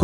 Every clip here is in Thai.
ค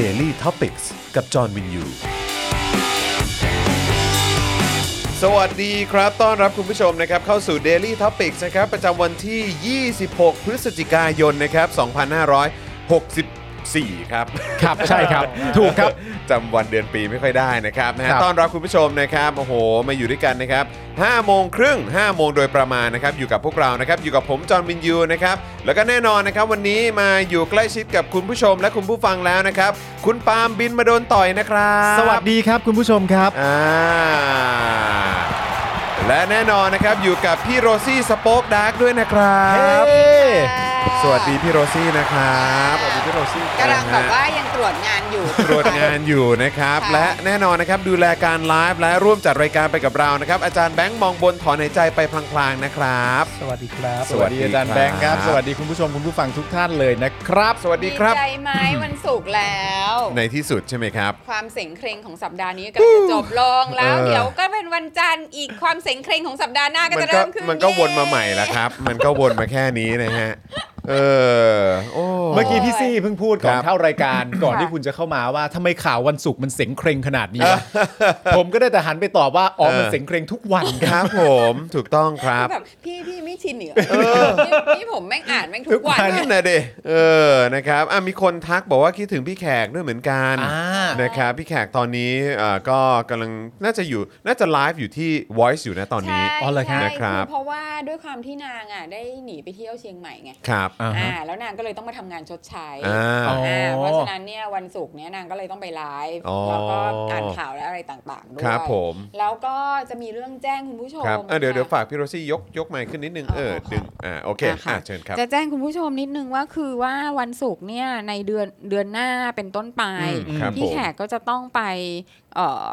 Daily t o p i c กกับจอห์นวินยู สวัสดีครับ ต้อนรับคุณผู้ชมนะครับเข้าสู่ Daily Topics นะครับ ประจำวันที่ 26 พฤศจิกายนนะครับ 2564 ครับ ครับ ใช่ครับ ถูกครับ จำวันเดือนปีไม่ค่อยได้นะครับนะฮะ ครับ ต้อนรับคุณผู้ชมนะครับโอ้โห มาอยู่ด้วยกันนะครับ5โมงครึ่ง5โมงโดยประมาณนะครับ อยู่กับพวกเรานะครับอยู่กับผมจอห์นวินยูนะครับแล้วก็แน่นอนนะครับวันนี้มาอยู่ใกล้ชิดกับคุณผู้ชมและคุณผู้ฟังแล้วนะครับ คุณปาล์มบินมาโดนต่อยนะครับ สวัสดีครับคุณผู้ชมครับ อ่าและแน่นอนนะครับอยู่กับพี่โรซี่สป็อกดาร์กด้วยนะครับ เฮ้ สวัสดีพี่โรซี่นะครับสวัสดีพี่โรซี่ กำลังแบบว่ายังตรวจงานอยู่ ตรวจงานอยู่นะครับ ค่ะ และแน่นอนนะครับดูแลการไลฟ์และร่วมจัดรายการไปกับเรานะครับ อาจารย์แบงค์มองบนถอนหายใจไปพลางๆนะครับ สวัสดีครับ ส ส วั วั ส ส ดี ดี ครับ อาจารย์แบงค์ครับ สวัสดีคุณผู้ชมคุณผู้ฟังทุกท่านเลยนะครับ สวัสดีครับ ใจไหมวันศุกร์แล้ว ในที่สุดใช่ไหมครับ ความเสยงเครงของสัปดาห์นี้กำลังจะจบลงแล้ว เออ เดี๋ยวก็เป็นวันจันทร์อีกความเสยงเครงของสัปดาห์หน้าก็ มั จะ ก็ เริ่มขึ้น มันก็วเย้นมาใหม่ละครับ มันก็วนมาแค่นี้นะฮะเออโอ้ เมื่อกี้พี่ซี่เพิ่งพูดก่อคนรับ เข้ารายการก่อน ค่ะ ที่คุณจะเข้ามาว่าทำไมข่าววันศุกร์มันเสียงเครงขนาดนี้วะผมก็ได้แต่หันไปตอบว่าอ๋อมันเสียงเครงทุกวันค ครับ รับผมถูกต้องครับ แบบพี่พี่ไม่ชินเหนือพี่พี่ผมแม่งอ่านแม่ง ทุ ทุ ก ก วั วันน นั่นนะเดเออนะครับอ่ะมีคนทักบอกว่าคิดถึงพี่แขกด้วยเหมือนกัน อ่า นะครับพี่แขกตอนนี้เอ่อก็กำลังน่าจะอยู่น่าจะไลฟ์อยู่ที่ Voice อยู่นะตอนนี้ ใช่ อ๋อเหรอครับ ใช่ นะครับ เพราะว่าด้วยความที่นางอ่ะได้หนีไปเที่ยวเชียงใหม่ไง ครับ อ่าฮะ อ่าแล้วนางก็เลยต้องมาทำงานชดใช้ อ่า อ๋ออ่ อ่าเพราะฉะนั้นเนี่ยวันศุกร์เนี่ยนางก็เลยต้องไปไลฟ์ อ๋อ แล้วก็อ่านข่าวและอะไรต่างๆด้วย ครับผม แล้วก็จะมีเรื่องแจ้งคุณผู้ชม ครับเออเดี๋ยวเดี๋ยว ค่ะ ฝากพี่โรซี่ยกยกไมค์ขึ้นนิดนึงเออ อ๋อค่ะ ดึงอ่าโอเค อ่า อ่ะ ค่ะ เชิญครับ จะแจ้งคุณผู้ชมนิดนึงว่าคือว่าวันศุกร์เนี่ยในเดือนเดือนหน้าเป็นต้นไป อืมครับ พี่ ผม แขกก็จะต้องไปเอ่อ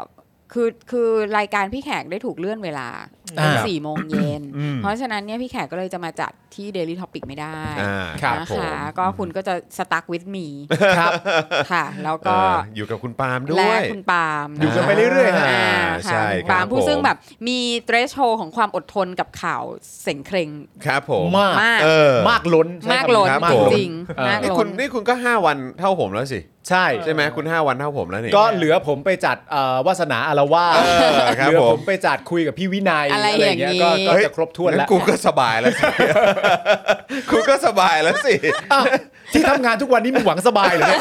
คือคือรายการพี่แขกได้ถูกเลื่อนเวลาเป็น อ่า สี่โมงเย็น อืม เพราะฉะนั้นเนี่ยพี่แขกก็เลยจะมาจัดที่ Daily Topic ไม่ได้ อ่า ครับ นะ ผม คะก็คุณก็จะสตั๊กวิดมี ครับ ค่ะ แล้ว เอ ก็ ออยู่กับคุณปาล์มด้ และ วย คุณปาล์ม อยู่กันไปเรื่อยๆฮะ อ่า ใช่ ค่ะ ครับ ปาล์มผู้ ผม ซึ่งแบบมีเทรชโชของความอดทนกับข่าวเสยงเค รง ครับผม มาก มาก เออ มากล้นใช้ มาก คำ ล้น ครับ ผ จ ม ริง เออ ๆมาก นี่ ล้ คุณ น นี่คุณก็ 5 วันเท่าผมแล้วสิ ใช่ ใช่ไหมคุณ 5 วันเท่าผมแล้วนี่ ก็เหลือผมไปจัดเอ่อวาสนาอารวาส เออครับ เหลือ ผม ผมไปจัดคุยกับพี่วินัย อะไรอย่างนี้ เงี้ก็ก็จะครบถ้วนแล้ว กูก็สบายแล้วสิ กูก็สบายแล้วสิ อ้าวที่ทำงานทุกวันนี้มึงหวังสบายเห รือเนี่ย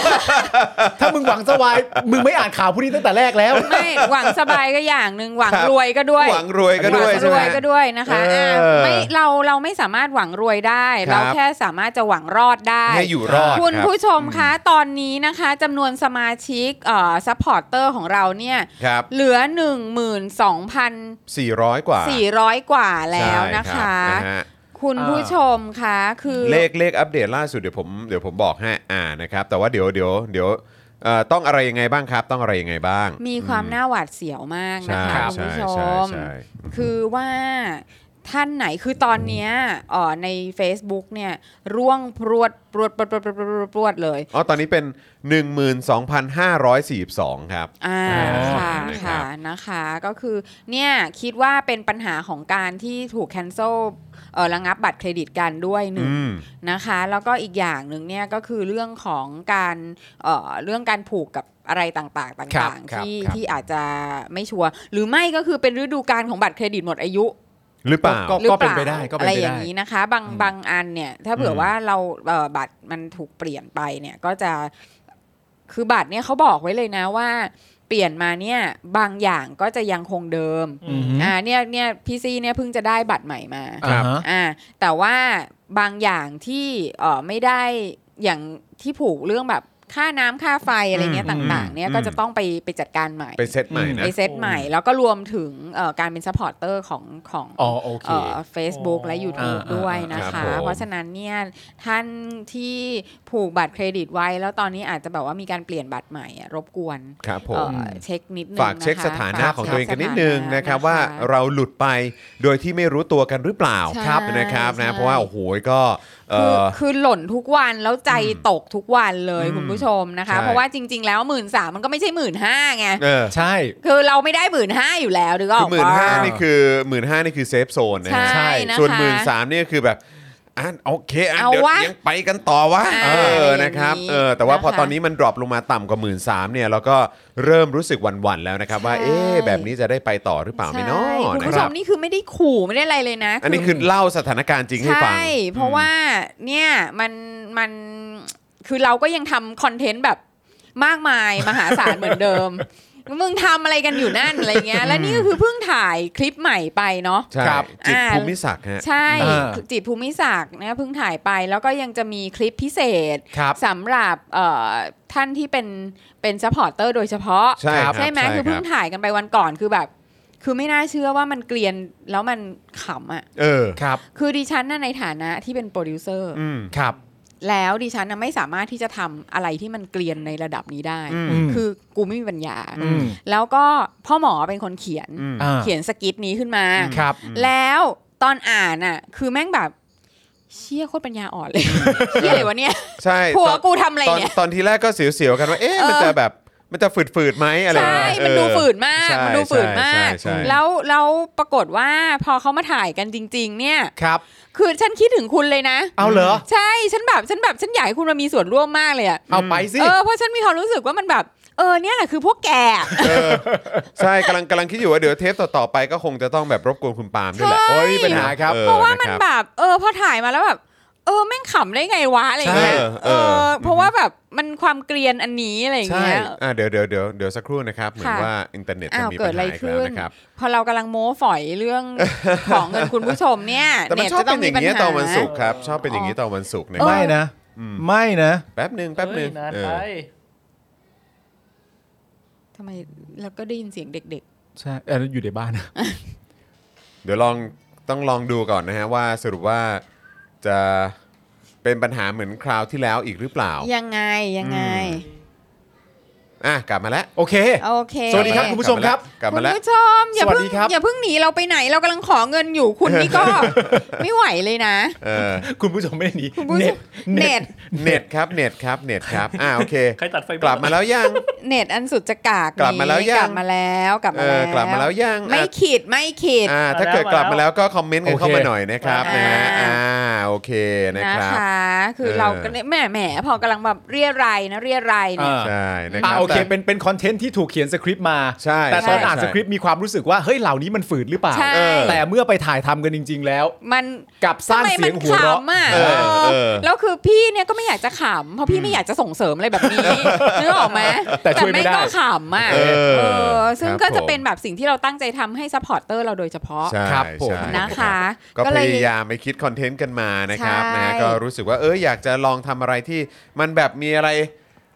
ถ้ามึงหวังสบาย มึงไม่อ่านข่าวพวกนี้ตั้งแต่แรกแล้ว ไม่หวังสบายก็อย่างหนึ่งหวัง ครับ รวยก็ด้วย หวังรวยก็ด้วย หวัง ใช่ ร ไหม วยก็ด้วยนะคะ เอออ่ าไม่เราเราไม่สามารถหวังรวยได้ ครับ เราแค่สามารถจะหวังรอดได้ ให้อยู่รอด คุณ รับ ผู้ชมคะตอนนี้นะคะจำนวนสมาชิกเอ่อซัพพอร์เตอร์ของเราเนี่ย ครับ เหลือ 12,000 400 กว่า 400 กว่าแล้วนะคะ ใช่รับนฮ คุณ อ่า ผู้ชมคะคือ เลขเลขอัปเดตล่าสุดเดี๋ยวผมเดี๋ยวผมบอกให้อ่านะครับ แต่ว่าเดี๋ยวเดี๋ยวเดี๋ยวเอ่อต้องอะไรยังไงบ้างครับ ต้องอะไรยังไงบ้าง มีความ อื น่าหวาดเสียวมากนะ ใช่ คะคุณ ใช่ ผู้ช ใช่ ม ใช่ คือว่า ท่านไหนคือตอนเนี้ยเอ่อใน Facebook เนี่ยร่วงพรวดพรวดพรวดพรวดพรวดพรวดพรวดเลย อ๋อตอนนี้เป็น 12,542 ครับ อ่า อ่านะคค่ะรับ ค่ะนะคะก็คือเนี่ยคิดว่าเป็นปัญหาของการที่ถูกแคนเซิลเอ่อระงับบัตรเครดิตกันด้วยหนึ่ง อืม นะคะแล้วก็อีกอย่างหนึ่งเนี่ยก็คือเรื่องของการเอ่อเรื่องการผูกกับอะไรต่างๆ ครับ ต่าง ค ๆ รับ ที่ ครับ ที่อาจจะไม่ชัวร์หรือไม่ก็คือเป็นฤดูการของบัตรเครดิตหมดอายุ หรือเปล่า ก็ หรือเป เป็น ล่า ไปได้ก็เป็น อะไร ไปได้ อย่างนี้นะคะบางบางอันเนี่ยถ้าเผื่ออว่าเราเอ่อบัตรมันถูกเปลี่ยนไปเนี่ยก็จะคือบัตรเนี่ยเขาบอกไว้เลยนะว่า เปลี่ยนมาเนี่ยบางอย่างก็จะยังคงเดิม อืม อ่าเนี่ยเนี่ยพี่ซีเนี่ยเพิ่งจะได้บัตรใหม่มา ครับ อ่าฮะ อ่าแต่ว่าบางอย่างที่เออไม่ได้อย่างที่ผูกเรื่องแบบค่าน้ำค่าไฟอะไรเงี้ย อืม ต่างๆเนี่ย อืม ก็จะต้องไปไปจัดการใหม่ ไปเซตใหม่นะ ไปเซตใหม่ แล้วก็รวมถึงเอ่อการเป็นซัพพอร์ตเตอร์ของของ อ๋อโอเค เอ่อ Facebook และ อ๋อ YouTube อ่าๆๆ ด้วยนะ ครับคะผม เพราะฉะนั้นเนี่ยท่านที่ผูกบัตรเครดิตไว้ แล้วตอนนี้อาจจะแบบว่ามีการเปลี่ยนบัตรใหม่อะรบกวน ครับผ เอ่ ม อเช็คนิดนึง ฝากเช็ค นะคะ สถานะของตัวเองกันนิดนึง ฝากเช็ นะครับ สถ ว่าเราหลุดไปโดยที่ไม่รู้ตัวกันหรือเปล่า ใช่ นะครับนะ ใช่ เพราะว่าโอ้โหก็เอ่ คือ อ คือหล่นทุกวันแล้วใจตกทุกวันเลย อืม คุณผู้ชมนะคะ ใช่ เพราะว่าจริง ๆ แล้วหมื่นสามมันก็ไม่ใช่หมื่นห้าไง เออ ใช่ คือเราไม่ได้หมื่นห้าอยู่แล้วหรือก็ คือหมื่นห้านี่คือหมื่นห้านี่คือเซฟโซนนะ ใช ฮะ ใช่ ่นะคะ ส่วนหมื่นสามนี่ยคือแบบอ่ะโอเคอ่ะ เอา เดี๋ยว วะ ยังไปกันต่อวะ อ่า เออนะครับ อย่างนี้ เออแต่ว่าพอ นะคะ ตอนนี้มันดรอปลงมาต่ำกว่าหมื่นสามเนี่ยเราก็เริ่มรู้สึกหวั่นๆแล้วนะครับ ว่า ใช่ เอ๊ะแบบนี้จะได้ไปต่อหรือเปล่าไม่เน้อ ใช่นะคุณผู้ ค ช รั ม บ นี่คือไม่ได้ขู่ไม่ได้อะไรเลยนะ อันนี้คือเล่าสถานการณ์จริงให้ฟัง ใช่เพราะว่าเนี่ยมันมันคือเราก็ยังทำคอนเทนต์แบบมากมายมหาศาลเหมือนเดิม มึงทำอะไรกันอยู่นั่นอะไรเงี้ยและนี่ก็คือเพิ่งถ่ายคลิปใหม่ไปเนาะ ใช่ ครับ จิต อ่า ภูมิศักดิ์ฮะ ใช่ อ่า จิตรภูมิศักดิ์เนี่ยเพิ่งถ่ายไปแล้วก็ยังจะมีคลิปพิเศษ ครับ สำหรับเอ่อท่านที่เป็นเป็นซัพพอร์เตอร์โดยเฉพาะ ใช่ครับ ใช่ไหม ใช่ครับ คือเพิ่งถ่ายกันไปวันก่อนคือแบบ คือไม่น่าเชื่อว่ามันเกลียนแล้วมันขำอ่ะ เออ ครับ คือดิฉันน่ะในฐานะที่เป็นโปรดิวเซอร์ อืม ครับ แล้วดิฉันน่ะไม่สามารถที่จะทำอะไรที่มันเกลียนในระดับนี้ได้ อืม ม คือกูไม่มีปัญญา อืม แล้วก็พ่อหมอเป็นคนเขียน อืม อ่า เขียนสกิปต์นี้ขึ้นมา ครับ แล้วตอนอ่านอ่ะ คือแม่งแบบ เชี่ยโคตรปัญญาอ่อนเลย เชี่ยอะไรวะเนี่ย ใช่ ผัว ตอน กูทำอะไร ตอน เนี่ย ตอนทีแรกก็เสียวๆกันว่า เอ๊ะ เออ มันจะแบบ มันจะฝืดๆไหมอะไร ใช่ เงี้ย มันดู เออ ฝืนมาก ใช่ มันดูฝืนมาก ใช่ใช่ใช่ แล้วแล้วปรากฏว่าพอเขามาถ่ายกันจริง ๆ เนี่ย ครับ คือฉันคิดถึงคุณเลยนะ เอาเหรอ ใช่ฉันแบบฉันแบบฉันอยากให้คุณมามีส่วนร่วมมากเลยอะ เอาไปสิ เออเพราะฉันมีความรู้สึกว่ามันแบบเออเนี่ยแหละคือพวกแกอะ ใช่กำลังกำลังคิดอยู่ว่าเดี๋ยวเทปต่อๆไปก็คงจะต้องแบบรบกวนคุณปาล์มด้วยแหละ โอ้ยมีปัญหาครับ ออ เพราะว่ามัน คบ แบบเออพอถ่ายมาแล้วแบบเออแม่งขำได้ไงวะอะไรอย่างเงี้ย ใช่เอ เอ อ อ เพราะว่าแบบมันความเกลียนอันนี้อะไรอย่าง ใช่ เงี้ย อ่ะเดี๋ยวเดี๋ยวเดี๋ยวเดี๋ยวสักครู่นะครับ เหมือน ค่ะ ว่าอินเทอร์เน็ตจะ อ้าว มี เกิ ปัญดอะ หา ไร อีกแล้ ขึ้ วน นะครับ พอเรากำลังโม้ฝอยเรื่อง ของเงินคุณผู้ชมเนี่ย แต่มัน เต ชอบ จะต้ เป็ อนองย่างมีปัญ นี้ย หา ตอนวันศุกร์ครับ ชอบเป็นอย่างนี้ตอนวันศุกร์นะครั ไม่ บ นะ ไม่นะ แป๊บหนึ่งแป๊บหนึ่ง เฮ้ยนาน เออ ไป ทำไมเราก็ได้ยินเสียงเด็ก ใช่เอออยู่ในบ้านนะ เดี๋ยวลองต้องลองดูก่อนนะฮะว่าสรุปว่าจะเป็นปัญหาเหมือนคราวที่แล้วอีกหรือเปล่า ๆ ยังไงยังไง อ่ะกลับมาแล้ว โอเค โอเค สวัสดีครับคุณผู้ชมครับ กลับ คุ มา ณ แล้ว ผู้ชมอย่า สวัส เพิ่ง ดีครับ อย่าเพิ่งหนีเราไปไหนเรากำลังขอเงินอยู่คุณนี่ก็ ไม่ไหวเลยนะ เออ คุณผู้ชมไม่ได้หนี คุณผู้ช เน็ต มเน็ต เน็ตครับเน็ตครับเน็ตครับอ่าโอเค ใครตัดไฟบ้ง กลับมาแล้วยัง เน็ตอันสุดจะกาก กลับมาแล้วยัง กลับมาแล้วกลับ เออมาแล้ว กลับมาแล้วยัง ไม่ อ่ะ ขีดไม่ขีด อ่าถ้าเกิดกลับมาแล้วก็คอมเมนต์กันเข้ามาหน่อยนะครับนะฮะอ่าโอเคนะ นะครับ คะ คือเราก็เนี่ยแหมแหมพอกำลังแบบเรียรายนะเรียรายเนี่ย อ่า ใช่นะค อ่า รับ โอเค แต่ เป็น เป็นคอนเทนต์ที่ถูกเขียนสคริปต์มา ใช่ แต่ตอน ใช่ อ่าน ใช่ สคริปต์มีความรู้สึกว่า เฮ้ย เหล่านี้มันฝืนหรือเปล่า ใช่ เออ แต่เมื่อไปถ่ายทำกันจริง ๆ แล้ว มัน กลับสร้างเสียงหัวเราะ ทำไมมันขำอ่ะ เออเออ แล้วคือพี่เนี่ยก็ไม่อยากจะขำเพราะพี่ไม่อยากจะส่งเสริมอะไรแบบนี้นึกออกไหม แต่ช่วยไม่ได้ แงก็ขำอ่ะ เออ เออซึ่งก็ ครับ จะ ผม เป็นแบบสิ่งที่เราตั้งใจทำให้ซัพพอร์ตเตอร์เราโดยเฉพาะ ใช่ ครับผม ใช่ นะคะ ก็พยายามไปคิดคอนเทนต์กันมานะครับ ใช่ นะฮะก็รู้สึกว่าเอออยากจะลองทำอะไรที่มันแบบมีอะไร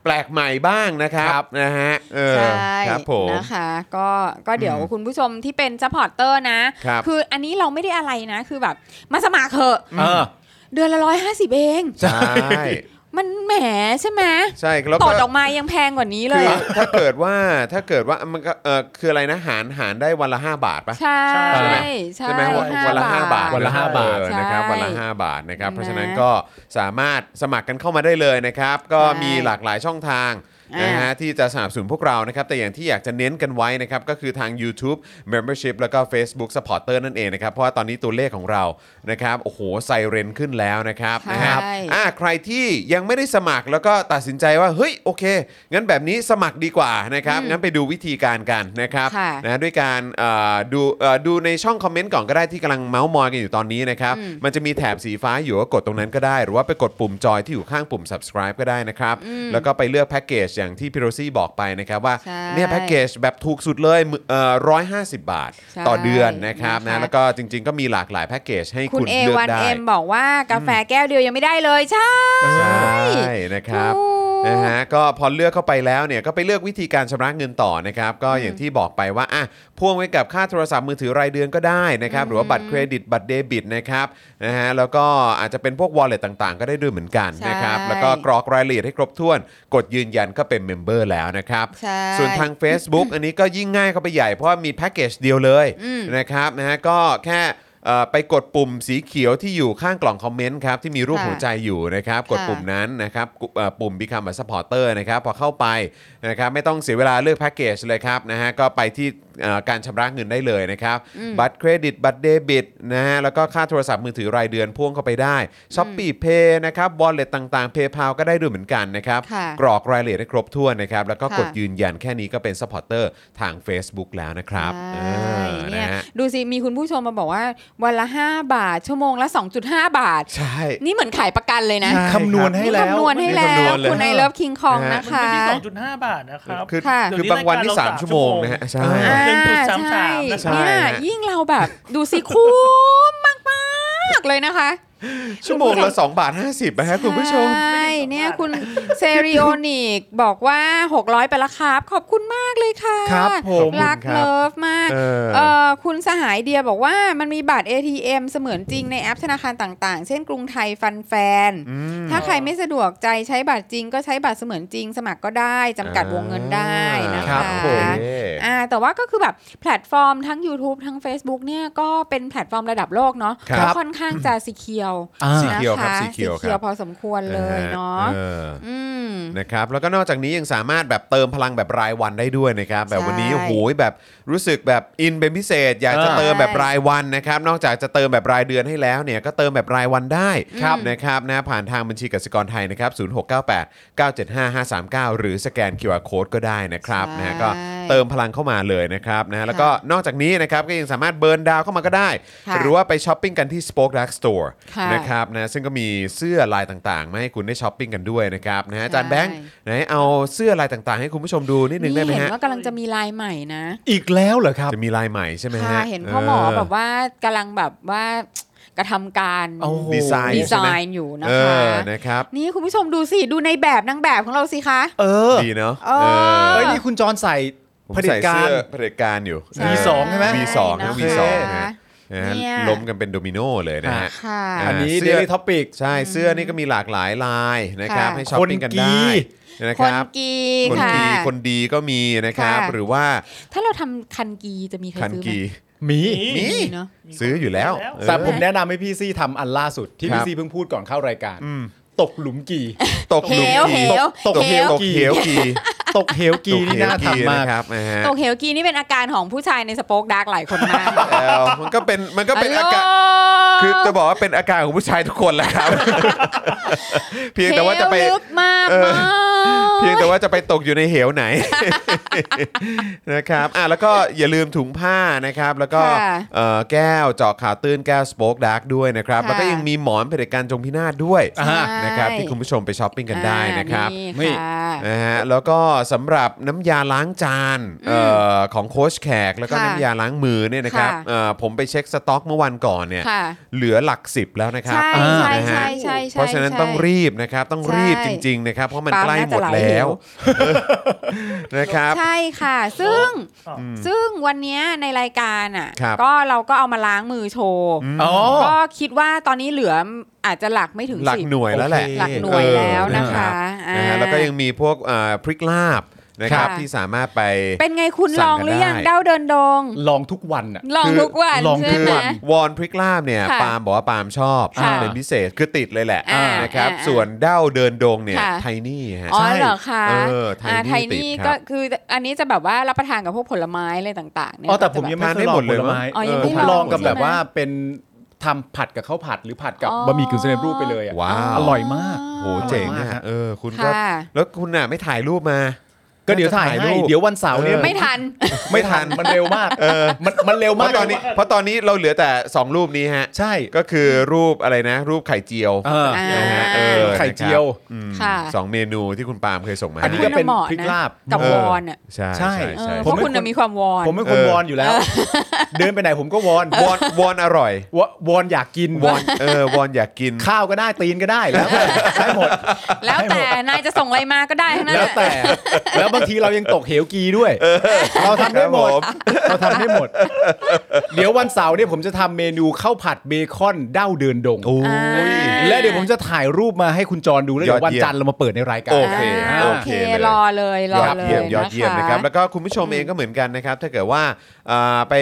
แปลกใหม่บ้างนะครับนะฮะเออ ใช่ ครับผม นะคะ ก็ก็เดี๋ยวคุณผู้ชมที่เป็นซัพพอร์ตเตอร์นะครับ ออันนี้เราไม่ได้อะไรนะ คือแบบมาสมัครเถอะ เออ เดือนละร้อยห้าสิบเอง ใช่ มันแหมใช่ไหม ใช่แล้ว ตอ ก็ ดออกมายังแพงกว่านี้เล คื ย อ อะ ถ้าเกิดว่าถ้าเกิดว่ามันก็เออคืออะไรนะหารหารได้วันละ 5 บาทปะ ใช่ ใช่ไหม ใช่ ไหมวัน ห้า วันละห้าบาท วันละห้าบาท เออนะครับ ใช่ วันละห้าบาทนะครับ นะ เพราะฉะนั้นก็สามารถสมัครกันเข้ามาได้เลยนะครับ ก็ ใช่ มีหลากหลายช่องทาง อ่าน นะฮะที่จะสนับสนุนพวกเรานะครับ แต่อย่างที่อยากจะเน้นกันไว้นะครับ ก็คือทาง YouTube Membership แล้วก็ Facebook Supporter นั่นเองนะครับ เพราะว่าตอนนี้ตัวเลขของเรานะครับโอ้โหไซเรนขึ้นแล้วนะครับ ใช่ นะครัอ่ะใครที่ยังไม่ได้สมัครแล้วก็ตัดสินใจว่าเฮ้ยโอเค งั้นแบบนี้สมัครดีกว่านะครับงั้นไปดูวิธีการกันนะครับ ค่ะ นะด้วยการเอ่อดูเอ่อดูในช่องคอมเมนต์ก่อนก็ได้ที่กำลังเมาส์มอยกันอยู่ตอนนี้นะครับ อืม มันจะมีแถบสีฟ้าอยู่ก็กดตรงนั้นก็ได้ หรือว่าไปกดปุ่มจอยที่อยู่ข้างปุ่ม subscribe ก็ได้นะครับ แล้วก็ไปเลือกแพ็กเกจอย่างที่พี่โรซี่บอกไปนะครับว่า ใช่ เนี่ยแพ็กเกจแบบถูกสุดเลยร้อยห้าสิบบาท ใช่ ต่อเดือนนะครับ นะคะ นะแล้วก็จริงๆ ก็มีหลากหลายแพ็กเกจให้ คุ คุณ ณ เอ เลือ วั ก น ได้ เอ็มบอกว่ากาแฟแก้วเดียวยังไม่ได้เลยใช่ ใช่นะครับ ถูก นะฮะก็พอเลือกเข้าไปแล้วเนี่ยก็ไปเลือกวิธีการชำระเงินต่อนะครับ ก็อย่างที่บอกไปว่าอ่ะพ่วงไว้กับค่าโทรศัพท์มือถือรายเดือนก็ได้นะครับ หรือว่าบัตรเครดิตบัตรเดบิตนะครับนะฮะแล้วก็อาจจะเป็นพวก wallet ต่างๆ ก็ได้ด้วยเหมือนกัน ใช่ นะครับแล้วก็กรอกรายละเอียดให้ครบถ้วน กดยืนยันก็เป็นเมมเบอร์แล้วนะครับ ใช่ ส่วนทาง Facebook อันนี้ก็ยิ่งง่ายเข้าไปใหญ่เพราะว่ามีแพ็กเกจเดียวเลย อืม นะครับนะฮะก็แค่เอ่อไปกดปุ่มสีเขียวที่อยู่ข้างกล่องคอมเมนต์ครับที่มีรูป ค่ะ หัวใจอยู่นะครับ กด ค่ะ ปุ่มนั้นนะครับกุเอ่อปุ่ม Become a supporter นะครับพอเข้าไปนะครับไม่ต้องเสียเวลาเลือกแพ็กเกจเลยครับนะฮะก็ไปที่เอ่อการชำระเงินได้เลยนะครับ อืม บัตรเครดิตบัตรเดบิตนะฮะแล้วก็ค่าโทรศัพท์มือถือรายเดือนพ่วงเข้าไปได้ช้อปปี้เพย์นะครับบอลเลตต่างๆเพย์พาก็ได้ด้วยเหมือนกันนะครับ ค่ะ กรอกรายละเอียดให้ครบถ้วนนะครับ แล้วก็ ค่ะ กดยืนยันแค่นี้ก็เป็น s u p p อร์เตอร์ทาง Facebook แล้วนะครับ ใช่ เออ เนี่ นะ ย ฮะ ดูสิ มีคุณผู้ชมมาบอกว่า วันละ 5 บาท ชั่วโมงละ 2.5 บาท ใช่ นี่เหมือนขายประกันเลยนะ ใช่ คำนวณให้แล้ว คำนวณให้แล้ คำนว ว ณเลย คุณไอเลิฟคิงคอง นะฮะ นะคะ มันไม่ได้สองจุดห้าบาทนะครับ คือ ค่ะ คือบางวันที่ 3 ชั่วโมงนะฮะใช่ อ่า หนึ่งจุดสาม ใช่ สาม ใช่ เนี่ย ฮะ ยิ่งเราแบบ ดูสิคุ้มมากมากๆเลยนะคะ ชั่วโมงละ 2 บาท 50นะฮะคุณผู้ชม ใช่เนี่ยคุณเซริโอนิกบอกว่า 600 ไปละครับ ขอบคุณมากเลยค่ะ ครับผม รัก ครับ เลิฟมาก เออ เออคุณสหายเดียบอกว่ามันมีบัตร ATM เสมือนจริงในแอปธนาคารต่างๆ เช่นกรุงไทยฟันแฟน อืม ถ้าใครไม่สะดวกใจใช้บัตรจริงก็ใช้บัตรเสมือนจริง สมัครก็ได้จำกัดวงเงินได้นะ ครั คะ บผม อ่าแต่ว่าก็คือแบบแพลตฟอร์มทั้ง YouTube ทั้ง Facebook เนี่ยก็เป็นแพลตฟอร์มระดับโลกเนาะ ครับ ก็ค่อนข้างจะสีเขียว อ่า สีเขียวครับ นะะ สีเขียวครับ พอสมควรเลยเนาะ ออ อืม นะครับแล้วก็นอกจากนี้ยังสามารถแบบเติมพลังแบบรายวันได้ด้วยนะครับ แบบวันนี้ ใช่ โอ้โหแบบรู้สึกแบบอินเป็นพิเศษ อยากจะ เออ เติมแบบรายวันนะครับ นอกจากจะเติมแบบรายเดือนให้แล้วเนี่ยก็เติมแบบรายวันได้ ครับ นะครับนะผ่านทางบัญชีกสิกรไทยนะครับ0698 975 539 หรือสแกน QR Code ก็ได้นะครับนะฮะก็ เติมพลังเข้ามาเลยนะครับนะแล้วก็นอกจากนี้นะครับก็ยังสามารถเบิร์นดาวเข้ามาก็ได้ ค่ะ หรือว่าไปช้อปปิ้งกันที่ Spoke Dark Store ค่ะ นะครับนะซึ่งก็มีเสื้อลายต่างๆ มาให้คุณได้ช้อปปิ้งกันด้วยนะครับนะฮะอาจารย์ ใช่ แบงค์ไหนเอาเสื้อลายต่างๆ ให้คุณผู้ชมดูนิดนึงได้ไหม เห็น ฮะ ว่ากำลังจะมีลายใหม่นะ อีกแล้วเหรอครับ จะมีลายใหม่ใช่ไหมฮะ ค่ะเห็นพ่อหมอ เ แบบว่ากำลังแบบว่ากระทำการ โอ้โห ดีไซน์ ดีไซ ใช่ไหม น์อยู่นะ เอ คะ อนะครับ นี่คุณผู้ชมดูสิ ดูในแบบนางแบบของเราสิคะ เออ ดีเนาะ เออ เอ้ยนี่คุณจรใส่ ผม เผด็ ใส่ จการ เสื้อเผด็จการอยู่ ใช่ V2 ใช่ไหม V2 นะ V2 นะคะ ฮะนะฮะ เนี่ย ล้มกันเป็นโดมิโนเลยนะฮะ ค่ะ อ่า อันนี้ เสื้อ Daily Topic ใช่เสื้อนี่ก็มีหลากหลายลายนะครับ ค่ะ ให้ช้อปปิ้งกันได้ คนกี นะ ค คน รับ กี คน ค่ะ กีคนดีก็มีนะครับ ค่ะ หรือว่า ถ้าเราทำคันกีจะมีใคร คัน ซื้อไหม กี มี มี มีเนาะ มี ซื้ออยู่แล้ว มีแล้ว เออ แต่ผมแนะนำให้พี่ซี่ทำอันล่าสุดที่ ครั พี่ บ ซี่เพิ่งพูดก่อนเข้ารายการ อืม ตกหลุมกี่ ตกหลุม เหว กี เหว ตก ตก เห เห ว ว ตกเหวกี ตกเหวกี่นี่น่า ตกเหว ทำมาก นะครับนะฮะ ตกเหวกีนี่เป็นอาการของผู้ชายในสโป๊กดาร์กหลายคนมาก แล้วมันก็เป็นมันก็เป็นอาการคือจะบอกว่าเป็นอาการของผู้ชายทุกคนแหละครับ เพียงแต่ว่าจะไป เหวลึกมาก เออ มาก เพียงแต่ว่าจะไปตกอยู่ในเหวไหน นะครับอ่ะแล้วก็อย่าลืมถุงผ้านะครับ แล้วก็ ค่ะ เอ่อแก้วเจาะข่าวตื้นแก้วสป o อคดาร์กด้วยนะครับ ค่ะ แล้วก็ยังมีหมอนเผด็จการจงพินาศด้วย อ่า นะครับที่คุณผู้ชมไปช้อปปิ้งกันได้นะครับ อ่า นี่ นี่ค่ะ นะฮะแล้วก็สำหรับน้ำยาล้างจานเอ่อของโค้ชแขกแล้วก็ ค่ะ น้ำยาล้างมือเนี่ยนะครับ ค่ะ เอ่อผมไปเช็คสต็อกเมื่อวันก่อนเนี่ย ค่ะ เหลือหลักสิบแล้วนะครับ ใช่ อ่า ใช่ นะฮะ ใช่ใช่ใช่ เพราะฉะนั้น ใช่ ต้องรีบนะครับต้องรีบ ใช่ จริง ๆ นะครับ เพราะมัน ปาล์ ใกล้ น่า หมมจะด ลายเห แล้ว ว นะครับ ใช่ค่ะ ซึ่งซึ่งวันเนี้ยในรายการอ่ะ ครับ ก็เราก็เอามาล้างมือโชว์ อ๋อ ก็คิดว่าตอนนี้เหลืออาจจะหลักไม่ถึง หลัก สิบ หน่วยแล้วแหละ โอเค หลักหน่วยแล้วนะคะ เออนะฮะ อ่า แล้วก็ยังมีพวกเอ่อพริกลาบนะครับ ค่ะ ที่สามารถไป เป็นไงคุณ สั่ ล งกัน องหรือยัง ได้ เด้าเดินดง ลองทุกวันอ่ะ ลองทุกวัน ลองทุ ใช่ ก ไหม วัน วอนพริกลาบเนี่ย ค่ะ ปาล์มบอกว่าปาล์มชอบ ค่ะ เป็นพิเศษคือติดเลยแหละ อ่า นะครับ อ่า ส่วนเด้าเดินดงเนี่ย ค่ะ ไทนี่ฮะ อ๋อ ใช่ เหรอคะ เออ อ่า ไท ไทย นี่ติด นี่ ค ก็ รับ คืออันนี้จะแบบว่ารับประทานกับพวกผลไม้อะไรต่างๆเนี่ย อ๋อแต่ผม จะบบ ยังไม่ ทาน เค ได้ ยลหอม ง ด ผ เลย ล มั้ย ไม้ อ๋อยัง เออ ไม่ ผม ลอง ลองกับ ใช่ แบบ ไหม ว่าเป็นทำผัดกับข้าวผัดหรือผัดกับบะหมี่กึ่งสำเร็จรูปไปเลยอ่ะ ว้าว อร่อยมาก โหเจ๋ง อร่อยมาก อ่ะ ฮะ เออคุณก็ ค่ะ แล้วคุณน่ะไม่ถ่ายรูปมา ก็เดี๋ยวถ่ายให้เดี๋ยววันเสาร์เนี่ย ไม่ทัน ไม่ทันมันเร็วมากมันมันเร็ว เพ มาก ราะตอนนี้เพราะตอนนี้เราเหลือแต่ 2 รูปนี้ฮะ ใช่ ก็คือรูปอะไรนะ รูปไข่เจียว เออ นะฮะเออ ไข่เจียว อืม ค่ะ สองเมนูที่คุณปาล์มเคยส่งมา อันนี้ก็ คุณ เป็น หมอ พริก นะ ลาบ กับ เอ ว อ อนอ่ะ ใช่ ใช่ ใช่ เอ ใช่ อเพ ผม ราะคุณน่ะมีความวอน ผมเป็นคนวอนอยู่แล้ว เดินไปไหนผมก็วอน วอนวอนอร่อยว วอนอยากกิน วอนเออวอนอยากกิน ข้าวก็ได้ตีนก็ได้แล้วแต่ได้หมด แล้วแต่นายจะส่งอะไรมาก็ได้ทั้งนั้น แล้วแต่ แล้วบางทีเรายังตกเหวกีด้วย เราทำได้หมด ครับผม เราทำได้หมด เดี๋ยววันเสาร์เนี่ยผมจะทำเมนูข้าวผัดเบคอนเด้าเดินดง โอ้ อ่าย และเดี๋ยวผมจะถ่ายรูปมาให้คุณจรดูแล้วเดี๋ย ยอด ววัน เยี่ยม จันทร์เรามาเปิดในรายการ โอเค อ่า โอ โอ เค เค เลย รอเลยร ย อ อด เล เยี่ย ย มยอดเยี่ยมนะครับ แล้วก็คุณผู้ชมเองก็เหมือนกันนะครับ ถ้าเกิดว่าอ่าไป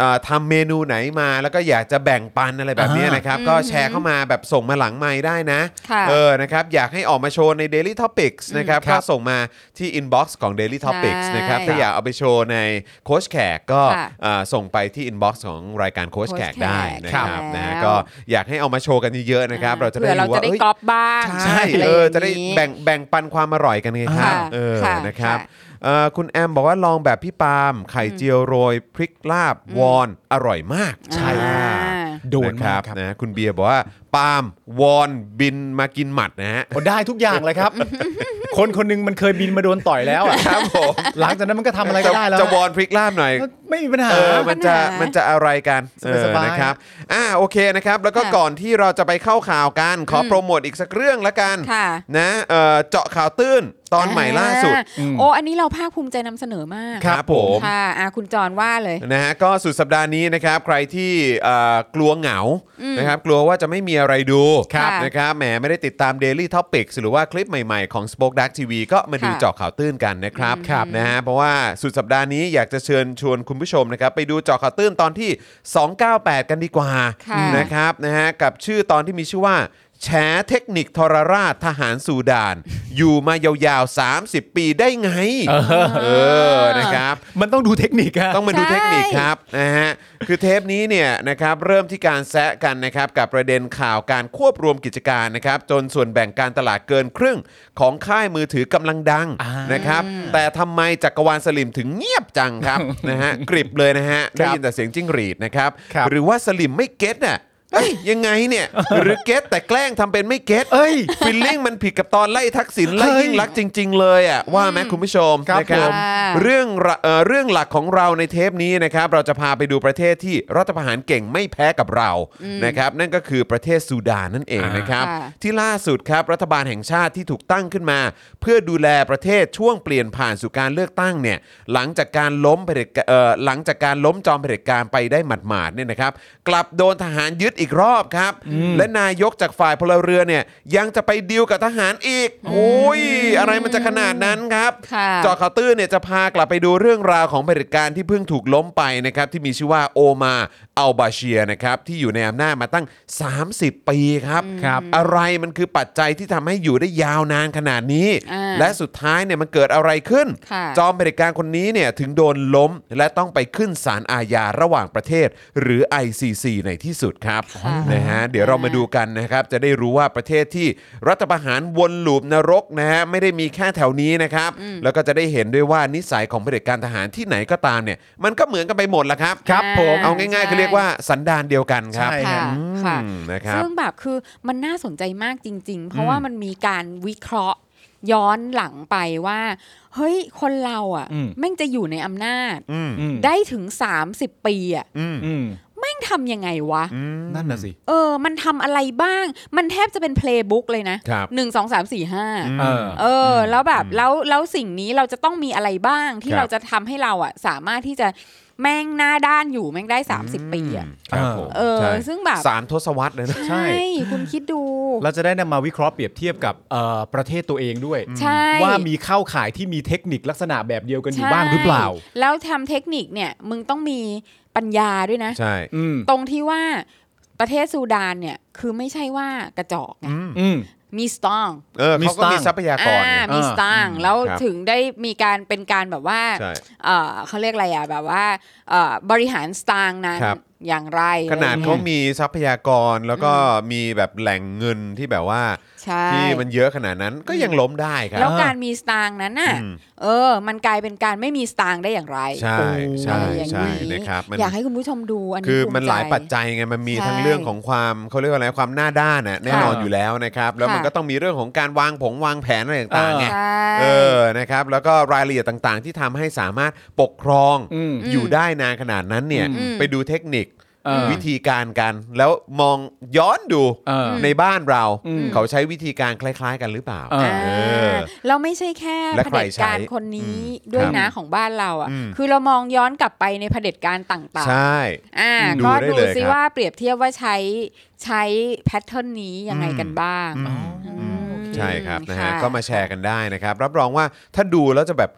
อ่าทำเมนูไหนมาแล้วก็อยากจะแบ่งปันอะไรแบบนี้นะครับ ก็แชร์เข้ามาแบบส่งมาหลังไม้ได้นะ ค่ะ เออ นะครับ อยากให้ออกมาโชว์ใน Daily Topics นะครับ คก็รับ ส่งมาที่ Inbox ของ Daily Topics ใช่ นะครับ ถ้าอยากเอาไปโชว์ในโค้ชแขกก็ ค่ะ อ่าส่งไปที่ Inbox ของรายการโค้ชแขก Coach ได้นะแขกครับ แล้ว นะ ก็อยากให้เอามาโชว์กันเยอะๆนะครับ เราจะได้ ผื่อเรา รู้ จะ ว่า ได้ เอ้ย กรอบบ้าง ใช่ ร เออ จะ ย่าง ได้ นี้ แบ่งแบ่งปันความอร่อยกันไงครับ ค่ะ เออ ค่ะ นะครับ ค่ะ เอ่อคุณแอมบอกว่าลองแบบพี่ปาล์มไข่เจียวโรยพริกลาบวอนอร่อยมาก ใช่ อ่า โดน ค มา รับกครับ นะคุณเบียร์บอกว่าปาล์มวอนบินมากินหมัดนะฮะ โอ้ได้ทุกอย่างเลยครับ คนคนหนึงมันเคยบินมาโดนต่อยแล้วอะ ครับผม หลังจากนั้นมันก็ทำอะไรก็ได้แล้ว จะวอนพริกลาบหน่อย ไม่มีปัญหา เออมันจะ ปัญหามั มันจะอะไรกันเออ สบายๆ นะครับอ่าโอเคนะครับ แล้วก็ ค่ะ ก่อนที่เราจะไปเข้าข่าวกัน ขอโปรโมทอีกสักเรื่องละกัน ค่ะ นะเอ่อเจาะข่าวตื้นตอนใหม่ล่าสุด อ่โอ้อันนี้เราภาคภูมิใจนำเสนอมาก ครับผม ค่ะอ่ะคุณจรว่าเลย นะฮะก็สุดสัปดาห์นี้นะครับใครที่เอ่อกลัวเหงานะครับกลัวว่าจะไม่มีอะไรดู ครับ นะครับแหมไม่ได้ติดตาม Daily Topics หรือว่าคลิปใหม่ๆของ Spoke Dark TV ก็มาดู ค่ะ เจาะข่าวตื้นกันนะครับครับนะฮะเพราะว่าสุดสัปดาห์นี้อยากจะเชิญชวนคุณผู้ชมนะครับไปดูเจาะข่าวตื้นตอนที่ 298 กันดีกว่า ค่ะ นะครับนะฮะกับชื่อตอนที่มีชื่อว่าแฉเทคนิคทรราชทหารสูดาน อยู่มายาวๆ 30 ปีได้ไงเออนะครับ มันต้องดูเทคนิค อะ ต้องมาดูเทคนิคครับนะฮะคือเทปนี้เนี่ยนะครับเริ่มที่การแซะกันนะครับกับประเด็นข่าวการควบรวมกิจการนะครับจนส่วนแบ่งการตลาดเกินครึ่งของค่ายมือถือกำลังดังนะครับแต่ทำไมจักรวาลสลิมถึงเงียบจังครับ นะฮะกริบเลยนะฮะได้ยินแต่เสียงจิ้งหรีดนะครับหรือว่าสลิมไม่เก็ตน่ะเอ้ยยังไงเนี่ยหรือเก็ตแต่แกล้งทำเป็นไม่เก็ต เอ้ย ฟิลลิ่งมันผิดกับตอนไล่ทักษิณไล่ เฮ้ย ยิ่งรักษณ์จริง ๆ เลยอ่ะว่าไหมคุณผู้ชม ครับ นะครับ ผม เรื่องระเอ่อเรื่องหลักของเราในเทปนี้นะครับ เราจะพาไปดูประเทศที่รัฐประหารเก่งไม่แพ้กับเรานะครับ นั่นก็คือประเทศซูดานนั่นเองนะครับ ค่ะ ที่ล่าสุดครับรัฐบาลแห่งชาติที่ถูกตั้งขึ้นมา เพื่อดูแลประเทศช่วงเปลี่ยนผ่านสู่การเลือกตั้งเนี่ยหลังจากการล้มเผด็จการเอ่อหลังจากการล้มจอมเผด็จการไปได้หมาดๆเนี่ยนะครับ กลับโดนทหารยึดอีกรอบครับ และนายกจากฝ่ายพลเรือนเนี่ยยังจะไปดีลกับทหารอีกโอ้ยอะไรมันจะขนาดนั้นครับ ค่ะ เจอข่าวตื้นเนี่ยจะพากลับไปดูเรื่องราวของเผด็จการที่เพิ่งถูกล้มไปนะครับ ที่มีชื่อว่าโอมาอัลบาเชียนะครับ ที่อยู่ในอำนาจมาตั้ง 30 ปีครับ ครับ อะไรมันคือปัจจัยที่ทำให้อยู่ได้ยาวนานขนาดนี้ อ่า และสุดท้ายเนี่ยมันเกิดอะไรขึ้น ค่ะ จอมเผด็จการคนนี้เนี่ยถึงโดนล้ม และต้องไปขึ้นศาลอาญาระหว่างประเทศ หรือ ICC ในที่สุดครับ ค่ะ นะฮะเดี๋ยวเรามาดูกันนะครับ จะได้รู้ว่าประเทศที่รัฐประหารวนลูปนรกนะฮะไม่ได้มีแค่แถวนี้นะครับ แล้วก็จะได้เห็นด้วยว่านิสัยของเผด็จการทหารที่ไหนก็ตามเนี่ย มันก็เหมือนกันไปหมดละครับ ครับผม เอาง่ายๆคือเรียกว่าสันดานเดียวกันครับ ใช่ ค่ะ อืม ค่ะ นะครับ ซึ่งแบบคือมันน่าสนใจมากจริง ๆ เพราะว่ามันมีการวิเคราะห์ย้อนหลังไปว่า เฮ้ย คนเราอ่ะ อืม แม่งจะอยู่ในอำนาจ อืม อืม ได้ถึง 30 ปีอ่ะ อืม อืม แม่ง ทำยังไงวะ นั่นน่ะสิ เออ มันทำอะไรบ้าง มันแทบจะเป็นเพลย์บุ๊กเลยนะครับ หนึ่งสองสามสี่ห้า เออ เออ แล้วแบบแล้วแล้วสิ่งนี้เราจะต้องมีอะไรบ้างคที่รับ เราจะทำให้เราอะสามารถที่จะแม่งหน้าด้านอยู่แม่งได้ 30 ปีอะ ครับผม เออ ใช่ ซึ่งแบบ สามทศวรรษเลยนะ ใช่ คุณคิดดู เราจะได้นำมาวิเคราะห์เปรียบเทียบกับเอ่อประเทศตัวเองด้วย ใช่ ว่ามีเข้าข่ายที่มีเทคนิคลักษณะแบบเดียวกันอยู่บ้างหรือเปล่า ใช่แล้วทำเทคนิคเนี่ยมึงต้องมีปัญญาด้วยนะ ใช่ อืม ตรงที่ว่าประเทศซูดานเนี่ยคือไม่ใช่ว่ากระจอกไง อืม มีสตอง เออเขาก็มี มีสตางค์ ทรัพยากรไง อ่ามีสตางค์แล้ว ครับ ถึงได้มีการเป็นการแบบว่า ใช่ เอ่อเขาเรียกอะไรอ่ะแบบว่าเอ่อบริหารสตางค์นั้น ครับ อย่างไร ขนาด อะไร เขา เงี้ย มีทรัพยากรแล้วก็มีแบบแหล่งเงินที่แบบว่า ใช่ ที่มันเยอะขนาดนั้นก็ยังล้มได้ครั แล้ บ วการมีสตางค์นั้นน่ะ อืม เออ มันกลายเป็นการไม่มีสตางค์ได้อย่างไร ใช่ใช่ อะไรอย่าง ใช่นะครับมัน อยากให้คุณผู้ชมดูอันนี้ คือ ภู มันหลาย ใจ ปัจจัยไงมันมี ใช่ ทั้งเรื่องของความเขาเรียกว่าอะไรความหน้าด้านน่ะแน่นอนอยู่แล้วนะครับแล้วมัน ค่ะ ก็ต้องมีเรื่องของการวางผงวางแผนอะไรต่างๆไง ใช่ เออนะครับแล้วก็รายละเอียดต่างๆ ที่ทำให้สามารถปกครอง อืม อยู่ได้นานขนาดนั้นเนี่ย อืม ไปดูเทคนิค เออ วิธีการกัน แล้วมองย้อนดู เออ ในบ้านเรา อืม เขาใช้วิธีการคล้าย ๆ กันหรือเปล่า เออ เออ เราไม่ใช่แค่ และ เผ ใคร ด็จการ ใช้ คนนี้ อืม ด้วย ครับ นะของบ้านเราอ่ะ อืม คือเรามองย้อนกลับไปในเผด็จการต่างๆ ใช่ อ่า ดู ก็ ได้ ดู เลย ซิ ครับ ว่าเปรียบเทียบว่าใช้ใช้แพทเทิร์นนี้ยังไงกันบ้าง อืม ม ใช่ครับนะฮะ ค่ ก็มาแชร์กันได้นะครับ รับรองว่าถ้าดูแล้วจะแบบ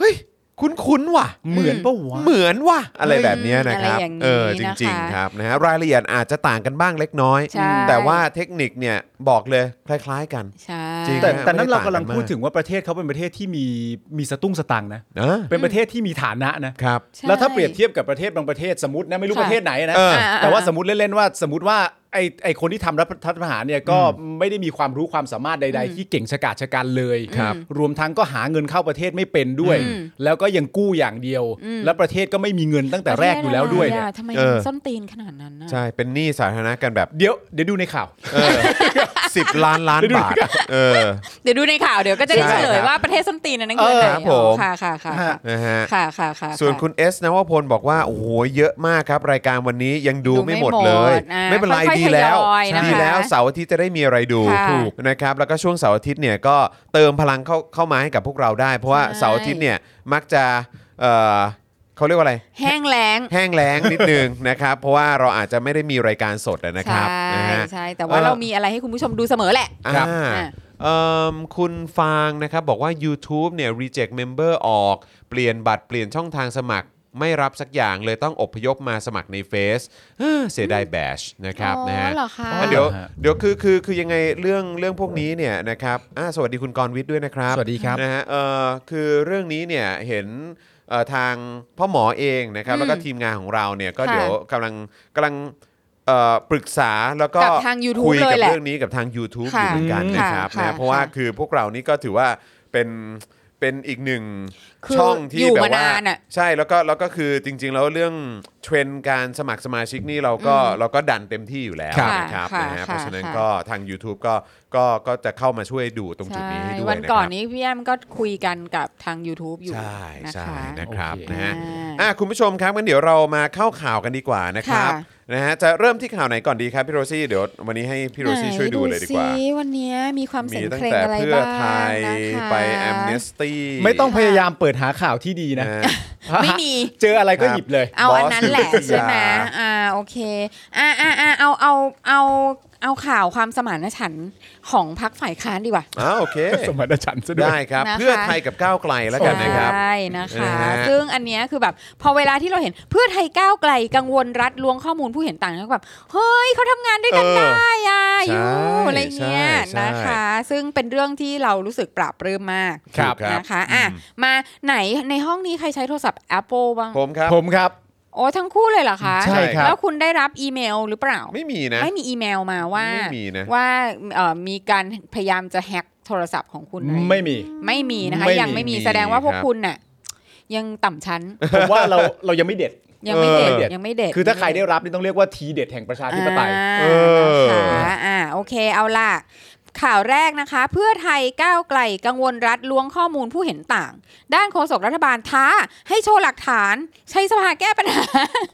เฮ้ย คุ้นๆว่ะ เหมือนปะวะ เหมือนว่ะอะไรแบบเนี้ยนะครับ อะไรอย่างนี้ เออจ นะคะ ริง ๆ ครับนะฮะรายละเอียดอาจจะต่างกันบ้างเล็กน้อย ใช่ แต่ว่าเทคนิคเนี่ยบอกเลยคล้าย ๆ กัน ใช่ จริง แต่ นะ แต่นั้น ไม่ได้ เรากำลัง ต่างกันมาก พูดถึงว่าประเทศเขาเป็นประเทศที่มีมีสตุ้งสตังค์นะ นะ เป็นประเทศที่มีฐานะนะ ครับ ใช่ แล้วถ้าเปรียบเทียบกับประเทศบางประเทศสมมตินะไม่รู้ ค่ะ ประเทศไหนนะ เออ แต่ว่า อ่า สมมติเล่นๆว่าสมมติว่าไอไอคนที่ทำรัฐรัฐประหารเนี่ยก็ไม่ได้มีความรู้ความสามารถใด ๆ ที่เก่งชะกาจชะกันเลย ครับ รวมทั้งก็หาเงินเข้าประเทศไม่เป็นด้วย แล้วก็ยังกู้อย่างเดียว และประเทศก็ไม่มีเงินตั้งแต่แรกอยู่แล้วด้วยเนี่ย ประเทศอะไรอะทำไม เออ ส้นตีนขนาดนั้นน่ะ ใช่เป็นหนี้สาธารณะกันแบบ เดี๋ยวเดี๋ยวดูในข่าว 10 ล้านล้านบาทเออ เดี๋ยวดูในข่าวเดี๋ยวก็จะได้ ใช่ เฉลคยรับ ว่าประเทศส้นตีนนั้นคือ เออคอะไร รับผม ค่ะค่ะค่ะค่ะ นะฮะ ค่ะค่ะค่ะ ส่วนคุณเอสนวพลบอกว่าโอ้โหเยอะมากครับ รายการวันนี้ยังดูไม่หมดเลย ดูไม่หมดอ่ะ ไม่เป็นไร ค่อยๆ ดีแล้ว ทยอยนะคะ ดีแล้วเสาร์อาทิตย์จะได้มีอะไรดู ค่ะ ถูกนะครับแล้วก็ช่วงเสาร์อาทิตย์เนี่ยก็เติมพลังเข้าเข้ามาให้กับพวกเราได้ เพราะว่า ใช่ เสาร์อาทิตย์เนี่ยมักจะเอ่อเขาเรียกว่าอะไร แห้งแล้ง แห้งแล้งนิดนึง นะครับ เพราะว่าเราอาจจะไม่ได้มีรายการสดอะนะครับ ใช่ นะฮะ ใช่แต่ว่า เออ เรามีอะไรให้คุณผู้ชมดูเสมอแหละ อ่า อ่ะ เอิ่มคุณฟางนะครับ บอกว่า YouTube เนี่ย reject member ออก เปลี่ยนบัตรเปลี่ยนช่องทางสมัคร ไม่รับสักอย่างเลยต้องอพยพมาสมัครในเฟซ เอ้อเสียดายแบชนะครับ อ๋อ นะฮะ เหรอคะ อ่ะเดี๋ยวเดี๋ยวคือคือคือยังไงเรื่องเรื่องพวกนี้เนี่ยนะครับอ่ะสวัสดีคุณกรณ์วิทย์ด้วยนะครับ สวัสดีครับ นะฮะเอ่อคือเรื่องนี้เนี่ยเห็นเอ่อทางพ่อหมอเองนะครับแล้วก็ทีมงานของเราเนี่ยก็ ค่ะ เดี๋ยวกำลังกำลังเอ่อปรึกษาแล้วก็ กับทาง YouTube คุยกั เลยแหละ เรื่องนี้กับทาง YouTube อค่ะยู่เหมือนกัน อืม นะครับ ค่ะ นะเพราะว่า ค่ะ คือพวกเรานี่ก็ถือว่าเป็นเป็นอีกหนึ่ง คือ ช่องที่ อยู่ แบบว่านมาานอะ ใช่แล้วก็แล้วก็คือจริง ๆ แล้วเรื่องเทรนด์การสมัครสมาชิกนี่เราก็เราก็ดันเต็มที่อยู่แล้ว ค่ะ นะครับ ค่ะ นะฮะ ค่ะ เพราะฉะนั้น ค่ะ ก็ทาง YouTube ก็ก็ก็จะเข้ามาช่วยดูตรงจุด ใช่ นี้ให้ด้วย วัน นะค ก่อ รั น บ นี้พี่แอมก็คุยกันกับทาง YouTube อยู่ ใช่ นะ ใช่ คะ นะครับ โอเค นะฮะ อ่า อ่ะคุณผู้ชมครับงั้นเดี๋ยวเรามาเข้าข่าวกันดีกว่านะครับ ค่ะ นะฮะจะเริ่มที่ข่าวไหนก่อนดีครับพี่โรซี่เดี๋ยววันนี้ให้พี่โรซี่ช่วยดูเลยดีกว่า ไหนสิวันนี้มีความเสี มี ยง ตั้ เพ ง ลง แต่ อะไร เพื่อ บ้าง ไทย นะคะ ไปแอมเนสตี้ ไม่ต้องพยายามเปิดหาข่าวที่ดีนะ นะ ไม่มี เจออะไรก็หยิบเลย เอาอันนั้นแหละ Boss ใช่ไหม อย่า อ่าโอเคอ่าอ่าอ่าเอาเอาเอาเอาข่าวความสมานฉันท์ของพักฝ่ายค้านดีกว่า อ้าวโอเค สมรรถฉันท์ซะด้วย ได้ครับ นะคะ เพื่อไทยกับก้าวไกลแล้วกันนะครับ ใช่นะคะ นะฮะ ซึ่งอันเนี้ยคือแบบพอเวลาที่เราเห็นเพื่อไทยก้าวไกลกังวลรัฐลวงข้อมูลผู้เห็นต่างก็แบบเฮ้ยเขาทำงานด้วยกัน เออ ได้อ่ะ ใช่ ยูอะไรเงี้ย ใช่ นะ ใช่ คะ ซึ่งเป็นเรื่องที่เรารู้สึกปราบปรื้มมาก ครับครับ นะคะอ่ะมาไหนในห้องนี้ใครใช้โทรศัพท์ Apple บ้าง ผมครับ ผมครับ โอ้ทั้งคู่เลยเหรอคะ ใช่ครับ แล้วคุณได้รับอีเมลหรือเปล่า ไม่มีนะ ไม่มีอีเมลมาว่า ไม่มีนะ ว่าเอ่อมีการพยายามจะแฮ็กโทรศัพท์ของคุณอะร ไม่มี ไม่มีนะคะ ไม่มี ยังไม่มี มี แสดงว่าพวก ครับ คุณน่ะ ยังต่ำชั้น ผมว่าเราเรายังไม่เด็ด ยังไม่เด็ด เออ ยังไม่เด็ด คือถ้าใครได้รับนี่ต้องเรียกว่าทีเด็ดแห่งประชาธิปไตย อ่า เออ นะคะอ่าโอเคเอาล่ะ ข่าวแรกนะคะ เพื่อไทยก้าวไกลกังวลรัฐล้วงข้อมูลผู้เห็นต่าง ด้านโฆษกรัฐบาลท้า ให้โชว์หลักฐาน ใช้สภาแก้ปัญหา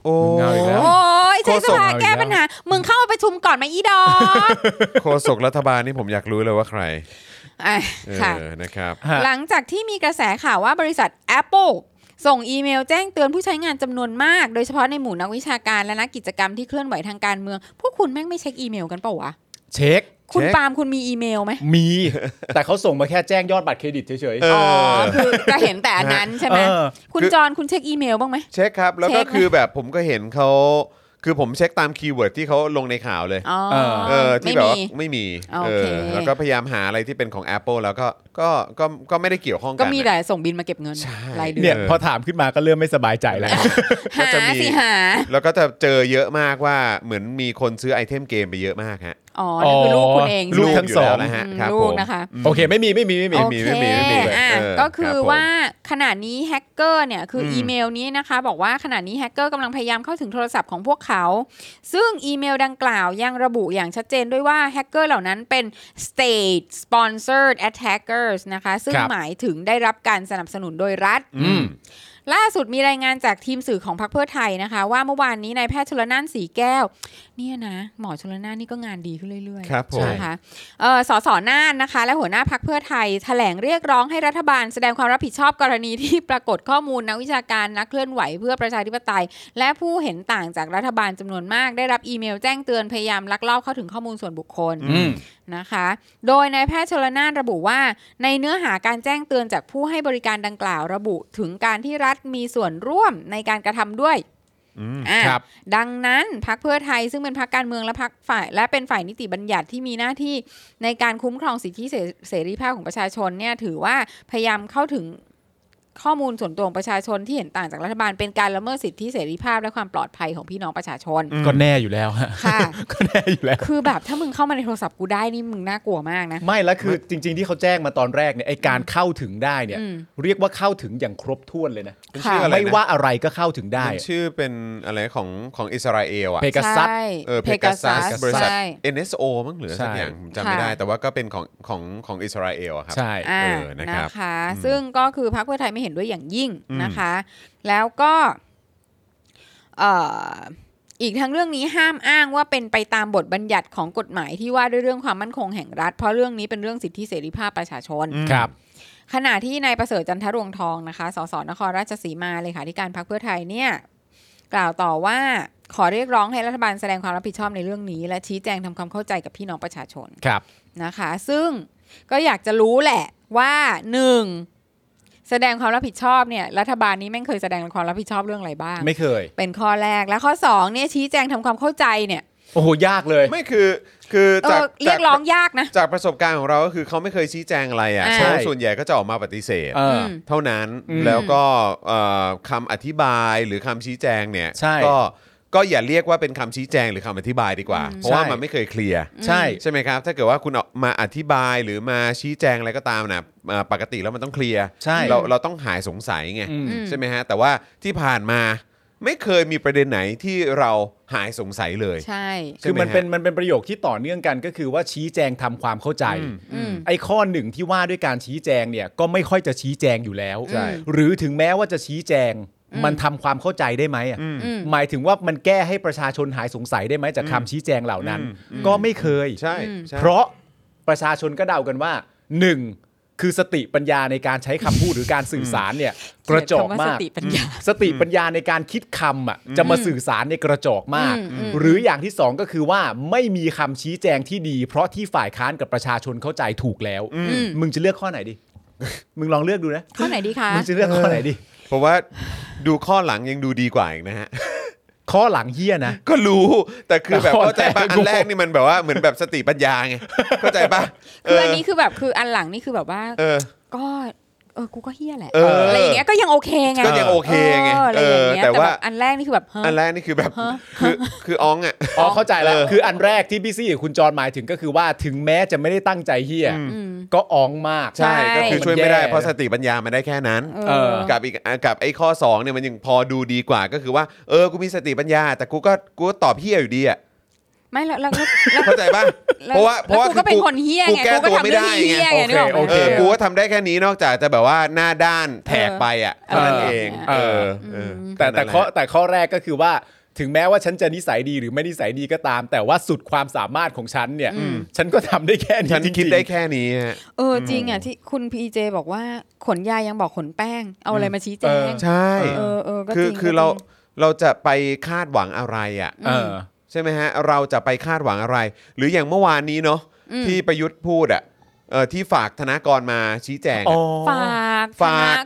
โอ้ มึงเอาอีกแล้ว โอ้ยใช้สภา โฆษก แก้ปัญหา มึงเข้ามาประชุมก่อนไหมาอีดอก โฆษกรัฐบาลนี่ผมอยากรู้เลยว่าใคร อ่ะ เอ ค่ะ อนะครับ ฮะ หลังจากที่มีกระแสข่าวว่าบริษัท Apple ส่งอีเมลแจ้งเตือนผู้ใช้งานจำนวนมาก โดยเฉพาะในหมู่นักวิชาการและนักกิจกรรมที่เคลื่อนไหวทางการเมือง พวกคุณแม่งไม่เช็คอีเมลกันเปล่าวะ เช็ค คุณ เช็ค ปาล์มคุณมีอีเมลไหม มี แต่เขาส่งมาแค่แจ้งยอดบัตรเครดิตเฉย เอ อ๋อ อ คือจะเห็นแต่อันนั้นใช่ไหม เออ คุณ คือ จอนคุณเช็คอีเมลบ้างไหม เช็คครับ แล้ว เช็ ก็ คไหม คือแบบผมก็เห็นเขาคือผมเช็คตามคีย์เวิร์ดที่เขาลงในข่าวเลย อ๋อ เออ เออที่ ไม่ แบบ มี ว่าไม่มี โอ เอ เค อแล้วก็พยายามหาอะไรที่เป็นของ Apple แล้วก็ก็ก็ก็ไม่ได้เกี่ยวข้องกั ก็ น มี นะ แต่ส่งบินมาเก็บเงิน ใช่ รายเดื เนี่ อย น พอถามขึ้นมาก็เริ่มไม่สบายใจ แล้ว ก็ หา จะมี สิหา แล้วก็จะเจอเยอะมากว่าเหมือนมีคนซื้อไอเทมเกมไปเยอะมากฮะ อ๋อนั่นคือลูกคุณเอง ลูก ใช่ไหม ทั้งสอง ยู่แล้วนะฮะ อืม ครับ ลู ผ ก ม นะคะ โอเค ไม่มีไม่มีไม่มี ไมีไม่มีไม่มี โอเคอ่ะ เออ ก็คือ ครับผม ว่าขณะนี้แฮกเกอร์เนี่ยคืออ ม อีเมลนี้นะคะ บอกว่าขณะนี้แฮกเกอร์กำลังพยายามเข้าถึงโทรศัพท์ของพวกเขา ซึ่งอีเมลดังกล่าวยังระบุอย่างชัดเจนด้วยว่าแฮกเกอร์เหล่านั้นเป็น state sponsored attackers นะคะ ซึ่ง ครับ หมายถึงได้รับการสนับสนุนโดยรัฐ อืม ล่าสุดมีรายงานจากทีมสื่อของพรรคเพื่อไทยนะคะ ว่าเมื่อวานนี้นายแพทย์ชลน่านสีแก้ว เนี่ยนะ หมอชลน่านนี่ก็งานดีขึ้นเรื่อย ครับผม นะคะเอ่อสสน่านนะคะ และหัวหน้าพรรคเพื่อไทยแถลงเรียกร้องให้รัฐบาล แสดงความรับผิดชอบกรณีที่ปรากฏข้อมูลนักวิชาการนักเคลื่อนไหวเพื่อประชาธิปไตย และผู้เห็นต่างจากรัฐบาลจำนวนมาก ได้รับอีเมลแจ้งเตือนพยายามลักลอบเข้าถึงข้อมูลส่วนบุคคล อืม นะคะ โดยนายแพทย์ชลนานระบุว่า ในเนื้อหาการแจ้งเตือนจากผู้ให้บริการดังกล่าวระบุถึงการที่รัฐมีส่วนร่วมในการกระทำด้วย อืม อ่ะ ครับ ดังนั้นพักเพื่อไทยซึ่งเป็นพักการเมืองและพักฝ่ายและเป็นฝ่ายนิติบัญญัติที่มีหน้าที่ในการคุ้มครองสิทธิเสเสรีภาพของประชาชนเนี่ยถือว่าพยายามเข้าถึงข้อมูลส่วนตัวของประชาชนที่เห็นต่างจากรัฐบาล เป็นการละเมิดสิทธิเสรีภาพและความปลอดภัยของพี่น้องประชาชน ก็แน่อยู่แล้วฮะ ค่ะ ก็แน่อยู่แล้ว คือแบบถ้ามึงเข้ามาในโทรศัพท์กูได้นี่มึงน่ากลัวมากนะ ไม่แล้วคือจริง ๆ ที่เขาแจ้งมาตอนแรกเนี่ยไอการเข้าถึงได้เนี่ย อืม เรียกว่าเข้าถึงอย่างครบถ้วนเลยนะ มัน ค่ะ ชื่ออะไร ไม่ นะ ว่าอะไรก็เข้าถึงได้ มันชื่อเป็นอะไรของของอิสราเอลอ่ะ เพกัสซัส ใช่ เออเพกัสซัส Pegasus บริษัท ใช่ NSO มั้งหรือสัก ใช่ อย่างผมจำไม่ได้ ค่ะ แต่ว่าก็เป็นของของของอิสราเอลอะครับ ใช่ อ่า เออนะ นะครับ คะ ซึ่งก็คือพรรคเพื่อไทยไม่เห็นด้วยอย่างยิ่งนะคะ แล้วก็เอ่ออีกทั้งเรื่องนี้ห้ามอ้างว่าเป็นไปตามบทบัญญัติของกฎหมายที่ว่าด้วยเรื่องความมั่นคงแห่งรัฐ เพราะเรื่องนี้เป็นเรื่องสิทธิเสรีภาพประชาชน อืม ครับ ขณะที่นายประเสริฐจันทรวงทองนะคะสสนครราชสีมาเลยค่ะที่การพรรคเพื่อไทยเนี่ยกล่าวต่อว่าขอเรียกร้องให้รัฐบาลแสดงความรับผิดชอบในเรื่องนี้ และชี้แจงทำความเข้าใจกับพี่น้องประชาชน ครับ นะคะซึ่งก็อยากจะรู้แหละว่าหนึ่งแสดงความรับผิดชอบเนี่ยรัฐบาลนี้แม่งเคยแสดงความรับผิดชอบเรื่องอะไรบ้าง ไม่เคย เป็นข้อแรกแล้วข้อสองเนี่ยชี้แจงทำความเข้าใจเนี่ย โอ้โหยากเลย ไม่คือคือ เอ จาก อเรียกร้อง จาก ยากนะ จากประสบการณ์ของเราก็คือเขาไม่เคยชี้แจงอะไรอ่ะ อ่า เขาส่วนใหญ่ก็จะออกมาปฏิเสธ เออ เท่านั้น อืม แล้วก็เอ่อคำอธิบายหรือคำชี้แจงเนี่ย ใช่ ก็ก็อย่าเรียกว่าเป็นคำชี้แจงหรือคำอธิบายดีกว่า เพราะว่า ใช่ มันไม่เคยเคลียร์ ใช่ ใช่ไหมครับ ถ้าเกิดว่าคุณเอามาอธิบายหรือมาชี้แจงอะไรก็ตามนะเอ่อปกติแล้วมันต้องเคลียร์ ใช่ เราเราต้องหายสงสัยไง อืม ใช่ไหมฮะแต่ว่าที่ผ่านมาไม่เคยมีประเด็นไหนที่เราหายสงสัยเลย ใช่ ใช่ คือ ไหม มันเป็น ฮะ มันเป็นประโยคที่ต่อเนื่องกันก็คือว่าชี้แจงทำความเข้าใจ อืม ไอ้ข้อหนึ่งที่ว่าด้วยการชี้แจงเนี่ยก็ไม่ค่อยจะชี้แจงอยู่แล้ว ใช่ หรือถึงแม้ว่าจะชี้แจง อืม มันทำความเข้าใจได้ไหมอะ อืม อืม หมายถึงว่ามันแก้ให้ประชาชนหายสงสัยได้ไหมจากคำชี้แจงเหล่านั้น อืม ก็ไม่เคย ใช่ อืม ใช่ เพราะประชาชนก็เดากันว่าหนึ่งคือสติปัญญาในการใช้คำพูดหรือการสื่อสารเนี่ยกระจอก เขียนคำว่า มา ส ก ติปัญญา สติปัญญาในการคิดคำอ่ะจะมาสื่อสารในยกระจอกมาก อืมอืม หรืออย่างที่สองก็คือว่าไม่มีคำชี้แจงที่ดี เพราะที่ฝ่ายค้านกับประชาชนเข้าใจถูกแล้ว อืม มึงจะเลือกข้อไหนดิ มึงลองเลือกดูนะ ข้อไหนดีคะ มึงจะเลือกข้อไหนดิ เพราะว่าดูข้อหลังยังดูดีกว่าอีกนะฮ ะ ข้อหลังเฮียนะ ก็รู้แต่คือแบบ แต่เข้าใจปะว่าแต่ อั กู นแรกนี่มันแบบว่าเหมือนแบบสติปัญญาไง เข้าใจปะเ คืออันนี้คือแบบคืออันหลังนี่คือแบบว่า เออ ก็เออกูก็เฮี้ยแหละ เอออ อะไรอย่างเงี้ยก็ยังโอเคไง ก็ยังโอเคไง อออะไรอย่างเงี้เออยแต่ แต่ ว่า แบบอันแรกนี่คือแบบเฮ้ย อันแรกนี่คือแบบคือคืออ้องอ่ะ อ๋อเข้าใจแล้ว เออ คืออันแรกที่พี่ซี่กับคุณจรหมายถึงก็คือว่าถึงแม้จะไม่ได้ตั้งใจเฮียก็อองมาก ใช่ ใช่ก็คือช่วยไม่ได้ มันแย่ เพราะสติปัญญามันได้แค่นั้น เออ กับอีกกับไอ้ข้อสองเนี่ยมันยังพอดูดีกว่าก็คือว่าเออกูมีสติปัญญา แต่กูก็กูก็ตอบเฮี้ยอยู่ดีอ่ะ ไม่แล้วแล้วแล้ว เข้าใจป่ะ แล้ว เพราะว่าเพราะว่า แล้วกูก็เป็นคนเหี้ยไง กูแก้ตัวไม่ได้ กูก็ทำเรื่องไงเหี้ยไงนึกออกไหม โอเคเออกูก็ทำได้แค่นี้นอกจากจะแบบว่าหน้าด้านแถกไปอ่ะ เอ เท่า อ นั้นเอง เอ เอออแต่แต่ข้อแต่ข้อแรกก็คือว่าถึงแม้ว่าฉันจะนิสัยดีหรือไม่นิสัยดีก็ตาม แต่ว่าสุดความสามารถของฉันเนี่ย ฉันก็ทำได้แค่นี้ ฉัน จริงๆ คิดได้แค่นี้ฮะ เออจริงอ่ะที่คุณพีเจบอกว่าขนยายยังบอกขนแป้ง เอาอะไรมาชี้แจง ใช่ เออเออก็จ คือ ริง คือ ก็จง เราเราจะไปคาดหวังอะไรอ่ะ เออ ใช่ไหมฮะ เราจะไปคาดหวังอะไร หรืออย่างเมื่อวานนี้เนาะ อืม ที่ประยุทธ์พูดอ่ะเออที่ฝากธนากรมาชี้แจงอะ ฝาก ฝาก ธ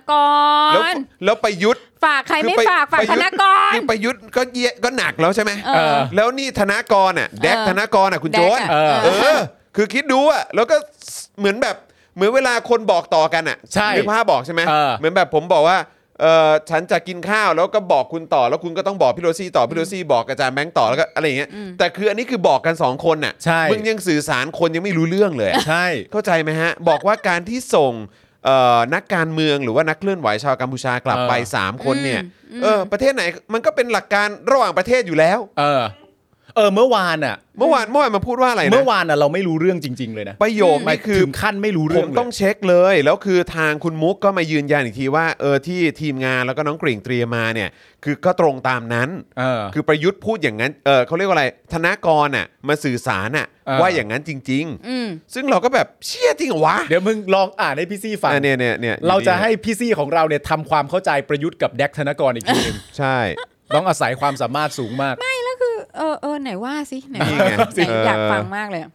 นก แล้ว ร แล้วประยุทธ์ ฝากใครคืไม่อไป ฝากฝาก ประยุ ธ ทธ์ นกร คือประยุทธ์ก็เยอะก็หนักแล้วใช่ไหม เออ แล้วนี่ธนากรอ่ะแดก เออ ธนากรอ่ะคุณโจน แดกอะ เอ เออ อ คือคิดดูอ่ะแล้วก็เหมือนแบบเหมือนเวลาคนบอกต่อกันอ่ะ ใช่ นึกภาพบอกใช่ไหม เออ เหมือนแบบผมบอกว่าเออฉันจะกินข้าวแล้วก็บอกคุณต่อแล้วคุณก็ต้องบอกพี่โรซี่ต่อพี่โรซี่บอกอาจารย์แบงค์ต่อแล้วก็อะไรอย่างเงี้ยแต่คืออันนี้คือบอกกันสองคนน่ะ ใช่ มึงยังสื่อสารคนยังไม่รู้เรื่องเลยอะ ใช่ เข้าใจไหมฮะ บอกว่าการที่ส่งเอ่อนักการเมืองหรือว่านักเคลื่อนไหวชาวกัมพูชากลับไป เออ 3 คนเนี่ย อืม เออประเทศไหนมันก็เป็นหลักการระหว่างประเทศอยู่แล้ว เออ เออ เมื่อวานอ่ะ เมื่อวานเมื่อวานมาพูดว่าอะไรนะ เมื่อวานอ่ะเราไม่รู้เรื่องจริง ๆ เลยนะ ประโยค ไม่ นี่ คื คือ อ ถึงขั้นไม่ผรู้เรื่อง ม เลย ต้องเช็คเลย แล้วคือทางคุณมุกก็มายืนยันอีกทีว่าเออที่ทีมงานแล้วก็น้องกริ่งเตรียมมาเนี่ยคือก็ตรงตามนั้น เออ คือประยุทธ์พูดอย่างนั้นเออเขาเรียกว่าอะไรธนากรน่ะมาสื่อสารน่ะ เออ ว่าอย่างนั้นจริง อืม ๆ ซึ่งเราก็แบบเชี่ยจริงเหรอวะ เดี๋ยวมึงลองอ่านให้พี่ซี่ฟัง อ่ะเนี่ยเนี่ยเนี่ยอยู่ เราจะ นี่ ให้พี่ซี่ของเราเนี่ยทำความเข้าใจประยุทธ์กับแดกธนกรอีกที หนึง ใช่ ต้องอาศัยความสามารถสูงมาก คือเออเออไหนว่าสิไหน นี่ ว่า ไง ไหน เอออ อยากฟังมากเลยอะ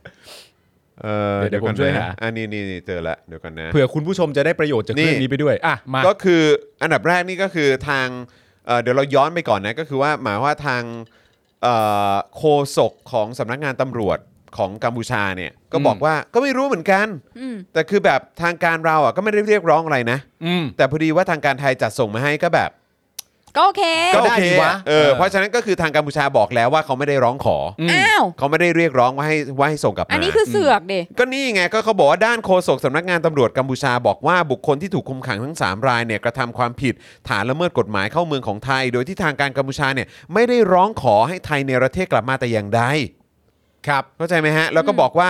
เออ เดี๋ยว ก่อน ผมช่วย นะ หา อันนี้นี่นี่เจอละเดี๋ยวก่อนนะ เผื่อคุณผู้ชมจะได้ประโยชน์จาก นี่ เรื่องนี้ไปด้วย อ่ะ มา ก็คืออันดับแรกนี่ก็คือทางเอ่อเดี๋ยวเราย้อนไปก่อนนะก็คือว่าหมายว่าทางเอ่อโฆษกของสำนักงานตำรวจของกัมพูชาเนี่ยก็บอกว่าก็ไม่รู้เหมือนกัน อืม แต่คือแบบทางการเราอ่ะก็ไม่ได้เรียกร้องอะไรนะ อืม แต่พอดีว่าทางการไทยจัดส่งมาให้ก็แบบ ก็โอเค ก็ โอ ได้ เค ดีวะ เออ เออ เพราะฉะนั้นก็คือทางกัมพูชาบอกแล้วว่าเขาไม่ได้ร้องขออ อืม อ้าว เขาไม่ได้เรียกร้องว่าให้ว่าให้ส่งกลับมา อันนี้คือเสือกเด ก็นี่ไงก็เขาบอกว่าด้านโฆษกสำนักงานตำรวจกัมพูชาบอกว่าบุคคลที่ถูกคุมขังทั้ง 3 รายเนี่ยกระทำความผิดฐานละเมิดกฎหมายเข้าเมืองของไทย โดยที่ทางการกัมพูชาเนี่ยไม่ได้ร้องขอให้ไทยในประเทศกลับมาแต่อย่างใดครับเข้าใจไหมฮะ แล้วก็บอกว่า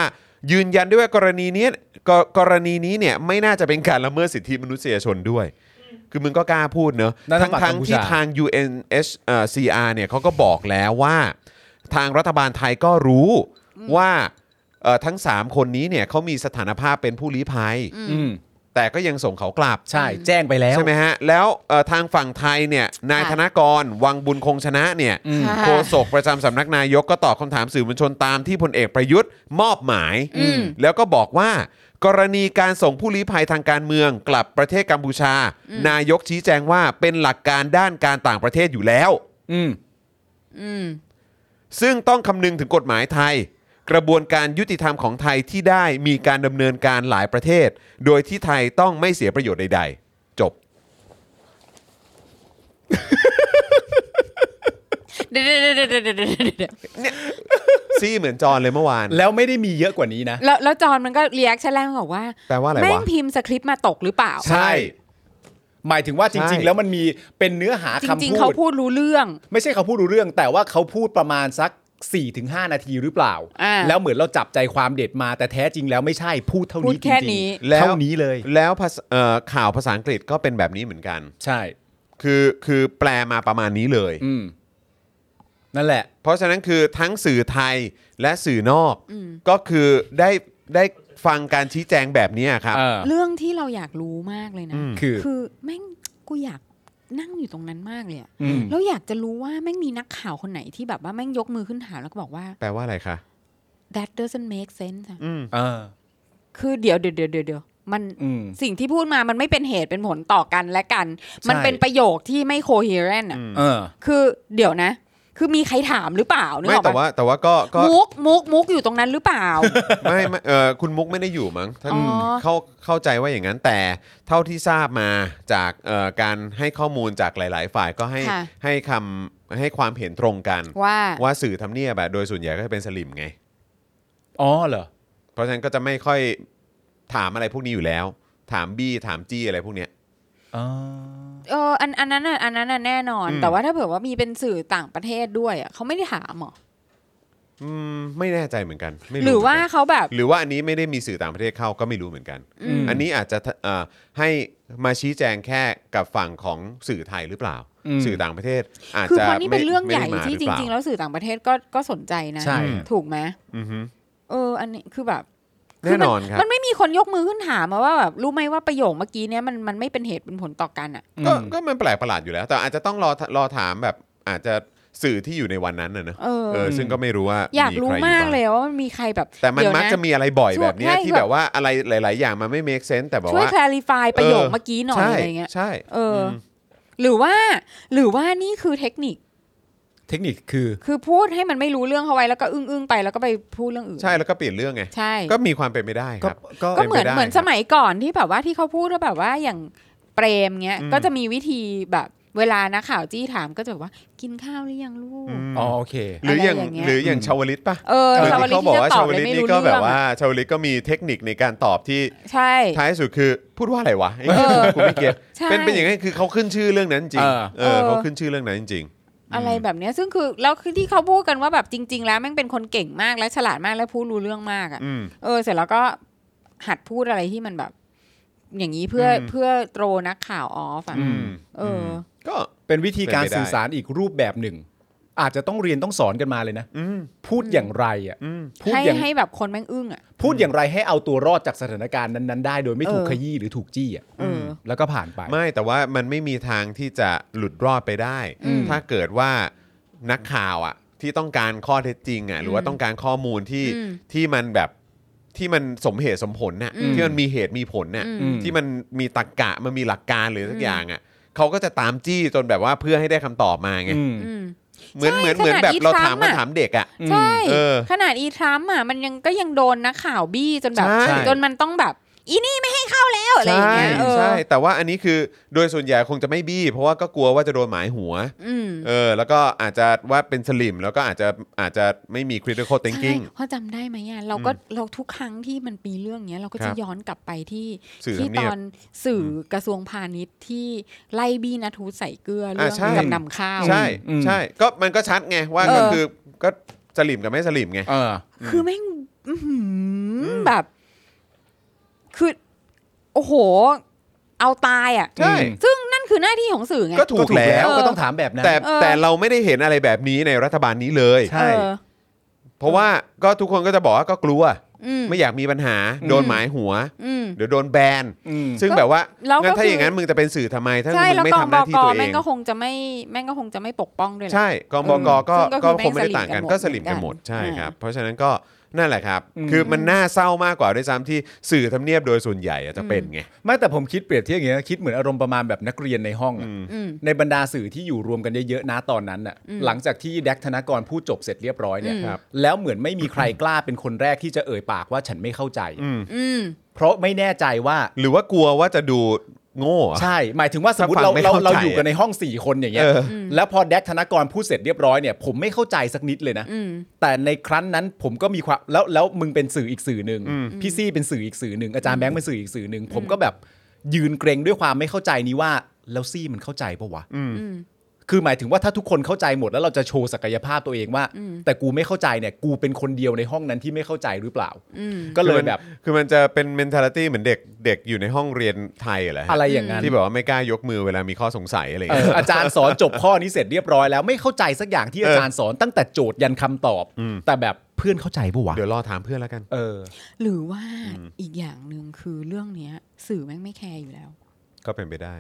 ยืนยันด้วยว่ากรณีเนี้ยกกรณีนี้เนี่ยไม่น่าจะเป็นการละเมิดสิทธิมนุษยชนด้วย คือมึงก็กล้าพูดเนอะ นั่น ทั้ง ฝั่ ทั้ ง ง กัมพูชา ที่ทาง UNHCR เนี่ยเขาก็บอกแล้วว่า ทางรัฐบาลไทยก็รู้ว่า เอ่อทั้ง 3 คนนี้เนี่ยเขามีสถานภาพเป็นผู้ลี้ภัย อืม แต่ก็ยังส่งเขากลับ ใช่ แจ้งไปแล้ว ใช่ไหมฮะ แล้วเอ่อทางฝั่งไทยเนี่ยนาย ค่ะ ธนกร วังบุญคงชนะเนี่ย อืม ค่ะ โฆษกประจำสำนักนายกก็ตอบคำถามสื่อมวลชนตามที่พลเอกประยุทธ์มอบหมาย อืม แล้วก็บอกว่า กรณีการส่งผู้ลี้ภัยทางการเมืองกลับประเทศกัมพูชา นายกชี้แจงว่าเป็นหลักการด้านการต่างประเทศอยู่แล้ว อืม อืม ซึ่งต้องคำนึงถึงกฎหมายไทย กระบวนการยุติธรรมของไทยที่ได้มีการดำเนินการหลายประเทศ โดยที่ไทยต้องไม่เสียประโยชน์ใด ๆ จบ เดี๋ยวเดี๋ยวเดี๋ยวเดี๋ยวเดี๋ยวเดี๋ยวเดี๋ยว ซี่เหมือนจอนเลยเมื่อวาน แล้วไม่ได้มีเยอะกว่านี้นะ แล้วแล้วจอนมันก็เรียกชั่นแรกบอกว่า แปลว่าอะไรวะ แม่งพิมพ์สคริปต์มาตกหรือเปล่า ใช่ หมายถึงว่าจ ใช่ ริง ๆ แล้วมันมีเป็นเนื้อหา จ คำ ริง ๆ เขา พูด พูดรู้เรื่อง ไม่ใช่เขาพูดรู้เรื่อง แต่ว่าเขาพูดประมาณสัก4ี่ถึงหนาทีหรือเปล่า อ่า แล้วเหมือนเราจับใจความเด็ดมาแต่แท้จริงแล้วไม่ใช่พูดเท่า พูด นี้จ แค่ ริง นี้ ๆเท่านี้เลย แล้วภาษาเอ่อข่าวภาษาอังกฤษก็เป็นแบบนี้เหมือนกัน ใช่ คือคือแปลมาประมาณนี้เลย อืม นั่นแหละ เพราะฉะนั้นคือทั้งสื่อไทยและสื่อนอก อืม ก็คือได้ได้ฟังการชี้แจงแบบนี้ครับ เออ เรื่องที่เราอยากรู้มากเลยนะ อืม คือ คือแม่งกูอยากนั่งอยู่ตรงนั้นมากเลยอะ อืม แล้วอยากจะรู้ว่าแม่งมีนักข่าวคนไหนที่แบบว่าแม่งยกมือขึ้นถามแล้วก็บอกว่า แปลว่าอะไรคะ that doesn't make sense อะ อืม เออ คือเดี๋ยวเดี๋ยวเดี๋ยวเดี๋ยวเดี๋ยวมัน อืม สิ่งที่พูดมามันไม่เป็นเหตุเป็นผลต่อกันและกัน มัน ใช่ เป็นประโยคที่ไม่ coherent อ่ะ อืม เออ คือเดี๋ยวนะ คือมีใครถามหรือเปล่านึก ไม่ ออก แต่ ปะ ว่าแต่ว่าก็ก็ มุกมุกมุกอยู่ตรงนั้นหรือ เปล่า ไม่ไม่เออคุณมุกไม่ได้อยู่มั้งถ้า อ๋อ เข้าเข้าใจว่าอย่างนั้นแต่เท่าที่ทราบมาจากเอ่อการให้ข้อมูลจากหลาย ๆ ฝ่ายก็ให้ ค่ะ ให้คำให้ความเห็นตรงกัน ว่า ว่าสื่อทำเนียบอะโดยส่วนใหญ่ก็จะเป็นสลิมไง อ๋อเหรอ เพราะฉะนั้นก็จะไม่ค่อยถามอะไรพวกนี้อยู่แล้ว ถามบี้ถามจี้อะไรพวกเนี้ย อ๋อ เอออันอันนั้นน่ะอันนั้นน่ะแน่นอน อืม แต่ว่าถ้าเผื่อว่ามีเป็นสื่อต่างประเทศด้วยอ่ะเขาไม่ได้ถามหรอ อืมไม่แน่ใจเหมือนกันไม่ หรือว่า เมืนกัน เขาแบบ หรือว่าอันนี้ไม่ได้มีสื่อต่างประเทศเข้าก็ไม่รู้เหมือนกัน อันนี้อาจจะเอ่อให้มาชี้แจงแค่กับฝั่งของสื่อไทยหรือเปล่า อืม สื่อต่างประเทศ อาจ คือ จะ เพราะนี่เป็นเรื่องใหญ่ ไม่ได้มา ที่จ เปา ริง ๆ แล้วสื่อต่างประเทศก็ก็สนใจนะ ใช่ ถูกไหม อือฮึ เออ อันนี้คือแบบ แน่นอนครับ มันไม่มีคนยกมือขึ้นถามมาว่าแบบรู้ไหมว่าประโยคเมื่อกี้เนี้ยมันมันไม่เป็นเหตุเป็นผลต่อกันอ่ะ ก็ก็มันแปลกประหลาดอยู่แล้ว แต่อาจจะต้องรอรอถามแบบอาจจะสื่อที่อยู่ในวันนั้นน่ะเนอะ เออ เออซึ่งก็ไม่รู้ว่า อยากรู้ ใค มาก บ้ง เลยว่ามันมีใครแบบ แต่มัน เดี๋ยว มักจะมีอะไรบ่อย ช่วย แบบเนี้ย ให้ ที่ แบบ แบบว่าอะไรหลาย ๆ อย่างมันไม่ make sense แต่แบบ ช่วย ว่า clarify ประโยค เออ เมื่อกี้หน่อย ใช่ อะไรเงี้ย ใช่ เอออหรือว่าหรือว่านี่คือเทคนิค เทคนิคคือ คือพูดให้มันไม่รู้เรื่องเขาไว้แล้วก็อึ้งอึ้งๆไปแล้วก็ไปพูดเรื่องอื่น ใช่แล้วก็เปลี่ยนเรื่องไง ใช่ ก็มีความเป็นไปได้ค ก็ รับ ก็ ก็เหมือน เป็นไปได้ เหมือนสมัยก่อนที่แบบว่าที่เขาพูดว่าแบบว่าอย่างเปรมเงี้ย อืม ก็จะมีวิธีแบบเวลานักข่าวจี้ถามก็จะแบบว่ากินข้าวหรือยังลูก ม อ๋อโอเค หรืออย่าง อะไรอย่างเงี้ย หรืออย่างชาวลิตปะ เออ หรือ ชาว ที่ ลิต เขาบอก ที่ ว่า จะตอ ชา บ ว เลย ลิต ไม่ นี่ รู้ ก็ เรื่ แบ อง บว่า อะ ชาวลิตก็มีเทคนิคในการตอบที่ ใช่ ท้ายสุดคือพูดว่าอะไรวะไอ้ เออ กูไม่เก็ต ใช่ เป็นเป็นอย่างนี้คือเขาขึ้นชื่อเรื่องนั้นจริง เออ เออ เออ เขาขึ้นชื่อเรื่องนั้นจริง อะไรแบบเนี้ยซึ่งคือแล้วคือที่เขาพูดกันว่าแบบจริง ๆ แล้วแม่งเป็นคนเก่งมากและฉลาดมากและพูดรู้เรื่องมากอ่ะ อืม เออเสร็จแล้วก็หัดพูดอะไรที่มันแบบ อย่างนี้เพื่อเพื่อโตรนักข่าวออฟอ่ะ อืม เอออ ก็ เป็นวิธีการ เป็นไปได้ สื่อสารอีกรูปแบบหนึ่ง อาจจะต้องเรียนต้องสอนกันมาเลยนะ อืม พูดอย่างไรอ่ะ อืม พูด ให้ อย่าง ให้แบบคนแม่งอึ้งอ่ะ พูดอย่างไรให้เอาตัวรอดจากสถานการณ์นั้นๆได้ โดยไม่ถูก เออ ขยี้หรือถูกจี้อ่ะ เออ แล้วก็ผ่านไป ไม่แต่ว่ามันไม่มีทางที่จะหลุดรอดไปได้ อืม ถ้าเกิดว่านักข่าวอ่ะที่ต้องการข้อเท็จจริงอ่ะหรือว่าต้องการข้อมูลที่ อืม ที่มันแบบที่มันสมเหตุสมผลน่ะ อืม ที่มันมีเหตุมีผลน่ะ อืม อืม ที่มันมีตรรกกะมันมีหลักการหรือสั อื ก ม อย่างอ่ะเขาก็จะตามจี้จนแบบว่าเพื่อให้ได้คำตอบมาไง อืม อืม เหมือน ใช่ เหมือนเหมือน ขนาด แบบ อี เรา ทรั ถาม มป์ มา อะ ถามเด็กอ่ะ ใช่ เออ ขนาดอีทรัมป์อ่ะมันยังก็ยังโดนนักข่าวบี้จนแบบ ใช่ จนมันต้องแบบ อีนี่ไม่ให้เข้าแล้วอะไรอย่าง ใช่ เงี้ยเออ ใช่แต่ว่าอันนี้คือโดยส่วนใหญ่คงจะไม่บี้เพราะว่าก็กลัวว่าจะโดนหมายหัว อืม เออแล้วก็อาจจะว่าเป็นสลิมแล้วก็อาจจะอาจจะไม่มี critical ใช่ thinking เพราะจำได้ไหมอ่ะเราก็เราทุกครั้งที่มันปีเรื่องเนี้ย เราก็ ครั จะ บ ย้อนกลับไปที่ สื่อ ที่ ทำ ต เนีย อบ นสื่อกระทรวงพาณิชย์ที่ไล่บี้นัทูตใส่เกลือเรื่ อ่ะ อง ใช่ จำนำข้าว ใช่ อืม ใช่ก็มันก็ชัดไงว่า เออ ก็คือก็สลิมกับไม่สลิมไง เออ คือแม่งอื้อหือแบบ คือ โอ้โห เอาตายอ่ะ ใช่ ซึ่งนั่นคือหน้าที่ของสื่อไง ก็ถูกแล้ว เออ ก็ต้องถามแบบนั้น แต่ เออ แต่เราไม่ได้เห็นอะไรแบบนี้ในรัฐบาลนี้เลย เอ ใช่ อ เพราะว่าก็ทุกคนก็จะบอกว่าก็กลัว อืม ไม่อยากมีปัญหา อืม โดนหมายหัว อืม เดี๋ยวโดนแบน อืม ซึ่งแบบว่า แล้วก็ งั้นถ้า คือ อ อ ย่างนั้นมึงจะเป็นสื่อทำไม ถ้า ใช่ มึง แล้ว ไม่ กอ ทำ ง ห บ น้าก ที่ตัวเอ แม่ ง งก็คงจะไม่แม่งก็คงจะไม่ปกป้องด้วยแหละ ใช่กองบกก็ ซึ่งก็ ก็ก็คือแม่ง คงไม่ได้ต่างกัน สลิมกันหมด ก็สลิมกันหมด เหมือนกัน ใช่ครับ อ่า เพราะฉะนั้นก็นั่นแหละครับ อืม คือมันน่าเศร้ามากกว่าด้วยซ้ำที่สื่อทำเนียบโดยส่วนใหญ่อะจะเป็นไง ไม่แต่ผมคิดเปรียบเทียบอย่างเงี้ยคิดเหมือนอารมณ์ประมาณแบบนักเรียนในห้องอะ อืม ในบรรดาสื่อที่อยู่รวมกันเยอะๆนะตอนนั้นน่ะหลังจากที่แดกธนากรพูดจบเสร็จเรียบร้อยเนี่ย อืม ครับแล้วเหมือนไม่มีใครกล้าเป็นคนแรกที่จะเอ่ยปากว่าฉันไม่เข้าใจ อืม อืม เพราะไม่แน่ใจว่า หรือว่ากลัวว่าจะดูโง่อะ ใช่ หมายถึงว่าสมมติ ถ้าฟัง เรา ไม่ เรา เข้าใจ เราอยู่กันในห้องสี่คนอย่างเงี้ย เออ แล้วพอแดกธนากรพูดเสร็จเรียบร้อยเนี่ยผมไม่เข้าใจสักนิดเลยนะ อืม แต่ในครั้นนั้นผมก็มีความแล้วแล้วมึงเป็นสื่ออีกสื่อหนึ่งพี่ซี่เป็นสื่ออีกสื่อหนึ่งอาจารย์แบงค์เป็นสื่ออีกสื่อหนึ่งผมก็แบบยืนเกรงด้วยความไม่เข้าใจนี้ว่าแล้วซี่มันเข้าใจปะวะคือหมายถึงว่าถ้าทุกคนเข้าใจหมดแล้วเราจะโชว์ศักยภาพตัวเองว่า แต่กูไม่เข้าใจเนี่ย กูเป็นคนเดียวในห้องนั้นที่ไม่เข้าใจหรือเปล่า อืม ก็เลยแบบ คือมันคือมันจะเป็น mentality เหมือนเด็กเด็กอยู่ในห้องเรียนไทยเหรอฮะ อะไรอย่างนั้น ที่แบบว่าไม่กล้ายกมือเวลามีข้อสงสัยอะไรอย่าง เอ เงี้ อย อาจารย์สอนจบข้อนี้เสร็จเรียบร้อยแล้วไม่เข้าใจสักอย่างที่ เออ อาจารย์สอนตั้งแต่โจทย์ยันคำตอบ อืม แต่แบบเพื่อนเข้าใจปะวะ เดี๋ยวรอถามเพื่อนแล้วกัน เออ หรือว่าอีกอย่างหนึ่งคือเรื่องเนี้ย สื่อแม่งไม่แคร์อยู่แล้ว ก็เป็นไปได้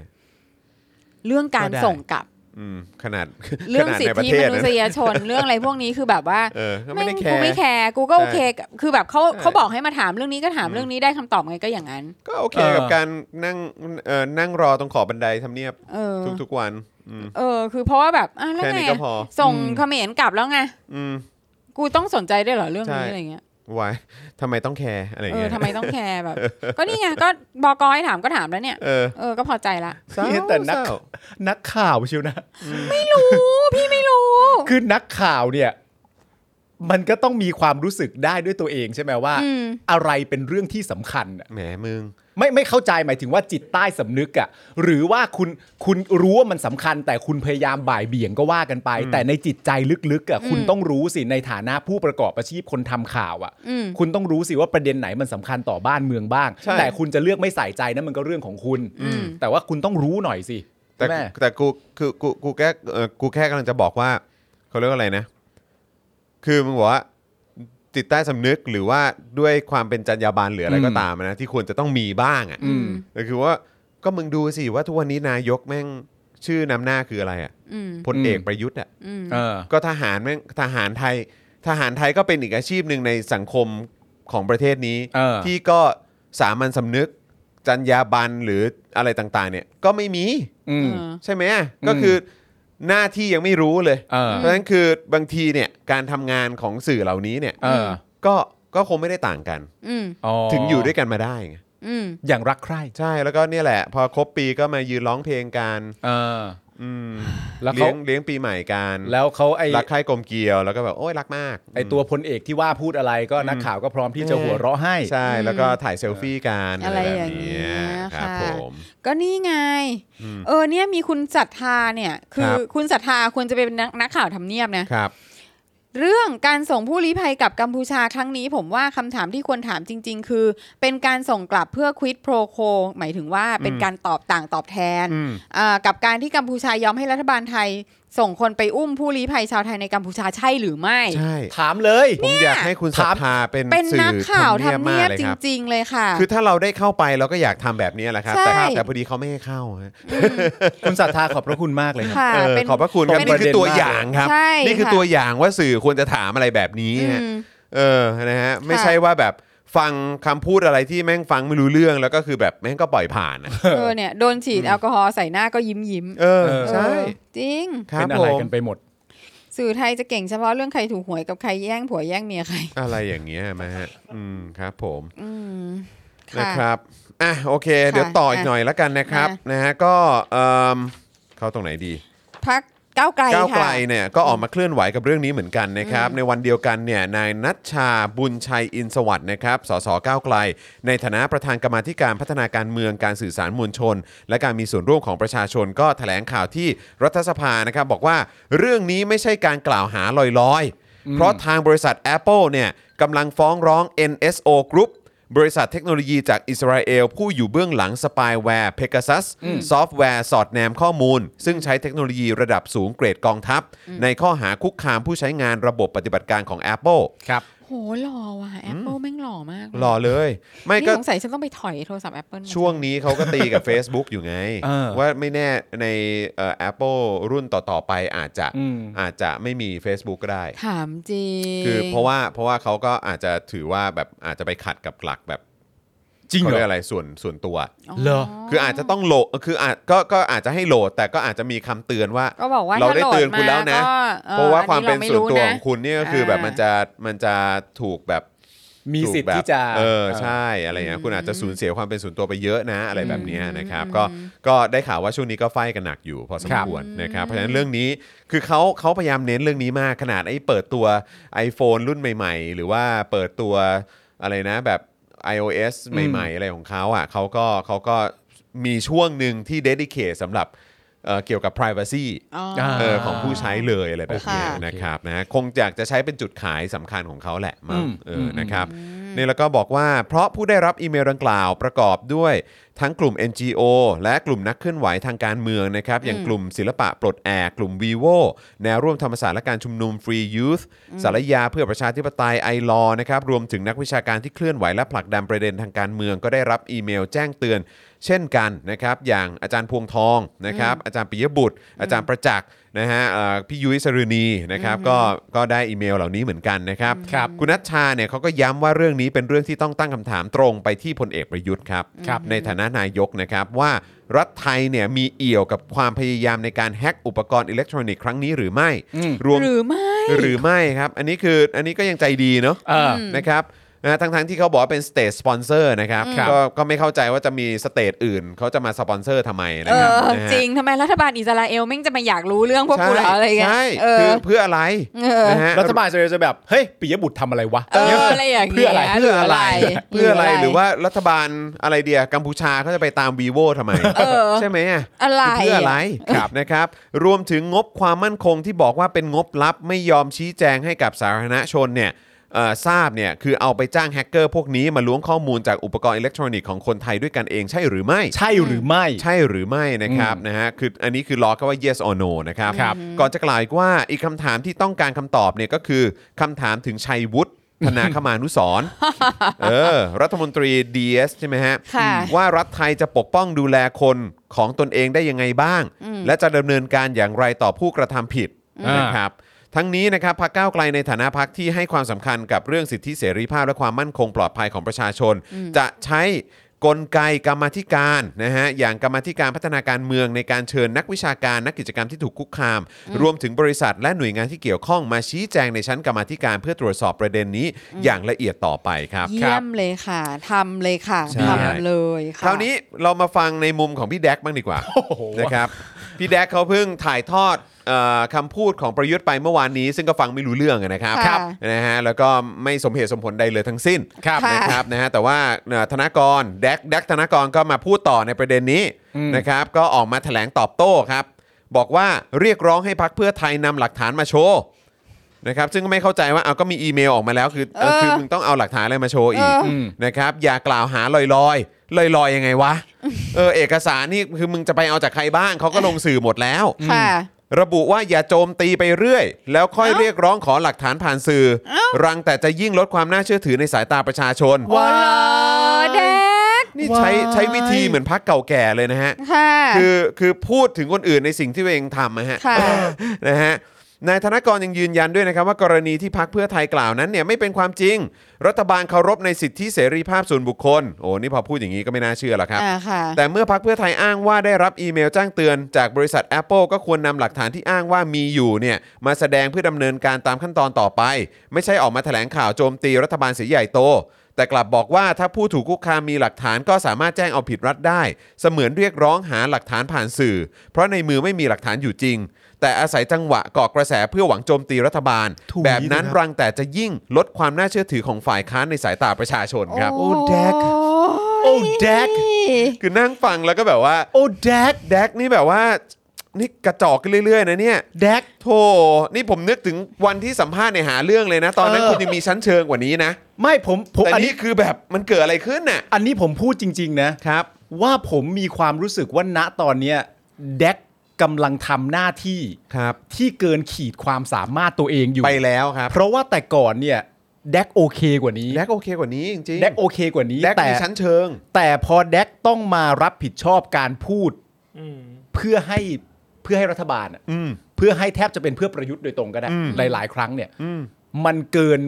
เรื่องการ ก็ได้ ส่งกลับ อืมขนาด เรื่อง ขนาด สิท ในประ ธิ เท ม ศ นุ นะ ษยชน เรื่องอะไรพวกนี้คือแบบว่า เออก็ไม่ แม่ง ได้แค กู ร์ ไม่แคร์กูก็โอเคกับคือแบบเขา ใช่ เขาบอกให้มาถามเรื่องนี้ก็ถามเรื่องนี้ได้คำตอบไงก็อย่างนั้น ก็โอเค เออ กับการนั่งเอ่อนั่งรอตรงขอบบันไดทำเนียบ เออ ทุกๆวันอืม เออ คือเพราะว่าแบบอ่ะแล้ว แค่ ไง นี้ก็ อะ พอ ส่งเขมรกลับแล้วไง อืม กูต้องสนใจได้วยเหรอเรื่อง ใช่ นี้อะไรเงี้ยว ายทำไมต้องแคร์อะไรอย่าง เออ เงี้ย ทำไมต้องแคร์แบบ ก็นี่ไงก็บอกอยถามก็ถามแล้วเนี่ย เออ เออก็พอใจ ละ เศร้า แต่นัเศกร้า นักข่าวเชียวนะ ไม่รู้พี่ไม่รู้ คือนักข่าวเนี่ย มันก็ต้องมีความรู้สึกได้ด้วยตัวเองใช่ไหมว่า อืม อะไรเป็นเรื่องที่สำคัญอะ แหมมึง ไม่ไม่เข้าใจหมายถึงว่าจิตใต้สำนึกอะ่ะหรือว่าคุณคุณรู้ว่ามันสำคัญ แต่คุณพยายามบ่ายเบี่ยงก็ว่ากันไป แต่ในจิตใจลึกๆอะ่ะคุณต้องรู้สิในฐานะผู้ประกอบอาชีพคนทำข่าวอะ่ะ อืม คุณต้องรู้สิว่าประเด็นไหนมันสำคัญต่อบ้านเมืองบ้าง ใช่ แต่คุณจะเลือกไม่ใส่ใจนะั้นมันก็เรื่องของคุณ อืม แต่ว่าคุณต้องรู้หน่อยสิ แต่ ใช่ไหม แต่กูคือกูกูแค่เอ่อกูแค่กำลังจะบอกว่าเขาเรียกว่าอะไรนะ คือมึงบอกว่าจิตใต้สำนึกหรือว่าด้วยความเป็นจรรยาบรรณหรืออะไรก็ตามอะนะที่ควรจะต้องมีบ้างอ่ะ อืม แต่คือว่าก็มึงดูสิว่าทุกวันนี้นายกแม่งชื่อนำหน้าคืออะไรอ่ะ อืม พลเอกประยุทธ์อ่ะ อืม เออ ก็ทหารแม่งทหารไทย ทหารไทยก็เป็นอีกอาชีพหนึ่งในสังคมของประเทศนี้ เออ ที่ก็สามัญสำนึกจรรยาบรรณหรืออะไรต่างๆ เนี่ยก็ไม่มี อืม เออ ใช่ไหมอะก็คือหน้าที่ยังไม่รู้เลย เออ เพราะฉะนั้นคือบางทีเนี่ยการทำงานของสื่อเหล่านี้เนี่ย เออ ก็ก็คงไม่ได้ต่างกัน อืม ถึงอยู่ด้วยกันมาได้ไง อืม อย่างรักใคร่ ใช่แล้วก็เนี่ยแหละ พอครบปีก็มายืนร้องเพลงกัน เออ อืม แล้วเขา เลี้ยงเลี้ยงปีใหม่กัน แล้วเขาไอ้ รักใคร่กลมเกลียวแล้วก็แบบโอ้ยรักมาก ไอ้ตัวพลเอกที่ว่าพูดอะไรก็นักข่าวก็พร้อมที่จะหัวเราะให้ ใช่แล้วก็ถ่ายเซลฟี่กัน อะไรอย่าง เงี้ เงี้ ย ย ครับ ค่ะ ผม ก็นี่ไง อืม เออเนี่ยมีคุณศรัทธาเนี่ย คื ค อ รับ คุณศรัทธาควรจะเป็นนักนักข่าวทำเนียบนะ ครับ เรื่องการส่งผู้ลี้ภัยกลับกัมพูชาครั้งนี้ ผมว่าคำถามที่ควรถามจริง ๆ คือ เป็นการส่งกลับเพื่อควิดโปรโคหมายถึงว่าเป็นการตอบต่างตอบแทน อืม เอ่อกับการที่กัมพูชายอมให้รัฐบาลไทย ส่งคนไปอุ้มผู้ลี้ภัยชาวไทยในกัมพูชาใช่หรือไม่ ใช่ ถามเลย ผมอยากให้คุณสัทธาเป็น เป็น สื่อ นักข่าว ทำเนียบ ทำ มากเลยเนียบจ ครับ ริง ๆ เลยค่ะ คือถ้าเราได้เข้าไปเราก็อยากทำแบบนี้แหละครับ แต่ ใช่ แต่พอดีเขาไม่ให้เข้าฮะ คุณศรัทธาขอบพระคุณมากเลยครับ ค่ะ เออ เป็น ขอบพระคุณครับ เป็น นี่คือตัวอย่างครับ ใช่ นี่คือ ค่ะ ตัวอย่างว่าสื่อควรจะถามอะไรแบบนี้ อื ฮะ ม เออนะฮะไม่ใช่ว่าแบบฟังคำพูดอะไรที่แม่งฟังไม่รู้เรื่องแล้วก็คือแบบแม่งก็ปล่อยผ่านอะ เออเนี่ยโดนฉีดแอลกอฮอล์ใส่หน้าก็ยิ้มยิ้ม เออ เออ ใช่ เออจริง ครับ เป็นอะ ผ ไร ม กันไปหมด สื่อไทยจะเก่งเฉพาะเรื่องใครถูกหวยกับใครแย่งผัวแย่งเมียใคร อะไรอย่างเงี้ยมาฮะอืมครับผม อืม นะ ค่ะ ครับอ่ะโอเค ค่ะ เดี๋ยวต่ออีกหน่อยละกันนะครับ อ่ะ นะฮะก็เอ่อเข้าตรงไหนดี พักก้าวไกล ก้าวไกล ค่ะ เนี่ยก็ออกมาเคลื่อนไหวกับเรื่องนี้เหมือนกันนะครับ ในวันเดียวกันเนี่ยนายนัชชาบุญชัยอินสวัสด์นะครับสสก้าวไกล ในฐานะประธานกรรมาธิการพัฒนาการเมืองการสื่อสารมวลชน และการมีส่วนร่วมของประชาชนก็แถลงข่าวที่รัฐสภานะครับ บอกว่าเรื่องนี้ไม่ใช่การกล่าวหาลอยๆ เพราะทางบริษัท Apple เนี่ยกำลังฟ้องร้อง NSO Group บริษัทเทคโนโลยีจากอิสราเอล ผู้อยู่เบื้องหลังสปายแวร์ Pegasus ซอฟต์แวร์สอดแนมข้อมูล ซึ่งใช้เทคโนโลยีระดับสูงเกรดกองทัพ ในข้อหาคุกคามผู้ใช้งานระบบปฏิบัติการของ Apple ครับ โหหล่อว่ะแอปเปิลแม่งหล่อมาก หล่อเลย ไม่ นี่ ก็ สงสัยฉันต้องไปถอยโทรศัพท์แอปเปิล ช่วงนี้เขาก็ตีกับ Facebook อยู่ไง ว่าไม่แน่ในเอ่อ Apple รุ่นต่อ ๆ ไปอาจจะ อืม อาจจะไม่มี Facebook ก็ได้ ถามจริง คือเพราะว่าเพราะว่าเขาก็อาจจะถือว่าแบบอาจจะไปขัดกับหลักแบบ จริง เขา เหร เรียก อ อะไรส่วนส่วนตัว เหรอ คืออาจจะต้องโหลดคืออาจก็ก็อาจจะให้โหลด แต่ก็อาจจะมีคำเตือนว่า ก็บอกว่า เรา ถ้ ได้ โหล เตือนคุณแล้วนะ มาก็ออ เพราะว่าความเป็น อั ส่วนตัวขราไม่ อง รู้นะ คุณเนี่ยก็คือแบบ อ่ามั มันจะมันจะถูกแบบ มีสิท ถูกแบบธิ์ที่จะ เออใช่อะไรเงี้ยคุณอาจจะสูญเสียความเป็นส่วนตัวไปเยอะนะ อะไรแบบเนี้ยนะครับก็ก็ได้ข่าวว่าช่วงนี้ก็ไฟกันหนักอยู่พอสมควรนะครับเพราะฉะนั้นเรื่องนี้คือเขาเขาพยายามเน้นเรื่องนี้มากขนาดไอ้เปิดตัว iPhone รุ่นใหม่ ๆ หรือว่าเปิดตัวอะไรนะแบบ iOS ใหม่ๆ อะไรของเขาอ่ะเขาก็เขาก็มีช่วงหนึ่งที่เดดิเคทสำหรับเอ่อเกี่ยวกับ Privacy อ๋อ า เออของผู้ใช้เลยอะไรแบบนี้ ค่ะ นะครับนะคงอยากจะใช้เป็นจุดขายสำคัญของเขาแหละมั้ง อืม เออนะครับนี่แล้วก็บอกว่า เพราะผู้ได้รับอีเมลดังกล่าวประกอบด้วยทั้งกลุ่ม NGO และกลุ่มนักเคลื่อนไหวทางการเมืองนะครับ อย่างกลุ่มศิลปะปลดแอกกลุ่ม Vivo แนวร่วมธรรมศาสตร์และการชุมนุม Free Youth สารยาเพื่อประชาธิปไตยไอรอนะครับรวมถึงนักวิชาการที่เคลื่อนไหวและผลักดันประเด็นทางการเมือง ก็ได้รับอีเมลแจ้งเตือน เช่นกันนะครับ อย่างอาจารย์พวงทองนะครับอาจารย์ปิยบุตร อาจารย์ประจักษ์นะฮะเอ่อพี่ยุ้ยสรุณีนะครับก็ก็ได้อีเมลเหล่านี้เหมือนกันนะครับ ครับ ณนัชชาเนี่ยเขาก็ย้ำว่าเรื่องนี้เป็นเรื่องที่ต้องตั้งคำถามตรงไปที่พลเอกประยุทธ์ครับในฐานะนายกนะครับว่ารัฐไทยเนี่ยมีเอี่ยวกับความพยายามในการแฮ็กอุปกรณ์อิเล็กทรอนิกส์ครั้งนี้หรือไม่รวม หรือไม่ หรือไม่ครับ อันนี้คืออันนี้ก็ยังใจดีเนาะ เออ นะครับ นะทั้งทั้งๆที่เขาบอกว่าเป็นสเตทสปอนเซอร์นะครับ ครับ ก็ก็ไม่เข้าใจว่าจะมีสเตทอื่นเขาจะมาสปอนเซอร์ทำไมนะ เอ ครับ อ นะฮะ จริงทำไมรัฐบาลอิสราเอลแม่งจะมาอยากรู้เรื่องพวกกูเหรออะไรเงี้ย ใช่ เอ คือ อ เพื่ออะไร เออ นะฮะ รัฐบาลอิสราเอลจะแบบเฮ้ยปิยบุตรทำอะไรวะ เอออะไรอย่าง เพื่ เงี้ อย อะไร เพื่ออะไรเพื่ออะไรหรือว่ารัฐบาลอะไรเดียกัมพูชาเขาจะไปตามวีโวทำไม เออ ใช่ไหมอะ อะไร เพื่ออะไร ครับ นะครับ รวมถึงงบความมั่นคงที่บอกว่าเป็นงบลับไม่ยอมชี้แจงให้กับสาธารณชนเนี่ยเอ่อทราบเนี่ยคือเอาไปจ้างแฮกเกอร์พวกนี้มาล้วงข้อมูลจากอุปกรณ์อิเล็กทรอนิกส์ของคนไทยด้วยกันเองใช่หรือไม่ ใช่หรือไม่ ใช่หรือไม่นะครับนะฮะคืออันนี้คือรอแค่ว่า yes or no นะครับ ครับ ก่อนจะกล่าวอีกว่าอีกคำถามที่ต้องการคำตอบเนี่ยก็คือคำถามถึงชัยวุฒิธนาคมานุส รณ์ เออรัฐมนตรี DS ใช่ไหมฮะ ค่ะ ว่ารัฐไทยจะปกป้องดูแลคนของตนเองได้ยังไงบ้าง และจะดำเนินการอย่างไรต่อผู้กระทำผิด อ่าน นะครับทั้งนี้นะครับพรรคก้าวไกลในฐานะพรรคที่ให้ความสำคัญกับเรื่องสิทธิเสรีภาพและความมั่นคงปลอดภัยของประชาชน จะใช้กลไกกรรมาธิการนะฮะอย่างกรรมาธิการพัฒนาการเมืองในการเชิญนักวิชาการ นักกิจกรรมที่ถูกคุกคาม รวมถึงบริษัทและหน่วยงานที่เกี่ยวข้องมาชี้แจงในชั้นกรรมาธิการเพื่อตรวจสอบประเด็นนี้อย่างละเอียดต่อไปครับ เยี่ยมเลยค่ะทำเลยค่ะ ใช่ ทำเลยค่ะ คราวนี้เรามาฟังในมุมของพี่แดกบ้างดีกว่านะครับพี่แดกเขาเพิ่งถ่ายทอดเออคำพูดของประยุทธ์ไปเมื่อวานนี้ ซึ่งก็ฟังไม่รู้เรื่องนะครับ ค่ะ นะฮะแล้วก็ไม่สมเหตุสมผลใดเลยทั้งสิ้น ครับค่ะ นะครับนะฮะแต่ว่าเอ่อธนากรแดกแดกธนากรก็มาพูดต่อในประเด็นนี้นะครับก็ออกมาแถลงตอบโต้ครับ บอกว่าเรียกร้องให้พักเพื่อไทยนำหลักฐานมาโชว์นะครับซึ่งก็ไม่เข้าใจว่าเอาก็มีอีเมลออกมาแล้วคือเอ่อคือมึงต้องเอาหลักฐานอะไรมาโชว์อีก เออ นะครับอย่ากล่าวหาลอยลอยลอยลอยๆยังไงวะ เออเอกสารนี่คือมึงจะไปเอาจากใครบ้างเขาก็ลงสื่อหมดแล้ว ค่ะ ระบุว่าอย่าโจมตีไปเรื่อย แล้วค่อยเรียกร้องขอหลักฐานผ่านสื่อ รังแต่จะยิ่งลดความน่าเชื่อถือในสายตาประชาชน โอ้เหรอแดก นี่ใช้ Why? ใช้วิธีเหมือนพักเก่าแก่เลยนะฮะ ค่ะ คือคือพูดถึงคนอื่นในสิ่งที่ตัวเองทำนะฮะ ค่ะ นะฮะนายธนกรยังยืนยันด้วยนะครับว่ากรณีที่พักเพื่อไทยกล่าวนั้นเนี่ยไม่เป็นความจริง รัฐบาลเคารพในสิทธิเสรีภาพส่วนบุคคล โอ้นี่พอพูดอย่างนี้ก็ไม่น่าเชื่อหรอกครับ อ่าค่ะ แต่เมื่อพักเพื่อไทยอ้างว่าได้รับอีเมลแจ้งเตือนจากบริษัท Apple ก็ควรนำหลักฐานที่อ้างว่ามีอยู่เนี่ยมาแสดงเพื่อดำเนินการตามขั้นตอนต่อไป ไม่ใช่ออกมาแถลงข่าวโจมตีรัฐบาลเสียใหญ่โต แต่กลับบอกว่าถ้าผู้ถูกคุกคามมีหลักฐานก็สามารถแจ้งเอาผิดรัฐได้ เสมือนเรียกร้องหาหลักฐานผ่านสื่อ เพราะในมือไม่มีหลักฐานอยู่จริง แต่อาศัยจังหวะก่อกระแสเพื่อหวังโจมตีรัฐบาล ถูก แบบนั้น นะครับ รังแต่จะยิ่งลดความน่าเชื่อถือของฝ่ายค้านในสายตาประชาชนครับ โอ้ แดก โอ้ โอ้แดก คือนั่งฟังแล้วก็แบบว่า โอ้แดก แดกนี่แบบว่า นี่กระจอกกันเรื่อย ๆ นะเนี่ย แดก โธ่นี่ผมนึกถึงวันที่สัมภาษณ์ในหาเรื่องเลยนะ ตอนนั้น เออ คุณยังมีชั้นเชิงกว่านี้นะ ไม่ผมผม แต่ อัน นี่ นี้ คือแบบมันเกิดอะไรขึ้นน่ะ อันนี้ผมพูดจริง ๆ นะ ครับ ว่าผมมีความรู้สึกว่าณตอนเนี้ยแดกกำลังทำหน้าที่ ครับ ที่เกินขีดความสามารถตัวเองอยู่ ไปแล้วครับ เพราะว่าแต่ก่อนเนี่ยแดกโอเคกว่านี้ แดกโอเคกว่านี้จริงๆ แดกโอเคกว่านี้ แดก แต่ มีชั้นเชิง แต่พอแดกต้องมารับผิดชอบการพูดเพื่อให้เพื่อให้รัฐบาลอะ อืม เพื่อให้แทบจะเป็นเพื่อประยุทธ์โดยตรงก็ได้ อืม หลาย ๆ ครั้งเนี่ย อืม มันเกิน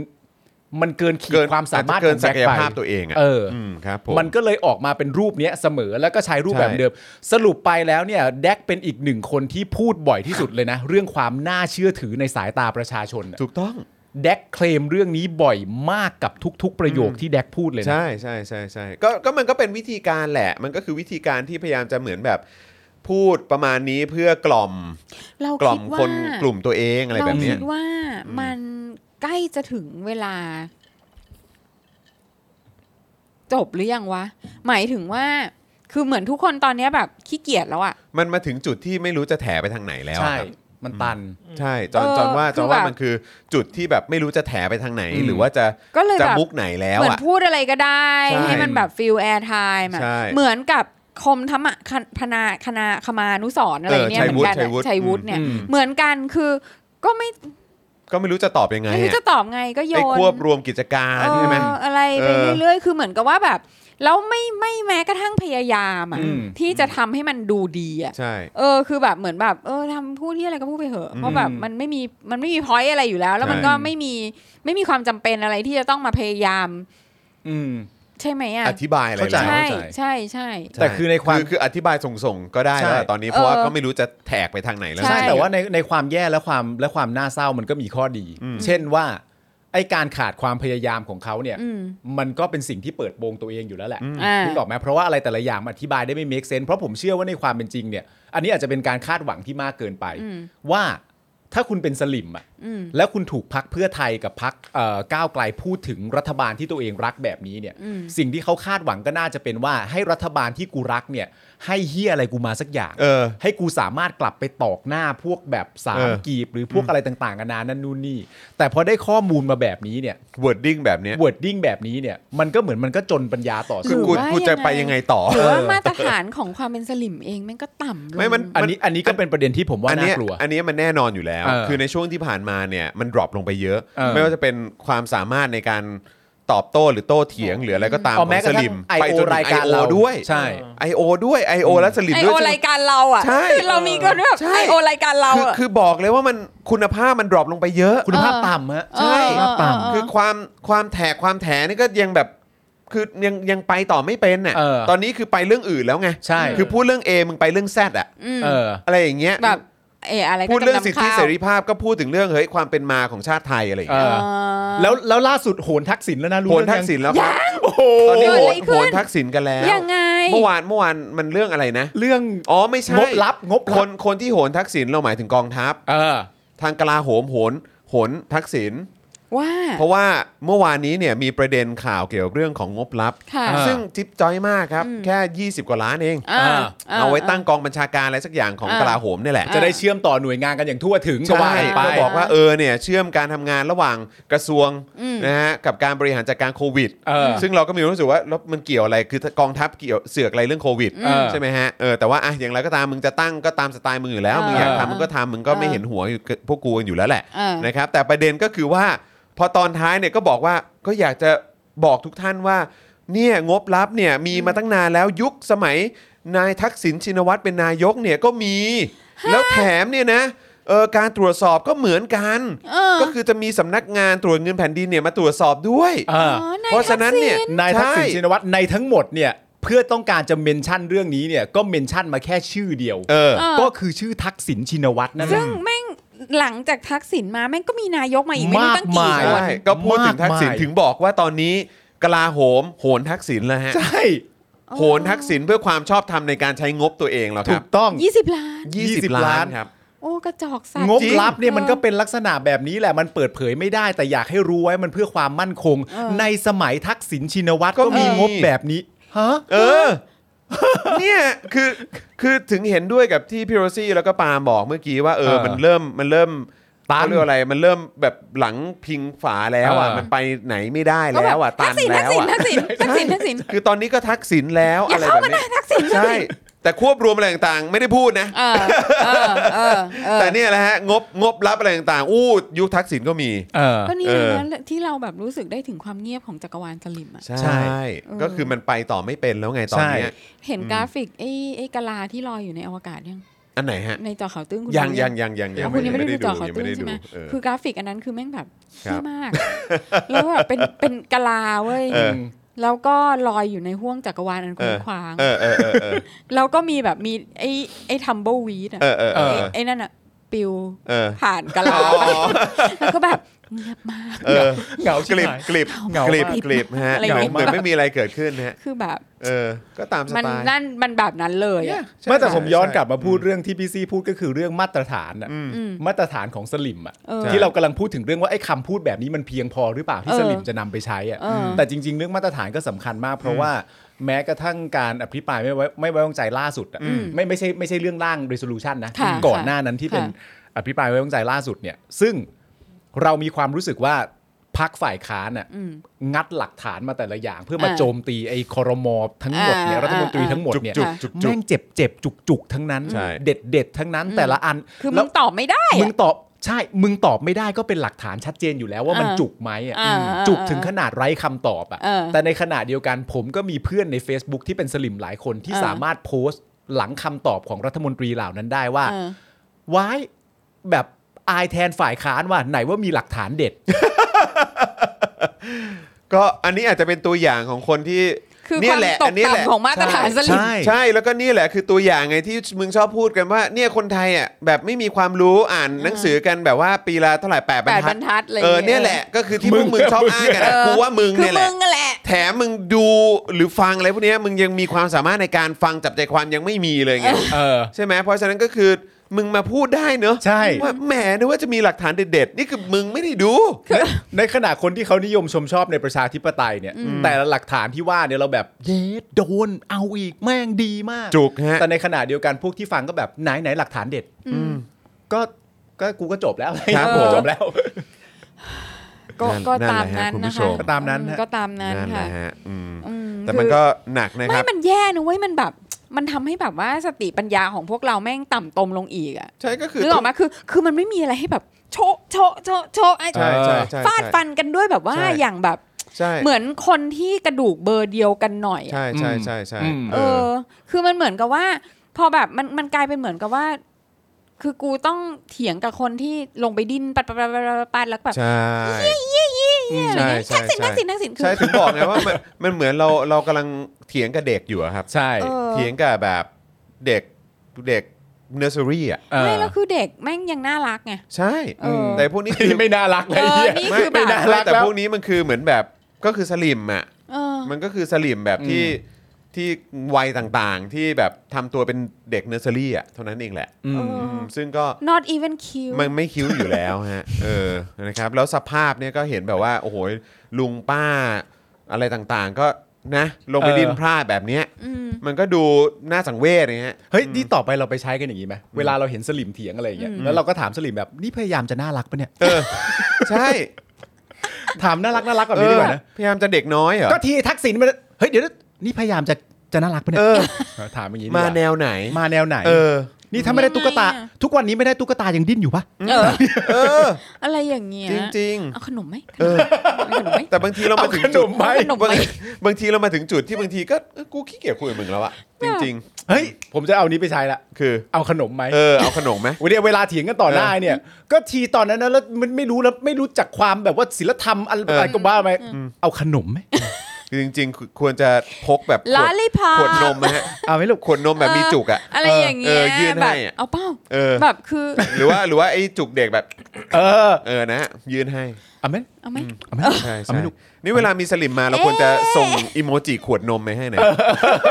มันเกินขีด เกิน ความสามารอาถจจะเกิน ของแจ็ค ศักยภาพ ไป ตัวเองอะ เอออ อืมครับผม มันก็เลยออกมาเป็นรูปเนี้ยเสมอแล้วก็ใช้รูป ใช่ แบบเดิม สรุปไปแล้วเนี่ยแดกเป็นอีกหนึ่งคนที่พูดบ่อยที่สุดเลยนะ เรื่องความน่าเชื่อถือในสายตาประชาชนอะ ถูกต้อง แดกเคลมเรื่องนี้บ่อยมากกับทุก ๆ ประโยคที่แดกพูดเลยนะ ใช่ใช่ใช่ใช่ก็ก็มันก็เป็นวิธีการแหละ มันก็คือวิธีการที่พยายามจะเหมือนแบบพูดประมาณนี้เพื่อกล่อม เรา กล่อ คิ ม ดว่า คนกลุ่มตัวเองอะไรแบบเนี้ย เราคิดว่ามันใกล้จะถึงเวลา จบหรือยังวะ หมายถึงว่า คือเหมือนทุกคนตอนเนี้ยแบบขี้เกียจแล้วอะ มันมาถึงจุดที่ไม่รู้จะแถไปทางไหนแล้วอะ ใช่ ครับ มันตัน ใช่จอน เออ จอนว่าจ คือ อนว่า แบบ มันคือจุดที่แบบไม่รู้จะแถไปทางไหน อืม หรือว่าจะ ก็เลย จะ แบบ มุกไหนแล้ว เหมือ อ่ะ นพูดอะไรก็ได้ ใช่ ให้มันแบบฟิลแอร์ไทม์อะ ใช่ เหมือนกับคมธรรมะคณพนาคณาคมานุสรณ์อะไรเนี่ย เออชั เห ย มื วุ อ ฒิ นกันอะ ชัยวุฒิ ชัยวุฒิเนี่ย อืม เหมือนกันคือก็ไม่ ก็ไม่รู้จะตอบยังไง ไม่รู้ อะ จะตอบไงก็โย ไอ้ น ควบรวมกิจการใช่ไหม เอออะไรไป เออ เรื่อยๆคือเหมือนกับว่าแบบแล้วไม่ไม่แม้กระทั่งพยายามอะ อืม ที่จะทำให้มันดูดีอะ ใช่ เออคือแบบเหมือนแบบ เออทำพูดที่อะไรก็พูดไปเถอะเพราะแบบมันไม่มีมันไม่มีพอยอะไรอยู่แล้ว แล้วมัน ใช่ ก็ไม่มีไม่มีความจำเป็นอะไรที่จะต้องมาพยายาม อืม ใช่ไหมอะ อธิบายอะไร เข้าใจ แล้ว ใช่ เข้าใจ ใช่ใช่ใช แต่คือในความ คืออธิบายส่งๆก็ได้แล้วอะ ใช่ ตอนนี้เพราะว่า เออ ก็ไม่รู้จะแถกไปทางไหนแล้ว ใช่ ใช่แต่ว่าในในความแย่และความและความน่าเศร้ามันก็มีข้อดี เช่นว่า ไอการขาดความพยายามของเขาเนี่ย อืม มันก็เป็นสิ่งที่เปิดโปงตัวเองอยู่แล้วแหละ อ่า นึกออกไหมเพราะว่าอะไรแต่ละอย่างมันอธิบายได้ไม่ make sense เพราะผมเชื่อว่าในความเป็นจริงเนี่ย อันนี้อาจจะเป็นการคาดหวังที่มากเกินไป อืม ว่าถ้าคุณเป็นสลิมอ่ะ อืม แล้วคุณถูกพักเพื่อไทยกับพักก้าวไกลพูดถึงรัฐบาลที่ตัวเองรักแบบนี้เนี่ย อืม สิ่งที่เขาคาดหวังก็น่าจะเป็นว่าให้รัฐบาลที่กูรักเนี่ย ให้เฮียอะไรกูมาสักอย่าง เออ ให้กูสามารถกลับไปตอกหน้าพวกแบบสา เอ ม อ กีบ หรือพวกอะไรต่างๆกันานานั่นนู่นนี่ แต่พอได้ข้อมูลมาแบบนี้เนี่ย วอร์ดดิ้งแบบเนี้ย วอร์ดดิ้งแบบนี้เนี่ย มันก็เหมือนมันก็จนปัญญาต่อ คือ สู้ กู หรือว่า กูจะ ยังไง ไปยังไงต่อ หรือว่ามาตรฐานของความเป็นสลิมเองแม่งก็ต่ำลง ไม่มัน อันนี้อันนี้ก็เป็นประเด็นที่ผมว่า อัน น่า เนี้ย กลัว อันเนี้ยมันแน่นอนอยู่แล้ว เออ คือในช่วงที่ผ่านมาเนี่ยมันดรอปลงไปเยอะ เออ ไม่ว่าจะเป็นความสามารถในการตอบโต้หรือโต้เถียงหรืออะไรก็ตาม อ๋อ ขอ แม้ ง ก ส ระทั่ง ลิม IO ไปจนถึง รายการ IO เรา ด้วย ใช่ ไอโอด้วย IO และสลิม ไอ ด้ว โอย รายการเราอ่ะ ใช่ คือเรามีกันแบบ ใช่ ไอโอรายการเรา คือ อ่ะ คือบอกเลยว่ามันคุณภาพมันดรอปลงไปเยอะ คุณภาพต่ำฮะ ใช่ คุณภาพต่ำ คือความความแถกความแถนี่ก็ยังแบบคือยังยังไปต่อไม่เป็นน่ะ เออ ตอนนี้คือไปเรื่องอื่นแล้วไง ใช่ คือพูดเรื่อง A มึงไปเรื่อง Z อ่ะ อืม เออ อะไรอย่างเงี้ย แบบเอออะไรก็ พูดเรื่อง จะนำ สิทธิ ข้าว เสรีภาพก็พูดถึงเรื่องเฮ้ยความเป็นมาของชาติไทยอะไรอย่าง เอ เงี้ย อ เออ แล้วแล้วล่าสุดโหนทักษิณแล้วนะรู้ โหน เรื่อง ทักษิณแล้วครับ โอ้โห ตอนนี้โห เกินดอะไรขึ้น โหนทักษิณกันแล้ว ยังไง เมื่อวานเมื่อวานมันเรื่องอะไรนะ เรื่อง อ๋อไม่ใช่ งบลับงบ ค ลับ นคนที่โหนทักษิณเราหมายถึงกองทัพ เออ ทางกลาโหมโหนโหนทักษิณ ว่า เพราะว่าเมื่อวานนี้เนี่ยมีประเด็นข่าวเกี่ยวกับเรื่องของงบลับ ค่ะ ซึ่งจิ๊บจ้อยมากครับ แค่ 20 กว่าล้านเอง อ่าา เอาไว้ตั้งกองบัญชาการอะไรสักอย่างของ อ่าก ก ลาโหมเนี่ยแหละ จะได้เชื่อมต่อหน่วยงานกันอย่างทั่วถึงก็ ใช่ ว่ากันไป ก็บอกว่าเออเนี่ยเชื่อมการทำงานระหว่างกระทรวง อืม นะฮะกับการบริหารจัดการโควิด เออ ซึ่งเราก็มีความรู้สึกว่าแล้วมันเกี่ยวอะไรคือกองทัพเกี่ยวเสือกอะไรเรื่องโควิด อืม ใช่ไหมฮะเออแต่ว่าอะอย่างไรก็ตามมึงจะตั้งก็ตามสไตล์มึงอยู่แล้วมึงอยากทำมึงก็ทำมึงก็ไม่เห็นหัวอยู่กับพวกกูกันอยู่แล้วแหละ เออ นะครับแต่ประเด็นก็คือว่าพอตอนท้ายเนี่ยก็บอกว่าก็อยากจะบอกทุกท่านว่าเนี่ยงบลับเนี่ยมีมาตั้งนานแล้วยุคสมัยนายทักษิณชินวัตรเป็นนายกเนี่ยก็มี แล้วแถมเนี่ยนะเออการตรวจสอบก็เหมือนกัน เออ ก็คือจะมีสำนักงานตรวจเงินแผ่นดินเนี่ยมาตรวจสอบด้วย เออ อ๋อย เพราะฉะนั้นเนี่ย ทักนายทักษิษิณณ ใช่ ชินวัตรในทั้งหมดเนี่ยเพื่อต้องการจะเมนชั่นเรื่องนี้เนี่ยก็เมนชั่นมาแค่ชื่อเดียว เออ เออ ก็คือชื่อทักษิณชินวัตรนั่นแห ซึ่ ละ งแม่งหลังจากทักษิณมาแม่งก็มีนายกมาอีกไม่รู้ มาก ตั้งกี่ มาย คน ใช่ก็พูดถึงทักษิณถึงบอกว่าตอนนี้กลาโหมโหนทักษิณแล้วฮะ ใช่ โหนทักษิณเพื่อความชอบธรรมในการใช้งบตัวเองแล้วค ถู รับ กต้อง 20 ล้าน 20 ล้านครับ โอ้กระจอกสัตว์ งบลับเนี่ย จริง มันก็เป็นลักษณะแบบนี้แหละมันเปิดเผยไม่ได้แต่อยากให้รู้ไว้มันเพื่อความมั่นคง เออ ในสมัยทักษิณชินวัตรก็ ก็มี มีงบแบบนี้ฮะ เออ เนี่ยคือคือถึงเห็นด้วยกับที่พี่โรซี่แล้วก็ปาล์มบอกเมื่อกี้ว่าเออ เออ มันเริ่มมันเริ่ม ตัน เขาเรียกว่าอะไร มันเริ่มแบบหลังพิงฝาแล้วอ่ะ เออ มันไปไหนไม่ได้ ก็ แล้ บบ วอ่ะ ทั ตั ก น ษิณ แล้วอ่ะ ทักษิณทักษิณทักษิณทักษิณ คือตอนนี้ก็ทักษิณแล้ว อย่า อะไร เข้า แบบ มา เนี้ย นะทักษิณ ใช่แต่ควบรวมอะไรต่างๆ ไม่ได้พูดนะ เออเออเออเออ แต่เนี่ยแหละฮะงบงบรับอะไรต่างๆอู้ยุคทักษิณก็มี เออ ก็นี่แหละ เออ นะที่เราแบบรู้สึกได้ถึงความเงียบของจักรวาลสลิมอ่ะ ใช่ ก็คือมันไปต่อไม่เป็นแล้วไงตอนเนี้ย เห็นกราฟิกไอ้ไอ้กะลาที่ลอยอยู่ในอวกาศยัง อันไหนฮะ ในจอข่าวตึ้งคุณ ยัง ดู ยังยังยัง อ๋อคุณยังไม่ได้ดูจอข่าว ยัง ตึ้ ไม่ ง ได้ ใช่ ดู ไหม เออ คือกราฟิกอันนั้นคือแม่งแบบ ครั เที่ บ มาก แล้วแบบเป็นเป็นกะลาเว้ย เออ แล้วก็ลอยอยู่ในห้วงจักรวาลอันกว้างขวาง เออเออเออเออ แล้วก็มีแบบมีไอ้ไอ้ทัมเบิลวีดอ่ะ เออเออเออ ไอ้ไอ้นั่นอ่ะปิว เออ ผ่านกะลาไปแล้วก็แบบเงียบมาก เออ เหงาชิ ก บ ลิบ หาย กลิบ เหงาก ลิบ มาก กลิบฮะ อะไรอย่าง เห เงี้ย มือนไม่มีอะไรเกิดขึ้นฮะ คือแบบ เออ ก็ตามส มัน ไตล์ นั่นมันแบบนั้นเลย เนี่ อะ ยใช่ ไม่แต่ผม ใช่ ย้อน ใช่ กลับมาพูดเรื่องที่พี่ซีพูดก็คือเรื่องมาตรฐานอะมาตรฐานของสลิมอะ เออ ที่เรากำลังพูดถึงเรื่องว่าไอ้คำพูดแบบนี้มันเพียงพอหรือเปล่าที่ เออ สลิมจะนำไปใช้อะ เออ แต่จริง ๆ เรื่องมาตรฐานก็สำคัญมาก เพราะว่าแม้กระทั่งการอภิปรายไม่ไว้ไม่ไว้วางใจล่าสุดอะไม่ไม่ใช่ไม่ใช่เรื่องร่าง resolution นะ ค่ะ ก่อนหน้านั้นที่เป็น ค่ะ อภิปรายไม่ไว้วางใจล่าสุดเนี่ย ซึ่งเรามีความรู้สึกว่าพักฝ่ายค้านอะ อืม งัดหลักฐานมาแต่ละอย่าง เพื่อมา อ่า โจมตีไอ้คอรมอทั้งหมดเนี่ย อ่า รัฐมนตรี อ่า ทั้งหมด จุก เนี่ย จุก ค่ะ จุกจุก แม่งเจ็บเจ็บจุกจุกทั้งนั้น ใช่ เด็ดเด็ดทั้งนั้นแต่ละอัน คือมึ แล้ว งตอบไม่ได้ มึ อะ งตอบใช่ มึงตอบไม่ได้ก็เป็นหลักฐานชัดเจนอยู่แล้วว่ามัน อ่า จุกไหมอะ อ่าอ่า จุกถึงขนาดไร้คำตอบอ่ะ เออ แต่ในขณะเดียวกันผมก็มีเพื่อนใน Facebook ที่เป็นสลิมหลายคนที่ เออ สามารถโพสต์หลังคำตอบของรัฐมนตรีเหล่านั้นได้ว่า เออ วายแบบอายแทนฝ่ายค้านว่าไหนว่ามีหลักฐานเด็ด ก็อันนี้อาจจะเป็นตัวอย่างของคนที่ คือ เนี่ยวคาม แหละ ต อั ก นนี้แหละ ต่ำของมาตรฐานสลิม ใช่ ใช่แล้วก็นี่แหละคือตัวอย่างไงที่มึงชอบพูดกันว่าเนี่ยคนไทยอ่ะแบบไม่มีความรู้อ่านหนังสือกันแบบว่าปีละเท่าไหร่แปดบรร แปด ทั บร ด รทัดอะไรอย่าง เอ เงี้ อย เนี่ยแหละก็คือที่พวกมึงชอบอ้างกันอะ เออ กูว่ามึง คือ เนี่ยแห มึ ละ งนั่นแหละ แถมมึงดูหรือฟังอะไรพวกเนี้ยมึงยังมีความสามารถในการฟังจับใจความยังไม่มีเลยไง เออ ใช่ไหมเพราะฉะนั้นก็คือมึงมาพูดได้เนอะ ใช่ ว่าแหมนึกว่าจะมีหลักฐานเด็ดๆนี่คือมึงไม่ได้ดู ในในขณะคนที่เขานิยมชมชอบในประชาธิปไตยเนี่ย แต่ละหลักฐานที่ว่าเนี่ยเราแบบเย็ดโดนเอาอีกแม่งดีมาก จุกฮะ แต่ในขณะเดียวกันพวกที่ฟังก็แบบไหนไหนหลักฐานเด็ดก็ก็กูก็จบแล้ว ครับผม จบแล้ว ก็ นั่น ก็ นั่น ตาม แหละฮะคุณผู้นั้นนะ ช คะ ม ก็ตามนั้นฮะ ก็ตามนั้น นั่นแห ค่ะ ละฮะอืม อืม แต่มัน คือ ก็หนักนะค ไม่ รับ มันแย่นะเว้ย มันแบบ มันทำให้แบบว่าสติปัญญาของพวกเราแม่งต่ำตมลงอีกอะ ใช่ก็คือ นึกออกไหมาคือ คือมันไม่มีอะไรให้แบบ โชะโชะโชะโชะไอ้ ใช่ใช่ใช่ ฟาดฟันกันด้วยแบบว่า ใช่ อย่างแบบ ใช่ เหมือนคนที่กระดูกเบอร์เดียวกันหน่อยอะ ใช่ใช่ใช่ใช่ อืม เอ เอ อ อ คือมันเหมือนกับว่า พอแบบ มัน มันกลายเป็นเหมือนกับว่า คือกูต้องเถียงกับคนที่ลงไปดิ้นปัดปัดปัดปัดปัดปัดแล้วแบบ ใช่ อะไรเงี้ย ใช่ ทักษิณ ใช่ ทักษิณทักษิณคื ใช่ถึงบอกไงว่ามันมันเหมือนเราเรากำลังเถียงกับเด็กอยู่อะครับ ใช่ เออ เถียงกับแบบเด็กเด็กเนอร์เซอรี่อ่ะ เออ ไม่แล้วคือเด็กแม่งยังน่ารักไง ใช่ เออ แต่พวกนี้คือ นี่ไม่น่ารักเลย เออ เหี้ย นี่ ไม่ คือแบ ไม่ บ ได้ น่ารักแล้ว แต่พวกนี้มันคือเหมือนแบบก็คือสลิมอ่ะ เออ มันก็คือสลิมแบบที่ที่วัยต่างๆ ที่แบบทำตัวเป็นเด็กเนอร์เซอรี่อ่ะเท่านั้นเองแหละ อืม เออ มซึ่งก็ not even cute มันไม่คิ้วอยู่แล้วฮะ เออ นะครับ แล้วสภาพเนี่ยก็เห็นแบบว่า โอ้โห ลุงป้าอะไรต่างๆ ก็นะ ลงไป เออ ดินพลาดแบบเนี้ย อืม มันก็ดูน่าสังเวชนะฮะ เฮ้ยนี่ต่อไปเราไปใช้กันอย่างนี้ไหมเวลาเราเห็นสลิมเถียงอะไรอย่างเงี้ยแล้วเราก็ถามสลิมแบบนี่พยายามจะน่ารักปะเนี่ย เออ ใช่ ถามน่ารักน่ารักแบบ เอ นี้ดี อก ว่านะ พยายามจะเด็กน้อยเหรอ ก็ทีทักษิณมันเฮ้ยเดี๋ยวนะนี่พยายามจะจะน่ารักปะเนี่ เอยอ ถามอย่างนี้ดีก มา ว่า แนวไหน มาแนวไหน เออ นี่ถ้าไม่ได้ ยังไง ตุ๊กตา อะ ทุกวันนี้ไม่ได้ตุ๊กตายังดิ้นอยู่ปะ เออ เออ อะไรอย่างเงี้ย จริง เอาขนมไหม เออ ขนมไหม ๆ แต่บางทีเรามาถึง เอาขน จุด มไหม เอาขนมบาไหมงบางทีเรามาถึงจุดที่บางทีก็เออกูขี้เกียจคุยกับมึงแล้วอะจริง เฮ้ยผมจะเอานี้ไปใช้ละ ๆ คือ เอาขนมไหม เออ เอาขนมไหม วันเนี้ยเวลาเถียงกันต่อหน้า เออ เนี่ย ก็ทีตอนนั้นนะแล้วมันไม่รู้แล้วไม่รู้จักความแบบว่าศิลธรรมอะไร เอออ ก็ว่าไปเอาขนมไหม คือจริง ๆ ควรจะพกแบบขวด Lollipop ขวดนมนะฮะ เอาไหมลูก ขวดนมแบบมีจุกอะ อะไรอย่างเงี้ เอย อยื่นให้ แบบ อะ เอาเป้า เออ แบบคือ หรือว่าหรือว่าไอ้จุกเด็กแบบ เออ เออนะยืนให้ เอาไหม เอาไหม เอาไหม ใช่ใช่ เอาไม่ลูก นี่เวลามีสลิมมาเราควรจะส่งอีโมจิขวดนมไปให้หนะ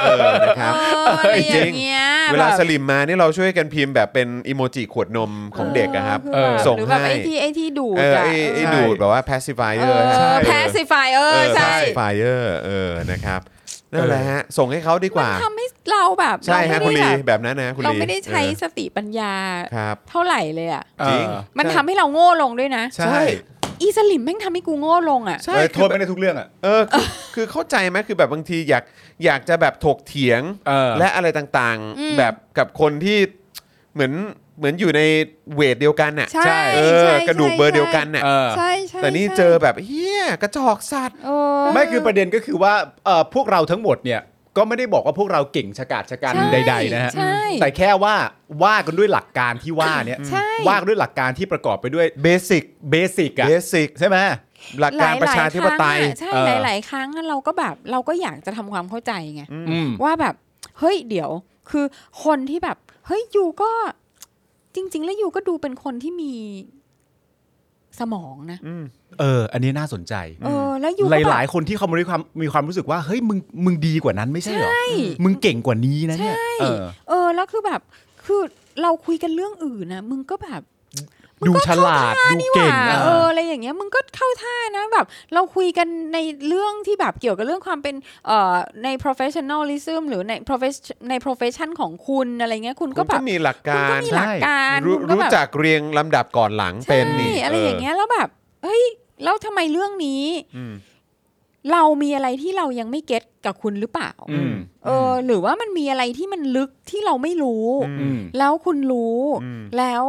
เออนะครับ เอออะไรอย่างเงี้ย เวลา แบบ สลิมมานี่เราช่วยกันพิมพ์แบบเป็นอีโมจิขวดนมของเด็กอะครับ เออ ส่ง หรือแบบ ให้ ไอ้ที่ไอ้ที่ดูด เออ อะ ไอ้ไอ้ดูดแบบว่า pacifier เออ pacifier เออใช่ pacifier เออนะครับนั่นแหละฮะส่งให้เขาดีกว่า ทำให้เราแบบ ใช่ฮะ เรา คุณ ไม่ ลี ได้ แบบนั้นนะ แบ คุ บ ณ เรา ลี ไม่ได้ใช้ เออ สติปัญญา ครับ เท่าไหร่เลยอ่ะ เออ จริง มันทำให้เราโง่ลงด้วยนะ ใช่ อีสลิมแม่งทำให้กูโง่ลงอ่ะ ใช่ เออโทษไม่ได้ทุกเรื่องอ่ะ เอ อคือคือเข้าใจไหมคือแบบบางทีอยากอยากจะแบบถกเถียง เออ และอะไรต่าง อืม ๆ แบบกับคนที่เหมือนเหมือนอยู่ในเวทเดียวกันน่ะ ใช่ เออ ใช่ กระดูกเบอร์เดียวกันน่ะ เออ ใช่ใช่ แต่นี่ ใช่ เจอแบบเฮียกระจอกสัตว์ เออ ไม่คือประเด็นก็คือว่าเอ่อพวกเราทั้งหมดเนี่ยก็ไม่ได้บอกว่าพวกเราเก่งชะกาจชะกัน ใช่ ใดๆนะฮะ ใช่ แต่แค่ว่าว่ากันด้วยหลักการที่ว่าเนี่ย ใช่ ว่ากันด้วยหลักการที่ประกอบไปด้วย เบสิก เบสิกอะ เบสิก ใช่ไหม หลักการประชาธิปไตย หลาเออยๆครั้งอะใช่หลาย ๆ ครั้งอะเราก็แบบเราก็อยากจะทำความเข้าใจไง อืม ว่าแบบเฮ้ยเดี๋ยวคือคนที่แบบ เฮ้ยยูก็จริง ๆ แล้วยูก็ดูเป็นคนที่มีสมองนะ เออ อันนี้น่าสนใจ เออ แล้วยูก็ ห แบ ลาย บ ๆ คนที่เขามีความมีความรู้สึกว่า เฮ้ยมึงมึงดีกว่านั้นไม่ใช่เหรอ มึงเก่งกว่านี้นะเนี่ย ใช่ เออ เออ แล้วคือแบบ คือเราคุยกันเรื่องอื่นนะมึงก็แบบ มันก็ ดูฉลาดดูเก่ง อ่า อะ เอออะไรอย่างเงี้ยมึงก็เข้าท่านะแบบ เราคุยกันในเรื่องที่แบบเกี่ยวกับเรื่องความเป็นเอ่อใน professionalism หรือใน profession ใน profession ของคุณอะไรเงี้ยคุณ ก็ ก็แบบ ก็มีหลัก คุณ กา ก็ ร มีหลักการ รู้ คุณ รู้ แบบ จักเรียงลำดับก่อนหลังเป็นนี่ ใช่อะไรอย่างเงี้ยแล้วแบบเฮ้ยแล้วทำไมเรื่องนี้ อืม เรามีอะไรที่เรายังไม่เก็ตกับคุณหรือเปล่า อืม เอออหรือว่ามันมีอะไรที่มันลึกที่เราไม่รู้ อืม แล้วคุณรู้ อืม แล้ว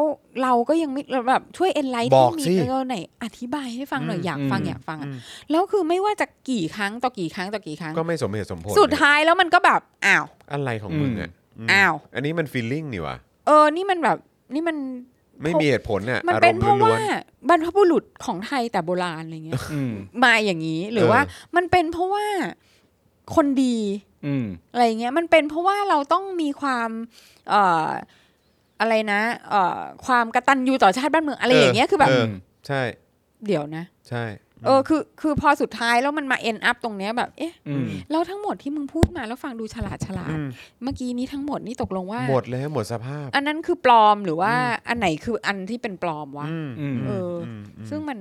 เราก็ยังไม่แบบช่วยเอ็นไลท์ บ ที่ อก มี สิ เออไหนอธิบายให้ฟังหน่อย อืม อยากฟัง อืม อยากฟังอะ อืม แล้วคือไม่ว่าจะกี่ครั้งต่อกี่ครั้งต่อกี่ครั้ง ก็ไม่สมเหตุสมผล สุดท้ายแล้วมันก็แบบอ้าว อะไรของมึงอ่ะม อ้าว อันนี้มันฟีลลิ่งนี่วะ เออนี่มันแบบนี่มัน ไม่มีเหตุผลน่ะ มัน อาร เป็น มณ์ เพราะ ล้วว่าน บรรพบุรุษของไทยแต่โบราณอะไรเงี้ย อืม มาอย่างนี้หรือ เออ ว่ามันเป็นเพราะว่า คนดี อืม อะไรเงี้ยมันเป็นเพราะว่าเราต้องมีความเอ่ออะไรนะเอ่อความกระตันยูต่อชาติบ้านเมืองอะไรอย่างเงี้ยคือแบบ เใช่ เดี๋ยวนะ ใช่ เออคือคือพอสุดท้ายแล้วมันมาเอ็นอัพตรงเนี้ยแบบเอ๊ะ อืม แล้วทั้งหมดที่มึงพูดมาแล้วฟังดูฉลาดฉลาด อืม เมื่อกี้นี้ทั้งหมดนี่ตกลงว่า หมดแล้วหมดสภาพ อันนั้นคือปลอมหรือว่าอันไหนคืออันที่เป็นปลอมวะ อืม อืม เอออื มม ซึ่งมัน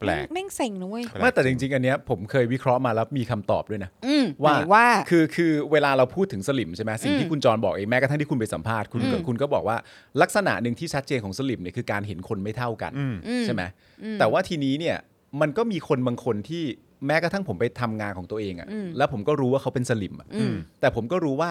แปลก แม่งเซ็งนะเว้ย แปลก ไม่แต่จริง ๆ อันเนี้ยผมเคยวิเคราะห์มาแล้วมีคำตอบด้วยนะ อืม ว่า ไหนว่า คือคือเวลาเราพูดถึงสลิมใช่ไหมสิ่ง อื ที่ ม คุณจรบอกเองแม้กระทั่งที่คุณไปสัมภาษณ์คุณ อืม ก็คุณก็บอกว่าลักษณะหนึ่งที่ชัดเจนของสลิมเนี่ยคือการเห็นคนไม่เท่ากัน อืม อื ใช่ไหม อืม แต่ว่าทีนี้เนี่ยมันก็มีคนบางคนที่แม้กระทั่งผมไปทำงานของตัวเอง อืม อะ่ะแล้วผมก็รู้ว่าเขาเป็นสลิมอะ อืม แต่ผมก็รู้ว่า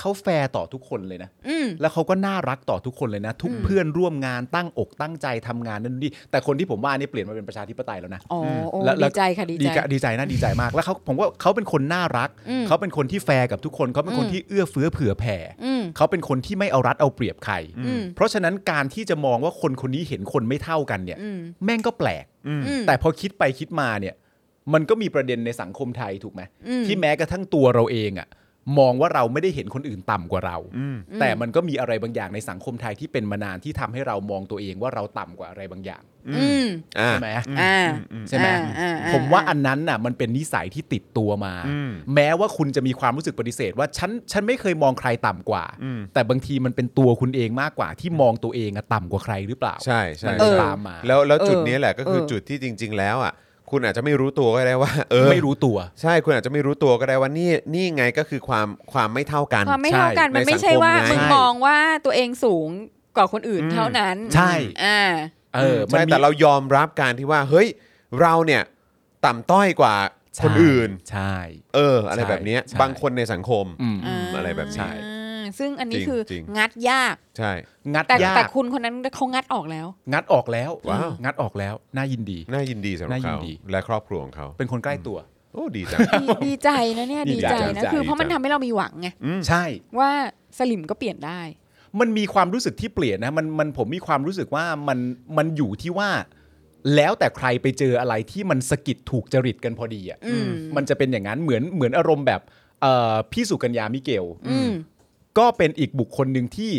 เขาแฟร์ต่อทุกคนเลยนะ อืม แล้วเขาก็น่ารักต่อทุกคนเลยนะ ทุก อืม เพื่อนร่วมงานตั้งอกตั้งใจทำงานนั่นนี่แต่คนที่ผมว่านี่เปลี่ยนมาเป็นประชาธิปไตยแล้วนะ อ๋อโอ้ แล้วแล้ว ดีใจค่ะดี ดี ใจ กะดีใจนะดีใจมากแล้วเขาผมว่าเขาเป็นคนน่ารัก อืม เขาเป็นคนที่แฟร์กับทุกคนเขาเป็นคน อืม ที่เอื้อเฟื้อเผื่อแผ่ อืม เขาเป็นคนที่ไม่เอารัดเอาเปรียบใคร อืม เพราะฉะนั้นการที่จะมองว่าคนคนนี้เห็นคนไม่เท่ากันเนี่ย อืม แม่งก็แปลก อืม แต่พอคิดไปคิดมาเนี่ย มันก็มีประเด็นในสังคมไทยถูกไหม อืม ที่แม้กระทั่งตัวเราเองอะมองว่าเราไม่ได้เห็นคนอื่นต่ำกว่าเรา แต่มันก็มีอะไรบางอย่างในสังคมไทยที่เป็นมานานที่ทำให้เรามองตัวเองว่าเราต่ำกว่าอะไรบางอย่าง อืม อ่า ใช่ไหม อ่า ใช่ไหม อ่าอ่าอ่า ผมว่าอันนั้นน่ะมันเป็นนิสัยที่ติดตัวมา อืม แม้ว่าคุณจะมีความรู้สึกปฏิเสธ ว่าฉันฉันไม่เคยมองใครต่ำกว่า อืม แต่บางทีมันเป็นตัวคุณเองมากกว่า ที่มองตัวเองอะต่ำกว่าใครหรือเปล่า ใช่ใช่ มัน เอ เลย อ ตามมา แล้วแล้วจุด เออ นี้แหละก็คือ เออ จุดที่จริง ๆ แล้วอ่ะคุณอาจจะไม่รู้ตัวก็ได้ ว่า เออ ไม่รู้ตัว ใช่คุณอาจจะไม่รู้ตัวก็ได้ว่านี่นี่ไงก็คือความความไม่เท่ากัน ความไม่เท่ากัน ใช่ มันไม่ใช่ว่า ในสังคมไง มึงมองว่าตัวเองสูงกว่าคนอื่น อืม เท่านั้น ใช่ อ่า เออ ใช่ มี แต่เรายอมรับการที่ว่า เฮ้ย เราเนี่ย ต่ำต้อยกว่า ใช่ คนอื่น ใช่ เออ อะไรแบบเนี้ย ใช่ บางคนในสังคม อืม อืมอะไรแบบนี้ อ่าซึ่งอันนี้ จริง คือ จริง งัดยาก ใช่ งัด แต่ ยา แต่ ก คุณคนนั้นเขางัดออกแล้ว งัดออกแล้ว ว้าว งัดออกแล้วน่ายินดี น่ายินดีสำหรับ น่ายิน เขา ดี และครอบครัวของเขา เป็นคนใกล้ตัว โอ้ดีจัง ดีดีใจนะ เนี่ย ดี ดี ใจ ใจนะ ดีใจ คือเพราะมันทำให้เรามีหวังไง ใช่ ว่าสลิมก็เปลี่ยนได้ มันมีความรู้สึกที่เปลี่ยนนะมันมันผมมีความรู้สึกว่ามันมันอยู่ที่ว่า แล้วแต่ใครไปเจออะไรที่มันสะกิดถูกจริตกันพอดีอะ อืม มันจะเป็นอย่างนั้นเหมือนเหมือนอารมณ์แบบเอ่อพี่สุกัญญามิเกล อืม ก็เป็นอีกบุคคลหนึ่งที่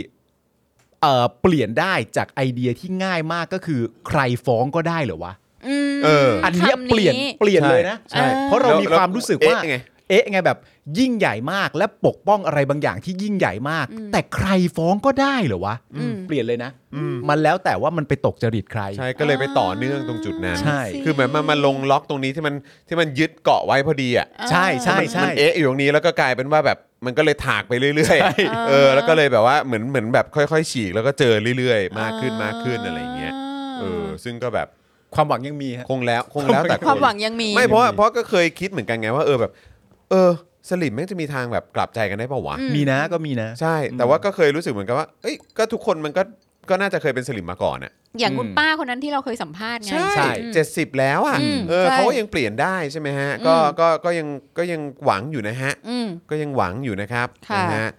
เอ่อเปลี่ยนได้จากไอเดียที่ง่ายมากก็คือใครฟ้องก็ได้เหรอวะ อืม เอออั อันเนี้ยเปลี่ยนเปลี่ยนเลยนะ ใช่ อ่า เพราะเรามี แล้ ความรู้สึกว่า เอ๊ะไง เอ๊ะไงแบบยิ่งใหญ่มากและปกป้องอะไรบางอย่างที่ยิ่งใหญ่มาก แต่ใครฟ้องก็ได้เหรอวะ อืม เปลี่ยนเลยนะ มันแล้วแต่ว่ามันไปตกจริตใคร ใช่ก็เลยไปต่อเนื่องตรงจุดนั้น ใช่ คือเหมือนมันมาลงล็อกตรงนี้ที่มันที่มันยึดเกาะไว้พอดีอ่ะ ใช่ใช่ มัน ใช่ มันเอะอยู่ตรงนี้แล้วก็กลายเป็นว่าแบบมันก็เลยถากไปเรื่อยๆเออแล้วก็เลยแบบว่าเหมือนเหมือนแบบค่อย ๆ ฉีกแล้วก็เจอเรื่อยๆ มากขึ้นมากขึ้นอะไรอย่างเงี้ยเออซึ่งก็แบบ ความหวังยังมีฮะ คงแล้วคงแล้วแต่ ความ น หวังยังมี ไม่เพราะว่าเพราะก็เคยคิดเหมือนกันไงว่าเออแบบ เออสลิมแม่งจะมีทางแบบกลับใจกันได้ป่าวะ อื มีนะก็มีนะ ใช่ แต่ว่าก็เคยรู้สึกเหมือนกันว่าเอ้ยก็ทุกคนมันก็ก็น่าจะเคยเป็นสลิมมาก่อนอ่ะ อย่างคุณ อืม ป้าคนนั้นที่เราเคยสัมภาษณ์ไง ใช่ เจ็ดสิบแล้วอ่ะ อืม เออ ใช่ เขาก็ยังเปลี่ยนได้ใช่ไหมฮะก็ อืม ก็ก็ยังก็ยังหวังอยู่นะฮะ อืม ก็ยังหวังอยู่นะครับ ค่ะ นะฮะ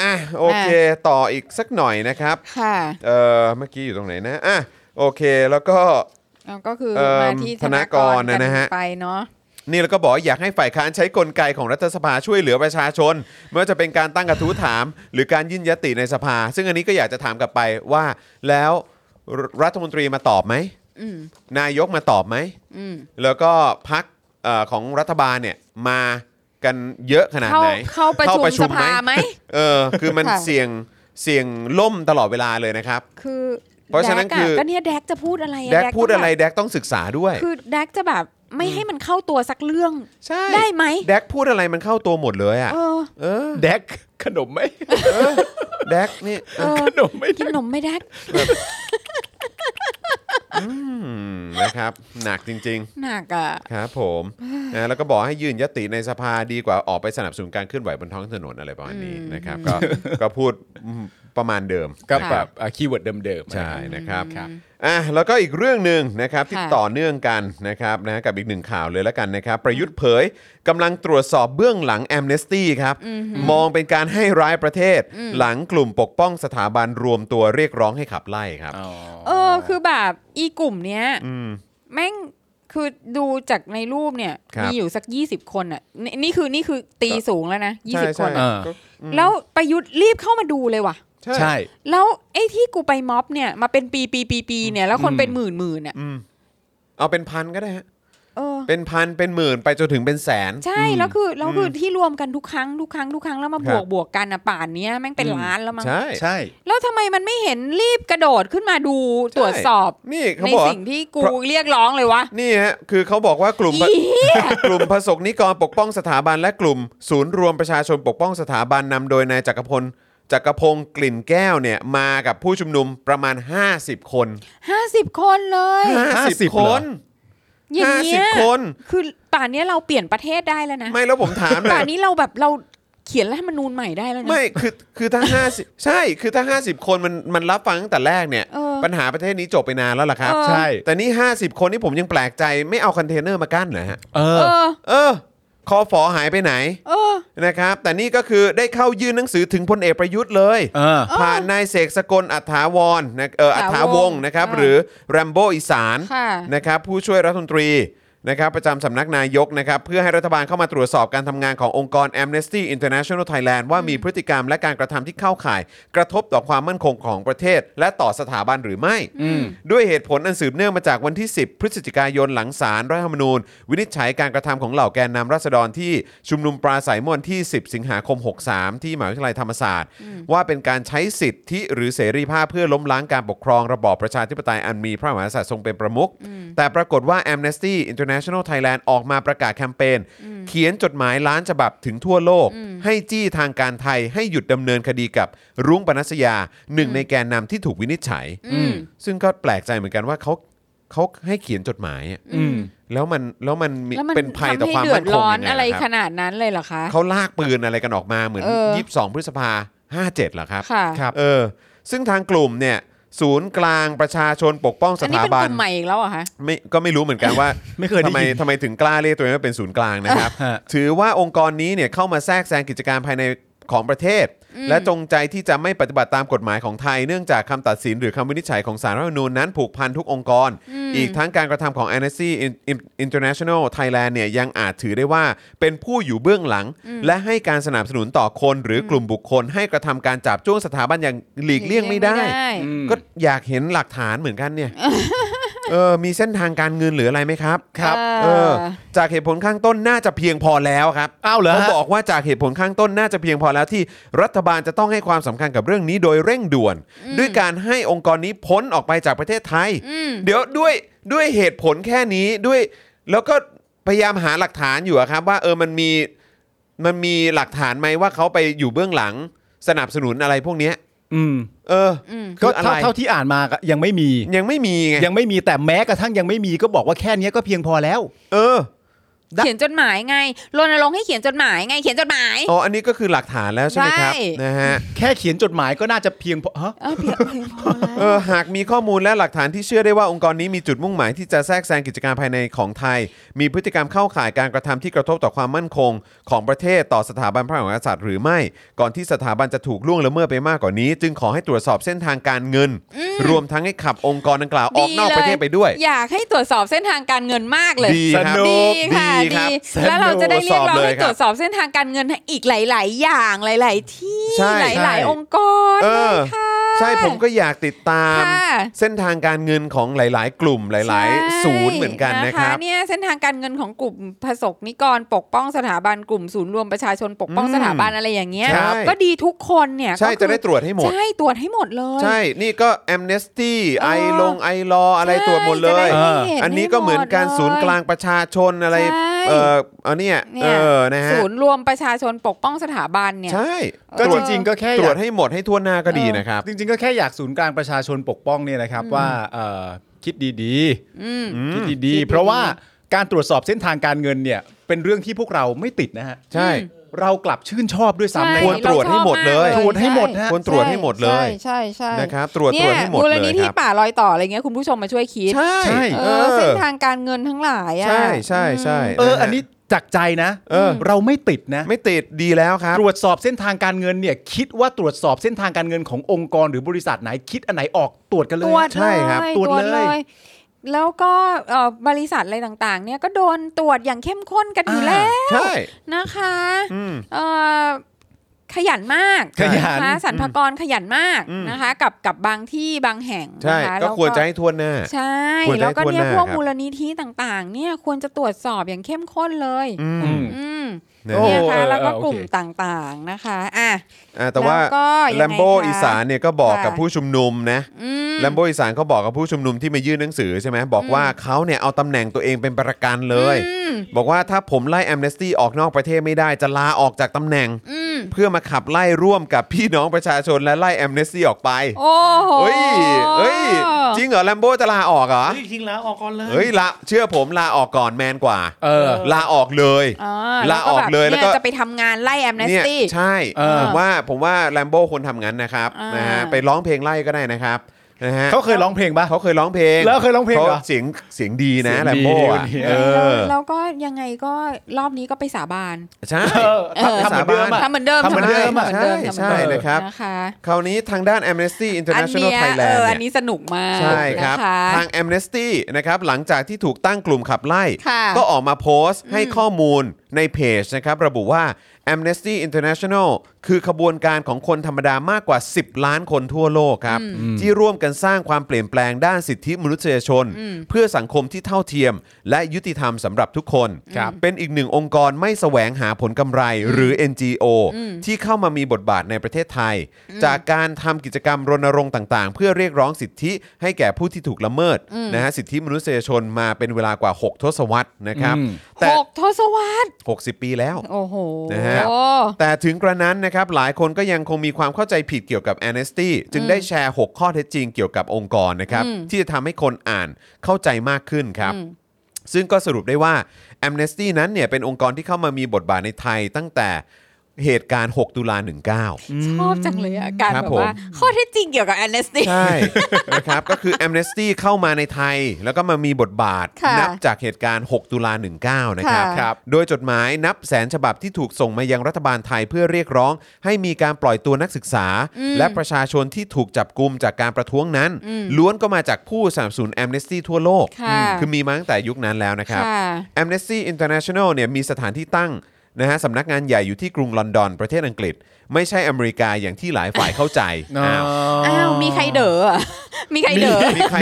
อ่ะโอเค ต่ออีกสักหน่อยนะครับ ค่ะ เออเมื่อกี้อยู่ตรงไหนนะอ่ะโอเคแล้วก็ แล้วก็คือ เอิ่ม มาที่ ธนากรนะนะฮะ กัไปเนาะ นี่แล้วก็บอกว่าอยากให้ฝ่ายค้านใช้กลไกของรัฐสภาช่วยเหลือประชาชน ไม่ว่าจะเป็นการตั้งกระทู้ถาม หรือการยื่นยติในสภา ซึ่งอันนี้ก็อยากจะถามกลับไปว่า แล้วรรัฐมนตรีมาตอบไหม อืม นายกมาตอบไหม อืม แล้วก็พักของรัฐบาลเนี่ยมากันเยอะขนาด เข้า ไหน เข้าประ เข้า ชุม ประชุ ส มไหม ภาไหม เออคือมัน ค่ะ เสี่ยงเสี่ยงล่มตลอดเวลาเลยนะครับ คือ เพราะฉะนั้น แดก คือ ก็เนี่ยแดกจะพูดอะไรอะ แดก แ พูดอะไร แบบ แดกต้องศึกษาด้วย คือแดกจะแบบไม่ให้มันเข้าตัวสักเรื่อง ใช่ ได้ไหม แดกพูดอะไรมันเข้าตัวหมดเลยอ่ะ เออ เออ แดกขนมไหม เออแดกนี่ เออ ขนมไหม กินขนมไม่แดก อืมนะครับ หนักจริง หนักอ่ะ ๆ ครับ ผมนะแล้วก็บอกให้ยื่นยติในสภาดีกว่าออกไปสนับสนุนการเคลื่อนไหวบนท้องถนนอะไรประมาณนี้ อืม นะครับ ก็ก็พูดประมาณเดิม ก็ ค่ะ แบบคีย์เวิร์ดเดิมๆ ใช่นะครับ ครับ อ่ะแล้วก็อีกเรื่องหนึ่งนะครับที่ ค่ะ ต่อเนื่องกันนะครับนะกับอีกหนึ่งข่าวเลยแล้วกันนะครับ ประยุทธ์เผยกำลังตรวจสอบเบื้องหลังแอมเนสตี้ครับ มองเป็นการให้ร้ายประเทศ หลังกลุ่มปกป้องสถาบันรวมตัวเรียกร้องให้ขับไล่ครับ อ๋อ เออ คือแบบอีกลุ่มเนี้ย อืม แม่ง คือดูจากในรูปเนี่ย ครับ มีอยู่สักยี่สิบคนอ่ะนี่นี่คือนี่คือตีสูงแล้วนะยี่ ใช่ สิบคน เอ อะ ใช่ อ ก็ แล้วประยุทธ์รีบเข้ามาดูเลยว่ะ ใช่ แล้วไอ้ที่กูไปม็อบเนี่ย มาเป็นปีปีปีปีเนี่ย แล้วคนเป็นหมื่นหมื่นอ่ะ อืมเอาเป็นพันก็ได้ฮะ เออ เป็นพันเป็นหมื่นไปจนถึงเป็นแสน ใช่แล้วคือแล้วคือที่รวมกันทุกครั้งทุกครั้งทุกครั้งแล้วมา ครับ ว บ กบวกกันอ่ะป่านเนี้ยแม่งเป็น อืม ล้านแล้วมั้ง ใช่ ใช่ แล้วทำไมมันไม่เห็นรีบกระโดดขึ้นมาดูตรวจสอบ นี่เขา ใน บอกว่า สิ่งที่กู เพราะ เรียกร้องเลยวะ นี่ฮะคือเขาบอกว่ากลุ่ม อีเหี้ย กลุ่มประสงนิกรปกป้องสถาบันและกลุ่ม ศูนย์รวมประชาชนปกป้องสถาบันนำโดยนายจักรพลจักรพงศ์กลิ่นแก้วเนี่ยมากับผู้ชุมนุมประมาณ 50 คน ห้าสิบคนเลย 50 50 ค เหรอ น อย่างเงี้ย 50 คน คือป่านเนี้ยเราเปลี่ยนประเทศได้แล้วนะ ไม่แล้วผมถามหน่ ป่า อนย นี้เราแบบเราเขียนรัฐธรรมนูญใหม่ได้แล้วนะ ไม่คือคือถ้าห้าสิบใช่คือถ้าห้าสิบคนมันมันรับฟังตั้งแต่แรกเนี่ย เออ ปัญหาประเทศนี้จบไปนานแล้วล่ะครับ เออ ใช่ แต่นี่ 50 คนนี่ผมยังแปลกใจไม่เอาคอนเทนเนอร์มากั้นเหรอฮะ เอ เอ อ อ เออคอฟอหายไปไหน เออ นะครับ แต่นี่ก็คือได้เข้ายื่นหนังสือถึงพลเอกประยุทธ์เลย เออ ผ่านนายเสกสกลอัฐาวรนะเอออั อั ฐา ฐาว ว ง งศ์ ศ์นะครับ อ่า หรือแรมโบอีสาน ค่ะ นะครับผู้ช่วยรัฐมนตรีนะครับประจำสำนักนายกนะครับ เพื่อให้รัฐบาลเข้ามาตรวจสอบการทำงานขององค์กร Amnesty International Thailand ว่ามีพฤติกรรมและการกระทำที่เข้าข่าย กระทบต่อความมั่นคงของประเทศ และต่อสถาบันหรือไม่ ด้วยเหตุผลอันสืบเนื่องมาจากวันที่ 10 พฤศจิกายนหลังศาลรัฐธรรมนูญ วินิจฉัยการกระทำของเหล่าแกนนำราษฎรที่ชุมนุมปราศัยเมื่อวันที่ 10 สิงหาคม 63 ที่มหาวิทยาลัยธรรมศาสตร์ ว่าเป็นการใช้สิทธิหรือเสรีภาพเพื่อล้มล้างการปกครองระบอบประชาธิปไตยอันมีพระมหากษัตริย์ทรงเป็นประมุขแต่ปรากฏว่า Amnesty International Thailand ออกมาประกาศแคมเปญเขียนจดหมายล้านฉบับถึงทั่วโลก ให้จี้ทางการไทยให้หยุดดำเนินคดีกับรุ้งปนัสยาหนึ่งในแกนนำที่ถูกวินิจฉัย อืม ซึ่งก็แปลกใจเหมือนกันว่าเขาเขาให้เขียนจดหมายอะ อืม แล้วมันแล้วมันมี แล้วมัน เป็นภัยต่อ ทำคให้วาม เดือ มั่ ด นคง ร้อน ยังไง อะไร ล่ะค ข รับ นาดนั้นเลยเหรอคะ เขาลากปืนอะไรกันออกมาเหมือน เออ 22 พฤษภา 57เหรอครับ ค่ะ ครับเออ ซึ่งทางกลุ่มเนี่ย ศูนย์กลางประชาชนปกป้องส อันนี้ ถา เป็น บั ก น ลุ่มใหม่อีกแล้วเหรอคะ ไม่ก็ไม่รู้เหมือนกันว่า ไม่เคยได้ ทำไม ยิน ทำไมถึงกล้าเรียกตัวเองว่าเป็นศูนย์กลางนะครับ ฮะ ถือว่าองค์กรนี้เนี่ยเข้ามาแทรกแซงกิจการภายในของประเทศ และจงใจที่จะไม่ปฏิบัติตามกฎหมายของไทย เนื่องจากคำตัดสินหรือคำวินิจฉัยของศาลรัฐธรรมนูญนั้นผูกพันทุกองค์กร อีกทั้งการกระทำของ Amnesty International Thailand เนี่ยยังอาจถือได้ว่าเป็นผู้อยู่เบื้องหลัง และให้การสนับสนุนต่อคนหรือกลุ่มบุคคล ให้กระทำการจับจ้วงสถาบันอย่างหลีกเลี่ยงไม่ได้ ก็อยากเห็นหลักฐานเหมือนกัน เนี่ย เออ มีเส้นทางการเงินหรืออะไรไหมครับ ครับ เอ เอ อ อ จากเหตุผลข้างต้นน่าจะเพียงพอแล้วครับ อ้าวเหรอ เขา ฮะ บอกว่าจากเหตุผลข้างต้นน่าจะเพียงพอแล้วที่รัฐบาลจะต้องให้ความสำคัญกับเรื่องนี้โดยเร่งด่วน ด้วยการให้องค์กรนี้พ้นออกไปจากประเทศไทย เดี๋ยวด้วยด้วยเหตุผลแค่นี้ด้วย แล้วก็พยายามหาหลักฐานอยู่อะครับ ว่าเออมันมีมันมีหลักฐานไหมว่าเขาไปอยู่เบื้องหลังสนับสนุนอะไรพวกเนี้ย อืม เอออคื ก็ ออะไร เท่าเท่าที่อ่านมาก็ยังไม่มี ยังไม่มีไง ยังไม่มีแต่แม้กระทั่งยังไม่มีก็บอกว่าแค่เนี้ยก็เพียงพอแล้ว เออ เขียนจดหมายไงรณรงค์ให้เขียนจดหมายไง เขียนจดหมาย อ๋อ อันนี้ก็คือหลักฐานแล้วใช่ไหมครับ ใช่ นะฮะ แค่เขียนจดหมายก็น่าจะเพียงพอฮะ เออเพียงเพียงพอแล้ว เออหากมีข้อมูลและหลักฐานที่เชื่อได้ว่าองค์กรนี้มีจุดมุ่งหมายที่จะแทรกแซงกิจการภายในของไทย มีพฤติกรรมเข้าข่ายการกระทำที่กระทบต่อความมั่นคง ของประเทศต่อสถาบันพระมหากษัตริย์หรือไม่ ก่อนที่สถาบันจะถูกล่วงละเมิดไปมากกว่านี้ จึงขอให้ตรวจสอบเส้นทางการเงิน รวมทั้งให้ขับองค์กรดังกล่าวออก ดี นอก เลย ประเทศไปด้วย อยากให้ตรวจสอบเส้นทางการเงินมากเลย ดีครับ ดีค่ะ ดีครับ ดีแล้วเราจะได้เรียกร้องให้ ตรตร วจวจ ส ส อ อ บบ เลยครับ เส้นทางการเงินให้อีกหลาย ๆ อย่างหลาย ๆ ที่ ใช่ หลาย ๆ องค์กร เออ ค่ะ ใช่ผมก็อยากติดตาม ค่ะ เส้นทางการเงินของหลาย ๆ กลุ่มหลาย ๆ ใช่ ศูนย์เหมือนกันนะครับ เนี่ยเส้นทางการเงินของกลุ่มผสกนิกรปกป้องสถาบันกลุ่มศูนย์รวมประชาชนปกป้อง อืม สถาบันอะไรอย่างเงี้ย ครับ ก็ดีทุกคนเนี่ย ใช่ ก็คือ จะได้ตรวจให้หมด ใช่ตรวจให้หมดเลย ใช่ นี่ก็แอมเนสตี้ เออ ไอลงไอรออะไรตรวจหมดเลย ใช่จะได้ให้เห็ อันนี้ก็เหมือนการ ใดลย ศูนย์กลางประชาชนอะไร ใช่ เอออันเนี้ย เนี่ เอย อ นะฮะ ศูนย์รวมประชาชนปกป้องสถาบันเนี่ย ใช่ ก็ ตร เอ ว อ จ จริง ก็แค่ ตรวจให้หมดให้ทั่วหน้าก็ดีนะครับ จริง ๆ ก็แค่อยากศูนย์กลางประชาชนปกป้องเนี่ยนะครับว่าเอ่อคิดดี อืม ๆคิดดีๆ เพราะว่าการตรวจสอบเส้นทางการเงินเนี่ยเป็นเรื่องที่พวกเราไม่ติดนะฮะ ใช่ อืม เรากลับชื่นชอบด้วยซ้ำ ใช่ นะ ควรตรวจให้หมดเลย าชอบาก ตรวจให้หมดนะฮะ ควรตรวจให้หมดเลย ใช่ใช่ใช่ นะครับ ตรวจ เนี่ ตร ยว จให้หมด มูล เล นิ ย ธิ ครับ ป่ารอยต่ออะไรเงี้ยคุณผู้ชมมาช่วยคิด ใช่ ใช่ เออเส้นทางการเงินทั้งหลายอะ ใช่ใช่ใช่ เออ ะฮะ อันนี้จากใจนะ เออ เราไม่ติดนะ ไม่ติดดีแล้วครับ ตรวจสอบเส้นทางการเงินเนี่ยคิดว่าตรวจสอบเส้นทางการเงินขององค์กรหรือบริษัทไหนคิดอันไหนออกตรวจกันเลย ตรวจ ใช่ครับ เลย ตรวจเลย เลย แล้วก็เอ่อบริษัทอะไรต่างๆ เนี่ยก็โดนตรวจอย่างเข้มข้นกันอยู่ อ่า แล้ว ใช่ นะคะ อืม เอ่อขยันมาก ขยัน นะคะสรรพากรขยันมาก อืม นะคะ กับกับบางที่บางแห่ง ใช่ นะคะ ก็ แล้ว ควรจะให้ทวนหน้า ใช่ ควรจะ แล้วก็ ให้ทั่ว เนี่ย หน้า พวก ครับ มูลนิธิต่างๆ เนี่ยควรจะตรวจสอบอย่างเข้มข้นเลย อืม อืม อืม นะ โอ้ เนี่ย ฮะ ค่ะ เออ แล้วก็ เออโอเค กลุ่มต่างๆนะคะอ่ะ อ่าแต่ว่า แล้วก็ยังไง แลมโบ คะ อีสานเนี่ยก็บอกกับ ค่ะ ผู้ชุมนุมนะ อืม แลมโบอีสานเขาบอกกับผู้ชุมนุมที่มายื่นหนังสือใช่ไหมบอกว่าเขาเนี่ยเอาตำแหน่งตัวเองเป็นประกันเลย อืม บอกว่าถ้าผมไล่แอมเนสตี้ออกนอกประเทศไม่ได้จะลาออกจากตำแหน่ง อืม เพื่อมาขับไล่ร่วมกับพี่น้องประชาชนและไล่แอมเนสตี้ออกไป โอ้โห เฮ้ยเฮ้ยจริงเหรอแลมโบจะลาออกเหรอ เฮ้ยทิ้งแล้วออกก่อนเลย เฮ้ยละเชื่อผมลาออกก่อนแมนกว่า เออ ลาออกเลย อ๋อ ลาออกเลยแล้วก็ นี่จะไปทำงานไล่แอมเนส เนี่ย ตี้ ใช่ เออ ผมว่าผมว่าแลมโบ้คนทำงั้นนะครับ อ่าน นะฮะไปร้องเพลงไล่ก็ได้นะครับนะฮะ เขาเคยร้องเพลงปะ เขาเคยร้องเพลง แล้วเคยร้องเพลงเหรอ ขาเสียงเสียงดีนะ เสียงดี แลมโบ้ ค อะ นนี้ เออ แล้วก็ยังไงก็รอบนี้ก็ไปสาบาน ใช่ เออทำทำเหมือนเดิมอะ ทำเหมือนเดิม ทำเหมือนเดิมอะ ทำเหมือน ใช่ใช่เดิมทำเหมือนเดิม นะครับ นะคะ คราวนี้ทางด้าน Amnesty อัน International เนี้ยเอ Thailand ออัน เนี่ย นี้สนุกมาก ใช่ครับ นะคะ ทาง Amnesty นะครับหลังจากที่ถูกตั้งกลุ่มขับไล่ ค่ะ ก็ออกมาโพสต์ให้ข้อมูลในเพจนะครับ ระบุว่า Amnesty International คือขบวนการของคนธรรมดามากกว่า 10 ล้านคนทั่วโลกครับ ที่ร่วมกันสร้างความเปลี่ยนแปลงด้านสิทธิมนุษยชน เพื่อสังคมที่เท่าเทียม และยุติธรรมสำหรับทุกคน ครับ เป็นอีกหนึ่งองค์กรไม่แสวงหาผลกำไรหรือ NGO ที่เข้ามามีบทบาทในประเทศไทย จากการทำกิจกรรมรณรงค์ต่างๆ เพื่อเรียกร้องสิทธิให้แก่ผู้ที่ถูกละเมิดนะฮะสิทธิมนุษยชนมาเป็นเวลากว่า 6 ทศวรรษนะครับ อืม แต่ หกทศวรรษ 60 ปีแล้ว โอ้โห นะฮะ แต่ถึงกระนั้นนะครับ หลายคนก็ยังคงมีความเข้าใจผิดเกี่ยวกับ a อ n e s t y จึงได้แชร์ 6 ข้อเท็จจริงเกี่ยวกับองค์กรนะครับ อืม ที่จะทำให้คนอ่านเข้าใจมากขึ้นครับ ซึ่งก็สรุปได้ว่า a อ n e s t y นั้นเนี่ยเป็นองค์กรที่เข้ามามีบทบาทในไทยตั้งแต่เหตุการณ์ 6 ตุลา 19 ชอบจังเลยอะการ ครับ แบบ ผม ว่า ข้อเท็จจริงเกี่ยวกับแอนเนสตี้ ใช่ นะครับ ก็คือ Amnesty เข้ามาในไทย แล้วก็มามีบทบาท ค่ะ นับจากเหตุการณ์ 6 ตุลา19 นะครับ ค่ะ ครับ โดยจดหมายนับแสนฉบับที่ถูกส่งมายังรัฐบาลไทยเพื่อเรียกร้อง ให้มีการปล่อยตัวนักศึกษา และประชาชนที่ถูกจับกุมจากการประท้วงนั้น ล้วนก็มาจากผู้สนับสนุน Amnesty ทั่วโลก ค่ะ คือมีมาตั้งแต่ยุคนั้นแล้วนะครับ ค่ะ Amnesty International เนี่ยมีสถานที่ตั้งนะฮะสำนักงานใหญ่อยู่ที่กรุงลอนดอนประเทศอังกฤษ ไม่ใช่อเมริกาอย่างที่หลายฝ่ายเข้าใจอ้าว อ้าว มีใครเด๋ออะมีใครเด๋อ มีใคร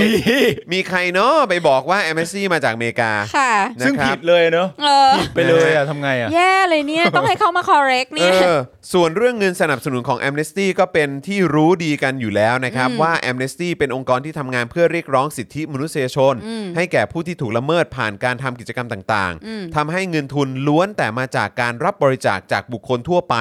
มีใครเนาะไปบอกว่า MSC มาจากอเมริกา ค่ะ นะ ซึ่ง ครับ ผิดเลยเนอะ เออ ไปเลยอะทำไงอะ แย่เลยเนี่ย ต้องให้เขามา correct เอ เนี่ย อส่วนเรื่องเงินสนับสนุนของ Amnesty ก็เป็นที่รู้ดีกันอยู่แล้วนะครับ ว่า Amnesty เป็นองค์กรที่ทำงานเพื่อเรียกร้องสิทธิมนุษยชน ให้แก่ผู้ที่ถูกละเมิดผ่านการทำกิจกรรมต่างๆทำให้เงินทุนล้วนแต่มาจากการรับบริจาคจากบุคคลทั่วไป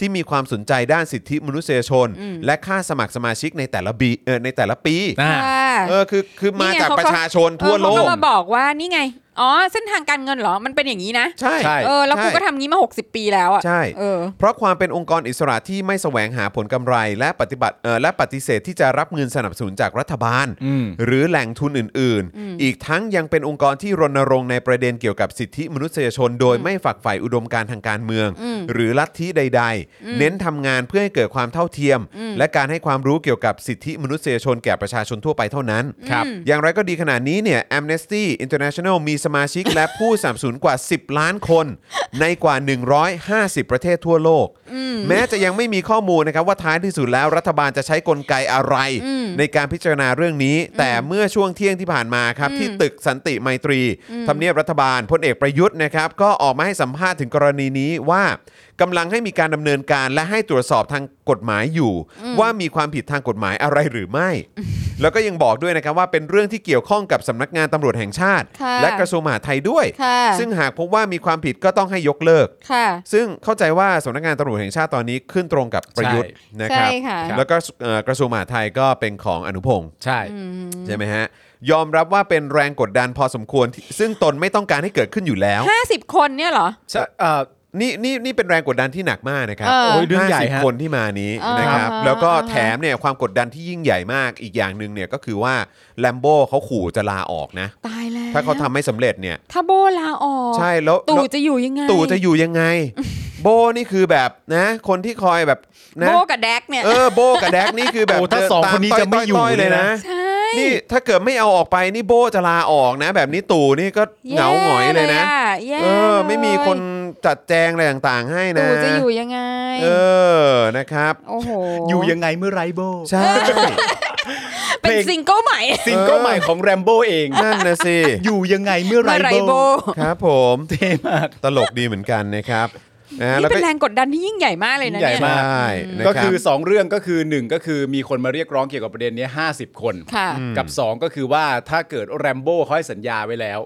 ที่มีความสนใจด้านสิทธิมนุษยชน และค่าสมัครสมาชิกในแต่ละบีเออในแต่ละปี อ่า ค่ะ เออคือคือมา นี่ไง จาก เข ประชาชนทั่วโล เออเขา ก ก็มาบอกว่านี่ไง อ๋อ เส้นทางการเงินเหรอ มันเป็นอย่างนี้นะ ใช่ ใช่ เออ แล้วกูก็ทำงี้มา 60 ปีแล้วอ่ะ ใช่ เออ เพราะความเป็นองค์กรอิสระที่ไม่แสวงหาผลกำไร และปฏิบัติเอ่อและปฏิเสธที่จะรับเงินสนับสนุนจากรัฐบาล อืม หรือแหล่งทุนอื่น ๆ อีกทั้งยังเป็นองค์กรที่รณรงค์ในประเด็นเกี่ยวกับสิทธิมนุษยชน โดยไม่ฝักใฝ่อุดมการณ์ทางการเมือง หรือลัทธิใด ๆ เน้นทำงานเพื่อให้เกิดความเท่าเทียม และการให้ความรู้เกี่ยวกับสิทธิมนุษยชนแก่ประชาชนทั่วไปเท่านั้น ครับ อย่างไรก็ดีขนาดนี้เนี่ย Amnesty International มีสมาชิกและผู้สนับสนุนกว่า 10 ล้านคน ในกว่า 150 ประเทศทั่วโลก แม้จะยังไม่มีข้อมูลนะครับว่าท้ายที่สุดแล้วรัฐบาลจะใช้กลไกอะไร ในการพิจารณาเรื่องนี้ แต่เมื่อช่วงเที่ยงที่ผ่านมาครับ ที่ตึกสันติไมตรีทำเนียบรัฐบาลพลเอกประยุทธ์นะครับ ก็ออกมาให้สัมภาษณ์ถึงกรณีนี้ว่ากำลังให้มีการดำเนินการและให้ตรวจสอบทางกฎหมายอยู่ ว่ามีความผิดทางกฎหมายอะไรหรือไม่ แล้วก็ยังบอกด้วยนะครับว่าเป็นเรื่องที่เกี่ยวข้องกับสำนักงานตำรวจแห่งชาติ ค่ะ และกระทรวงมหาดไทยด้วย ค่ะ ซึ่งหากพบว่ามีความผิดก็ต้องให้ยกเลิก ค่ะ ซึ่งเข้าใจว่าสำนักงานตำรวจแห่งชาติตอนนี้ขึ้นตรงกับประยุทธ์นะค ใช่ รับ ค่ะ แล้วก็เอ่อกระทรวงมหาดไทยก็เป็นของอนุพงศ์ ใช่ ใช่ไหมฮะ ยอมรับว่าเป็นแรงกดดันพอสมควรที่ซึ่งตนไม่ต้องการให้เกิดขึ้นอยู่แล้ว ห้าสิบคนเนี่ยเหรอ ใช่เอ่อ นี่นี่นี่เป็นแรงกดดันที่หนักมากนะครับ เออ โอ้ยเรื่องใหญ่ 50 ฮะ คนที่มานี้ เออ นะครับ เออ แล้วก็ เออ แถมเนี่ยความกดดันที่ยิ่งใหญ่มากอีกอย่างหนึ่งเนี่ยก็คือว่าแลมโบ้เขาขู่จะลาออกนะ ตายแล้ว ถ้าเขาทำไม่สำเร็จเนี่ย ถ้าโบลาออก ใช่แล้ว ตู่ แล้ว จะอยู่ยังไง ตู่จะอยู่ยังไง โบนี่คือแบบนะ คนที่คอยแบบนะ โบกับแดกเนี่ย เออโบกับแดกนี่คือแบบ โอ้ถ้าสองคนนี้จะไม่อยู่ ต้ๆเลยนะ เลยนะ ใช่ นี่ถ้าเกิดไม่เอาออกไปนี่โบจะลาออกนะ แบบนี้ตู่นี่ก็เห แย่ งาหงอยเลยนะ อแย่ เออ ไม่มีคน เลย จัดแจงอะไรต่างๆ ให้นะ ตู่จะอยู่ยังไง เออนะครับ โอ้โห อยู่ยังไงเมื่อไรโบ ใช่เพเป็น ลง ซิงเกิลใหม่ ซิงเกิลใหม่ของแรมโบ้เอง นั่นนะสิ อยู่ยังไงเมื่อ เมื่อ ไร ไหร โบ โบ ครับผม เท่มาก ตลกดีเหมือนกันนะครับนะ นี่ แล้ว เป็ ก็ นแรงกดดันที่ยิ่งใหญ่มากเลยนะ ยิ่งใหญ่ เนี่ย ใช มาก ่นะ ก็ รับ คือ 2 เรื่องก็คือ 1 ก็คือมีคนมาเรียกร้องเกี่ยวกับประเด็นเนี้ย50 คน ค่ะ กับ 2 ก็คือว่าถ้าเกิดแรมโบ้เขาให้สัญญาไว้แล้ว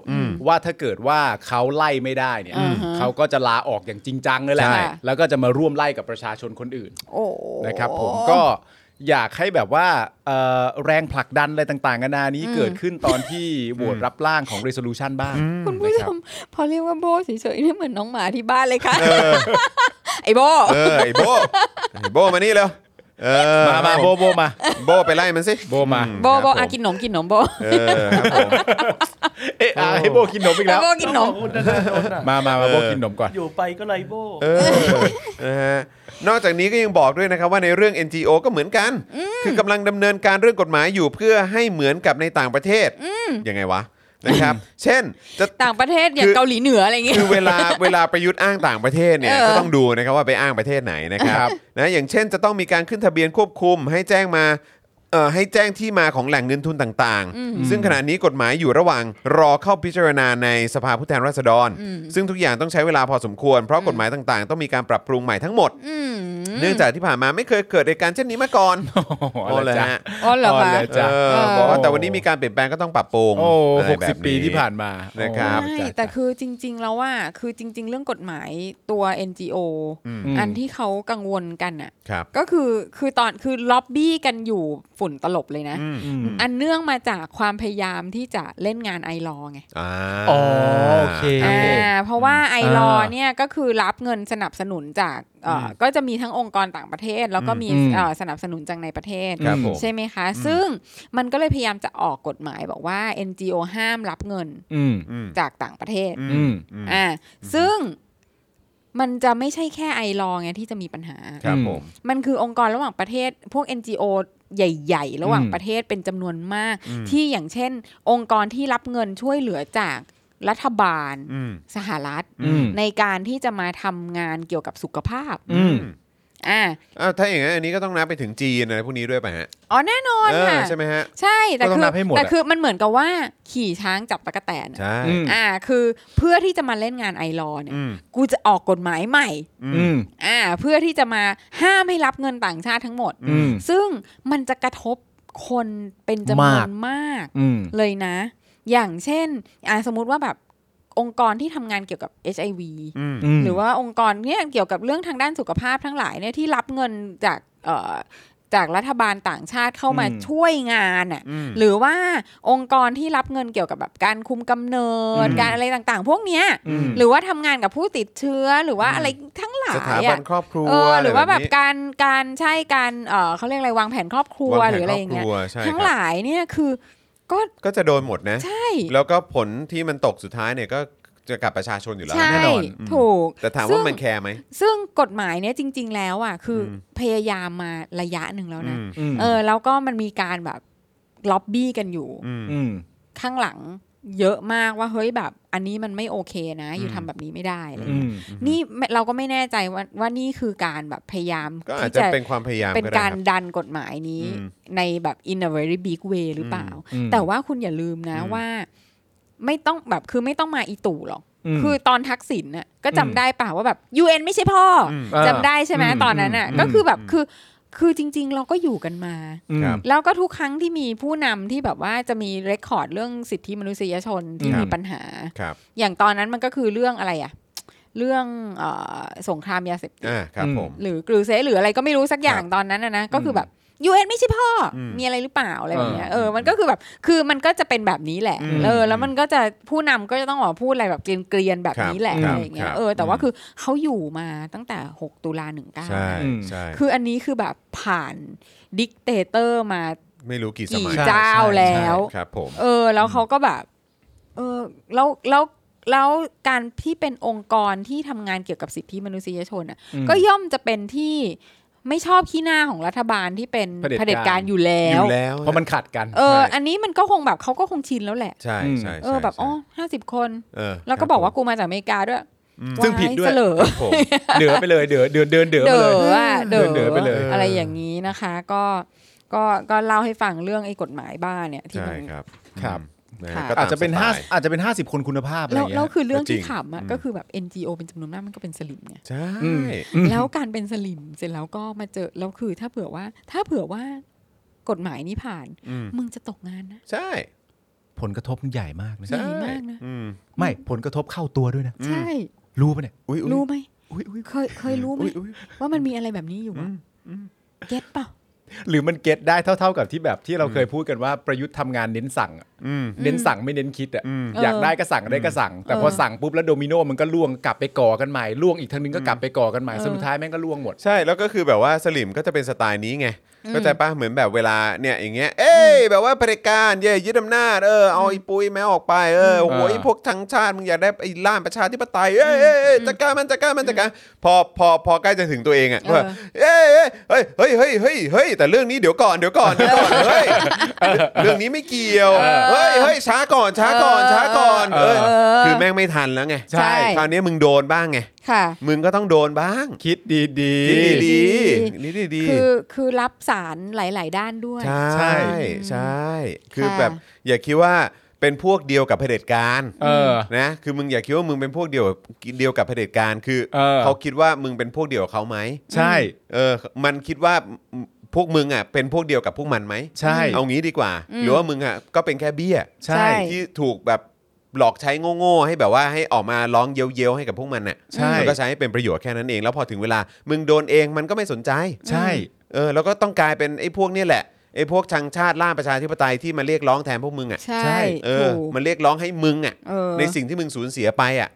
ว่าถ้าเกิดว่าเขาไล่ไม่ได้เนี่ย อือฮะ เขาก็จะลาออกอย่างจริงจังเลยแหละ ใช่ แล้วก็จะมาร่วมไล่กับประชาชนคนอื่น โอ้ นะครับผมก็อยากให้แบบว่าเอ่อแรงผลักดันอะไรต่างๆกันานานี้เกิดขึ้นตอนที่โหวตรับร่างของ resolution บ้าง คุณผู้ชมพอเรียกว่าโบเฉยๆนี่เหมือนน้องหมาที่บ้านเลยค่ะไอ้โบ เออไอ้โบไอ้โบมานี่เร็วเออ มามาโบโบมา โบไปไล่มันสิ โบมา อื โบโบ ครับผม อากินหนมกินหนมโบ เออครับผม เอะอะให้โบกินนมอีกแล้ว โบกินหนม มามามาโบกินนมก่อน อยู่ไปก็ไรโบ เออนะฮะนอกจากนี้ก็ยังบอกด้วยนะครับว่าในเรื่อง NGO ก็เหมือนกัน คือกำลังดำเนินการเรื่องกฎหมายอยู่เพื่อให้เหมือนกับในต่างประเทศยังไงวะนะครับ เช่นจะ ต่างประเทศอย่าง คือ เกาหลีเหนืออะไรเงี้ย คือเวลา เวลาประยุทธ์อ้างต่างประเทศเนี่ย เออ ก็ต้องดูนะครับว่าไปอ้างประเทศไหนนะครับนะอย่างเช่นจะต้องมีการขึ้นทะเบียนควบคุมให้แจ้งมาเอ่อให้แจ้งที่มาของแหล่งเงินทุนต่างๆ ซึ่งขณะนี้กฎหมายอยู่ระหว่างรอเข้าพิจารณาในสภาผู้แทนราษฎร อืม ซึ่งทุกอย่างต้องใช้เวลาพอสมควร เพราะกฎหมายต่างๆ ต้องมีการปรับปรุงใหม่ทั้งหมด อืม เนื่องจากที่ผ่านมาไม่เคยเกิดเหตุการณ์เช่นนี้มาก่อน อ๋อเหรอจ๊ะ ฮะ อ๋อเหรอ อ่อน คะ เลยจ้ะ เออบอกว่าแต่วันนี้มีการเปลี่ยนแปลงก็ต้องปรับปรุง โอ้ อะไร หก แบ สิบบ ปี นี้ ที่ผ่านมา นะครับ ใช่แต่คือจริง ๆ แล้วว่าคือจริง ๆ เรื่องกฎหมายตัว NGO อันที่เขากังวลกันอ่ะ ครับ ก็คือคือตอนคือล็อบบี้กันอยู่ฝุ่นตลบเลยนะ อืม อันเนื่องมาจากความพยายามที่จะเล่นงานไอรอไง อ่า อ๋อโอเค อ่าเพราะว่าไอรอ อ่า เนี่ยก็คือรับเงินสนับสนุนจากเอ่ออก็จะมีทั้งองค์กรต่างประเทศ แล้วก็มี อืม เอ่อสนับสนุนจากในประเทศ ครับผม ใช่ไหมคะ ซึ่งมันก็เลยพยายามจะออกกฎหมายบอกว่า NGO ห้ามรับเงิน อืม อืม จากต่างประเทศ อื อื ม ม อ่า ซึ่งมันจะไม่ใช่แค่ไอรอไงที่จะมีปัญหา ครับ อืม ผม มันคือองค์กรระหว่างประเทศ พวก NGO ใหญ่ ๆ ระหว่าง อืม ประเทศเป็นจำนวนมาก อืม ที่อย่างเช่น องค์กรที่รับเงินช่วยเหลือจากรัฐบาล อืม สหรัฐ อืม ในการที่จะมาทำงานเกี่ยวกับสุขภาพ อืม อ่า อ้าวถ้าอย่างนั้นอันนี้ก็ต้องนับไปถึงจีนอะไรพวกนี้ด้วยป่ะฮะ อ๋อแน่นอน เออ ค่ะ ใช่ไหมฮะ ใช่แต่ ก็ต้องคือ นับให้หมด แต่ อะ คือมันเหมือนกับว่าขี่ช้างจับตะกแตนอะ ใช่ อ่าคือเพื่อที่จะมาเล่นงานไอรอเนี่ย อืม กูจะออกกฎหมายใหม่ อืม อ่าเพื่อที่จะมาห้ามให้รับเงินต่างชาติทั้งหมด อืม ซึ่งมันจะกระทบคนเป็นจำนมาวน ก มาก อืม เลยนะ อย่างเช่นอ่าสมมุติว่าแบบองค์กรที่ทำงานเกี่ยวกับ HIV อืม ม หรือว่าองค์กรเนี่ยเกี่ยวกับเรื่องทางด้านสุขภาพทั้งหลายเนี่ยที่รับเงินจากเอ่อจากรัฐบาลต่างชาติเข้ามา อืม ช่วยงานอ่ะ อืม หรือว่าองค์กรที่รับเงินเกี่ยวกับแบบการคุมกำเนิด อืม การอะไรต่างๆ พวกเนี้ย อืม หรือว่าทำงานกับผู้ติดเชื้อหรือว่า อืม อะไรทั้งหลา สถาย บัน อะ ครอบครัว เออหรือว่าแบบ ะไ การการใช่การเออเขาเรียกอะไรวางแผนครอบครัว วางแผน หรืออะไรอย่างเงี้ย คบควใช่ ทั้ง ค ห รับ ลายเนี่ยคือก็ ก็จะโดนหมดนะ ใช่ แล้วก็ผลที่มันตกสุดท้ายเนี่ยก็จะกับประชาชนอยู่แล้ว ใช่ แน่นอนอืม ถูก แต่ถาม ซึ่ ว่าง มันแคร์ไหม ซึ่งกฎหมายเนี่ยจริง ๆ แล้วอ่ะคืออ ม พยายามมาระยะหนึ่งแล้ว อื นะ ม อืม เออแล้วก็มันมีการแบบล็อบบี้กันอยู่ อืม อืม ข้างหลังเยอะมากว่าเฮ้ยแบบอันนี้มันไม่โอเคนะ อยู่ อืม ทำแบบนี้ไม่ได้อะไร อื เงี้ย ม นี่ไม่เราก็ไม่แน่ใจว่าว่านี่คือการแบบพยายาม ก็อาจ ที่ จะเป็นความพยายาม เป็น ได้ การ คบ ดันกฎหมายนี้ อืม ในแบบ in a very big way หรือเปล่า อืม แต่ว่าคุณอย่าลืมนะ อืม ว่า ไม่ต้องแบบคือไม่ต้องมาอีตู่หรอก ม คือตอนทักษิณน่ะก็จำ อืม ได้ป่าว่าแบบ UN ไม่ใช่พ่ออ อืม จำได้ใช่ไหม อืม ตอนนั้นน่ะ อืม ก็คือแบบ อืม คือคือจริง ๆ เราก็อยู่กันมา ครับ แล้วก็ทุกครั้งที่มีผู้นำที่แบบว่าจะมีเรคคอร์ดเรื่องสิทธิมนุษยชนที่ ครับ มีปัญหา ครับ อย่างตอนนั้นมันก็คือเรื่องอะไรอะเรื่องเออสงครามยาเสพติด อ่าครับ อืม ผม หรือกรูเซหรืออะไรก็ไม่รู้สักอย่าง ครับ ตอนนั้นนะนะก็คือแบบยูเอ็นไม่ใช่พ่ออ ม มีอะไรหรือเปล่าอะไรแบบเนี้ย เออ เออมันก็คือแบบคือมันก็จะเป็นแบบนี้แหละ อืม เออแล้วมันก็จะผู้นำก็จะต้องออกมาพูดอะไรแบบเกลียนๆแบบนี้แหละ ครั อะ บ ไรอย่างเงี้ ค ย รับ เออแต่ว่า อืม คือเขาอยู่มาตั้งแต่ 6 ตุลาหนึ่งเก้า ใช่ อืม ใช่ คืออันนี้คือแบบผ่านดิกเตเตอร์มา ไม่รู้กี่ส กี่ มัย เจ้าแล้ว ครับผม เออ แล้วเขาก็แบบ เออแล้วแล้วแล้วการที่เป็นองค์กรที่ทำงานเกี่ยวกับสิทธิมนุษยชนอ่ะ อืม ก็ย่อมจะเป็นที่ ไม่ชอบขี้หน้าของรัฐบาลที่เป็น เผด็จการ เผด็จการอยู่แล้ อ ว ยู่แล้ว เพราะมันขัดกัน เออ ใช่ อันนี้มันก็คงแบบเขาก็คงชินแล้วแหละ ใช่ใช่ เออ ใช่ แบบอ๋อ ใช่ ห้าสิบคน เออ แล้วก็บอกว่ากูมาจากอเมริกาด้วย ซึ่งผิดด้วย าเสลอ ครับผม เดือไปเลยเดือเดือเดินเดือ เด ไป อ เลย อะเดอ เด๋อไปเลย อะไรอย่างนี้นะคะ ก็ก็ก็เล่าให้ฟังเรื่องไอ้กฎหมายบ้าเนี่ยที่ ใช่ มัน ครับ ครับ อืมนะฮะ ค่ะ ก็ตม อาจจะเป็น สไตล์ ห้าอาจจะเป็นห้าสิบคนคุณภาพอะไรอ แล้ว ย่าง แล้ว เงี้ย คือเรื่องจที่ริง ขำอ่ะก็คือแบบ NGO เป็นจำนวนมากมันก็เป็นสลิมไง ใช่ อืม แล้วการเป็นสลิมเสร็จแล้วก็มาเจอแล้วคือถ้าเผื่อว่า ถ้าเผื่อว่ากฎหมายนี้ผ่าน อืม มึงจะตกงานนะ ใช่ ผลกระทบมันใหญ่มากนะ ใหญ่มากนะ อืม ไม่ผลกระทบเข้าตัวด้วยนะ ใช่ รู้ปะเนี่ย อุ้ย รู้ไหม อุ้ยอุ้ย เคยเคยรู้ไหม อุ๊ยอุ๊ย ว่ามันมีอะไรแบบนี้อยู่อะเก็ตเปล่า หรือมันเก็ตได้เท่า ๆกับที่แบบที่เราเคยพูดกันว่าประยุทธ์ทำงานเน้นสั่งอะ อืม เน้นสั่งไม่เน้นคิดอ่ะ อืม อยากได้ก็สั่งได้ก็สั่ง แต่พอ เออ สั่งปุ๊บแล้วโดมิโนมันก็ล่วงกลับไปก่อกันใหม่ล่วงอีกทางนึงก็กลับไปก่อกันใหม่ เออ สุดท้ายแม่งก็ล่วงหมด ใช่แล้วก็คือแบบว่าสลิมก็จะเป็นสไตล์นี้ไง อืม เข้าใจปะเหมือนแบบเวลาเนี่ยอย่างเงี้ยเอ้ยแบบว่าเผด็จการเย่ยึดอำนาจเออเอาไอ้ปุ้ยแม่ออกไปเออโอ้โห เออ ไอ้พวกทั้งชาติมึงอยากได้ไอ้ล่ามประชาธิปไตยเอ้ยเอ้ยเอ้ยจัดการมันจัดการมันจัดการพอพอพอใกล้จะถึงตัวเองอ่ะ เออ ว่าเอ้ยเอ้ยเฮ้ยเฮ้ยเฮ้ยเฮ้ยเฮ้ยแต่เรื่องนี้เดี๋ยวก่อนเดี๋ยวก่อนเดี๋ยวก่อนเฮ้ยเรื่องนี้ไม่เกี่ยวเฮ้ยเฮ้ยช้าก่อนช้าก่อนช้าก่อนเออคือแม่งไม่ทันแล้วไง ใช่ คราวนี้มึงโดนบ้างไง ค่ะ มึงก็ต้องโดนบ้าง คิดดี คิด ๆ ดี ดี ๆนี่ดีดี คือคือรับสารหลาย ๆ ด้านด้วย ใช่ ใช่ ใช่ใช่ คือแบบอย่าคิดว่าเป็นพวกเดียวกับเผด็จการ เออ นะคือมึงอย่าคิดว่ามึงเป็นพวกเดียวกับเดียวกับเผด็จการคือ เออ เขาคิดว่ามึงเป็นพวกเดียวกับเขาไหม ใช่ เออมันคิดว่าพวกมึงอ่ะเป็นพวกเดียวกับพวกมันไหม ใช่ เอางี้ดีกว่า อืม หรือว่ามึงอ่ะก็เป็นแค่เบี้ย ใช่ ที่ถูกแบบหลอกใช้โง่ๆให้แบบว่าให้ออกมาร้องเย้ยวๆให้กับพวกมันน่ะ ใช่ มันก็ใช้ให้เป็นประโยชน์แค่นั้นเอง แล้วพอถึงเวลามึงโดนเองมันก็ไม่สนใจ ใช่ เออแล้วก็ต้องกลายเป็นไอ้พวกเนี่ยแหละไอ้พวกชังชาติล่าประชาธิปไตยที่มาเรียกร้องแทนพวกมึงอ่ะ ใช่ เออ ถูก มันเรียกร้องให้มึงอ่ะ เออ ในสิ่งที่มึงสูญเสียไปอ่ะ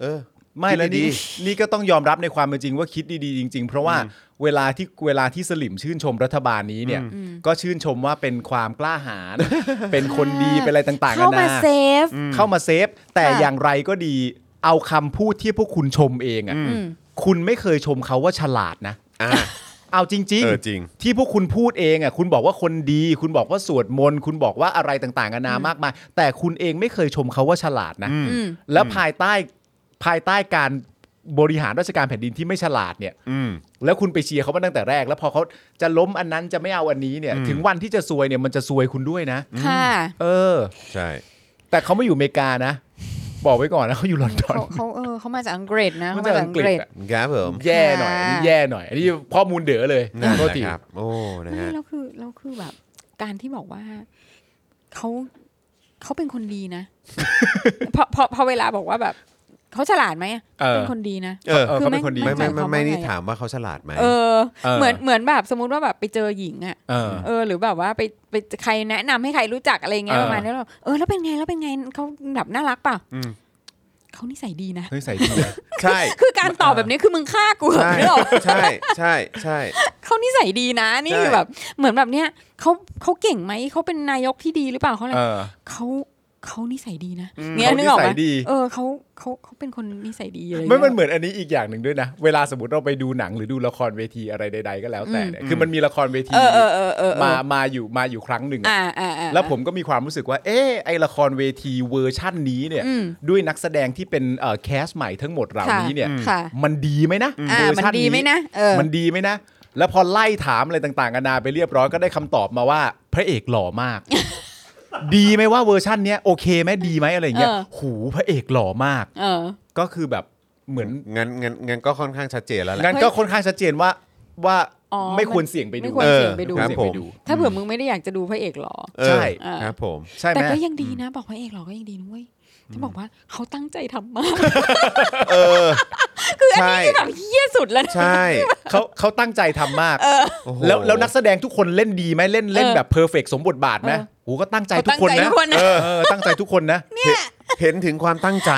เออ ไม่แล้วนี่ คิดดี นี่ก็ต้องยอมรับในความเป็นจริงว่าคิดดีๆจริง ๆ เพราะว่าเวลาที่เวลาที่สลิมชื่นชมรัฐบาลนี้เนี่ย อืม ก็ชื่นชมว่าเป็นความกล้าหาญ เป็นคนดีเป็นอะไรต่างๆ เข้ามา นา เซฟ เข้ามาเซฟ แต่ ค่ะ อย่างไรก็ดีเอาคำพูดที่พวกคุณชมเองอะ อืม อืม คุณไม่เคยชมเขาว่าฉลาดนะ อ่ะ เอาจริง เออจริง ที่พวกคุณพูดเองอะคุณบอกว่าคนดี คุณบอกว่าสวดมนต์คุณบอกว่าอะไรต่างๆนานามากมาย แต่คุณเองไม่เคยชมเขาว่าฉลาดนะ อืม แล้วภายใต้ภายใต้การบริหารราชการแผ่นดินที่ไม่ฉลาดเนี่ย อืม แล้วคุณไปเชียร์เขามาตั้งแต่แรก แล้วพอเขาจะล้มอันนั้นจะไม่เอาอันนี้เนี่ย ถึงวันที่จะซวยเนี่ยมันจะซวยคุณด้วยนะ ค่ะ เออ ใช่ แต่เขาไม่อยู่อเมริกานะ บอกไว้ก่อนนะเขาอยู่ลอนดอน เขาเขาเออเขามาจากอังกฤษนะเขา เขามามาจา จาก กอั อัง ง ก ก ฤ ฤ ษ ษ ครับผม แย่หน่อยอันนี้แย่หน่อยอันนี้ข้อมูลเด๋อเลย นั่นแห โทษ ละ ที ครับโอ้นะ ไม่ ฮะ แล้วคือแล้วคือแบบ การที่บอกว่าเขาเขาเป็นคนดีนะ พอพอพอเวลาบอกว่าแบบเขาฉลาดไหมอะ เออ เป็นคนดีนะ เออ เขาเป็น แม่ง คนดี ไม่ แง ไม่ หายคว ไม่ ว่ ไม่ ง นี่ อะ ถามว่าเขาฉลาดไหม เออ เออ เหมือนเหมือนแบบสมมติว่าแบบไปเจอหญิงอ่ะ เออ เออ หรือแบบว่าไปไปใครแนะนำให้ใครรู้จักอะไรเงี้ย เออ ประมาณนี้เราเออแล้วเป็นไงแล้วเป็นไงเขาแบบน่ารักเปล่า อืม เขานิสัยดีนะ เฮ้ยใส่ดีนะ ใช่ คือการตอบแบบนี้คือมึงฆ่ากูเหรอ ใช่ เนี่ยหรอ ใช่ใช่ใช่ เขานิสัยดีนะ นี่ ใช่ คือแบบเหมือนแบบเนี้ยเขาเขาเก่งไหมเขาเป็นนายกที่ดีหรือเปล่าเขาอะไร เออ เขาเขานิสัยดีนะเนี่ยนึกออก เขานิ ไหม สัยดี เออเขาเขาเขาเป็นคนนิสัยดีอะไรอย่าง ไม่ เลย มันเหมือนอันนี้อีกอย่างหนึ่งด้วยนะ เวลาสมมติเราไปดูหนังหรือดูละครเวทีอะไรใด ๆ ก็แล้วแต่เนี่ยคือมันมีละครเวที เออเออเออเออเออ มามาอยู่มาอยู่ครั้งหนึ่งอะ อ่าอ่าอ่า แล้วผมก็มีความรู้สึกว่า เออไอละครเวทีเวอร์ชั่นนี้เนี่ย อืม ด้วยนักแสดงที่เป็นเอ่อแคสใหม่ทั้งหมดเหล่านี้เนี่ย ค่ะอืมค่ะ มันดีไหมนะ อ่า เวอร์ชั มันดีไหมนะเออ มันดีไหมนะ แล้วพอไล่ถามอะไรต่างๆกันานาไปเรียบร้อยก็ได้คำตอบมาว่า พระเอกหล่อ มาก ดีไหมว่าเวอร์ชันเนี้ยโอเคไหมดีไหมอะไรอย่างเงี้ย หูพระเอกหล่อมาก เออ ก็คือแบบเหมือน งั้นงั้นงั้นก็ค่อนข้างชัดเจนแล้วแหละ งั้นก็ค่อนข้างชัดเจนว่าว่า อ๋อ ไม่ควร มัน เสี่ยงไปดู ไม่ควรเสี่ยงไปดู เออครับผม เสี่ยงไปดู ถ้าเผื่อมึงไม่ได้อยากจะดูพระเอกหรอ เออ ใช่ ครับผม ใช่ไห แต่ ม ก็ยังดีนะ บอกพระเอกหรอก็ยังดีนะเว้ยจะบอกว่าเขาตั้งใจทำมาก เออ คืออัน ใช่ นี้แบบเฮี้ยสุดแล้วนะ ใช่ เขาเขาตั้งใจทำมาก โอ้โห แล้วแล้วนักแสดงทุกคนเล่นดีไหมเล่นเล่น เออ แบบเพอร์เฟกสมบทบาทไหม เออ โอ้ก็ตั้งใจทุกคน ตั้งใจทุ นะ กคนนะ เออเออตั้งใจทุกคนนะ เห็นถึงความตั้งใจ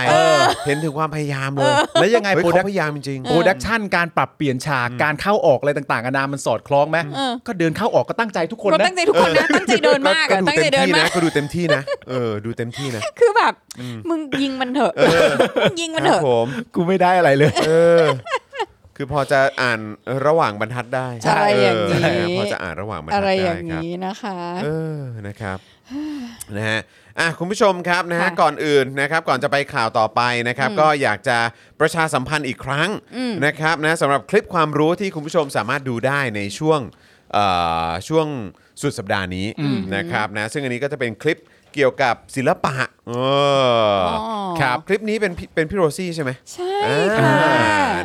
เห็นถึงความพยายามเลย แล้วยังไง เฮ้ย โปรดั เขา ก พยายามจริงๆ โปรดักชันการปรับเปลี่ยนฉากการเข้าออกอะไรต่างๆนานามันสอดคล้องไหม เออ ก็เดินเข้าออกก็ตั้งใจทุกคน เขา นะ ตั้งใจทุกคนนะตั้งใจเดินมากอะตั้งใจเดินมาก ก็ดูเต็มที่นะ เออ ดูเต็มที่นะ คือแบบมึงยิงมันเถอะมึงยิงมัน ค เถ รับ อะ ผม กูไม่ได้อะไรเลย เออ คือพอจะอ่านระหว่างบรรทัดได้ ใช่อะไรอย่างนี้ เพอจะอ่านระหว่างบรรทัด อะไรอย่าง ด้ครับ นี้นะคะ เออ นะครับ นะฮะ อ่ะ คุณผู้ชมครับนะฮะ ค่ะ ก่อนอื่นนะครับ ก่อนจะไปข่าวต่อไปนะครับ ก็อยากจะประชาสัมพันธ์อีกครั้ง อืม นะครับนะสำหรับคลิปความรู้ที่คุณผู้ชมสามารถดูได้ในช่วงเอ่อช่วงสุดสัปดาห์นี้นะครับนะ ซึ่งอันนี้ก็จะเป็นคลิปเกี่ยวกับศิลปะเอออ อ ครับ คลิปนี้เป็นพี่เป็นพี่โรซี่ใช่ไหม ใช่ อ่า ค่ะ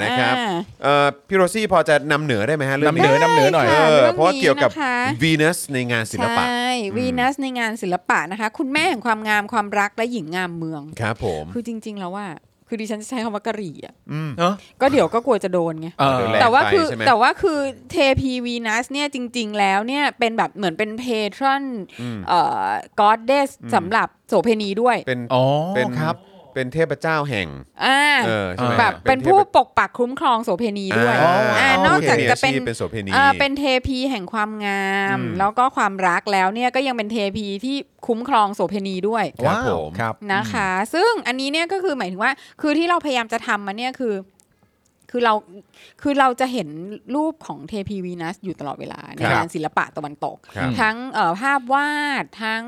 นะครับ อ่า เอ่อพี่โรซี่พอจะนำเหนือได้ไหมฮะรื่อง นำเหนือนำเหนือหน่อย ได้ เอ ค่ะ อ เรื่องนี้ เพราะว่าเกี่ยวกับ นะคะ วีนัสในงานศิลปะ ใช่วีนัสในงานศิลปะนะคะ คุณแม่แห่งความงามความรักและหญิงงามเมือง ครับผม คือจริง ๆ แล้วว่า คือดิฉันจะใช้คำว่ากะหรี่อ่ะ เนอะ ก็เดี๋ยวก็กลัวจะโดนไง เออ รง แต่ว่าคือ ไปใช่ไหม แต่ว่าคือเทพีวีนัสเนี่ยจริง ๆ แล้วเนี่ยเป็นแบบเหมือนเป็นเพทรอน อืม เอ่อก็อดเดสสำหรับโสเพณีด้วย เป็น อ๋อ เป็น ครับ เป็นเทพเจ้าแห่ง อ่า เออใช่ไหม แบบเป็น ทพ ผู้ปกปักคุ้มครองโสเพณีด้วย อ่า อ่า โเคน อกจากจะเป็น มีอชีพเป็นโสเภณี อ่าเป็นเทพีแห่งความงาม อืม แล้วก็ความรักแล้วเนี่ยก็ยังเป็นเทพีที่คุ้มครองโสเพณีด้วย ครับ ว้า ผ ว ม ครับ นะคะ ซึ่งอันนี้เนี่ยก็คือหมายถึงว่า คือที่เราพยายามจะทำมาเนี่ยคือ คือเราคือเราจะเห็นรูปของเทพีวีนัสอยู่ตลอดเวลาใน ครับ งานศิลปะตะวันตก ครับ ทั้งเอ่อภาพวาดทั้ง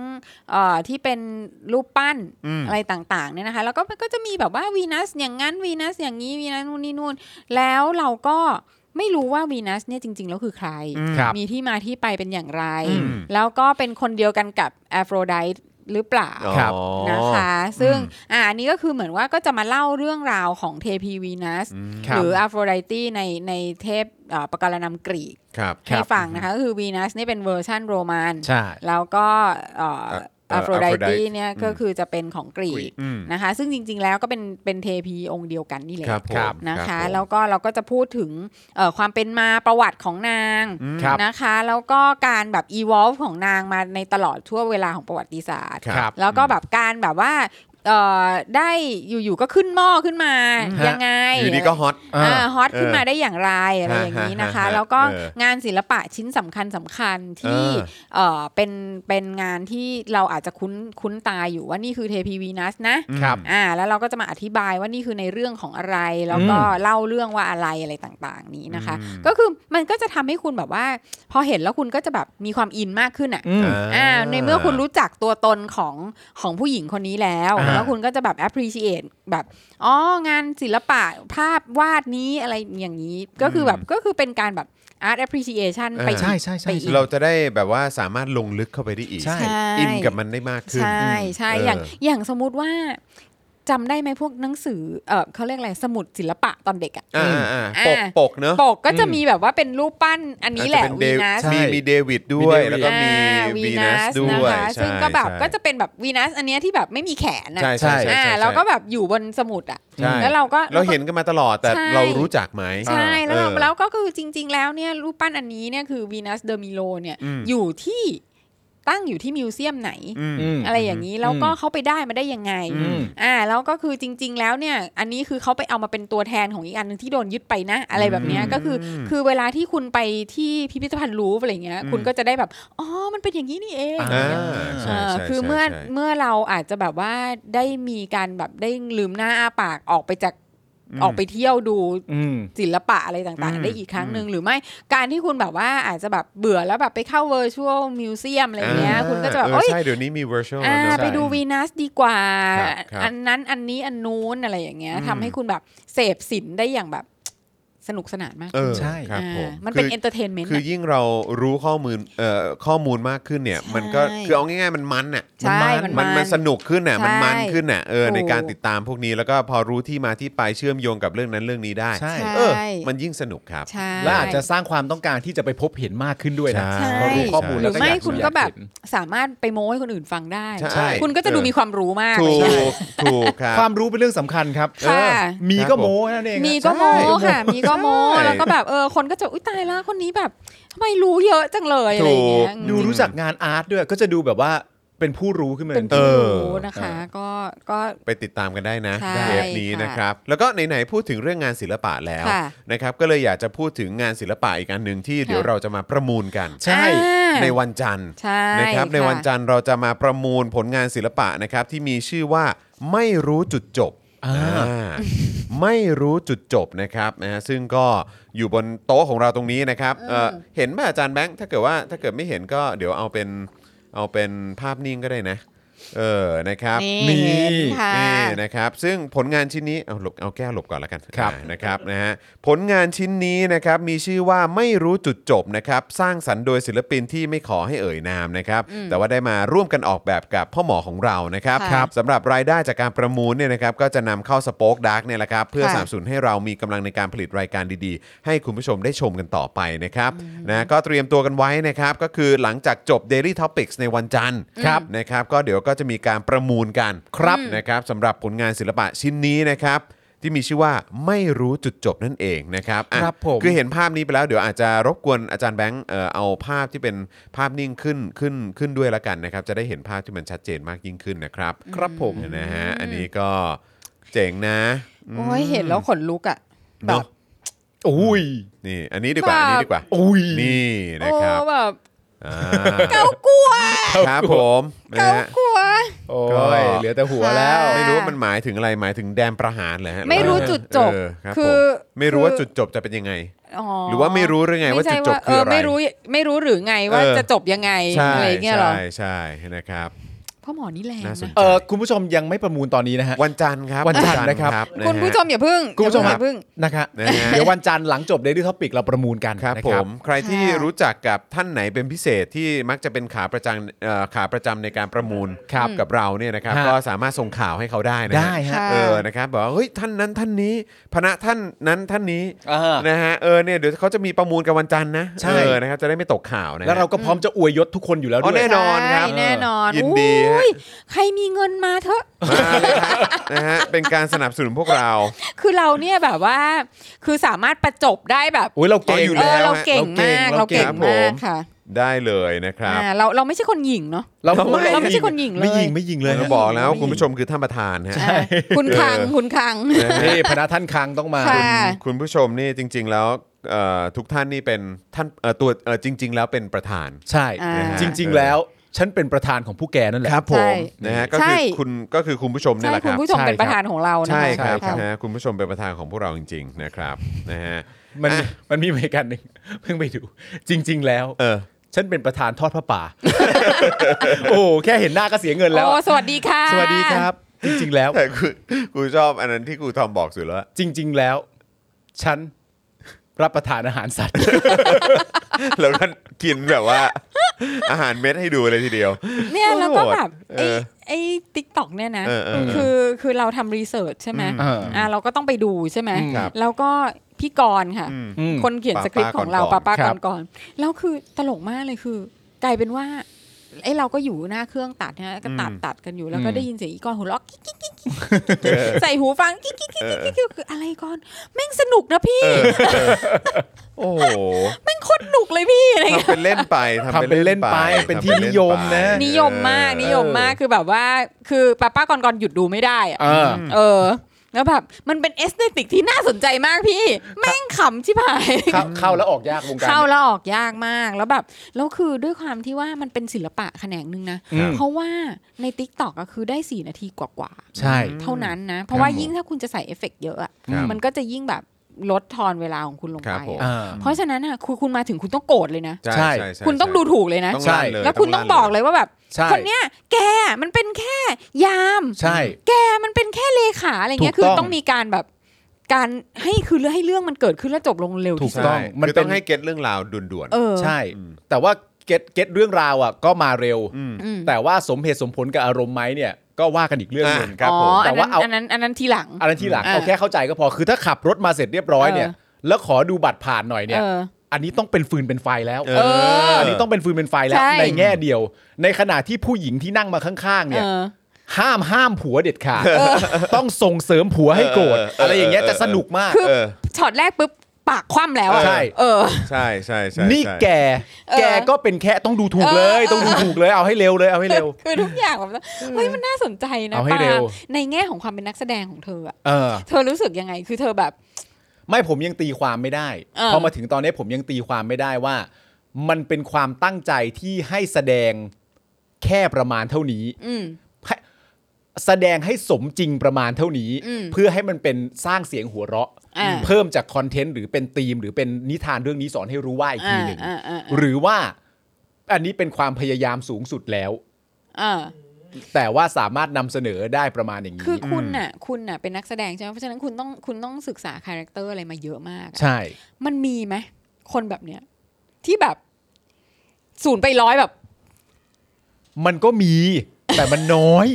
เอ่อที่เป็นรูปปั้น อืม อะไรต่างๆเนี่ยนะคะ แล้วก็มันก็จะมีแบบว่าวีนัสอย่างนั้นวีนัสอย่างนี้วีนัสนู่นนี่นู่น แล้วเราก็ไม่รู้ว่าวีนัสเนี่ยจริง ๆ แล้วคือใคร ครับ มีที่มาที่ไปเป็นอย่างไร อืม แล้วก็เป็นคนเดียวกันกับแอฟโรไดต์หรือเปล่า อ๋อ ครับ นะคะ ซึ่งอ่าอันนี้ก็คือเหมือนว่าก็จะมาเล่าเรื่องราวของเทพีวีนัส ค ห รับ รืออ p ฟโรไดตี้ในในเทพเอ่อปการนำกรีก ครับ ครับ ให้ฟังนะคะ ก็คือวีนัสนี่เป็นเวอร์ชั่นโรมัน ใช่ แล้วก็ อ่ะเอ่ อั อ ฟโรได Aphrodite ตีเนี่ยก็คือจะเป็นของกรี กรี ก กอืม นะคะ ซึ่งจริงๆแล้วก็เป็นเป็นเทพีองค์เดียวกันนี่แหละ ครับผม นะ รั คะ บผม แล้วก็เราก็จะพูดถึงเอ่อความเป็นมาประวัติของนาง อืม ครับ นะคะ แล้วก็การแบบ evolve ของนางมาในตลอดทั่วเวลาของประวัติศาสตร์ ครับ แล้วก็แบบการแบบว่าเอ่อได้อยู่ๆก็ขึ้นหม้อขึ้นมา อืมฮะ ยังไง อยู่ดีก็ฮอต อ่า อ่าฮอตขึ้นมา เออ ได้อย่างไรอะไรอย่างนี้นะคะ ฮะฮะฮะ แล้วก็ เออง านศิลปะชิ้นสำคัญสำคัญที่ เออ เอ่อเป็นเป็นงานที่เราอาจจะคุ้นคุ้นตาอยู่ว่านี่คือเทพีวีนัสนะครับ อ่าแล้วเราก็จะมาอธิบายว่านี่คือในเรื่องของอะไร แล้วก็เล่าเรื่องว่าอะไรอะไรต่างๆ นี้นะคะ ก็คือมันก็จะทำให้คุณแบบว่า พอเห็นแล้วคุณก็จะแบบมีความอินมากขึ้นอ่ะ อืม อ่าในเมื่อคุณรู้จักตัวตนของของผู้หญิงคนนี้แล้ว อ่า แล้วคุณก็จะแบบ appreciate แบบอ๋องานศิลปะภาพวาดนี้อะไรอย่างนี้ ก็คือแบบก็คือเป็นการแบบ art appreciation ไป เออ อีก ใช่ใช่ใช่ ไปอีก เราจะได้แบบว่าสามารถลงลึกเข้าไปได้อีก ใช่ ใช่ อินกับมันได้มากขึ้น ใช่ใช่ เอออ อย่างอย่างสมมุติว่าจำได้ไหมพวกหนังสือเออเขาเรียกอะไรสมุดศิลปะตอนเด็กอะ อ่าอ่าปกปกเนอะ ปกก็จะมีแบบว่าเป็นรูปปั้นอันนี้แหละ อาจจเป็เด วี วิด นัส มี ใช่ มีเดวิดด้วย แล้วก็มี อ่า วีนัสด้วย นะคะ ใช่ ซึ่งก็แบบ ใช่ ก็จะเป็นแบบวีนัสอันเนี้ยที่แบบไม่มีแขนอะ ใช่ใช่ใช่ อ่า ใช่ แล้วก็แบบอยู่บนสมุดอ่ะ ใช่ แล้วเราก็ เราเห็นกันมาตลอดแต่ ใช่ เรารู้จักไหม ใช่แล้วเรา เออ แล้วก็คือจริง ๆ แล้วเนี่ยรูปปั้นอันนี้เนี่ยคือวีนัสเดอร์มิโลเนี่ย อืม อยู่ที่ตั้งอยู่ที่มิวเซียมไหน อืม ม อะไรอย่างนี้แล้วก็เขาไปได้มาได้ยังไง อืม อ่าแล้วก็คือจริง ๆ แล้วเนี่ยอันนี้คือเขาไปเอามาเป็นตัวแทนของอีกอันหนึงที่โดนยึดไปนะ อะไรแบบเนี้ยก็คือคือเวลาที่คุณไปที่พิพิธภัณฑ์ลูฟอะไรเงี้ย คุณก็จะได้แบบอ๋อมันเป็นอย่างนี้นี่เอง อ่า เอ ใช่ อ ใช่ คือ ใช่ เมื่อ ใช่ เมื่อเราอาจจะแบบว่าได้มีการแบบได้ลืมหน้าอ้าปากออกไปจากออกไปเที่ยวดู อืม ศิลปะอะไรต่าง อืม ๆ ได้อีกครั้งหนึ่งหรือไม่การที่คุณแบบว่าอาจจะแบบเบื่อแล้วแบบไปเข้า virtual museum อะไรเงี้ย า คุณก็จะแบบ เออ โอ๊ย ใช่ เดี๋ยวนี้มี virtual อ่า แล้วนะ ไปดูวีนัสดีกว่า ครับครับ อันนั้นอันนี้อันนู้นอะไรอย่างเงี้ยทำให้คุณแบบเสพสินได้อย่างแบบสนุกสนานมาก เออ ใช่ ครับ อ่า ผม มันเป็น คือ entertainment คือ อะ ยิ่งเรารู้ข้อมูลเอ่อข้อมูลมากขึ้นเนี่ย ใช่ มันก็คือเอาง่ายๆมันมันน่ะ ใช่มันมัน มันสนุกขึ้นน่ะมันมัน ใช่ ขึ้นน่ะเออใน ถูก การติดตามพวกนี้แล้วก็พอรู้ที่มาที่ไปเชื่อมโยงกับเรื่องนั้นเรื่องนี้ได้ ใช่ ใช่ เออมันยิ่งสนุกครับ ใช่ และอาจจะสร้างความต้องการที่จะไปพบเห็นมากขึ้นด้วยนะ ใช่ พอรู้ข้อมูล ห แล้ รื ว อ ก็ ไม่ อยากรู้ คุณก็แบบ อยาเห็น สามารถไปโม้ให้คนอื่นฟังได้ ใช่ คุณก็จะดู เออ มีความรู้มาก ถู อะไรอย่างเงี้ย กถูกครับ ความรู้เป็นเรื่องสำคัญครับ ค่ะ เออมีก็โม้นั่นเอง มีก็โม้ ใช่ ค่ะ มีก็โม้ ใช่ แล้วก็แบบเออคนก็จะอุ้ยตายละคนนี้แบบทำไมรู้เยอะจังเลยอะไรอย่างเงี้ย ดูรู้จักงานอาร์ตด้วย ก็จะดูแบบว่าเป็นผู้รู้ขึ้นมา เป็น ทันที ผู้ เอ รู้ อ นะคะ ก็ก็ ไปติดตามกันได้นะ ใช่ เทปนี้ ค่ะ นะครับ แล้วก็ไหนๆพูดถึงเรื่องงานศิลปะแล้ว ค่ะ นะครับก็เลยอยากจะพูดถึงงานศิลปะอีกอันหนึ่งที่เดี๋ยว ค่ะ เราจะมาประมูลกัน ใช่ อ่า ในวันจันทร์ ใช่ นะครับในวัน ค่ะ จันทร์เราจะมาประมูลผลงานศิลปะนะครับที่มีชื่อว่าไม่รู้จุดจบ อ่า อ่าไม่รู้จุดจบนะครับนะฮะซึ่งก็อยู่บนโต๊ะของเราตรงนี้นะครับเอ่อเห็นป่ะอาจารย์แบงค์ถ้าเกิดว่าถ้าเกิดไม่เห็นก็เดี๋ยวเอาเป็นเอาเป็นภาพนิ่งก็ได้นะ เออนะครับ นี่ นี่ เห็นค่ะ นี่นะครับซึ่งผลงานชิ้นนี้เอาหลบเอาแก้วหลบก่อนแล้วกัน ครับ อ่านะครับนะฮะผลงานชิ้นนี้นะครับมีชื่อว่าไม่รู้จุดจบนะครับสร้างสรรค์โดยศิลปินที่ไม่ขอให้เอ่ยนามนะครับแต่ว่าได้มาร่วมกันออกแบบกับพ่อหมอของเรานะครับ ค่ะครับ สำหรับรายได้จากการประมูลเนี่ยนะครับก็จะนำเข้าสป็อคดักเนี่ยแหละครับเพื่อ ค่ะ สนับสนุนให้เรามีกำลังในการผลิตรายการดีๆ ให้คุณผู้ชมได้ชมกันต่อไปนะครับนะก็เตรียมตัวกันไว้นะครับก็คือหลังจากจบ Daily Topics ในวันจันทร์ ครับ นะครับก็เดี๋ยวก็จะมีการประมูลกัน ครับ นะครับสำหรับผลงานศิลปะชิ้นนี้นะครับ ที่มีชื่อว่าไม่รู้จุดจบนั่นเองนะครับอ่ะ ครับผม คือเห็นภาพนี้ไปแล้วเดี๋ยวอาจจะรบกวนอาจารย์แบงค์เอ่อเอาภาพที่เป็นภาพนิ่งขึ้นขึ้นขึ้นด้วยละกันนะครับ จะได้เห็นภาพที่มันชัดเจนมากยิ่งขึ้นนะครับ ครับผม นะฮะอันนี้ก็เจ๋งนะ โอ้ยเห็นแล้วขนลุกอ่ะแบ เนอะบอุ้ย นี่ อันนี้ดีกว่าอันนี้ดีกว่า อุ้ย นี่ โอ้ นะครับ แบบ อ่า เกากลัว ครับผมนะ เกา ฮะ กลัว โอ้ ก็ ยเหลือแต่หัวแล้ว ค่ะ ไม่รู้ว่ามันหมายถึงอะไรหมายถึงแดนประหารเหรอฮะ ไม่รู้จุดจบ เออครับผคือ มไม่รู้ว่า คือ จุดจบจะเป็นยังไง อ๋อ หรือว่าไม่รู้หรือไงว่าจุม่ใช่ ดจบ เอ คือ อ อะไร ไม่รู้ไม่รู้หรือไงว่า เออ จะจบยังไง ใช่ อะไรเงี้ยเหรอ ใช่ใช่นะครับ พ่อหมอนี่แรง น่าสน นะ เออคุณผู้ชมยังไม่ประมูลตอนนี้นะฮะ วันจันทร์ครับ วันจันทร์นะครับ นะฮะ คุณผู้ชมอย่าพึ่ง คุณผู้ชม อย่าเพึ่ง นะคะ นะฮะ เดี๋ยววันจันทร์หลังจบ Daily Topic เราประมูลกัน ครับ นะ ผมใครที่ ค่ะ รู้จักกับท่านไหนเป็นพิเศษที่มักจะเป็นขาประจำเอ่อขาประจำในการประมูล ครับ กับเราเนี่ยนะครับ ฮะ ก็สามารถส่งข่าวให้เขาได้นะ ได้ ฮะ ฮะ ค่ะ เออนะครับบอกว่าเฮ้ยท่านนั้นท่านนี้พนะท่านนั้นท่านนี้ เออ นะฮะเออเนี่ยเดี๋ยวเขาจะมีประมูลกันวันจันทร์นะ ใช่ เออนะครับจะได้ไม่ตกข่าวนะฮะ แล้วเราก็พร้อมจะอวยยศทุกคนอยู่แล้ว อ๋ ด้ อ วย แน่นอนครับ ใช่แน่นอน ยินดีฮะ อุ๊ยใครมีเงินมาเถอะ มาเลยฮะนะฮะเป็นการสนับสนุนพวกเรา คือเราเนี่ยแบบว่า คือสามารถประจบได้แบบ โอ้ยเราเก่ง เอาอยู่ เอ แล้วอเราเก่งมากเราเก่ง ครับผม าก ม ค่ะ ได้เลยนะครับ อ่าเราเราไม่ใช่คนหญิงเนาะ เรา เราไม่ใช่คนหญิงเลย ไม่ยิงไม่ยิงเลย เราบอกแล้วคุณผู้ชมคือท่านประธานฮะ อ่าคุณคังคุณคัง นี่พนักท่านคลังต้องมา ค่ะ คุณผู้ชมนี่จริง ๆ แล้วเอ่อทุกท่านนี่เป็นท่านเอ่อตัวเอ่อจริง ๆ แล้วเป็นประธาน ใช่ อ่า จริง ๆ แล้ว ฉันเป็นประธานของผู้แกนั่นแหละ ครับผ ใช่ มนะฮะก็ ใช่ คือคุณก็คือคุณผู้ชมเนี่ย ใช่ แหละค คุณ รับ ผู้ชมเป็นประธานของเรานะะ ใช่ครับ ะ นะฮะคุณผู้ชมเป็นประธานของพวกเราจริง ๆ นะครับนะฮะ มันมันมีเหมือนกันหนึ่ง เพิ่งไปดู จริง ๆ แล้ว เออ ฉันเป็นประธานทอดผ้าป่ า โอ้โหแค่เห็นหน้าก็เสียเงินแล้ว โอ้สวัสดีค่ะ สวัสดีครับ จริง ๆ แล้ว แต่กูกูชอบอันนั้นที่กูทอมบอกสุดแล้ว จริง ๆ แล้ว ฉันรับประทานอาหารสัตว์ แล้วก็กินแบบว่า อาหารเม็ดให้ดูเลยทีเดียว เนี่ยแล้วก็แบบ เอ ไอ้ อ ไอ้ทิกตอกเนี่ยนะ เออเออเออ คือคือเราทำรีเสิร์ชใช่ไหม อืม อ่าเราก็ต้องไปดูใช่ไหม ครับ แล้วก็พี่กรณ์ค่ะ อืม อืม คนเขียนสคริปต์ของเรา ป้า ป้า ป้าก่ป้าอก่อน นก่อนแล้วคือตลกมากเลยคือ กลายเป็นว่าไอ้เราก็อยู่หน้าเครื่องตัดนะฮะก็ตัดตัดกันอยู่แล้วก็ได้ยินเสียงอีกอนหัวเราะกิ๊กกิ๊กกิ๊กกิ๊กใส่หูฟังกิ๊กกิ๊กกิ๊กกิ๊กกิ๊กคืออะไรก่อนแม่งสนุกนะพี่ โอ้โห แม่งโคตรหนุกเลยพี่อะไรอย่างเงี้ย ทำเป็นเล่นไป ทำเป็นเล่นไปเป็นที่นิยมนะ นิยมมากนิยมมากคือแบบว่าคือป้าป้าก่อนก่อนๆหยุดดูไม่ได้อะ เออ เออ แล้วแบบมันเป็นเอสเตติกที่น่าสนใจมากพี่ แม่งขำชิบหาย เข้าเข้าแล้วออกยากวงการ เข้าแล้วออกยากมากแล้วแบบแล้วคือด้วยความที่ว่ามันเป็นศิลปะแขนงหนึ่งนะ อืม เพราะว่าใน t ิ k t o k ก็คือได้ 4 นาทีกว่า ใช่ ๆ เท่านั้นนะ เพราะว่ายิ่งถ้าคุณจะใส่เอฟเฟกต์เยอะอะ ครับ มันก็จะยิ่งแบบลดทอนเวลาของคุณลง ครับ ไป ผม อะ อ่า เพราะฉะนั้นอ่ะคือคุณมาถึงคุณต้องโกรธเลยนะ ใช่ ใช่ ใช่ใช่ คุณต้องดูถูกเลยนะ ต้องลั่ใช่นเย แล้วคุณต้องบอกเลยว่าแบบ ใช่ คนเนี้ยแกมันเป็นแค่ยาม ใช่ แกมันเป็นแค่เลขาอะไรเงี้ย ถูก คือ ต้อง ต้องมีการแบบการให้คือให้เรื่องมันเกิดขึ้นและจบลงเร็ว ถู ที่ ก สุด ต้อง ใช่ มัน คือ เป็น ต้องให้เก็ตเรื่องราวด่วน เออ ใช่ แต่ว่าเก็ตเก็ตเรื่องราวอ่ะก็มาเร็ว อืม แต่ว่าสมเหตุสมผลกับอารมณ์ไหมเนี่ยก็ว่ากันอีกเรื่องหนึ่ง อ่ะ ครับ อ๋อ ผม อั แต่ น ว่า นั้น เอา อันนั้นอันนั้นทีหลัง อันนั้นที่หลัง อ่ะ เอาแค่เข้าใจก็พอคือถ้าขับรถมาเสร็จเรียบร้อยเนี่ย เออ แล้วขอดูบัตรผ่านหน่อยเนี่ย เออ อันนี้ต้องเป็นฟืนเป็นไฟแล้ว เอออั นนี้ต้องเป็นฟืนเป็นไฟแล้ว ใช่ ในแง่เดียว ในขณะที่ผู้หญิงที่นั่งมาข้างๆ เอ เนี่ย อ ห้ามห้ามผัวเด็ดขาดต้องส่งเสริมผัวให้โกรธ เออเออเอออ อะไรอย่างเงี้ยจะสนุกมาก คื ๆ เออ ช็อตแรกปุ๊บปากคว่ำแล้วอะ ใช่ เออ ใช่ใช่ใช่ นี่ ใช่ แก เออ แกก็เป็นแค่ต้องดูถูก เออ เลย เออ ต้องดูถูกเลยเอาให้เร็วเลยเอาให้เร็ว คือทุกอย่างแบบเฮ้ยมันน่าสนใจนะ เอาให้ ปา เร็ ล์ ว มในแง่ของความเป็นนักแสดงของเธออะ เออ เธอรู้สึกยังไง คือเธอแบบ ไม่ผมยังตีความไม่ได้ เออ พอมาถึงตอนนี้ผมยังตีความไม่ได้ว่า มันเป็นความตั้งใจที่ให้แสดงแค่ประมาณเท่านี้ อืม ให้ แสดงให้สมจริงประมาณเท่านี้ อืม เพื่อให้มันเป็นสร้างเสียงหัวเราะ อ่า เพิ่มจากคอนเทนต์หรือเป็นธีม หรือเป็นนิทานเรื่องนี้สอนให้รู้ว่าอีกทีหนึ่ง อ่าอ่าอ่า หรือว่าอันนี้เป็นความพยายามสูงสุดแล้ว อ่า แต่ว่าสามารถนำเสนอได้ประมาณอย่างนี้ คือคุณน่ะ คุณน่ะเป็นนักแสดงใช่ไหมเพราะฉะนั้นคุณต้องคุณต้องศึกษาคาแรคเตอร์อะไรมาเยอะมากอะ ใช่ มันมีไหมคนแบบเนี้ย ที่แบบศูนย์ไปร้อยแบบ มันก็มี แต่มันน้อย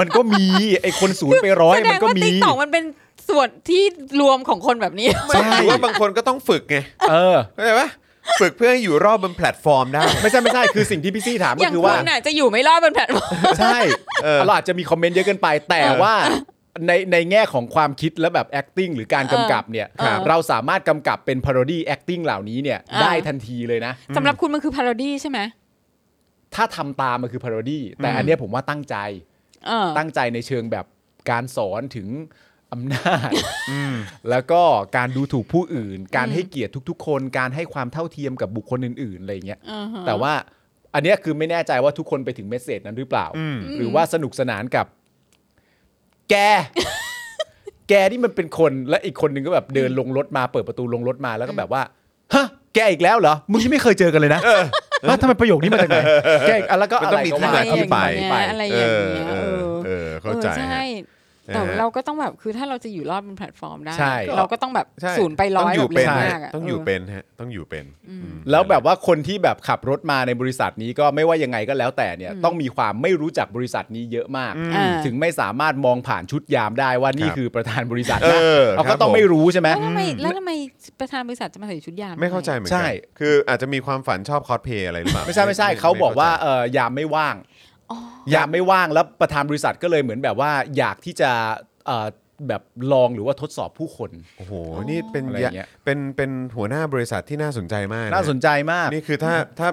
มันก็มีไอ้คนศูนย์ไปร้อย แสด มัน ง ก็ ว่า มี ติ๊กต็อกมันเป็นส่วนที่รวมของคนแบบนี้ ไม่ถือว่าบางคนก็ต้องฝึกไง เออ เข้าใจปะฝึกเพื่อให้อยู่รอบบนแพลตฟอร์มได้ ไม่ใช่ไม่ใช่คือสิ่งที่พี่ซี่ถาม อ ก็ ย่าง คือ คุ ว่า ณน่ะจะอยู่ไม่รอดบนแพลตฟอร์ม ใช่ เออ เราอาจจะมีคอมเมนต์เยอะเกินไป แต่ว่าในในแง่ของความคิดและแบบ acting หรือการกำกับเนี่ย เออ เราสามารถกำกับเป็น parody acting เหล่านี้เนี่ย อ่า ได้ทันทีเลยนะ สำหรับคุณมันคือพาราดี้ใช่ไหม ถ้าทำตามมันคือ parody แต่อันเนี้ยผมว่าตั้งใจ เออ ตั้งใจในเชิงแบบการสอนถึงอำนา จ แล้วก็การดูถูกผู้อื่น การให้เกียรติทุก ๆ คน การให้ความเท่าเทียมกับบุคคลอื่นๆอะไรอย่างเงี้ย แต่ว่าอันเนี้ยคือไม่แน่ใจว่าทุกคนไปถึงเมสเซจนั้นหรือเปล่า หรือว่าสนุกสนานกับ แก แกนี่มันเป็นคนและอีกคนนึงก็แบบเดินลงรถมาเปิดประตูลงรถมาแล้วก็แบบว่าฮะแกอีกแล้วเหรอมึงที่ไม่เคยเจอกันเลยนะฮะทำไมประโยคนี้มาจากไหนแกอีกอ่ะแล้วก็ มัน อะ ต้ ไร องมี ก็ ที่ ว่า มาที่ไป อะไรอย่างเงี้ย เอ เอ อ อ เออเข้าใจ ออ ฮะ ใช่ แต่เราก็ต้องแบบคือถ้าเราจะอยู่รอดบนแพลตฟอร์มได้ ใช่ เราก็ต้องแบบ ใช่ ศูนย์ไปร้อย ต้งอยู่ แบบ เป็ เร็ น ว ฮะ มากะ ต้องอยู่เป็นฮะต้องอยู่เป็นอืม แล้วแบบว่าคนที่แบบขับรถมาในบริษัทนี้ก็ไม่ว่ายังไงก็แล้วแต่เนี่ยต้องมีความไม่รู้จักบริษัทนี้เยอะมาก เออ ถึงไม่สามารถมองผ่านชุดยามได้ว่านี่ ครับ คือประธานบริษัท เอ นะ อ เขา ครั ก็ บ ต้อง ผม ไม่รู้ใช่ไหม แล้วทำไมแล้วทำไมประธานบริษัทจะมาใส่ชุดยาม ไม่เข้าใจเหมือน ใช่ กันคืออาจจะมีความฝันชอบคอสเพย์อะไรหรือเปล่า ไม่ใช่ไม่ใช่เขาบอกว่าเออยามไม่ว่างยามไม่ว่างแล้วประธานบริษัทก็เลยเหมือนแบบว่าอยากที่จะเอ่อแบบลองหรือว่าทดสอบผู้คน โอ้โหนี่เป็น อะไรอย่างเงี้ย เป็นเป็นหัวหน้าบริษัทที่น่าสนใจมากะ น่าสนใจมาก นี่คือถ้าถ้า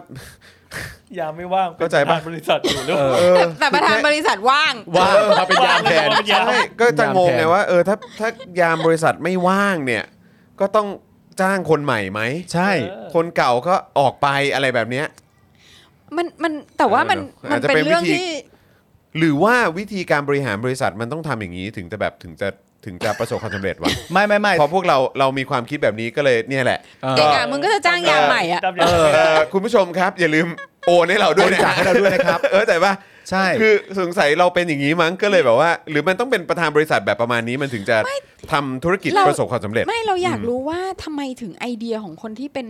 ยามไม่ว่าง เข้าใจปะ ป็นบริษัทอยู่หรือเปล่า แต่แต่ประธานบริษัทว่าง ว่างมาเป็นยามแทน เป็นยาม ใช่ก็จะงงไง ยามแทน ว่าเออถ้าถ้ายามบริษัทไม่ว่างเนี่ย ก็ต้องจ้างคนใหม่ไหม ใช่ คนเก่าก็ออกไปอะไรแบบเนี้ย มันมันแต่ว่ามัน เออเนอะ มัน อาจจะ เป็เป็นนเรื่อง วิธี ที่ หรือว่าวิธีการบริหารบริษัทมันต้องทำอย่างนี้ถึงจะแบบถึงจะถึงจะประสบความสำเร็ จวะ ไม่ไม่ไม่ พอพวกเราเรามีความคิดแบบนี้ก็เลยเนี่ยแหละ เออ เก่งอ่ะมึงก็จะจ้างยามใหม่อ่ะ จำยาม เอ่อคุณผู้ชมครับ อย่าลืมโอนให้เราด้วยนะ บริจาคให้เราด้วยนะครับ เออแต่ว่า ใช่ คือสงสัยเราเป็นอย่างนี้มั้งก็เลยแบบว่า หรือมันต้องเป็นประธานบริษัทแบบประมาณนี้มันถึงจะทำธุรกิจ เรา ประสบความสำเร็จ ไม่เราอยากรู้ว่าทำไมถึงไอเดียของคนที่เป็น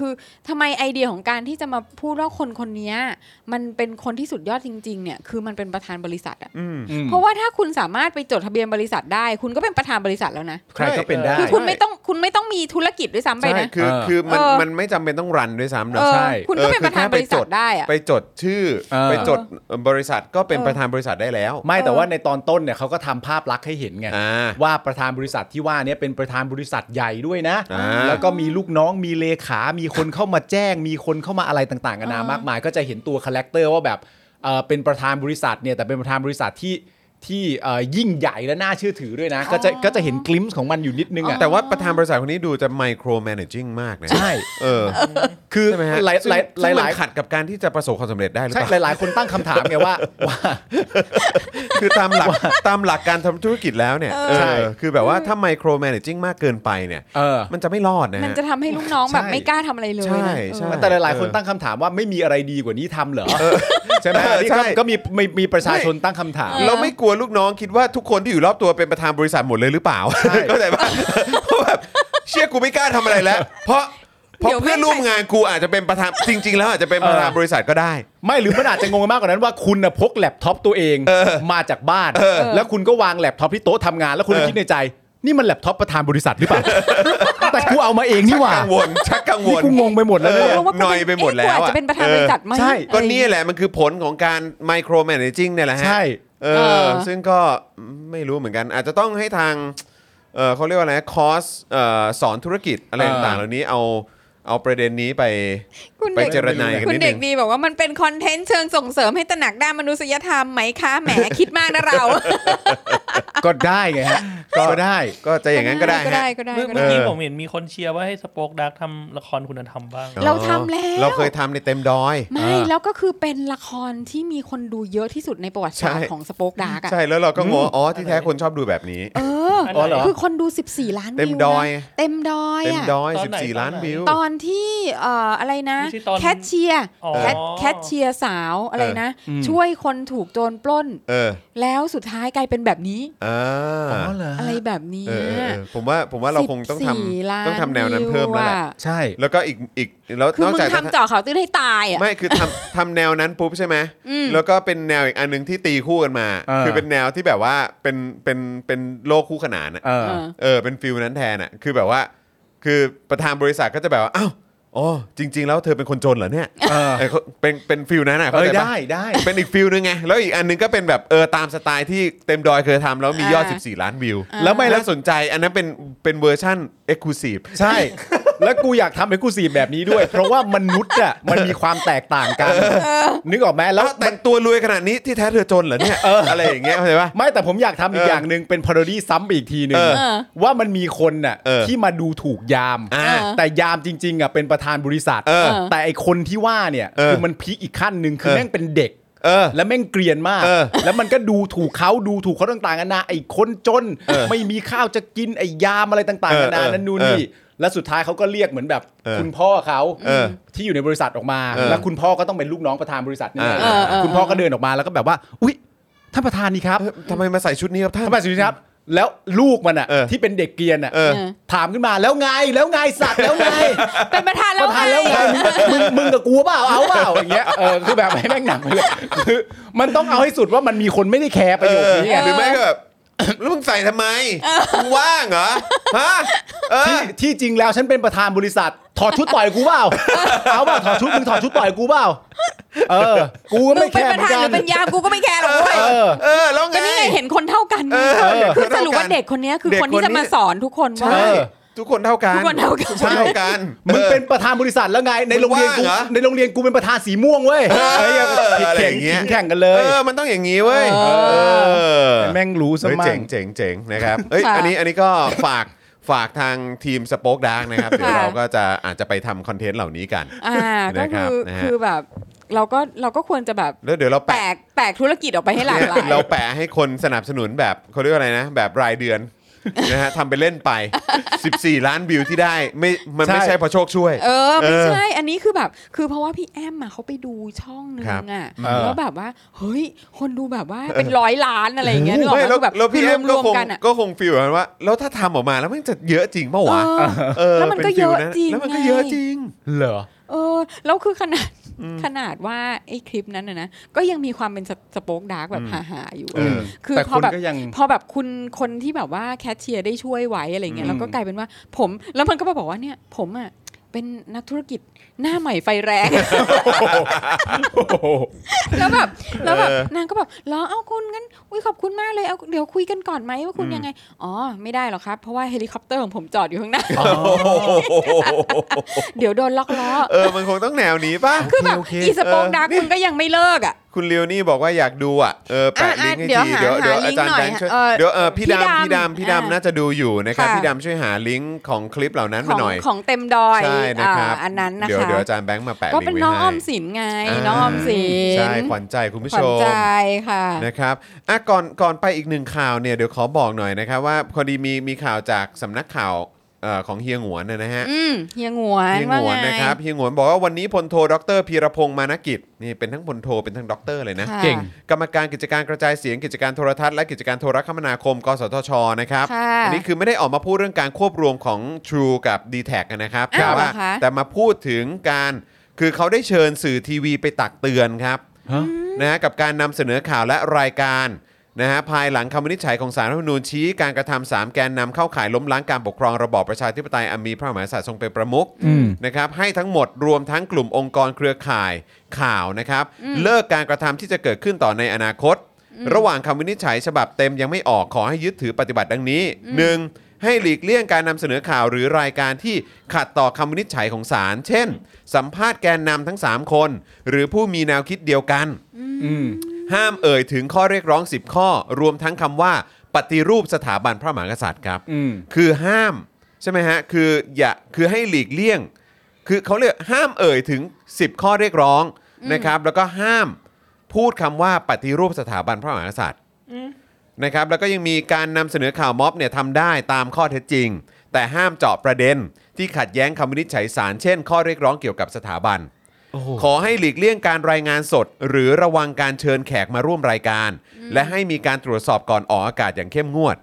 คือทำไมไอเดียของการที่จะมาพูดว่าคนคนเนี้ยมันเป็นคนที่สุดยอดจริง ๆ เนี่ย คือมันเป็นประธานบริษัทอ่ะ อืม เพราะว่าถ้าคุณสามารถไปจดทะเบียนบริษัทได้ คุณก็เป็นประธานบริษัทแล้วนะ ใครก็เป็นได้ คือคุณไม่ต้องคุณไม่ต้องมีธุรกิจด้วยซ้ำไป ใช่ นะ คือ เออ คือมัน เออ มันไม่จำเป็นต้องรันด้วยซ้ำ เอ เนาะ อ ใช่ คุณก็เป็นประธานบริษัทได้อ่ะ ไปจดชื่อ เออ ไปจดบริษัทก็เป็น เออ ประธานบริษัทได้แล้ว ไม่แต่ว่าในตอนต้นเนี่ยเขาก็ทำภาพลักษณ์ให้เห็นไง อ่า ว่าประธานบริษัทที่ว่าเนี่ยเป็นประธานบริษัทใหญ่ด้วยนะ อ่า แล้วก็มีลูกน้องมีเลขา มีคนเข้ามาแจ้ง มีคนเข้ามาอะไรต่างๆกันานา อ่าม มากมาย ก็จะเห็นตัวคาแรคเตอร์ว่าแบบเอ่อเป็นประธานบริษัทเนี่ยแต่เป็นประธานบริษัทที่ที่เอ่อยิ่งใหญ่และน่าเชื่อถือด้วยนะ ก็จะก็จะเห็นกลิมส์ของมันอยู่นิดนึงอ่ะ แต่ว่าประธานบริษัทคนนี้ดูจะไมโครแมネจิ้งมากนะ ใช่ เออ คือ ใช่ไหมฮะ หลายหลายห ซึ่ ลางย มั ห น ลาย ขัดกับการที่จะประสบความสำเร็จได้หรือเปล่าใช่หลายหลายคนตั้งคำถามไงว่าว่า คือตามหลักตามหลักการทำธุรกิจแล้วเนี่ยเออ ใช่ คือแบบว่าถ้าไมโครแมเนจิ้งมากเกินไปเนี่ย เออ มันจะไม่รอดนะ มัน ฮะ จะทำให้ลูกน้องแบบ ใช่ ไม่กล้าทำอะไรเลย ใช่ นะ ใช่ เออ แต่หลายๆ คนตั้งคำถามว่าไม่มีอะไรดีกว่านี้ทำเหรอใช่ไหมอันนี้ก็ ใช่ ก็มีมีมีประชาชนตั้งคำถาม เออ เราไม่กลัวลูกน้องคิดว่าทุกคนที่อยู่รอบตัวเป็นประธานบริษัทหมดเลยหรือเปล่า ใช่ เข้าใจปะเพราะแบบเชื่อกูไม่กล้าทำอะไรแล้ว เพราะเพราะ เดี๋ยวไม่ เพื่อนร่วมงานกูอาจจะเป็นประธานจริง ๆ แล้วอาจจะเป็นประธานบริษัทก็ได้ ไม่หรือมันอาจจะงงมากกว่านั้นว่าคุณน่ะพกแล็ปท็อปตัวเองมาจากบ้าน แล้วคุณก็วางแล็ปท็อปที่โต๊ะทำงาน แล้วคุณก็ เออ คิดในใจ นี่มันแล็ปท็อปประธานบริษัทหรือเปล่า แต่กูเอามาเองนี่หว่า กังวลชักกังว นี่ ล กูงงไปหมดแล้วเนี่ย เพราะว่ากู หน่อยไปหมดแล้วอะ เอ๊ะกูอาจจะเป็นประธานบริษัทไหม เออใช่ ก็เนี่ยแหละมันคือผลของการไมโครแมเนจิ้งเนี่ยแหละฮะ ใช่ เอ เอ อ อ ซึ่งก็ไม่รู้เหมือนกัน อาจจะต้องให้ทางเออเขาเรียกว่าอะไรคอร์สเออสอนธุรกิจอะไร เออ ต่างๆเหล่านี้เอา เอาประเด็นนี้ไป คุณ ไป เด็ก เจรนายกัน คุณ นิดนึ เด็ก ง ดีบอกว่ามันเป็นคอนเทนต์เชิงส่งเสริมให้ตระหนักด้านมนุษยธรรมไหมคะแหม คิดมากนะเรา ก็ได้ไงฮะ ก็ได้ ก็จะอย่างนั้นก็ได้ ก็ ฮะ ได้ก็ได้ เมื่อ ก็ เมื่ ได้ อกี้ เออ ผมเห็นมีคนเชียร์ว่าให้สป o อคดักทำละครคุณธรรมบ้าง เราทำแล้ว เราเคยทำในเต็มดอย ไม่แล้วก็คือเป็นละครที่มีคนดูเยอะที่สุดในประวัติศาสต ใช่ ร์ของสป o อ e ดาร์กอะ ใช่แล้วเราก็งงว่าอ๋อที่แท้คนชอบดูแบบนี้ เออ อ๋อเหรอ คือคนดู 14 ล้านวิวนะ เต็มดอย เต็มดอย เต็ม อะ ดอย ตอนไหน 14 ล้านวิว ตอนที่เอ่ออะไรนะ ไม่ใช่ตอน แคทเชียร์ อ๋อ แคทแคทเชียร์สาวอะไรนะ ช่วยคนถูกโจรปล้น เออ แล้วสุดท้ายกลายเป็นแบบนี้ อ่า อ๋อเหรอ อะไรแบบเนี้ เอย อเออเออผมว่าผมว่าเราคงต้องท 14ล้า ำต้องทำแนวนั้นเพิ่มแล้วแหละ วิอะ ใช่ แล้วก็อีกอีกแล้ว คือน อก มึง จาก ทำเจ่อเขาวตื้นให้ตายอ่ะ ไม่คือทำทำแนวนั้นปุ๊บใช่ไหมแล้วก็เป็นแนวอีกอันหนึงที่ตีคู่กันมา า คือเป็นแนวที่แบบว่าเป็นเป็นเป็นโลกคู่ขนานอะ เออ เออเป็นฟิลนั้นแทนอ่ะคือแบบว่า คือประธานบริษัทก็จะแบบว่าอ้าวอ๋อจริง ๆ แล้วเธอเป็นคนจนเหรอเนี่ย เออ เออเขาเป็นเป็นฟิลนั้นอ่ะ เอ เข้า อ ใจปะ ได้ได้ เป็นอีกฟิลนึงไงแล้วอีกอันนึงก็เป็นแบบเออตามสไตล์ที่เต็มดอยเคยทำแล้วมียอด อ่า 14 ล้านวิว แล้วไม่แล้ว น่าสนใจอันนั้นเป็นเป็นเวอร์ชั่น Exclusive ใช่ แล้วกูอยากทำเอ็กซ์คลูซีฟแบบนี้ด้วย เพราะว่ามนุษย์อ่ะมันมีความแตกต่างกัน นึกออกไหมแล้ แล้ว วแต่งตัวรวยขนาดนี้ที่แท้เธอจนเหรอเนี่ยอะไรอย่างเงี้ยเข้าใจปะ ไม่แต่ผมอยากทำอีกอย่างหนึ่งเป็นพาร o ดี้ซ้ำไปอีกทีหนึ่ง เออ ว่ามันมีคนน่ะ เออ ที่มาดูถูกยาม อ่า แต่ยามจริงๆอ่ะเป็นประธานบริษัท เออ แต่ไอคนที่ว่าเนี่ย เออ คือมันพีคอีกขั้นหนึ่งคือ เออ แม่งเป็นเด็ก เออ แล้วแม่งเกรียนมาก เออ แล้วมันก็ดูถูกเขาดูถูกเขาต่างๆกันานาไอ้คนจน เออ ไม่มีข้าวจะกินไอ้ยามอะไรต่าง เอ ๆ อ กันานา เออ นั่นนู่นนี่แล้วสุดท้ายเขาก็เรียกเหมือนแบบ เออ คุณพ่อเขา เออ ที่อยู่ในบริษัทออกมา เออ แล้วคุณพ่อก็ต้องเป็นลูกน้องประธานบริษัทนี่แหละ เออเออเออ คุณพ่อก็เดินออกมาแล้วก็แบบว่า อุ๊ยท่านประธานนี่ครับ เออทำไมมาใส่ชุดนี้ครับท่าน ท่านประธานสิครับ แล้วลูกมันอ่ะ เออ ที่เป็นเด็กเกรียนอ่ะ เออ ถามขึ้นมาแล้วไงแล้วไงสัตว์แล้วไง เป็นประธานแล้ ประวไง ธานแล้วไงมึงมึงกับกูเปล่าเอาเปล่าอย่างเงี้ยเออคือแบบให้แม่งหนักไปเลยคือมันต้องเอาให้สุดว่ามันมีคนไม่ได้แคร์ประโยคนี้ เออหรือไม่ก็แบบ แล้วมึงใส่ทำไมมึงว่างเหรอฮะเออที่ที่จริงแล้วฉันเป็นประธานบริษัท ถอดชุดต่อยกูเปล่าเอาเปล่าถอดชุดมึงถอดชุดต่อยกูเปล่าเออ กูก็ มึ ไม่ ง แค เป็น ร์ ป เห ระ มือนกันธานหรือเป็นยามกูก็ไม่แคร์หรอกเว้ย เออ เออแล้วไง ก็นี่ไงเห็นคนเท่ากันไง เออ คือสรุป เท่ากั ว่านเด็กคนเนี้ยคือ เด็ก คนที่ คน จะมา นี้ สอนทุกคนว่า ใช่ เออ ทุกคนเท่ากัน ทุกคนเท่ากัน ทุกคนเท่ากัน มึงเป็น ออ ประธานบริษัทแล้วไง ในโรงเรียนกู มึงว่างเหรอ ในโรงเรียนกูเป็นประธานสีม่วงเว้ยเฮ้ยผิด อะไร แข่ อง ย่าง กิ เงี้ย นแข่งกันเลย เออมันต้องอย่างงี้เว้ย เอ เออ แม่งรู้ซะ เฮ้ย มั่ เจ๋ ง งเจ๋งเจ๋งนะครับเอ้ย ค่ะ อันนี้อันนี้ก็ฝากฝากทางทีมสป็อกดาร์กนะครับ เดี๋ยว ค่ะ เราก็จะอาจจะไปทำคอนเทนต์เหล่านี้กัน อ่าก็ นะครั คื บ อ นะฮะ คือแบบเราก็เราก็ควรจะแบบ แล้วเดี๋ยวเรา แปล แปะ กแปลกธุรกิจออกไปให้หลากหลาย เราแปะให้คนสนับสนุนแบบเขาเรียกว่าอะไรนะ แบบรายเดือน นะฮะทำไปเล่นไป 14 ล้านวิวที่ได้ไม่มันไม่ ใช่ ใช่เพราะโชคช่วย เออไม่ เออ ใช่อันนี้คือแบบ คือเพราะว่าพี่แอมมาเขาไปดูช่องนึง ครับ อ่ะ เออ แล้วแบบว่าเฮ้ยคนดูแบบว่าเป็นร้อยล้านอะไรอย่างเงี้ยนึกออก ไม่ ไหม แล้ว คือแบบ แล้วพี่ คือ แอม ร ก็ วม คง ๆกันอ่ะ ก็คงฟีลแบบนั้นว่า แล้วถ้าทำออกมาแล้วมันจะเยอะจริงเมื่อวะ เออ เออ แล้วมันก็ ป็ฟิ เยอะจริง แล้วมันก็ ไง เยอะจริง เหรอ เออแล้วคือขนาดขนาดว่าไอ้คลิปนั้นนะนะก็ยังมีความเป็นสสโป๊กดาร์กแบบหาหาๆอยู่ เออ คือ แต่ พอแบคบนก็ยัง พอแบบคุณคนที่แบบว่าแคชเชียร์ได้ช่วยไว้อะไรเงี้ยแล้วก็กลายเป็นว่าผมแล้วมันก็มาบอกว่าเนี่ยผมอ่ะเป็นนักธุรกิจหน้าใหม่ไฟแรง แล้วแบบแล้วแบบ เออน างก็แบบเหรอเอาคุณงั้นอุ้ยขอบคุณมากเลยเอาเดี๋ยวคุยกันก่อนไหมว่าคุณยังไงอ๋อไม่ได้หรอกครับเพราะว่าเฮลิคอปเตอร์ของผมจอดอยู่ข้างหน้า เดี๋ยวโดนล็อกล้อ เออมันคงต้องแนวนี้ป่ะ คือแบบ โอเค อีสโปกดาร์กคุณก็ยังไม่เลิกอ่ะ คุณเลียวนี่บอกว่าอยากดูอ่ะเออแปะ อ่ะ ลิงก์ให้ที อ่ะเดี๋ เดี๋ย ยววหา เดี๋ยว หาอางจารย์ลิก์หน่ แบ องยค์ช่วย เอ่อ เดี๋ยวเออพี่ พี่ ดำ ดำ พี่ดำพี่ อ่ะ ดำน่าจะดูอยู่นะครับ ค่ะ พี่ดำช่วยหาลิงก์ของคลิปเหล่านั้น ข มา อง หน่อย ของเต็มดอย ใช่นะครับ อ่าอันนั้นนะ เดี๋ยว คะ เดี๋ยวอาจารย์แบงค์มาแปะ ก็ ลิง เป็น ก์ไว้ให้ น้องออมสินไงน้องออมสิน ใช่ขวัญใจคุณผู้ ขวั ช ญ ม ใจค่ะ นะครับอ่ะก่อนก่อนไปอีกหนึ่งข่าวเนี่ยเดี๋ยวขอบอกหน่อยนะครับว่าพอดีมีมีข่าวจากสำนักข่าวเอ่อของเฮียหงวนนะนะฮะ อืมเฮียหงวน เฮียห ว่าง วน ไง นะครับเฮียหงวนบอกว่าวันนี้พลโทดรพีรพงศ์มานกิจนี่เป็นทั้งพลโทเป็นทั้งด็อกเตอร์เลยนะ ค่ะ เก่ง กรรมการกิจการกระจายเสียงกิจการโทรทัศน์และกิจการโทรคมนาคม กสทชนะครับ ค่ะ อันี้คือไม่ได้ออกมาพูดเรื่องการควบรวมของ True กับ d t แทนะครับ อ้าว แต่ว่า เหรอคะ แต่มาพูดถึงการคือเขาได้เชิญสื่อทีวีไปตักเตือนครับ ฮะ นะฮะกับการนำเสนอข่าวและรายการนะฮะภายหลังคำวินิจฉัยของสารรัฐธรรมนูญชี้การกระทำสามแกนนำเข้าข่ายล้มล้างการปกครองระบอบประชาธิปไตยอันมีพระมหากษัตริย์ทรงเป็นประมุข อืม นะครับให้ทั้งหมดรวมทั้งกลุ่มองค์กรเครือข่ายข่าวนะครับ เลิกการกระทำที่จะเกิดขึ้นต่อในอนาคต ระหว่างคำวินิจฉัยฉบับเต็มยังไม่ออกขอให้ยึดถือปฏิบัติดังนี้ 1. ให้หลีกเลี่ยงการนำเสนอข่าวหรือรายการที่ขัดต่อคำวินิจฉัยของศาลเช่น สัมภาษณ์แกนนำทั้ง 3 คน หรือผู้มีแนวคิดเดียวกัน อืม ห้ามเอ่ยถึงข้อเรียกร้อง 10 ข้อ รวมทั้งคำว่าปฏิรูปสถาบันพระมหากษัตริย์ครับ อืม คือห้ามใช่ไหมฮะคืออย่าคือให้หลีกเลี่ยง คือเขาเรียกห้ามเอ่ยถึง 10 ข้อเรียกร้องนะครับ แล้วก็ห้ามพูดคำว่าปฏิรูปสถาบันพระมหากษัตริย์นะครับ แล้วก็ยังมีการนำเสนอข่าวม็อบเนี่ยทำได้ตามข้อเท็จจริง แต่ห้ามเจาะประเด็น ที่ขัดแย้งคำวินิจฉัยศาลเช่น ข้อเรียกร้องเกี่ยวกับสถาบัน ขอให้หลีกเลี่ยงการรายงานสด หรือระวังการเชิญแขกมาร่วมรายการ และให้มีการตรวจสอบก่อนออกอากาศอย่างเข้มงวด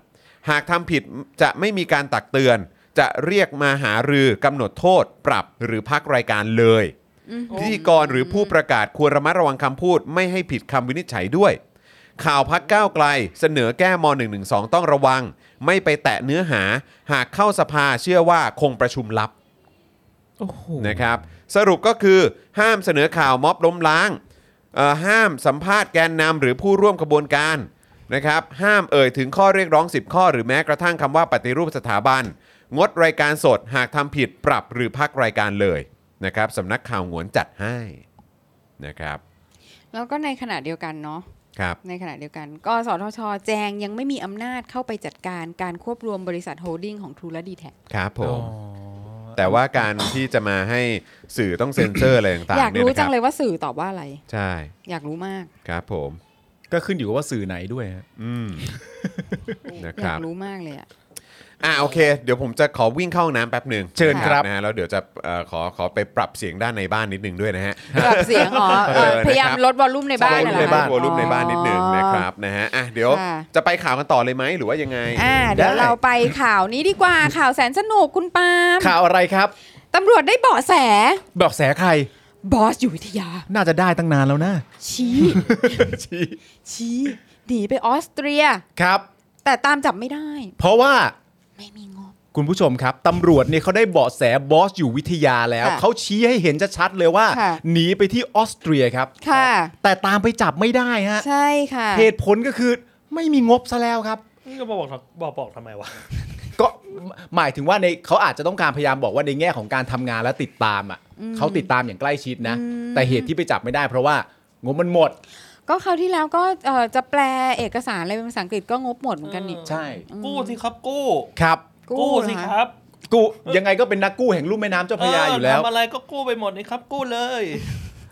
หากทำผิดจะไม่มีการตักเตือน จะเรียกมาหารือกำหนดโทษ ปรับหรือพักรายการเลย พิธีกรหรือผู้ประกาศควรระมัดระวังคำพูด ไม่ให้ผิดคำวินิจฉัยด้วย ข่าวพักก้าวไกล เสนอแก้ม .112 ต้องระวัง ไม่ไปแตะเนื้อหา หากเข้าสภาเชื่อว่าคงประชุมลับ นะครับสรุปก็คือห้ามเสนอข่าวม็อบล้มล้างเอ่อห้ามสัมภาษณ์แกนนำหรือผู้ร่วมขบวนการนะครับห้ามเอ่ยถึงข้อเรียกร้อง 10 ข้อ หรือแม้กระทั่งคำว่าปฏิรูปสถาบัน งดรายการสดหากทำผิดปรับหรือพักรายการเลยนะครับสำนักข่าวหงวนจัดให้นะครับ แล้วก็ในขณะเดียวกันเนาะ ครับ ในขณะเดียวกันกสทช แจงยังไม่มีอำนาจเข้าไปจัดการการควบรวมบริษัทโฮลดิ้งของทรูและดีแท็ ครับผมแต่ว่าการที่จะมาให้สื่อต้องเซ็นเซอร์อะไรต่าง อๆยาก เนี่ย รู้ นะค จั รับ งเลยว่าสื่อตอบว่าอะไร ใช่ อยากรู้มาก ครับผม ก็ขึ้นอยู่กับว่าสื่อไหนด้วยฮะ อื มนะค อยา รับ กรู้มากเลยอ่ะ อ่าโอเค เดี๋ยวผมจะขอวิ่งเข้าห้องน้ำแป๊บหนึ่ง เชิญครับ นะฮะแล้วเดี๋ยวจะเอ่อขอขอไปปรับเสียงด้านในบ้านนิดหนึงด้วยนะฮะ ปรับเสียงอ๋อเออ เออนะครับ พยายามลดวอลลุ่มในบ้าน วอล น่ะ ลุ่ม เหร ใน อ บ้าน คะ วอลลุ่มในบ้านนิดหนึงนะครับ บนะฮะอ่ะเดี๋ยว ค่ะ จะไปข่าวกันต่อเลยไหมหรือว่ายังไง อ่าเดี๋ยวเราไปข่าวนี้ดีกว่าข่าวแสนสนุกคุณปาล์ม ข่าวอะไรครับ ตำรวจได้เบาะแส เบอกแสใคร บอสอยู่วิทยา น่าจะได้ตั้งนานแล้วนะ ชี้ ชี้หนีไปออสเตรีย ครับ แต่ตามจับไม่ได้ เพราะว่า ไม่มีงบ คุณผู้ชมครับตำรวจเนี่ยเขาได้เบาะแสบอสอยู่วิทยาแล้ว ค่ะ เขาชี้ให้เห็นชัดๆเลยว่า ค่ะ หนีไปที่ออสเตรียครับ ค่ะ แต่ตามไปจับไม่ได้ฮะ ใช่ค่ะ เหตุผลก็คือไม่มีงบซะแล้วครับ นี่ก็มาบอกทำบอกบอกทำไมวะ ก็หมายถึงว่าในเขาอาจจะต้องการพยายามบอกว่าในแง่ของการทำงานและติดตามอ่ะเขาติดตามอย่างใกล้ชิดนะ แต่เหตุที่ไปจับไม่ได้ เพราะว่างบมันหมด ก็คราวที่แล้วก็เอ่อจะแปลเอกสารอะไรเป็นภาษาอังกฤษก็งบหมดเหมือนกันนี่ เออ ใช่ กู้สิครับกู้ ครับ กู้สิ เหอ ค คะ รับ กูยังไงก็เป็นนักกู้แห่งลุ่มแม่น้ำเจ้าพระยาอยู่แล้ว เทำอะไรก็กู้ไปหมดนี่ครับ กู้เลย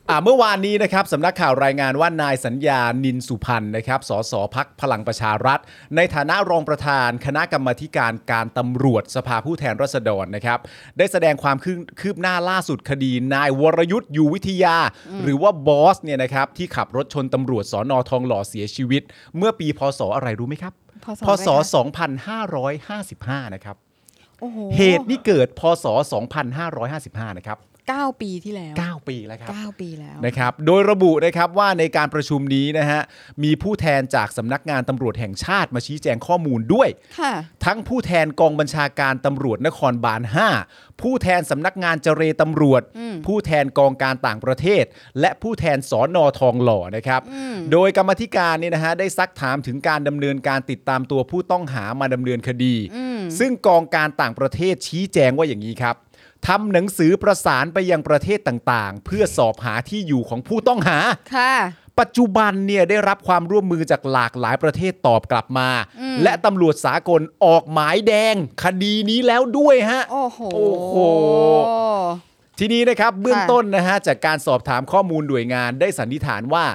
อ่าเมื่อวานนี้นะครับสำนักข่าวรายงานว่านายสัญญานินสุพันธ์นะครับสสพักพลังประชารัฐ ในฐานะรองประธาน คณะกรรมาธิการการตำรวจสภาผู้แทนราษฎรนะครับ ได้แสดงความคืบคืบหน้าล่าสุดคดี นายวรยุทธ์อยู่วิทยา หรือว่าบอสเนี่ยนะครับที่ขับรถชนตำรวจสอนอทองหล่อเสียชีวิต เมื่อปีพศอะไรรู้ไหมครับ พศ พศ อะไรคะ 2555 นะครับ โอ้โห เหตุนี่เกิดพศ 2555 นะครับ เก้าปีที่แล้ว 9 ปีแล้วครับ เก้าปีแล้ว นะครับโดยระบุนะครับว่าในการประชุมนี้นะฮะมีผู้แทนจากสำนักงานตำรวจแห่งชาติมาชี้แจงข้อมูลด้วย ค่ะ ทั้งผู้แทนกองบัญชาการตำรวจนครบาล 5 ผู้แทนสำนักงานเจรตำรวจ ผู้แทนกองการต่างประเทศ และผู้แทนสอนอทองหล่อนะครับ โดยกรรมธิการเนี่ยนะฮะได้ซักถามถึงการดำเนินการติดตามตัวผู้ต้องหามาดำเนินคดี ซึ่งกองการต่างประเทศชี้แจงว่าอย่างนี้ครับทำหนังสือประสานไปยังประเทศต่างๆ เพื่อสอบหาที่อยู่ของผู้ต้องหา ค่ะ ปัจจุบันเนี่ยได้รับความร่วมมือจากหลากหลายประเทศตอบกลับมา และตำรวจสากลออกหมายแดง คดีนี้แล้วด้วยฮะ โอ้โห โอ้โห ทีนี้นะครับเบื้องต้นนะฮะจากการสอบถามข้อมูลหน่วยงานได้สันนิษฐานว่า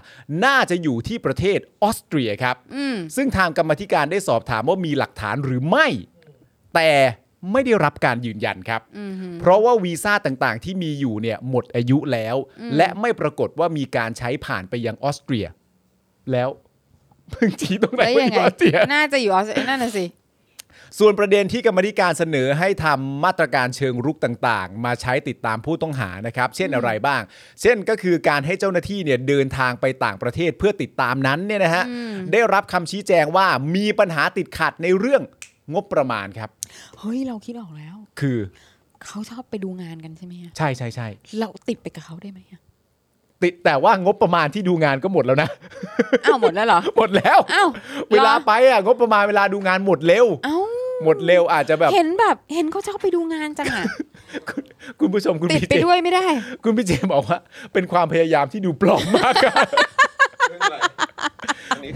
น่าจะอยู่ที่ประเทศออสเตรียครับ อืม ซึ่งทางกรรมธิการได้สอบถามว่ามีหลักฐานหรือไม่ แต่ไม่ได้รับการยืนยันครับ เพราะว่าวีซ่าต่างๆ ที่มีอยู่เนี่ยหมดอายุแล้ว และไม่ปรากฏว่ามีการใช้ผ่านไปยังออสเตรีย แล้ว พึงชี้ตรงไหน แล้ว ว่า ยั อง ไง ยู่ออสเตรีย น่าจะอยู่ออสเตรเลียนั่นน่ะสิ ส่วนประเด็นที่กรรมธิการเสนอให้ทำมาตรการเชิงรุกต่างๆ มาใช้ติดตามผู้ต้องหานะครับ เช่นอะไรบ้าง เช่นก็คือการให้เจ้าหน้าที่เนี่ยเดินทางไปต่างประเทศเพื่อติดตามนั้นเนี่ยนะฮะได้รับคำชี้แจงว่ามีปัญหาติดขัดในเรื่องงบประมาณครับ เฮ้ย เราคิดออกแล้ว คือ เขาชอบไปดูงานกันใช่ไหมอะ ใช่ใช่ใช่ เราติดไปกับเขาได้ไหมอะ ติดแต่ว่างบประมาณที่ดูงานก็หมดแล้วนะ อ้าวหมดแล้วเหรอ หมดแล้ว อ้าว เวลา หรอ ไปอ่ะงบประมาณเวลาดูงานหมดเร็ว เอ้า หมดเร็วอาจจะแบบ เห็นแบบเห็นเขาชอบไปดูงานจังอะ คุณผู้ชมคุณ ติด พี่ ไป เจ ด้วยไม่ได้ คุณพี่เจบอกว่า เป็นความพยายามที่ดูปลอมมากอะ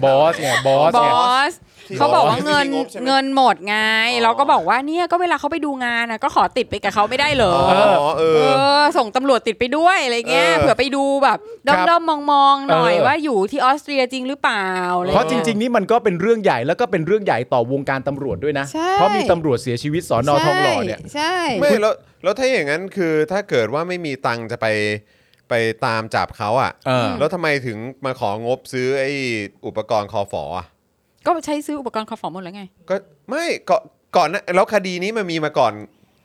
บอสไงบอส บ ไง อสเขาบอกว่าเงิน ที่งบใช่ไหม เงินหมดไงเราก็บอกว่าเนี่ยก็เวลาเขาไปดูงานนะก็ขอติดไปกับเขาไม่ได้เหรอ อ๋อเอ เอ อ อส่งตำรวจติดไปด้วยอะไรเงี้ย เออ เผื่อไปดูแบบด้อม ครั ๆ บ มองๆหน่อย เออ ว่าอยู่ที่ออสเตรียจริงหรือเปล่าอไ เพราะจริง ๆ นี่มันก็เป็นเรื่องใหญ่แล้วก็เป็นเรื่องใหญ่ต่อวงการตำรวจด้วยนะ ใช่ เพราะมีตำรวจเสียชีวิตสอนอทองหล่อเนี่ย ใช่ ไม่ ใช่ แล้วแล้วถ้าอย่างนั้นคือถ้าเกิดว่าไม่มีตังค์จะไปไปตามจับเขาอ่ะ เออ แล้วทำไมถึงมาของบซื้อไอ้อุปกรณ์คอฟออ่ะ ก็ใช้ซื้ออุปกรณ์คอฟอร์มหมดแล้วไง ก็ไม่ก่อนก่อนหนาแล้วคดีนี้มันมีมาก่อน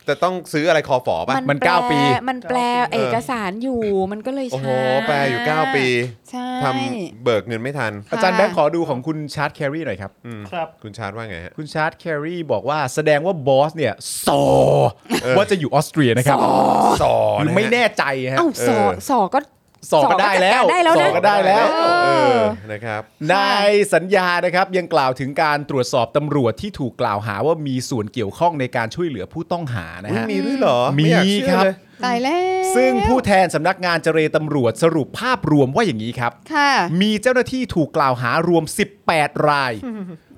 จะต้องซื้ออะไรคอฟอป่ะ มันเก้าปี มันแปล เออ เอกสารอยู่มันก็เลย โอ้โห ช้า แปลอยู่ 9 ปี ใช่ ทำเบิกเงินไม่ทัน ค่ะ อาจารย์แบงค์ขอดูของคุณชาร์ตแครีหน่อยครับ ครับ คุณชาร์จว่าไงฮะ คุณชาร์ตแครีบอกว่าแสดงว่าบอสเนี่ยสอว่าจะอยู่ออสเตรียนะครับ สอ หรือ นะฮะ ไม่แน่ใจฮะ เอ้าสอสอก็ สอก็ได้แล้ว สอก็จัดการได้แล้วนะ สอก็ได้แล้ว เออเออนะครับ นายสัญญานะครับยังกล่าวถึงการตรวจสอบตำรวจที่ถูกกล่าวหาว่ามีส่วนเกี่ยวข้องในการช่วยเหลือผู้ต้องหานะฮะ มีด้วยเหรอ มี ไอยากเชื่อ ครับ เลย ตายแล้ว ซึ่งผู้แทนสำนักงานเจรตำรวจสรุปภาพรวมว่าอย่างนี้ครับ ค่ะ มีเจ้าหน้าที่ถูกกล่าวหารวม 18 ราย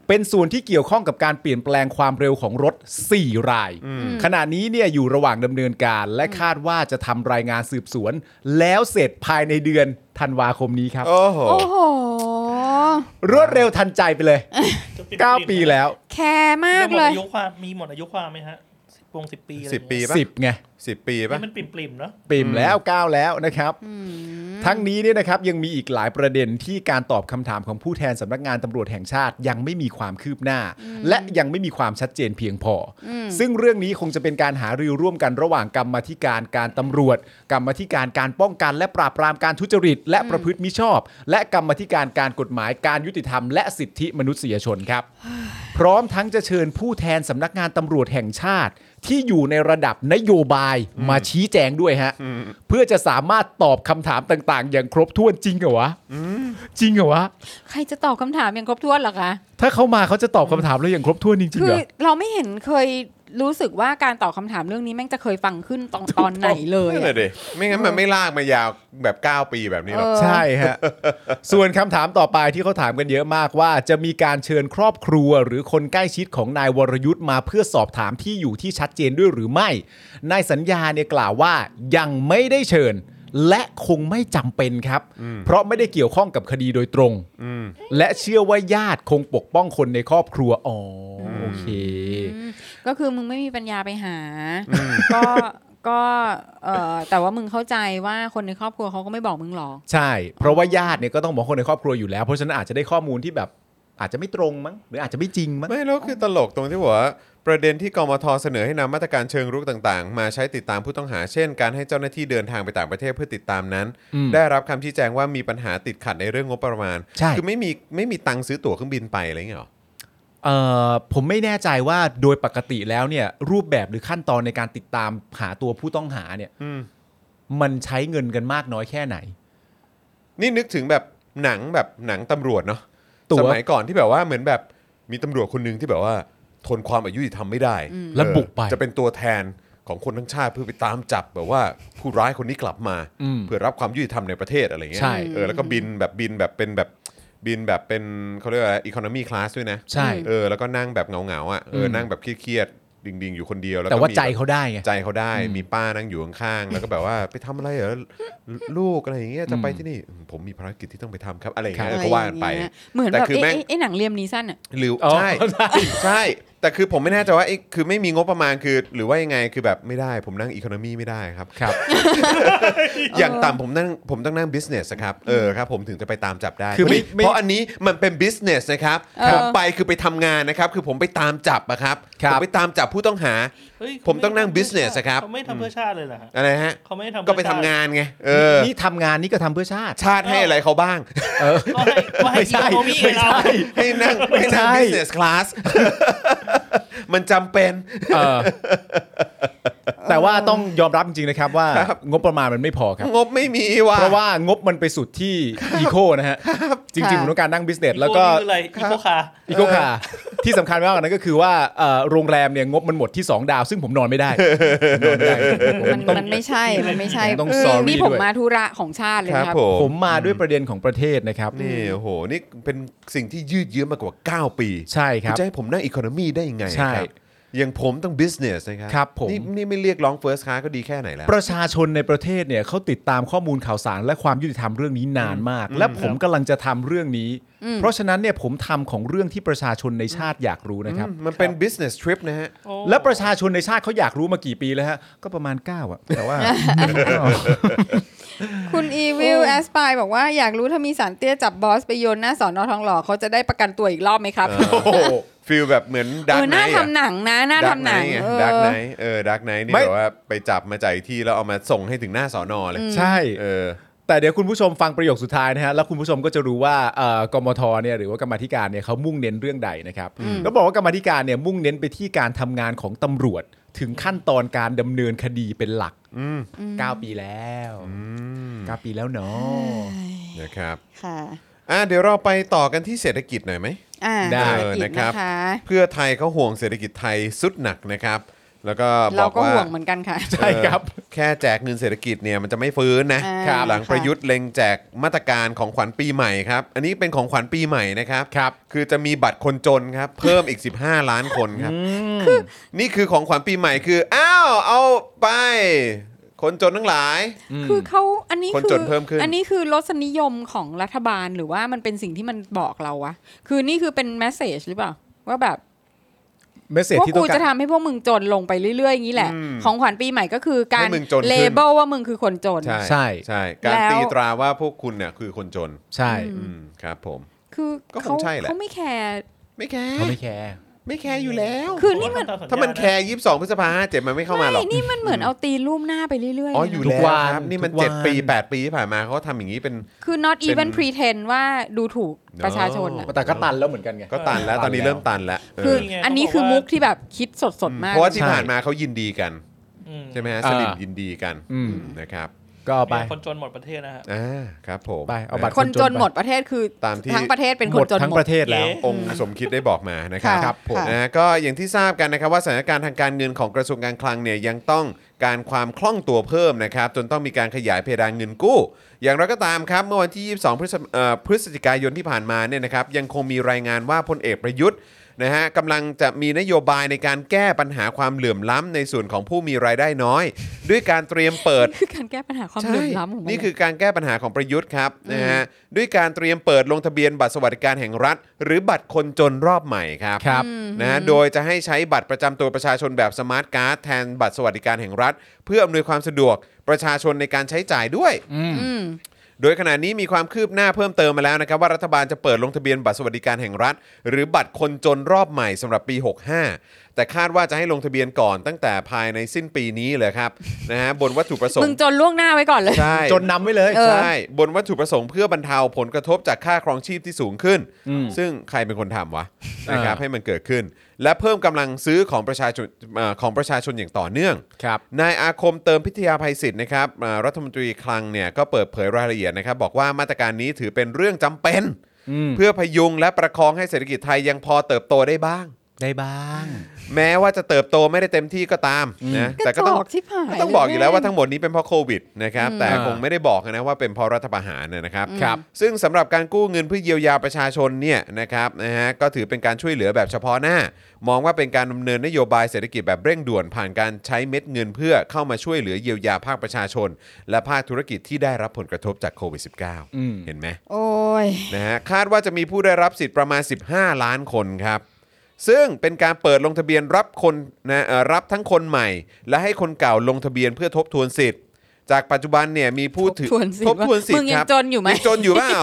เป็นส่วนที่เกี่ยวข้องกับการเปลี่ยนแปลงความเร็วของรถ 4 ราย ขณะนี้เนี่ยอยู่ระหว่างดำเนินการ และคาดว่าจะทำรายงานสืบสวน แล้วเสร็จภายในเดือนธันวาคมนี้ครับ โอ้โห โอ้โห รวดเร็วทันใจไปเลย จะปิด 9 ปีแล้ว แคร์มาก หม เล ด ย อายุความมีหมดอายุความไหมฮะสิบวงสิบปีอะไร สิบปี ปะ 10 ไง สิบปีป่ะ นี่มันปริ่มๆเนาะ ปิ่มแล้ว 9 แล้วนะครับ ทั้งนี้เนี่ยนะครับยังมีอีกหลายประเด็นที่การตอบคำถามของผู้แทนสำนักงานตำรวจแห่งชาติ ยังไม่มีความคืบหน้า และยังไม่มีความชัดเจนเพียงพออซึ่งเรื่องนี้คงจะเป็นการหารือร่วมกันระหว่างกรรมาธิการการตำรวจ กรรมาธิการการป้องกัน และปราบปรามการทุจริต และประพฤติมิชอบ และกรรมาธิการการกฎหมายการยุติธรรมและสิทธิมนุษยชนครับ พร้อมทั้งจะเชิญผู้แทนสำนักงานตำรวจแห่งชาติ ที่อยู่ในระดับนโยบายมาชี้แจงด้วยฮะ เพื่อจะสามารถตอบคำถามต่าง ๆ อย่างครบถ้วนจริงเหรอวะจริงเหรอวะ ใครจะตอบคำถามอย่างครบถ้วนเหรอคะ ถ้าเขามาเขาจะตอบคำถามเราอย่างครบถ้วนจริงๆ คือ เหรอ เราไม่เห็นเคยรู้สึกว่าการตอบคำถามเรื่องนี้แม่งจะเคยฟังขึ้นตอนตอนไหนเลย นั่น อะ แหละดิไม่งั้นมันไม่ลากมายาวแบบ 9 ปีแบบนี้หรอก เออ ใช่ฮะ ส่วนคำถามต่อไปที่เขาถามกันเยอะมากว่า จะมีการเชิญครอบครัว หรือคนใกล้ชิดของนายวรยุทธ์มาเพื่อสอบถามที่อยู่ที่ชัดเจนด้วยหรือไม่ นายสัญญาเนี่ยกล่าวว่ายังไม่ได้เชิญ และคงไม่จำเป็นครับ เพราะไม่ได้เกี่ยวข้องกับคดีโดยตรง และเชื่อว่าญาติคงปกป้องคนในครอบครัวอ๋ออโอเค ก็คือมึงไม่มีปัญญาไปหา ก็ก็เออแต่ว่ามึงเข้าใจว่าคนในครอบครัวเขาก็ไม่บอกมึงหรอก ใช่ เพราะว่าญาติเนี่ยก็ต้องบอกคนในครอบครัวอยู่แล้ว เพราะฉะนั้นอาจจะได้ข้อมูลที่แบบอาจจะไม่ตรงมั้งหรืออาจจะไม่จริงมั้ง ไม่แล้วคือตลกตรงที่บอกว่า ประเด็นที่กมทเสนอให้นำมาตรการเชิงรุกต่างๆ มาใช้ติดตามผู้ต้องหา เช่น การให้เจ้าหน้าที่เดินทางไปต่างประเทศเพื่อติดตามนั้น อืม ได้รับคำชี้แจงว่ามีปัญหาติดขัดในเรื่องงบประมาณ ใช่ คือไม่มีไม่มีตังค์ซื้อตั๋วเครื่องบินไปอะไรอย่างเงี้ยหรอ เอ่อผมไม่แน่ใจว่าโดยปกติแล้วเนี่ย รูปแบบหรือขั้นตอนในการติดตามหาตัวผู้ต้องหาเนี่ย อืม มันใช้เงินกันมากน้อยแค่ไหน นี่นึกถึงแบบหนังแบบหนังตำรวจเนาะ ตั๋ว สมัยก่อนที่แบบว่าเหมือนแบบมีตำรวจคนหนึ่งที่แบบว่า ทนความอายุติธรรมไม่ได้ แล้วบุกไป เออจะเป็นตัวแทนของคนทั้งชาติเพื่อไปตามจับแบบว่าผู้ร้ายคนนี้กลับมา อืม เพื่อรับความยุติธรรมในประเทศอะไรเงี้ย ใช่ เออแล้วก็บินแบบบินแบบเป็นแบบบินแบบเป็นเขาเรียกว่าอีโคโนมีคลาสด้วยนะ ใช่ เออแล้วก็นั่งแบบเหงาๆอ่ะเอออ ม นั่งแบบเครียดๆดิ่งๆ อยู่คนเดียวแล้วก็ แต่ว่า มี ใจ บบ เขาได้ไง ใจเขาได้มีป้านั่งอยู่ข้างๆแล้วก็แบบว่าไปทำอะไรเหรอลูกอะไรอย่างเงี้ยจะไปที่นี่อืมผมมีภารกิจที่ต้องไปทำครับอะไรอย่างเงี้ย อะไร ก็ว่ากันไป อย่งเงี้ยเหมือน แต่ แบบ คือ ไอ้ แม่ง ไอ้ไอ้หนังเลียมนี้สั้นอ่ะ หรือ อ๋อ ใช่ใช่ แต่คือผมไม่แน่ใจว่าไอ้คือไม่มีงบประมาณคือ หรือว่ายังไงคือแบบไม่ได้ผมนั่งอีโคโนมีไม่ได้ครับ ครับ อย่างต่ำผมนั่งผมต้องนั่งบิสเนสครับเออครับผมถึงจะไปตามจับได้ คือไม่ไม่ เพราะอันนี้มันเป็นบิสเนสนะครับ เออ ผมไปคือไปทำงานนะครับคือผมไปตามจับอะครับผมไปตามจับผู้ต้องหา เฮ้ย ผมต้องนั่ง business อะครับ เขาไม่ทำเพื่อชาติเลยเหรอฮะ อะไรฮะ เขาไม่ทำเพื่อ ก็ไปทำงานไงเออ นี่ทำงานนี่ก็ทำเพื่อชาติ ชาติให้อะไรเขาบ้าง ก็ให้ก็ให้ ไม่ใช่ อีโคโนมี่ ไม่ เรา ใช่ ให้นั่งให้นั่ง ไม่ใช่ business class มันจำเป็น เออ เอ แต่ว่าต้องยอมรับจริงๆนะครับว่า ครับ งบประมาณมันไม่พอครับ งบไม่มีว่ะ เพราะว่างบมันไปสุดที่อีโคนะฮะ จริงๆ ค่ะ ผมต้องการนั่งบิสเนสแล้วก็ อีโคนี่คืออะไรอีโคคาร์ อีโคคาที่สำคัญมากกว่านั้นก็คือว่าเอ่อโรงแรมเนี่ยงบมันหมดที่ 2 ดาว ซึ่งผมนอนไม่ได้ผมนอนไม่ได้ผม มัน ต้อง มันไม่ใช่ มันไม่ใช่ ต้อง เออ sorry นี่ผม ด้วย มาธุระของชาติเลย ครับ ครับ ผม ผมมาด้วยประเด็นของประเทศนะครับ นี่โอ้โห นี่เป็นสิ่งที่ยืดเยื้อมากกว่า 9 ปี ใช่ครับ ณจะให้ผมนั่งอีโคโนมีได้ยังไงอะ ใช่ ครับอย่างผมต้องบิสเนสนะครับ ครับผม นี่นี่ไม่เรียกร้องเฟิร์สค a s ก็ดีแค่ไหนแล้ว ประชาชนในประเทศเนี่ยเขาติดตามข้อมูลข่าวสารและความยุติธรรมเรื่องนี้นานมาก และผมกำลังจะทำเรื่องนี้ เพราะฉะนั้นเนี่ยผมทำของเรื่องที่ประชาชนในชาติอยากรู้นะครับ มันเป็น business trip นะฮะ โอ้ และประชาชนในชาติเขาอยากรู้มากี่ปีแล้วฮะ ก็ประมาณ 9 อ่ะ แต่ว่า คุณอีวิลแอสปายบอกว่าอยากรู้ถ้ามีสารเตี้ยจับบอสไปโยนหน้าสอนอทองหล่อเขาจะได้ประกันตัวอีกรอบไหมครับ เออ ฟิลแบบเหมือน เอ ดัก อ ไน น่า ท์ ทำหนังนะน่าทำหนัง ดาร์ก เอ ไน อ ท์เออดักไนท์นี่ ไม่ แบบว่าไปจับมาจากอีกที่แล้วเอามาส่งให้ถึงหน้าสอนอเลย ใช่ เออ แต่เดี๋ยวคุณผู้ชมฟังประโยคสุดท้ายนะฮะ แล้วคุณผู้ชมก็จะรู้ว่าเอ่อกมทเนี่ยหรือว่ากรรมาธิการเนี่ยเขามุ่งเน้นเรื่องใดนะครับแล้วบอกว่ากรรมาธิการเนี่ยมุ่งเน้นไปที่การทำงานของตำรวจ ถึงขั้นตอนการดำเนินคดีเป็นหลักเก้าปีแล้วเก้าปีแล้วเนาะ นะครับ ค่ะ อ่ะเดี๋ยวเราไปต่อกันที่เศรษฐกิจหน่อยไหม อ่า ได้ เศรษฐกิจ นะครับ นะคะ เพื่อไทยเขาห่วงเศรษฐกิจไทยสุดหนักนะครับ แล้วก็บ เรา อก ก็ ว่า ห่วงเหมือนกันค่ะ ใช่ครับ เออแค่แจกเงินเศรษฐกิจเนี่ยมันจะไม่ฟื้นนะครับ หลัง ค่ะ ประยุทธ์เล็งแจกมาตรการของขวัญปีใหม่ครับ อันนี้เป็นของขวัญปีใหม่นะครับครับ คือจะมีบัตรคนจนครับเพิ่มอีก 15 ล้านคนครับนี่คือของขวัญปีใหม่คืออ้าวเอาไป คนจนทั้งหลาย คือเขาอันนี้ คน คื จนเพิ่มขึ้น อันนี้คือรสนิยมของรัฐบาลหรือว่ามันเป็นสิ่งที่มันบอกเราวะคือนี่คือเป็นแมสเซจหรือเปล่า ว่าแบบ เมสเซจ พวก ที่ต้อ กู ง จะ การ ทำให้พวกมึงจนลงไปเรื่อยๆ อย่างนี้แหละ ของขวัญปีใหม่ก็คือการ ให้มึงจนขึ้น เลเบลว่ามึงคือคนจน ใช่ ใช่ ใช่การ แล้ว ตีตราว่าพวกคุณเนี่ยคือคนจน ใช่ อืมครับผม คือ ก็คงใช่แหละ เขาไม่แคร์ ไม่แคร์ เขาไม่แคร์ ไม่แคร์อยู่แล้ว คือนี่มัน ถ้ามันแคร์ยี่สิบสองพฤษภาห้าเจ็ดมันไม่เข้ามาหรอก ไม่นี่มันเหมือนเอาตีนรูปหน้าไปเรื่อยๆ อ๋อ เลยนะ อยู่ คะ แล้วครับ นี่มัน 7 ปี 8 ปีที่ผ่านมาเขาทำอย่างนี้เป็น คือ not เป็ even น pretend ว่าดูถูกประชาชนอะ แต่ก็ตันแล้วเหมือนกันไง ก็ตันแล้วตอนนี้เริ่มตันแล้วเออ คือ นี่ไง อันนี้คือ เขาบอกว่า มุกที่แบบคิดสดๆมาก เพราะว่าที่ ใช่ ผ่านมาเขายินดีกันใช่ไหมฮะสอ่าลิมยินดีกัน อืม นะครับ ก็เอาไป คนจนหมดประเทศนะฮะ อ่าครับผม ไปเอาบัตร คนจนหมดประเทศคือ ตามที่ ทั้งประเทศเป็น ห ค ม น ด จน ทั้ง หมด ประเทศแล้ว เอ๊ะ องค์สมคิดได้บอกมานะครับ ค่ะ ครับผม ค่ะ นะก็อย่างที่ทราบกันนะครับว่าสถานการณ์ทางการเงินของกระทรวงการคลังเนี่ยยังต้องการความคล่องตัวเพิ่มนะครับ จนต้องมีการขยายเพดานเงินกู้ อย่างไรก็ตามครับ เมื่อวันที่ 22 พฤศเอ่อพฤศจิกายนที่ผ่านมาเนี่ยนะครับยังคงมีรายงานว่าพลเอกประยุทธ์นะฮะกำลังจะมีนโยบายในการแก้ปัญหาความเหลื่อมล้ำในส่วนของผู้มีรายได้น้อย ด้วยการเตรียมเปิด คือการแก้ปัญหาความเหลื่อมล้ำของมั นี่คือการแก้ปัญหาของประยุทธ์ครับนะฮะด้วยการเตรียมเปิดลงทะเบียนบัตรสวัสดิการแห่งรัฐ หรือบัตรคนจนรอบใหม่ครับ ครับ นะฮะโดยจะให้ใช้บัตรประจำตัวประชาชนแบบสมาร์ทการ์ดแทนบัตรสวัสดิการแห่งรัฐ เพื่ออำนวยความสะดวกประชาชนในการใช้จ่ายด้วย อืม โดยขณะนี้มีความคืบหน้าเพิ่มเติมมาแล้วนะครับ ว่ารัฐบาลจะเปิดลงทะเบียนบัตรสวัสดิการแห่งรัฐ หรือบัตรคนจนรอบใหม่สำหรับปี 65 แต่คาดว่าจะให้ลงทะเบียนก่อนตั้งแต่ภายในสิ้นปีนี้เลยครับนะฮะบนวัตถุประสง มึง ค์ จนล่วงหน้าไว้ก่อนเลย ใช่ จนนำไว้เลย เออ ใช่บนวัตถุประสงค์เพื่อบรรเทาผลกระทบจากค่าครองชีพที่สูงขึ้น อืม ซึ่งใครเป็นคนทำวะ อ่าน นะครับให้มันเกิดขึ้น และเพิ่มกำลังซื้อของประชาชนเอ่อของประชาชนอย่างต่อเนื่อง ครับ นายอาคมเติมพิทยาภัยศิษย์นะครับอ่ารัฐมนตรีคลังเนี่ยก็เปิดเผยรายละเอียดนะครับ บอกว่ามาตรการนี้ถือเป็นเรื่องจำเป็น เพื่อพยุงและประคองให้เศรษฐกิจไทยยังพอเติบโตได้บ้าง ได้บ้าง แม้ว่าจะเติบโตไม่ได้เต็มที่ก็ตามนะแต่ก็ต้อง กระจอกชิบหาย ก็ต้องบอกอยู่แล้ว เลย ว่าทั้งหมดนี้เป็นเพราะโควิดนะครับแต่ อ่า คงไม่ได้บอกนะว่าเป็นเพราะรัฐประหารนะนะครับ ครับ ซึ่งสำหรับการกู้เงินเพื่อเยียวยาประชาชนเนี่ยนะครับนะฮะก็ถือเป็นการช่วยเหลือแบบเฉพาะหน้า มองว่าเป็นการดำเนินนโยบายเศรษฐกิจแบบเร่งด่วนผ่านการใช้เม็ดเงินเพื่อเข้ามาช่วยเหลือเยียวยาภาคประชาชน และภาคธุรกิจที่ได้รับผลกระทบจากโควิด -19 เห็นไหม โอ้ย นะฮะคาดว่าจะมีผู้ได้รับสิทธิ์ประมาณ 15 ล้านคนครับ ซึ่งเป็นการเปิดลงทะเบียนรับคนนะเอ่อรับทั้งคนใหม่ และให้คนเก่าลงทะเบียนเพื่อทบทวนสิทธิ์ จากปัจจุบันเนี่ยมีผู้ถือ ทบทวนทบทวนสิสิทธิ์ท มึ ธิ์ งคยัง รับ จนอยู่ไหม งจนอยู่เปล่า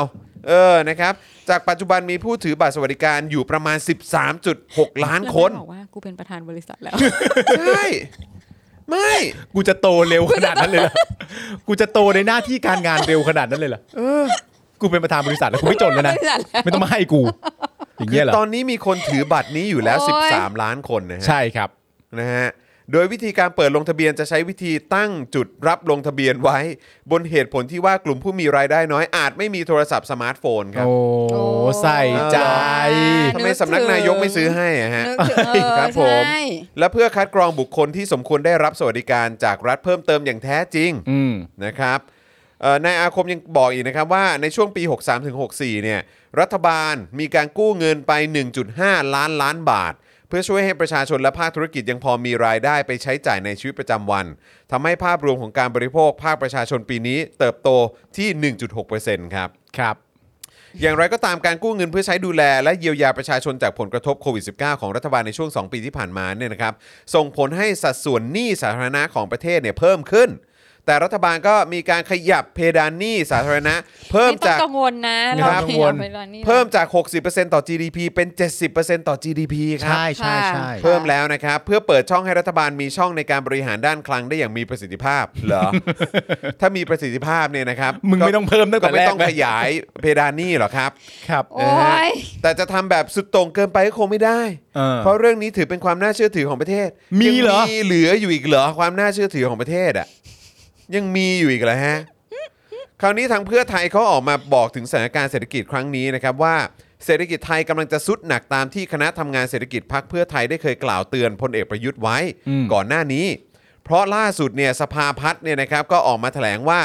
เออนะครับจากปัจจุบันมีผู้ถือบัตรสวัสดิการอยู่ประมาณ 13.6 ล้านคน แล้วไม่บอกว่ากูเป็นประธานบริษัทแล้ว ใช่ ไม่ กูจะโตเร็วขนาดนั้นเลยเหรอ กูจะโตในหน้าที่การงานเร็วขนาดนั้นเลยเหรอกูเป็นประธานบริษัทแล้วกูไม่จนแล้วนะ บริษัทแล้ว ไม่ต้องมาให้กู อย่างเงี้ยเหรอ ตอนนี้มีคนถือบัตรนี้อยู่แล้ว โอ้ย 13 ล้านคนนะฮะ ใช่ครับ นะฮะ โดยวิธีการเปิดลงทะเบียนจะใช้วิธีตั้งจุดรับลงทะเบียนไว้ บนเหตุผลที่ว่ากลุ่มผู้มีรายได้น้อยอาจไม่มีโทรศัพท์สมาร์ทโฟนครับ โอ้ใส่ใจ ทำไมสำนักนายกไม่ซื้อให้อะฮะ นึกถึงเออ ครับผม ใช่ และเพื่อคัดกรองบุคคลที่สมควรได้รับสวัสดิการจากรัฐเพิ่มเติมอย่างแท้จริง อืม นะครับเอ่อนายอาคมยังบอกอีกนะครับว่าในช่วงปี 63-64 เนี่ยรัฐบาลมีการกู้เงินไป 1.5 ล้านล้านบาท เพื่อช่วยให้ประชาชนและภาคธุรกิจยังพอมีรายได้ไปใช้จ่ายในชีวิตประจำวันทำให้ภาพรวมของการบริโภคภาคประชาชนปีนี้เติบโตที่ 1.6%ครับ ครับ อย่างไรก็ตามการกู้เงินเพื่อใช้ดูแลและเยียวยาประชาชนจากผลกระทบโควิด -19 ของรัฐบาลในช่วง 2 ปีที่ผ่านมาเนี่ยนะครับส่งผลให้สัดส่วนหนี้สาธารณะของประเทศเนี่ยเพิ่มขึ้น แต่รัฐบาลก็มีการขยับเพดานหนี้สาธารณะ เพิ่ม ไม่ต้อ จาง ก กังวลนะ ไม่ เรา ต้องกังวล อาไปอนนี่ เพิ่มจาก 60%ต่อ GDP เป็น 70%ต่อ GDP ครับ ใช่ใช่ใช่ ค่ะ เพิ่มแล้วนะครับ เพื่อเปิดช่องให้รัฐบาลมีช่องในการบริหารด้านคลังได้อย่างมีประสิทธิภาพ เหรอ ถ้ามีประสิทธิภาพเนี่ยนะครับ มึงไม่ต้องเพิ่มตั้ง ก็ แต่ ไม่ แรก ต้องขยายเพดานหนี้หรอครับ ครับ โอ้ย แต่จะทำแบบสุดโต่งเกินไปก็คงไม่ได้ เออ เพราะเรื่องนี้ถือเป็นความน่าเชื่อถือของประเทศ มีเหรอ ยังมีเหลืออยู่อีกเหรอความน่าเชื่อถือของประเทศอ่ะยังมีอยู่อีกเหรอฮะ คราวนี้ทางเพื่อไทยเขาออกมาบอกถึงสถานการณ์เศรษฐกิจครั้งนี้นะครับว่าเศรษฐกิจไทยกำลังจะสุดหนักตามที่คณะทำงานเศรษฐกิจพักเพื่อไทยได้เคยกล่าวเตือนพลเอกประยุทธ์ไว้ ก่อนหน้านี้ เพราะล่าสุดเนี่ยสภาพัฒน์เนี่ยนะครับก็ออกมาแถลงว่า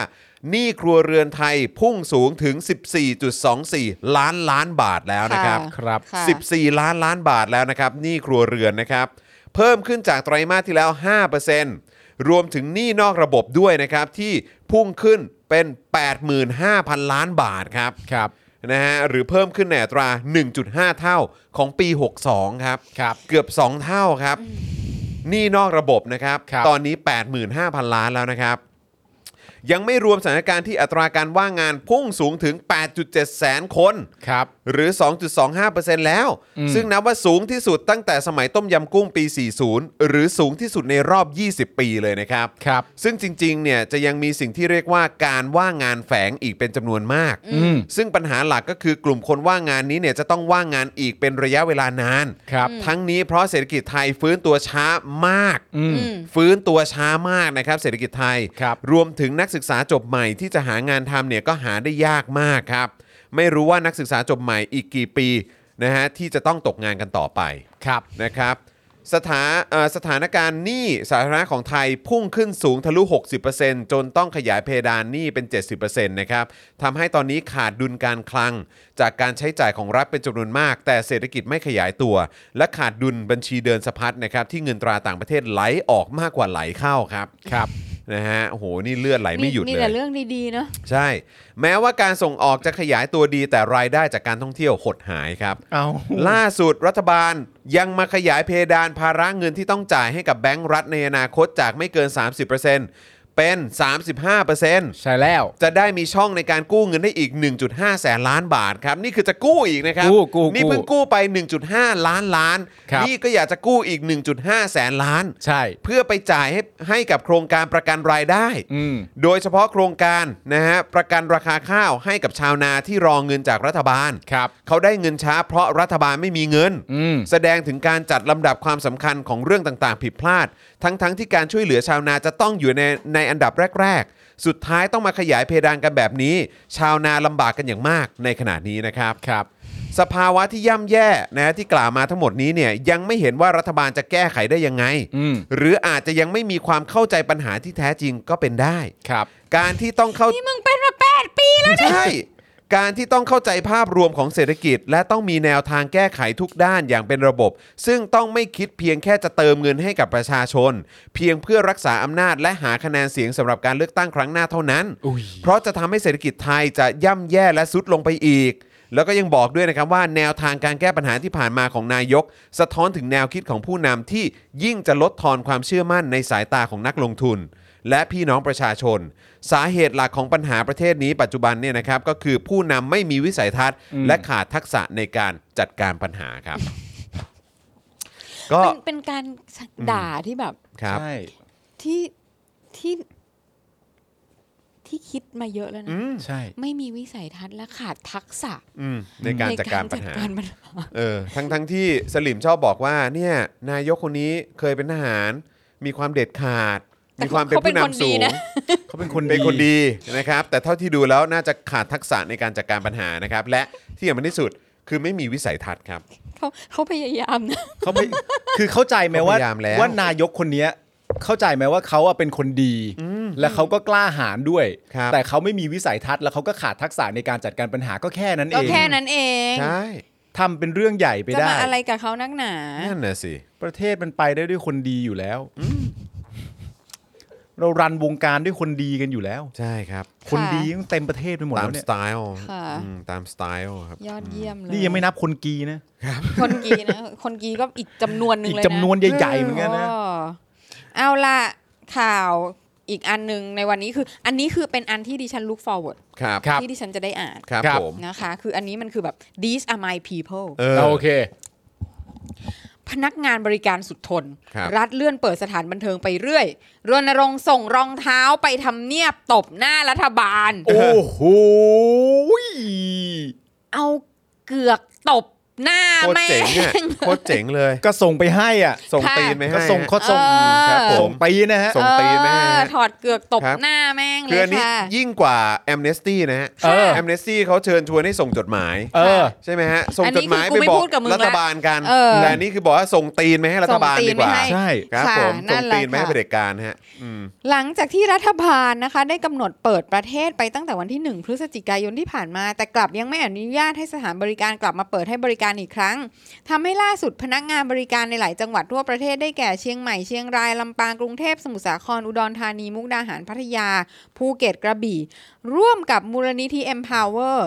หนี้ครัวเรือนไทยพุ่งสูงถึง 14.24 ล้านล้านบาทแล้วนะครับ ครับ ค่ะ 14 ล้านล้านบาทแล้วนะครับหนี้ครัวเรือนนะครับ เพิ่มขึ้นจากไตรมาสที่แล้ว 5%รวมถึงหนี้นอกระบบด้วยนะครับ ที่พุ่งขึ้นเป็น 85,000 ล้านบาทครับ ครับ นะฮะหรือเพิ่มขึ้นในอัตรา 1.5 เท่าของปี 62 ครับ ครับ เกือบ 2 เท่าครับหนี้นอกระบบนะครับ ครับ ตอนนี้ 85,000 ล้านแล้วนะครับ ยังไม่รวมสถานการณ์ที่อัตราการว่างงานพุ่งสูงถึง 8.7 แสนคน ครับ หรือ 2.25%แล้ว อืม ซึ่งนับว่าสูงที่สุดตั้งแต่สมัยต้มยำกุ้งปี 40 หรือสูงที่สุดในรอบ 20 ปีเลยนะครับ ครับ ซึ่งจริงๆ เนี่ยจะยังมีสิ่งที่เรียกว่าการว่างงานแฝงอีกเป็นจำนวนมาก อืม ซึ่งปัญหาหลักก็คือกลุ่มคนว่างงานนี้เนี่ยจะต้องว่างงานอีกเป็นระยะเวลานาน ครับ ทั้งนี้เพราะเศรษฐกิจไทยฟื้นตัวช้ามาก อืม อืม ฟื้นตัวช้ามากนะครับ เศรษฐกิจไทย ครับ รวมถึงนักศึกษาจบใหม่ที่จะหางานทำเนี่ยก็หาได้ยากมากครับ ไม่รู้ว่านักศึกษาจบใหม่อีกกี่ปีนะฮะที่จะต้องตกงานกันต่อไป ครับ นะครับ สถาเอ่อสถานการณ์หนี้สาธารณะของไทยพุ่งขึ้นสูงทะลุ 60%จนต้องขยายเพดานหนี้เป็น 70%นะครับทำให้ตอนนี้ขาดดุลการคลัง จากการใช้จ่ายของรัฐเป็นจำนวนมาก แต่เศรษฐกิจไม่ขยายตัว และขาดดุลบัญชีเดินสะพัดนะครับที่เงินตราต่างประเทศไหลออกมากกว่าไหลเข้าครับ ครับ นะฮะโอ้โหนี่เลือดไหลไม่หยุด มี เล แต่ ย เรื่องดีๆเนาะ ใช่ แม้ว่าการส่งออกจะขยายตัวดีแต่รายได้จากการท่องเที่ยวหดหายครับ เอา ล่าสุดรัฐบาลยังมาขยายเพดานภาระเงินที่ต้องจ่ายให้กับแบงก์รัฐในอนาคตจากไม่เกิน 30%เป็น 35% ใช่แล้ว จะได้มีช่องในการกู้เงินได้อีก 1.5 แสนล้านบาทครับ นี่คือจะกู้อีกนะครับ กู้กู้ นี่เพิ่งกู้ไป 1.5 ล้านล้าน ครับ นี่ก็อยากจะกู้อีก 1.5 แสนล้าน ใช่ เพื่อไปจ่ายให้ให้กับโครงการประกันรายได้ อืม โดยเฉพาะโครงการนะฮะประกันราคาข้าวให้กับชาวนาที่รอเงินจากรัฐบาล ครับ เขาได้เงินช้าเพราะรัฐบาลไม่มีเงิน อืม แสดงถึงการจัดลำดับความสำคัญของเรื่องต่างๆ ผิดพลาด ทั้งๆทที่การช่วยเหลือชาวนาจะต้องอยู่ในในอันดับแรก ๆ สุดท้ายต้องมาขยายเพดานกันแบบนี้ ชาวนาลำบากกันอย่างมากในขณะนี้นะครับ ครับ สภาวะที่ย่ำแย่นะที่กล่าวมาทั้งหมดนี้เนี่ยยังไม่เห็นว่ารัฐบาลจะแก้ไขได้ยังไง อืม หรืออาจจะยังไม่มีความเข้าใจปัญหาที่แท้จริงก็เป็นได้ ครับ การที่ต้องเข้า นี่มึงเป็นมาแปดปีแล้วนะ ใช่ การที่ต้องเข้าใจภาพรวมของเศรษฐกิจ และต้องมีแนวทางแก้ไขทุกด้านอย่างเป็นระบบ ซึ่งต้องไม่คิดเพียงแค่จะเติมเงินให้กับประชาชน เพียงเพื่อรักษาอำนาจและหาคะแนนเสียงสำหรับการเลือกตั้งครั้งหน้าเท่านั้น อุ้ย เพราะจะทำให้เศรษฐกิจไทยจะย่ำแย่และซุดลงไปอีก แล้วก็ยังบอกด้วยนะครับว่าแนวทางการแก้ปัญหาที่ผ่านมาของนายก สะท้อนถึงแนวคิดของผู้นำที่ยิ่งจะลดทอนความเชื่อมั่นในสายตาของนักลงทุน และพี่น้องประชาชน สาเหตุหลักของปัญหาประเทศนี้ปัจจุบันเนี่ยนะครับก็คือผู้นำไม่มีวิสัยทัศน์ และขาดทักษะในการจัดการปัญหาครับ ก็ มันเป็นการด่าที่แบบ ครับ ใช่ ที่ที่ ที่คิดมาเยอะแล้วนะ อืม ใช่ ไม่มีวิสัยทัศน์และขาดทักษะ อืมในการจัดการปัญหา ในกรจัดกรปัญหา เออทั้งทั้งที่สลิมชอบบอกว่าเนี่ยนายกคนนี้เคยเป็นทหาร มีความเด็ดขาด แต่ มีความเป็น เขาเป็ ผู้ นคน นำสู ดี ง นะ เขาเป็นคน เป็นคนดีนะครับ แต่เท่าที่ดูแล้วน่าจะขาดทักษะในการจัดการปัญหานะครับ และที่สำคัญที่สุดคือไม่มีวิสัยทัศน์ครับ เขาเขาพยายามนะ เขาไม่คือเข้าใจไหมว่า เขาพยายามแล้ว ว่านายกคนเนี้ยเข้าใจไหมว่าเขาอะเป็นคนดี และเขาก็กล้าหาญด้วย ครับ แต่เขาไม่มีวิสัยทัศน์แล้วเขาก็ขาดทักษะในการจัดการปัญหาก็แค่นั้นเอ ก็ ง แค่นั้นเอง ใช่ ทำเป็นเรื่องใหญ่ไป จะ ได้ มาอะไรกับเขานักหนา นั่นน่ะสิ ประเทศมันไปได้ด้วยคนดีอยู่แล้ว เรารันวงการด้วยคนดีกันอยู่แล้ว ใช่ครับ คนดีตั้งเต็มประเทศไปหมด ตา แล้ ม ว ส เนี่ย ไตล์ ค่ะ อืมตามสไตล์ครับ ยอดเยี่ยมเลย นี่ยังไม่นับคนกีนะ คนกีนะ คนกีก็อีกจำนวนหนึ่ง อีก เลยนะ จำนวนใหญ่ๆเหมือนกันนะ โเอาละข่าวอีกอันหนึ่งในวันนี้คือ อันนี้คือเป็นอันที่ดิฉัน look forward ครับ ครับ ที่ดิฉันจะได้อ่าน ครับ ครับ ผม นะคะ คืออันนี้มันคือแบบ these are my people เออ โอเค พนักงานบริการสุดทน ครับ ฐเลื่อนเปิดสถานบันเทิงไปเรื่อยรณรงค์ส่งรองเท้าไปทำเนียบตบหน้ารัฐบาล โอ้โห เอาเกือกตบหน้า โคตร แม่ เจ๋งเนี่ย ง โคตรเจ๋งเลย ก็ส่งไปให้อ่ะ ส่ง ค่ะ ตีนไหมให้ ก็ส่งเขา ฮะ ส่ง เออ ครับผม ส่งไปนะฮะ ส่งตีนไหมฮะ เออถอดเกือกตบ ครับ หน้าแม่งเล คือย อันนี้ ค่ะ ยิ่งกว่าแอมเนสตี้นะฮะ เออ แอมเนสตี้เขาเชิญชวนให้ส่งจดหมาย เออ ใช่ไหมฮะ ส่ง อัน จ นี้ ดหมาย คือกู ไป ไม่ บอก พูดกับมึงละ รัฐบาลกัน เออ แต่อันนี่คือบอกว่าส่งตีนไหมให้รัฐบาล ส่งตี ดี น กว่า ไม่ให้ ใช่ ครับ ค่ะ ผม นั่ ส่ง นแหละ ตีนไหมให้ ค่ะ เผด็จการฮะ หลังจากที่รัฐบาลนะคะ ได้กำหนดเปิดประเทศไปตั้งแต่วันที่ 1 พฤศจิกายนที่ผ่านมา แต่กลับยังไม่อนุญาตให้สถานบริการกลับมาเปิดให้บริการอีกครั้งทำให้ล่าสุดพนักงานบริการในหลายจังหวัดทั่วประเทศได้แก่เชียงใหม่เชียงรายลำปางกรุงเทพสมุทรสาครอุดรธานีมุกดาหารพัทยา ภูเก็ตกระบี่ ร่วมกับมูลนิธิ Empower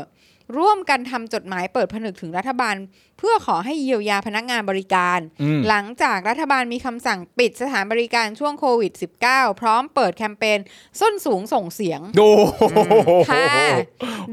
ร่วมกันทำจดหมายเปิดผนึกถึงรัฐบาล เพื่อขอให้เยียวยาพนักงานบริการ อืม หลังจากรัฐบาลมีคำสั่งปิดสถานบริการช่วงโควิด -19 พร้อมเปิดแคมเปญส้นสูงส่งเสียง ดู ค่ะ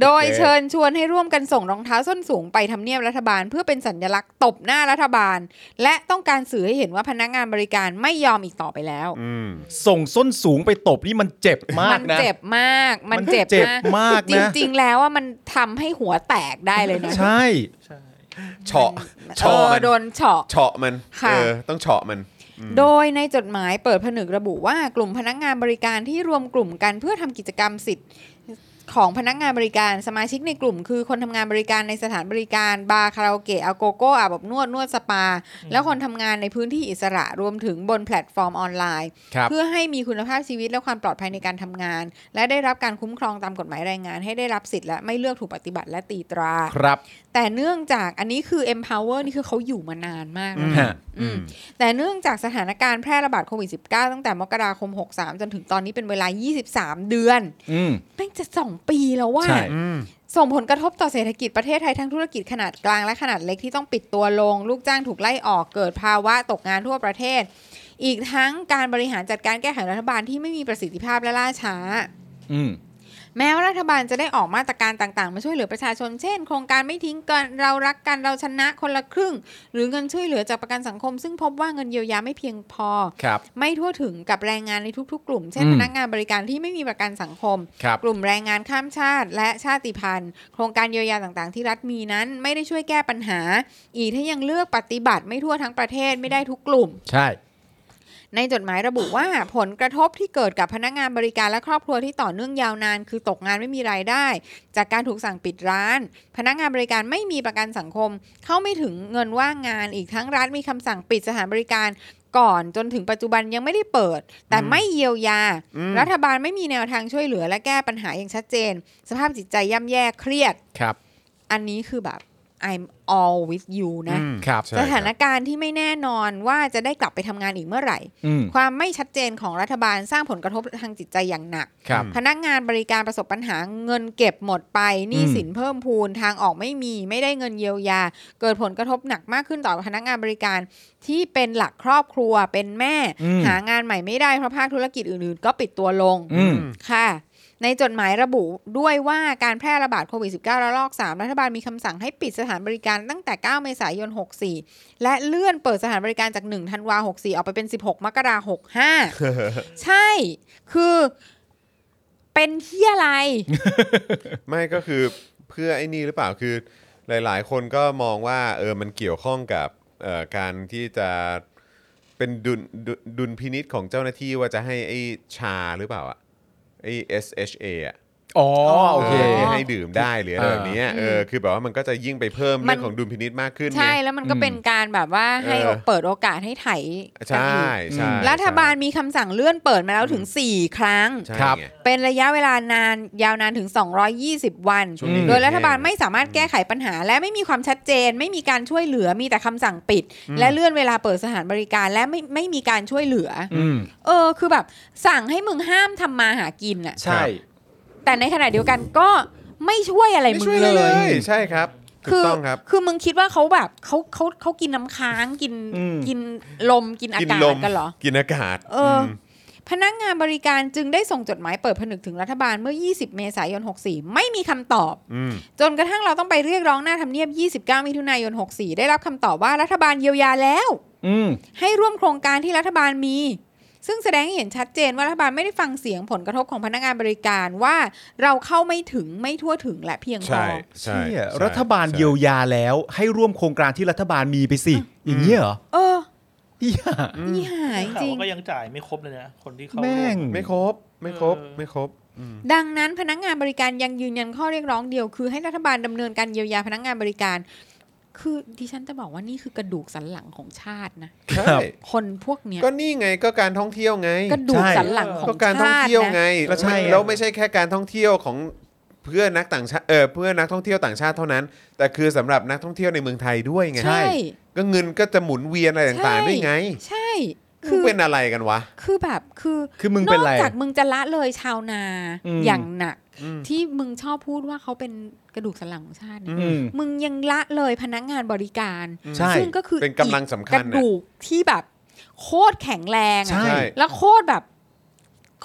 โดยเชิญชวนให้ร่วมกันส่งรองเท้าส้นสูงไปทำเนียบรัฐบาล เพื่อเป็นสัญลักษณ์ตบหน้ารัฐบาล และต้องการสื่อให้เห็นว่าพนักงานบริการไม่ยอมอีกต่อไปแล้ว อืม ส่งส้นสูงไปตบนี่มันเจ็บมา มั ก น นะ เจ็บมาก มันเจ็บ มันเจ็บมาก จ นะ ริง ๆ แล้วว่ามันทำให้หัวแตกได้เลยนะ ใช่ ใช่ เฉาะ เอ เฉาะ อ มัน โดนเฉาะ เฉาะมัน ค่ะ เออต้องเฉาะมัน โดยในจดหมายเปิดผนึกระบุว่ากลุ่มพนักงานบริการที่รวมกลุ่มกันเพื่อทำกิจกรรมสิทธิ์ของพนักงานบริการสมาชิกในกลุ่ม คือคนทำงานบริการในสถานบริการบาร์คาราโอเกะอาโกโก้อาบอบนวดนวดสปา และคนทำงานในพื้นที่อิสระรวมถึงบนแพลตฟอร์มออนไลน์ ครับ เพื่อให้มีคุณภาพชีวิตและความปลอดภัยในการทำงาน และได้รับการคุ้มครองตามกฎหมายแรงงาน ให้ได้รับสิทธิ์และไม่เลือกถูกปฏิบัติและตีตรา ครับ แต่เนื่องจากอันนี้คือ empower นี่คือเขาอยู่มานานมากแล้วนะ ฮะ อืมแต่เนื่องจากสถานการณ์แพร่ระบาดโควิด -19 ตั้งแต่มกราคม 63 จนถึงตอนนี้เป็นเวลา 23 เดือน อืม แม่งจะ 2 ปีแล้วว่า ใช่ ส่งผลกระทบต่อเศรษฐกิจประเทศไทยทั้งธุรกิจขนาดกลางและขนาดเล็กที่ต้องปิดตัวลง ลูกจ้างถูกไล่ออกเกิดภาวะตกงานทั่วประเทศ อีกทั้งการบริหารจัดการแก้ไขรัฐบาลที่ไม่มีประสิทธิภาพและล่าช้า อืม แม้ว่ารัฐบาลจะได้ออกมาตรการต่างๆ มาช่วยเหลือประชาชน เช่น โครงการไม่ทิ้งกัน เรารักกัน เราชนะคนละครึ่ง หรือเงินช่วยเหลือจากประกันสังคม ซึ่งพบว่าเงินเยียวยาไม่เพียงพอ ครับ ไม่ทั่วถึงกับแรงงานในทุกๆ กลุ่ม เช่น อืม พนักงานบริการที่ไม่มีประกันสังคม ครับ กลุ่มแรงงานข้ามชาติ และชาติพันธุ์ โครงการเยียวยาต่างๆ ที่รัฐมีนั้น ไม่ได้ช่วยแก้ปัญหา อีกถ้ายังเลือกปฏิบัติไม่ทั่วทั้งประเทศไม่ได้ทุกกลุ่ม ใช่ ในจดหมายระบุว่าผลกระทบที่เกิดกับพนักงานบริการและครอบครัวที่ต่อเนื่องยาวนาน คือตกงานไม่มีรายได้ จากการถูกสั่งปิดร้าน พนักงานบริการไม่มีประกันสังคม เข้าไม่ถึงเงินว่างงานอีกทั้งรัฐมีคำสั่งปิดสถานบริการก่อนจนถึงปัจจุบันยังไม่ได้เปิด แต่ไม่เยียวยา อืม รัฐบาลไม่มีแนวทางช่วยเหลือและแก้ปัญหาอย่างชัดเจน สภาพจิตใจย่ำแย่เครียด ครับ อันนี้คือแบบ I'm all with you นะ อืม ครับ ใช่ ส รับ ถานการณ์ที่ไม่แน่นอนว่าจะได้กลับไปทำงานอีกเมื่อไหร่ อืม ความไม่ชัดเจนของรัฐบาลสร้างผลกระทบทางจิตใจอย่างหนัก ครับ พนักงานบริการประสบปัญหาเงินเก็บหมดไปหนี้สินเพิ่มพูนทางออกไม่มี ไม่ได้เงินเยียวยา เกิดผลกระทบหนักมากขึ้นต่อพนักงานบริการที่เป็นหลักครอบครัวเป็นแม่ อืม หางานใหม่ไม่ได้เพราะภาคธุรกิจอื่นๆ ก็ปิดตัวลง อืม ค่ะ ในจดหมายระบุด้วยว่าการแพร่ระบาดโควิด -19 ระลอก 3 รัฐบาลมีคำสั่งให้ปิดสถานบริการตั้งแต่ 9 เมษายน 64 และเลื่อนเปิดสถานบริการจาก 1 ธันวา 64 ออกไปเป็น 16 มกราคม65 ใช่ คือเป็นเที่อะไร ไม่ก็คือเพื่อไอ้นี่หรือเปล่าคือ หลาย ๆ คนก็มองว่าเออมันเกี่ยวข้องกับเอ่อการที่จะ เป็นดุลดุลดุลพินิษของเจ้าหน้าที่ว่าจะให้ไอ้ชาหรือเปล่าอะไอ้ SHA อะ อ๋อโอเค เออที่ให้ดื่มได้หรืออะไร อ่า แบบเนี้ยเออคือแบบว่ามันก็จะยิ่งไปเพิ่ม มั เรื่อน งของดุลพินิษมากขึ้นไง ใช่แล้วมันก็เป็นการแบบว่าให้ เออ เปิดโอกาสให้ไถ ใช่ใช่ รัฐบาลมีคำสั่งเลื่อนเปิดมาแล้วถึง 4 ครั้ง ใช่ ครับ ไง เป็นระยะเวลานานยาวนานถึง 220 วัน ช่วงนี้ โดยรัฐบาล แย่ ไม่สามารถแก้ไขปัญหา และไม่มีความชัดเจน ไม่มีการช่วยเหลือมีแต่คำสั่งปิด และเลื่อนเวลาเปิดสถานบริการและไม่ไม่มีการช่วยเหลืออ อืม เออ คือแบบสั่งให้มึงห้ามทำมาหากินน่ะ ใช่ แต่ในขณะเดียวกันก็ไม่ช่วยอะไร ไม่ มึ ช่วงย เล เลย ย ใช่ครับถูกต้องครับ คือมึงคิดว่าเขาแบบเขาเขาเขากินน้ำค้างกิน อืม กินลมกินอา กิน กาศ ลม กันเหรอ กินอากาศ เอออพนักงานบริการจึงได้ส่งจดหมายเปิดผนึกถึงรัฐบาลเมื่อ 20 เมษายน 64 ไม่มีคำตอบ อืม จนกระทั่งเราต้องไปเรียกร้องหน้าทำเนียบ 29 มิถุนายน 64 ได้รับคำตอบว่ารัฐบาลเยียวยาแล้ว อืม ให้ร่วมโครงการที่รัฐบาลมี ซึ่งแสดงให้เห็นชัดเจนว่ารัฐบาลไม่ได้ฟังเสียงผลกระทบของพนักงานบริการว่าเราเข้าไม่ถึงไม่ทั่วถึงและเพียงพ ใช่ อ ใช่ เชี่ย ใช่ รัฐบาลเยียวยาแล้วให้ร่วมโครงการที่รัฐบาลมีไปสิอย่างเงี้ยเหรอ เออ เหี้ย นี่หายจ ข่าว ริง ว่าก็ยังจ่ายไม่ครบเลยนะคนที่เขา แม่ง ไม่ครบไม่ครบไม่ครบ ดังนั้นพนักงานบริการยังยืนยันข้อเรียกร้องเดียว คือให้รัฐบาลดำเนินการเยียวยาพนักงานบริการ คือดิฉันจะบอกว่านี่คือกระดูกสันหลังของชาตินะ ครับ ใช่ คนพวกเนี้ย ก็นี่ไงก็การท่องเที่ยวไง กระดูกสันหลังของ ก็การท่อง ชาติ เที่ยวไง นะ ก็ใช่ไง แล้วไม่ใช่แค่การท่องเที่ยวของเพื่อนนักต่างชาติเออเพื่อนนักท่องเที่ยวต่างชาติเท่านั้น แต่คือสำหรับนักท่องเที่ยวในเมืองไทยด้วยไง ใช่ ก็เงินก็จะหมุนเวียนอะไร ใช่ ต่างๆด้วยไง ใช่ คื คืออ เป็นอะไรกันวะ คือแบบคือ คือมึง น เป็ อน ก ไร จากมึงจะละเลยชาวนา อืม อย่างหนัก อืม ที่มึงชอบพูดว่าเขาเป็นกระดูกสันหลังของชาติเนี่ย อืม มึงยังละเลยพนักงานบริการ ใช่ ซึ่งก็คือ เป็นกำลังสำคัญ กระ น่ะ ดูกที่แบบโคตรแข็งแรงอะ ใช่ แล้วโคตรแบบ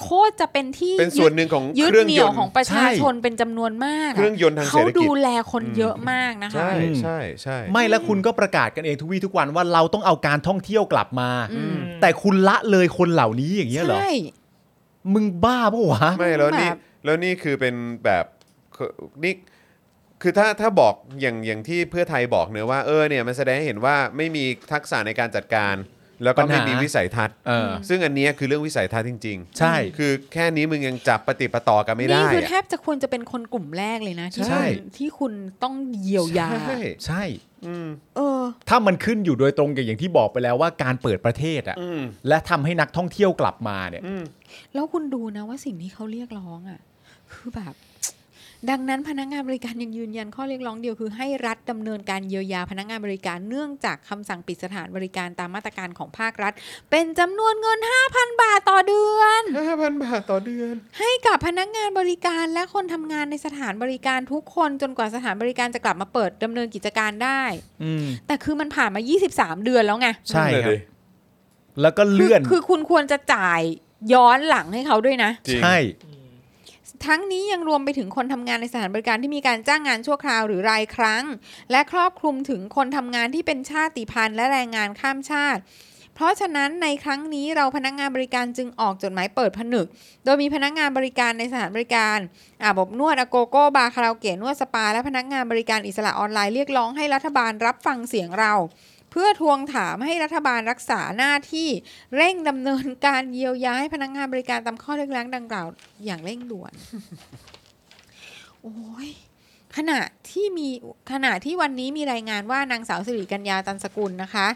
โคตรจะเป็นที่ เป็นส่วนหนึ่งของ ยึด เครื่อง เหนี่ ย ยวน ต์ ของประชา ใช่ ชนเป็นจำนวนมากะ เครื่องยนต์ทางเศรษฐกิจ ดูแลคนเยอะมากนะคะ ใช่ใช่ใช่ ไม่แล้วคุณก็ประกาศกันเองทุกวี่ทุกวันว่าเราต้องเอาการท่องเที่ยวกลับมา อืม แต่คุณละเลยคนเหล่านี้อย่างเงี้ยเหรอ ใช่ มึงบ้าปะวะ ไม่แล้วนี่ แบบ แล้วนี่คือเป็นแบบนี่คือถ้าถ้าบอกอย่างอย่างที่เพื่อไทยบอกเนอะว่าเออเนี่ยมันแสดงให้เห็นว่าไม่มีทักษะในการจัดการ แล้วก็ไม่มี ปัญหา วิสัยทัศน์ เออ ซึ่งอันเนี้ยคือเรื่องวิสัยทัศน์จริงๆ ใช่ คือแค่นี้มึงยังจับปฏิปต่อกันไม่ได้ นี่คือแท อะ บจะควรจะเป็นคนกลุ่มแรกเลยนะที่ ใช่ คุณที่คุณต้องเยียวยา ใช่ ใช่ อืม เออ ถ้ามันขึ้นอยู่โดยตรงกับอย่างที่บอกไปแล้วว่าการเปิดประเทศอะ อืม และทำให้นักท่องเที่ยวกลับมาเนี่ย อืม แล้วคุณดูนะว่าสิ่งที่เขาเรียกร้องอ่ะ คือแบบ ดังนั้นพนักงานบริการยังยืนยันข้อเรียกร้องเดียวคือให้รัฐดำเนินการเยียวยาพนักงานบริการเนื่องจากคำสั่งปิดสถานบริการตามมาตรการของภาครัฐ เป็นจำนวนเงิน 5,000 บาทต่อเดือน ห้าพันบาทต่อเดือน ให้กับพนักงานบริการและคนทำงานในสถานบริการทุกคนจนกว่าสถานบริการจะกลับมาเปิดดำเนินกิจการได้ อืม แต่คือมันผ่านมา 23 เดือนแล้วไง ใช่ นั่น ค น่ะ รับ ดิ แล้วก็ คือ เลื่อน คือคุณควรจะจ่ายย้อนหลังให้เขาด้วยนะ จริง ใช่ ทั้งนี้ยังรวมไปถึงคนทำงานในสถานบริการที่มีการจ้างงานชั่วคราวหรือรายครั้ง และครอบคลุมถึงคนทำงานที่เป็นชาติพันธุ์และแรงงานข้ามชาติ เพราะฉะนั้นในครั้งนี้เราพนักงานบริการจึงออกจดหมายเปิดผนึก โดยมีพนักงานบริการในสถานบริการอาบอบนวดอโกโก้บาร์คาราโอเกะนวดสปา และพนักงานบริการอิสระออนไลน์เรียกร้องให้รัฐบาลรับฟังเสียงเรา เพื่อทวงถามให้รัฐบาลรักษาหน้าที่เร่งดำเนินการเยียวยาให้พนักงานบริการตามข้อเรียกร้องดังกล่าวอย่างเร่งด่วน โอ้ยขณะที่มีขณะที่วันนี้มีรายงานว่านางสาวสิริกัญญาตันสกุลนะคะ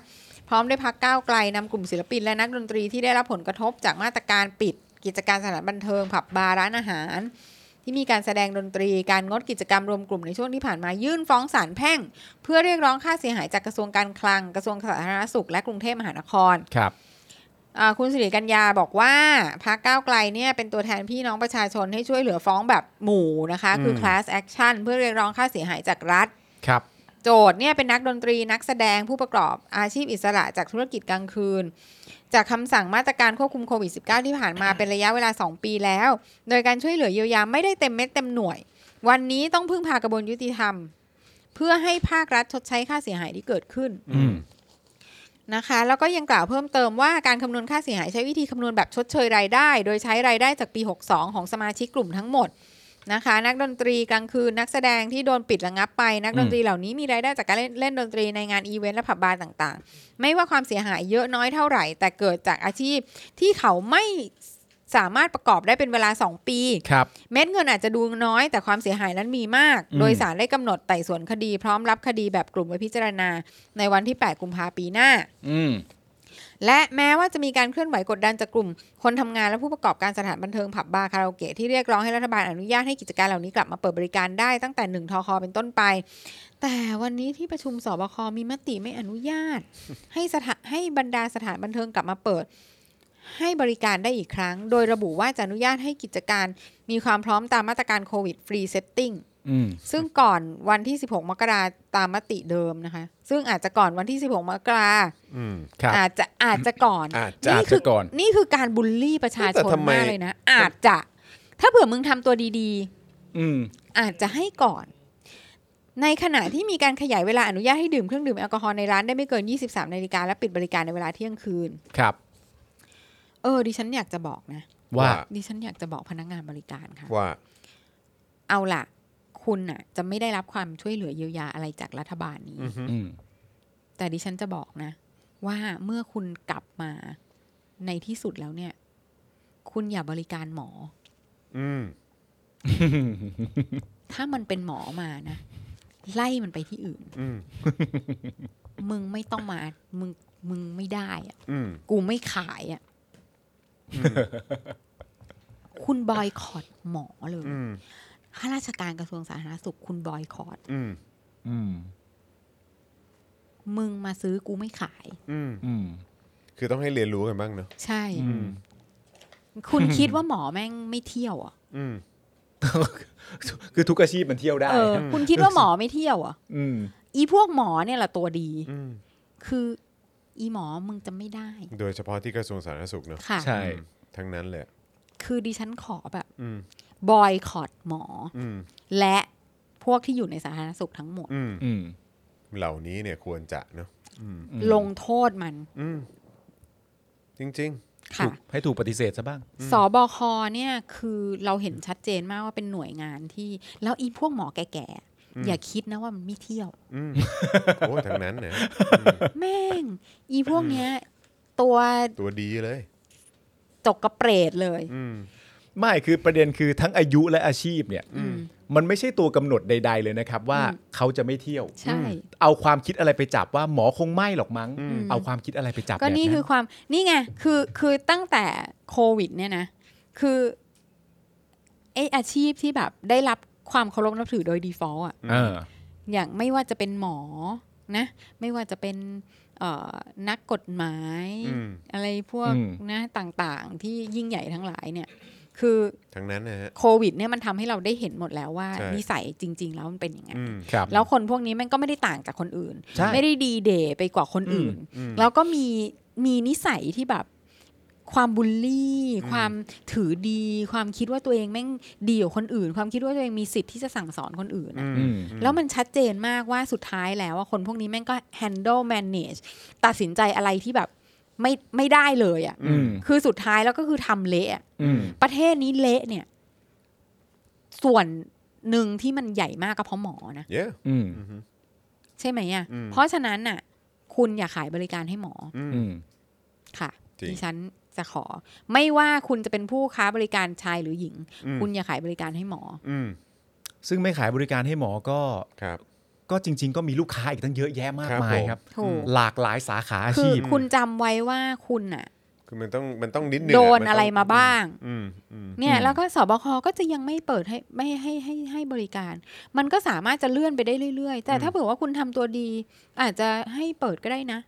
พร้อมด้วยพักก้าวไกลนำกลุ่มศิลปินและนักดนตรีที่ได้รับผลกระทบจากมาตรการปิด กิจการสถานบันเทิงผับบาร์ร้านอาหาร ที่มีการแสดงดนตรีการงดกิจกรรมรวมกลุ่มในช่วงที่ผ่านมายื่นฟ้องศาลแพ่ง เพื่อเรียกร้องค่าเสียหายจากกระทรวงการคลังกระทรวงสาธารณสุขและกรุงเทพมหานคร ครับ อ่าคุณสิริกัญญาบอกว่าพักก้าวไกลเนี่ยเป็นตัวแทนพี่น้องประชาชนให้ช่วยเหลือฟ้องแบบหมู่นะคะ คือ อืม class action เพื่อเรียกร้องค่าเสียหายจากรัฐ ครับ โจทย์เนี่ยเป็นนักดนตรีนักแสดงผู้ประกอบอาชีพอิสระจากธุรกิจกลางคืน จากคำสั่งมาตรการควบคุมโควิด -19 ที่ผ่านมาเป็นระยะเวลา 2 ปีแล้ว โดยการช่วยเหลือเยียวยาไม่ได้เต็มเม็ดเต็มหน่วย วันนี้ต้องพึ่งพากระบวนยุติธรรม เพื่อให้ภาครัฐชดใช้ค่าเสียหายที่เกิดขึ้น อืม นะคะแล้วก็ยังกล่าวเพิ่มเติมว่าการคำนวณค่าเสียหายใช้วิธีคำนวณแบบชดเชยรายได้ โดยใช้รายได้จากปี 62 ของสมาชิกกลุ่มทั้งหมด นะคะ นักดนตรีกลางคืนนักแสดงที่โดนปิดระงับไป นักดนตรีเหล่านี้มีรายได้จากการเล่นเล่นดนตรีในงานอีเวนต์และผับบาร์ต่างๆ ไม่ว่าความเสียหายเยอะน้อยเท่าไหร่ แต่เกิดจากอาชีพที่เขาไม่สามารถประกอบได้เป็นเวลา 2 ปี ครับ เม็ดเงินอาจจะดูน้อยแต่ความเสียหายนั้นมีมาก อืม โดยสารได้กำหนดไต่สวนคดีพร้อมรับคดีแบบกลุ่มไว้พิจารณา ในวันที่ 8 กุมภาปีหน้า อืม และแม้ว่าจะมีการเคลื่อนไหวกดดันจากกลุ่ม คนทำงานและผู้ประกอบการสถานบันเทิงผับบาร์คาราโอเกะที่เรียกร้องให้รัฐบาลอนุญาตให้กิจการเหล่านี้กลับมาเปิดบริการได้ตั้งแต่ 1 ทคเป็นต้นไป แต่วันนี้ที่ประชุมสบคมีมติไม่อนุญาต ให้สถาให้บรรดาสถานบันเทิงกลับมาเปิด ให้บริการได้อีกครั้ง โดยระบุว่าจะอนุญาตให้กิจการมีความพร้อมตามมาตรการโควิดฟรีเซตติ้ง อืม ซึ่งก่อนวันที่ 16 มกราตามมติเดิมนะคะ ซึ่งอาจจะก่อนวันที่ 16 มกรา อืม ครับ อาจจะอาจจะก่อน อาจจะ นี่คื อาจจะก่อน นี่คือการบูลลี่ประชา แต่ ชน ทำไม มากเลยนะ อาจจะ ถ้าเผื่อมึงทำตัวดี อืม ๆ อาจจะให้ก่อน ในขณะที่มีการขยายเวลาอนุญาตให้ดื่มเครื่องดื่มแอลกอฮอล์ในร้านได้ไม่เกิน 23 นาฬิกาและปิดบริการในเวลาเที่ยงคืน ครับ เออ ดิฉันอยากจะบอกนะ ว่า ดิฉันอยากจะบอกพนักงานบริการค่ะ ว่า เอาล่ะ คุณน่ะ จะไม่ได้รับความช่วยเหลือเยียวยาอะไรจากรัฐบาลนี้ อือฮึ อืม แต่ดิฉันจะบอกนะ ว่าเมื่อคุณกลับมาในที่สุดแล้วเนี่ย คุณอย่าบริการหมอ อืม ถ้ามันเป็นหมอมานะ ไล่มันไปที่อื่น อืม มึงไม่ต้องมามึงมึงไม่ได้อะ อืม กูไม่ขายอะคุณบอยคอตหมอเลย อืม ข้าราชการกระทรวงสาธารณสุข คุณบอยคอต อืม อืม มึงมาซื้อกูไม่ขาย อืม อืม คือต้องให้เรียนรู้กันบ้างเนอะ ใช่ อืม คุณคิดว่าหมอแม่งไม่เที่ยวเหรอ่ะ อืม คือทุกอาชีพมันเที่ยวได้ เออ คุณคิดว่าหมอไม่เที่ยวเหรอ่ะ อืม อีพวกหมอเนี่ยแหละตัวดี อืม คืออีหมอมึงจะไม่ได้ โดยเฉพาะที่กระทรวงสาธารณสุขเนอะ ค่ะ ใช่ อืมทั้งนั้นเลย คือดิฉันขอแบบ อืม บอยคอตหมอ อืม และพวกที่อยู่ในสาธารณสุขทั้งหมด อืม อืม เหล่านี้เนี่ยควรจะเนอะอืม อืม ลงโทษมัน อืม จริง ค่ะ ให้ถูกปฏิเสธซะบ้าง สบคเนี่ยคือเราเห็นชัดเจนมากว่าเป็นหน่วยงานที่ แล้วอีพวกหมอแก่ อืม ๆ อย่าคิดนะว่ามันไม่เที่ยว ๆ อืม โอ้ยทั้งนั้นเนี่ย แม่ง อีพวกเนี้ย ตัว ตัวดีเลย จกกระเปรดเลย อืม ไม่คือประเด็นคือทั้งอายุและอาชีพเนี่ย อืม มันไม่ใช่ตัวกำหนดใด ๆ เลยนะครับ ว่า อืม เขาจะไม่เที่ยว ใช่ เอาความคิดอะไรไปจับว่าหมอคงไม่หรอกมั้ง อืม เอาความคิดอะไรไปจับ ก็นี่ แบบ คือความนี่ไงคือคือตั้งแต่โควิด เนี่ยนะ คือไออาชีพที่แบบได้รับความเคารพนับถือโดย default อ่ะ เออ อย่างไม่ว่าจะเป็นหมอนะ ไม่ว่าจะเป็นเอ่อนักกฎหมาย อืม อะไรพวก อืม นะต่างๆ ที่ยิ่งใหญ่ทั้งหลายเนี่ย คือ ทั้งนั้นนะฮะ โควิด เนี่ยมันทำให้เราได้เห็นหมดแล้วว่า ใช่ นิสัยจริง ๆ แล้วมันเป็นยังไง อืม ครับ แล้วคนพวกนี้แมันก็ไม่ได้ต่างจากคนอื่น ใช่ ไม่ได้ดีเดย์ไปกว่าคนอื่น อืม แล้วก็มีมีนิสัยที่แบบความบูลลี่ ความถือดี ความคิดว่าตัวเองแม่งดีกว่าคนอื่น ความคิดว่าตัวเองมีสิทธิ์ที่จะสั่งสอนคนอื่น อื อะ ม อืม แล้วมันชัดเจนมากว่าสุดท้ายแล้วว่าคนพวกนี้แม่งก็ handle manage ตัดสินใจอะไรที่แบบไม่ไม่ได้เลยอะ่ะ อืม คือสุดท้ายแล้วก็คือทำเละอะ อืม ประเทศนี้เละเนี่ย ส่วนหนึ่งที่มันใหญ่มากก็เพราะหมอนะ เย้ อืม อืม ใช่ไหมอ่ะ อืม เพราะฉะนั้นน่ะ คุณอย่าขายบริการให้หมอ อืม อืม ค่ะ จริง ดิฉันจะขอ ไม่ว่าคุณจะเป็นผู้ค้าบริการชายหรือหญิง อืม คุณอย่าขายบริการให้หมอ อืม ซึ่งไม่ขายบริการให้หมอก็ ครับ ก็จริง ๆ ก็มีลูกค้าอีกตั้งเยอะแยะมาก ครับ มาย ผม ครับ ถูก หลากหลายสาขาอา คือ ชีพ คุณจำไว้ว่าคุณน่ะ คือมันต้องมันต้องนิดนึง โดน มันต้ง อะไรมาบ้าง อืมอืม เนี่ย อืม แล้วก็สบคก็จะยังไม่เปิดให้ไม่ให้ให้ให้ให้บริการ มันก็สามารถจะเลื่อนไปได้เรื่อย ๆ แต่ถ้าเผื่อว่าคุณทำตัวดี อาจจะให้เปิดก็ได้นะ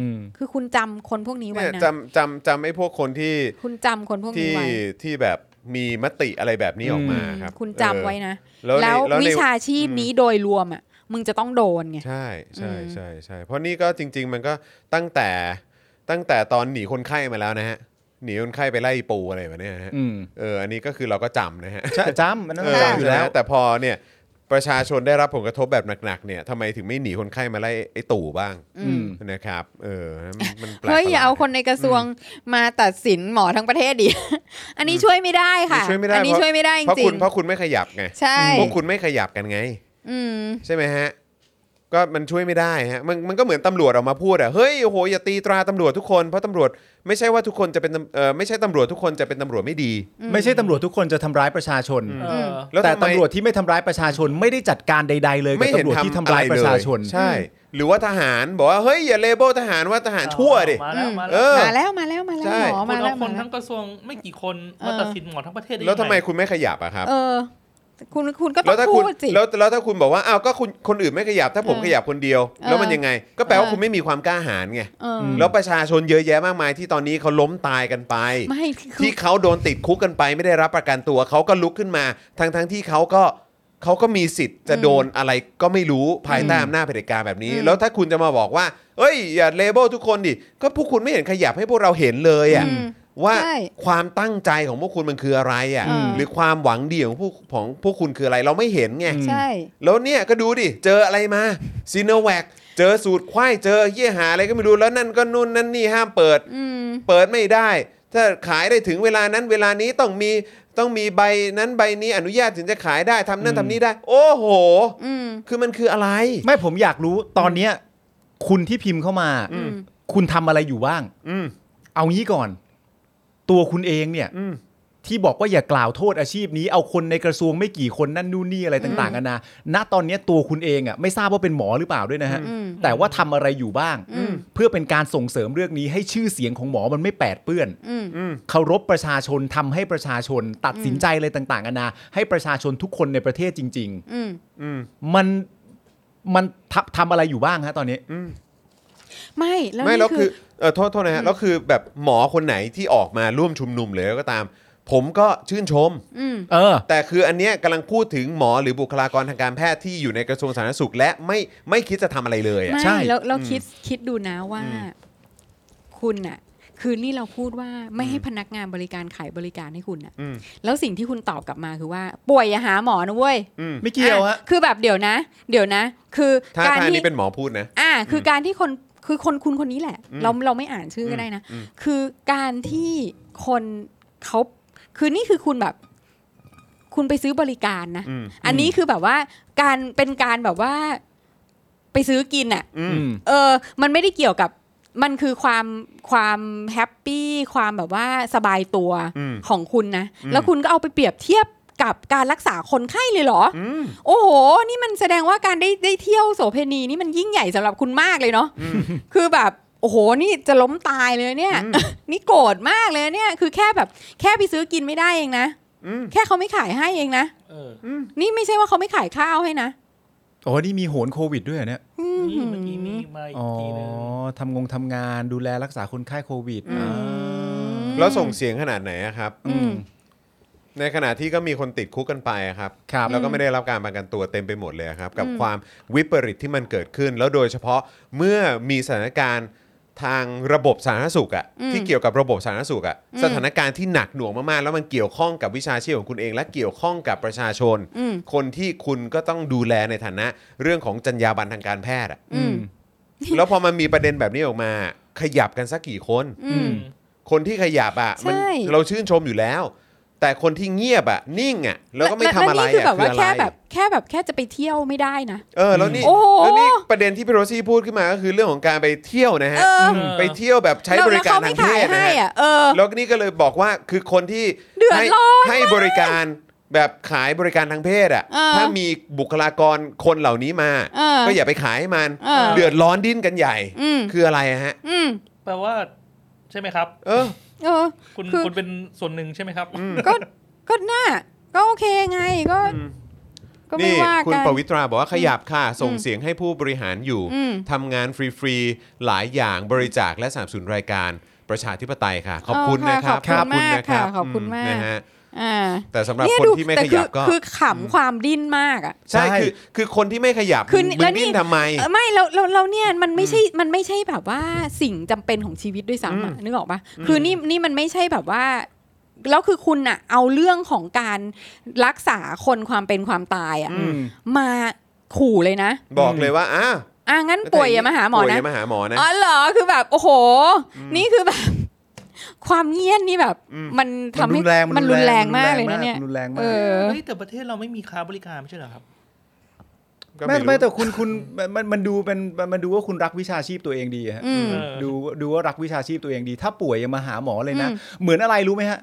อืม คือคุณจำคนพวกนี้ไว้ เนี่ย นะ จำจำจำไอ้พวกคนที่ คุณจำคนพวกนี้ ที่ ไว้ ที่แบบมีมติอะไรแบบนี้ออกมา อืม ครับ คุณจำไว้นะ เออ แล้ แล้ววในแล้วใน วิชาชีพนี้โดยรวมอ่ะ มึงจะต้องโดนไง ใช่ใช่ อืม ใช่ใช่เพราะนี่ก็จริง ๆ มันก็ตั้งแต่ตั้งแต่ตอนหนีคนไข้มาแล้วนะฮะหนีคนไข้ไปไล่ปูอะไรแบบเนี้ยฮะ อืม เอออันนี้ก็คือเราก็จำนะฮะ ใช่จำมันต้อง เออ จำอยู่แล้ว ใช่ไหมแต่พอเนี่ย ประชาชนได้รับผลกระทบแบบหนักๆเนี่ยทำไมถึงไม่หนีคนไข้มาไล่ไอ้ตู่บ้าง อืม นะครับ เออมันมันแปลก เฮ้ยอย่าเอาคน ประหล ในกระทรวงมาตัดสินหมอทั้งประเทศดิ อันนี้ช่วยไม่ได้ค่ะ ช่วยไม่ได้ อันี้ เพราะ ช่วยไม่ได้ ด จ เพราะ ริ คุณ ง เพราะคุณไม่ขยับไง ๆใช่ พวกคุณไม่ขยับกันไง อืม ใช่ไหมฮะ ก็มันช่วยไม่ได้ฮะมันมันก็เหมือนตำรวจออกมาพูดอะเฮ้ยโอ้โหอย่าตีตราตำรวจทุกคนเพราะตำรวจไม่ใช่ว่าทุกคนจะเป็นตำเออไม่ใช่ตำรวจทุกคนจะเป็นตำรวจไม่ดี ไม่ใช่ตำรวจทุกคนจะทำร้ายประชาชน เออ แล้ว แต่ ทำไม ตำรวจที่ไม่ทำร้ายประชาชนไม่ได้จัดการใด ๆ เลยกับ ไม่เห็น ตำรวจ ทำ ที่ทำร้าย อไเล ประชาชน ใช่ หรือว่าทหารบอกว่าเฮ้ยอย่าเลเบลทหารว่าทหารชั่วดิ มาแล้วมา เอ แล้ว อ มาแล้วมาแล้วมาแล้ ใช่ วหมอ คุ มา ณ แล้ เอา ว ค มาน แล้ ทั้ ว งกระทรวงไม่กี่คน เอ มา อ ตัดสินหมอทั้งประเทศได้ยังง แล้วทำไมคุณไม่ขยับอะครับ เออ คุณคุณก็ต้ แล้ว อง ถ้า พู คุณ ดสิ แล้วแล้วถ้าคุณบอกว่าอ้าวก็คุณคนอื่นไม่ขยับถ้าผม เออ ขยับคนเดียว แล้วมันยังไง ก็แปลว่า เออ คุณไม่มีความกล้าหาญไง เอออ ม แล้วประชาชนเยอะแยะมากมายที่ตอนนี้เขาล้มตายกันไป ไม่คือ ที่เขาโดนติดคุกกันไปไม่ได้รับประกันตัวเขาก็ลุกขึ้นมาทั้งทั้งๆที่เขาก็เขาก็มีสิทธิ์จะโดนอะไรก็ไม่รู้ภายใต้อำนาจเผด็จการแบบนี้ อืม แล้วถ้าคุณจะมาบอกว่า เอ้ยอย่าเลเบลทุกคนดิก็พวกคุณไม่เห็นขยับให้พวกเราเห็นเลยอะ อืม ว่า ใช่ ความตั้งใจของพวกคุณมันคืออะไรอะ่ะ อืม หรือความหวังดีของพวกของพวกคุณคืออะไรเราไม่เห็นไง อืม ใช่ แล้วเนี่ยก็ดูดิ เจออะไรมาซีโนแวคเจอสูตรไข้เจอเยี่ยหาอะไรก็ไม่รู้แล้วนั่นก็นู่นนั่นนี่ห้ามเปิด อืม เปิดไม่ได้ ถ้าขายได้ถึงเวลานั้นเวลานี้ต้องมีต้องมีใบนั้นใบนี้อนุญาตถึงจะขายได้ทำนั่น อืม ทำนี่ได้ โอ้โห อืม คือมันคืออะไร ไม่ผมอยากรู้ตอนเนี้ยคุณที่พิมพ์เข้ามา อืม คุณทำอะไรอยู่บ้าง อืม เอางี้ก่อน ตัวคุณเองเนี่ย อืม ที่บอกว่าอย่ากล่าวโทษอาชีพนี้เอาคนในกระทรวงไม่กี่คนนั่นนู่นนี่อะไรต่างๆกันานะณตอนเนี้ยตัวคุณเองอ่ะไม่ทราบว่าเป็นหมอหรือเปล่าด้วยนะฮะ อืม แต่ว่าทำอะไรอยู่บ้าง อืม เพื่อเป็นการส่งเสริมเรื่องนี้ให้ชื่อเสียงของหมอมันไม่แปดเปื้อน อืม อืม เคารพประชาชนทำให้ประชาชน ตัดสินใจอะไรต่างๆนานาให้ประชาชนทุกคนในประเทศจริง อืม อืม ๆ มันมันทำทำอะไรอยู่บ้างฮะตอนนี้ ไม่ แล้ว ไม่ นี่ แล้ว คื คือ อเออโทษโทษนะฮะแล้วคือแบบหมอคนไหนที่ออกมาร่วมชุมนุมเลยก็ตาม ผมก็ชื่นชม อืม เออ แต่คืออันเนี้ยกำลังพูดถึงหมอหรือบุคลากรทางการแพทย์ที่อยู่ในกระทรวงสาธารณสุข และไม่ไม่คิดจะทำอะไรเลยอะ ไม่ ใช่ แล้วเราคิดคิดดูนะว่า คุณน่ะ คือนี่เราพูดว่าไม่ให้พนักงานบริการขายบริการให้คุณน่ะ อืม แล้วสิ่งที่คุณตอบกลับมาคือว่า ป่วยอย่าหาหมอนะเว้ย อืม ไม่เกี่ยวฮะ อ่ะคือแบบเดี๋ยวนะ เดี๋ยวนะ คือ ถ้า การ ทาง ที่ นี้เป็นหมอพูดนะ อ่า คือการที่คนคือคนคุณคนนี้แหละ เราเราไม่อ่านชื่อก็ได้นะ อืม คือการที่คนเขาคือนี่คือคุณแบบ คุณไปซื้อบริการนะ อืม อันนี้คือแบบว่าการเป็นการแบบว่าไปซื้อกินอ่ะ อืม อืม เออ มันไม่ได้เกี่ยวกับ มันคือความความแฮปปี้ความแบบว่าสบายตัว อืม ของคุณนะ อืม แล้วคุณก็เอาไปเปรียบเทียบกับการรักษาคนไข้เลยเหรอ อืม โอ้โห นี่มันแสดงว่าการได้ได้เที่ยวโสเพณีนี่มันยิ่งใหญ่สำหรับคุณมากเลยเนาะ คือแบบ โอ้โห นี่จะล้มตายเลยเนี่ย นี่โกรธมากเลยเนี่ย คือแค่แบบแค่ไปซื้อกินไม่ได้เองนะ อืม แค่เขาไม่ขายให้เองนะ เออ นี่ไม่ใช่ว่าเขาไม่ขายข้าวให้นะ โอ้นี่มีโหนโควิดด้วยเหรอเนี่ย อืม นี่เมื่อกี้มีมาอี อ๋ ก อ ทีนึง ทำงงทำงานดูแลรักษาคนไข้โควิด อืม อ่า แล้วส่งเสียงขนาดไหนอะครับ อืม ในขณะที่ก็มีคนติดคุกกันไปอะครับ ครับ แล้วก็ไม่ได้รับการประกันตัวเต็มไปหมดเลยครับ กับ อืม ความวิปริตที่มันเกิดขึ้น แล้วโดยเฉพาะเมื่อมีสถานการณ์ทางระบบสาธารณสุขอะที่เกี่ยวกับระบบสาธารณสุขอะสถานการณ์ที่หนักหน่วงมากๆ แล้วมันเกี่ยวข้องกับวิชาชีพของคุณเอง และเกี่ยวข้องกับประชาชน อืม คนที่คุณก็ต้องดูแลในฐานะ เรื่องของจรรยาบรรณทางการแพทย์อะ อืม แล้วพอมันมีประเด็นแบบนี้ออกมา ขยับกันสักกี่คน อืม คนที่ขยับอ่ะมัน ใช่ เราชื่นชมอยู่แล้ว แต่คนที่เงียบอ่ะนิ่งอ่ะแล้วก็ไม่ทำอะไร แล้วนี่คือ อ่ะ แบบ คืออะไรว่าแค่แบบแค่แบบแค่จะไปเที่ยวไม่ได้นะ เออแล้วนี่ โอ้โห แล้วนี่ประเด็นที่พี่โรซี่พูดขึ้นมาก็คือเรื่องของการไปเที่ยวนะฮะ เออ เออ ไปเที่ยวแบบใช้บริการทางเพศ แล้วนะเขไม่ขยให้ ฮะ อ่ะเออ แล้วนี่ก็เลยบอกว่าคือคนที่ เดือด ให้ ร้อน ให้บริการแบบขายบริการทางเพศอ่ะ เออ ถ้ามีบุคลากรคนเหล่านี้มา เออ ก็อย่าไปขายให้มัน เออ เดือดร้อนดิ้นกันใหญ่ อืม คืออะไรอะฮะ อืม แปลว่า ใช่ไหมครับ เออ เออ คุณ คือ คุณเป็นส่วนหนึ่งใช่ไหมครับ ก็ก็น่าก็โอเคไงก็ ก็ไม่ นี่ ว่า คุณ กัน ปวิตราบอกว่าขยับค่ะ ส่งเสียงให้ผู้บริหารอยู่ อืม ทำงานฟรี ๆ หลายอย่างบริจาคและสนับสนุนรายการประชาธิปไตยค่ะ ขอบคุณ เออ นะครั ค่ะ บ ขอบคุณ นะรั มากค่ะขอบคุณมาก นะฮะ อ่า แต่สำหรับ เนี่ย คน ดู ที่ไม่ แต่ ข คื ยั อบ ก็ คือขำความดิ้นมากอ่ะ ใช่คือคือคนที่ไม่ขยับ คือ มึ แล้ ง วนี่ ดิ้นทำไม เออไม่เราเราเราเนี่ยมันไม่ใช่มันไม่ใช่แบบว่าสิ่งจำเป็นของชีวิตด้วยซ้ำอะนึกออกปะคือนี่นี่มันไม่ใช่แบบว่า แล้วคือคุณน่ะเอาเรื่องของการรักษาคนความเป็นความตายอะ อืม มาขู่เลยนะ บอกเลยว่าอ้าว อ่ะงั้นป่วยอย่ามาหาหมอ ป่วย นะ ย่ามาหาหมอนะ อ๋อเหรอคือแบบ โอ้โห นี่คือแบบ ความเงียบนี่แบบ มันทำ มันรุ ให้ นแรง มันรุนแรงมากเลยนะเนี่ย รุนแรงมา เอก อ เฮ้ยแต่ประเทศเราไม่มีค้าบริการไม่ใช่เหรอครับ ก็ ไม่ รู้ ไม่แต่คุณคุณมันมันมันดูเป็นมันมันดูว่าคุณรักวิชาชีพตัวเองดีฮะ อืม เออ ดูดูว่ารักวิชาชีพตัวเองดี ถ้าป่วยยังมาหาหมอเลยนะ อืม เหมือนอะไรรู้ไหมฮะ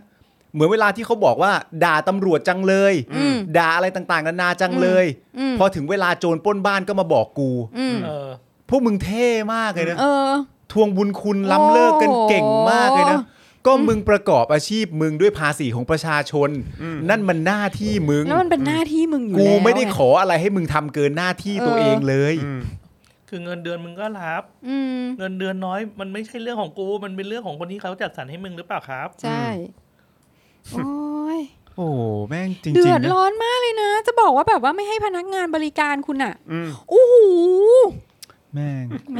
เหมือนเวลาที่เขาบอกว่า ด่าตำรวจจังเลย อืม ด่าอะไรต่างๆนานาจังเลย อืม พอถึงเวลาโจรปล้นบ้านก็มาบอกกู อืม เออ พวกมึงเท่มากเลยนะ เออ ทวงบุญคุณล้ำเลิกกันเก่งมากเลยนะ โอ้ ก็มึงประกอบอาชีพมึงด้วยภาษีของประชาชน นั่นมันหน้าที่มึง แล้วมันเป็นหน้าที่มึงอยู่ กูไม่ได้ แล้ว ขออะไรให้มึงทำเกินหน้าที่ตัวเองเลย อืม คือเงินเดือนมึงก็รับ อืม เงินเดือนน้อย มันไม่ใช่เรื่องของกู มันเป็นเรื่องของคนที่เขาจัดสรรให้มึงหรือเปล่าครับ ใช่ โอ้ย โอ้โหแม่งจริง เดื ๆ อด นะ ร้อนมากเลยนะ จะบอกว่าแบบว่าไม่ให้พนักงานบริการคุณอ่ะ อืม โอ้โห แม่ง แหม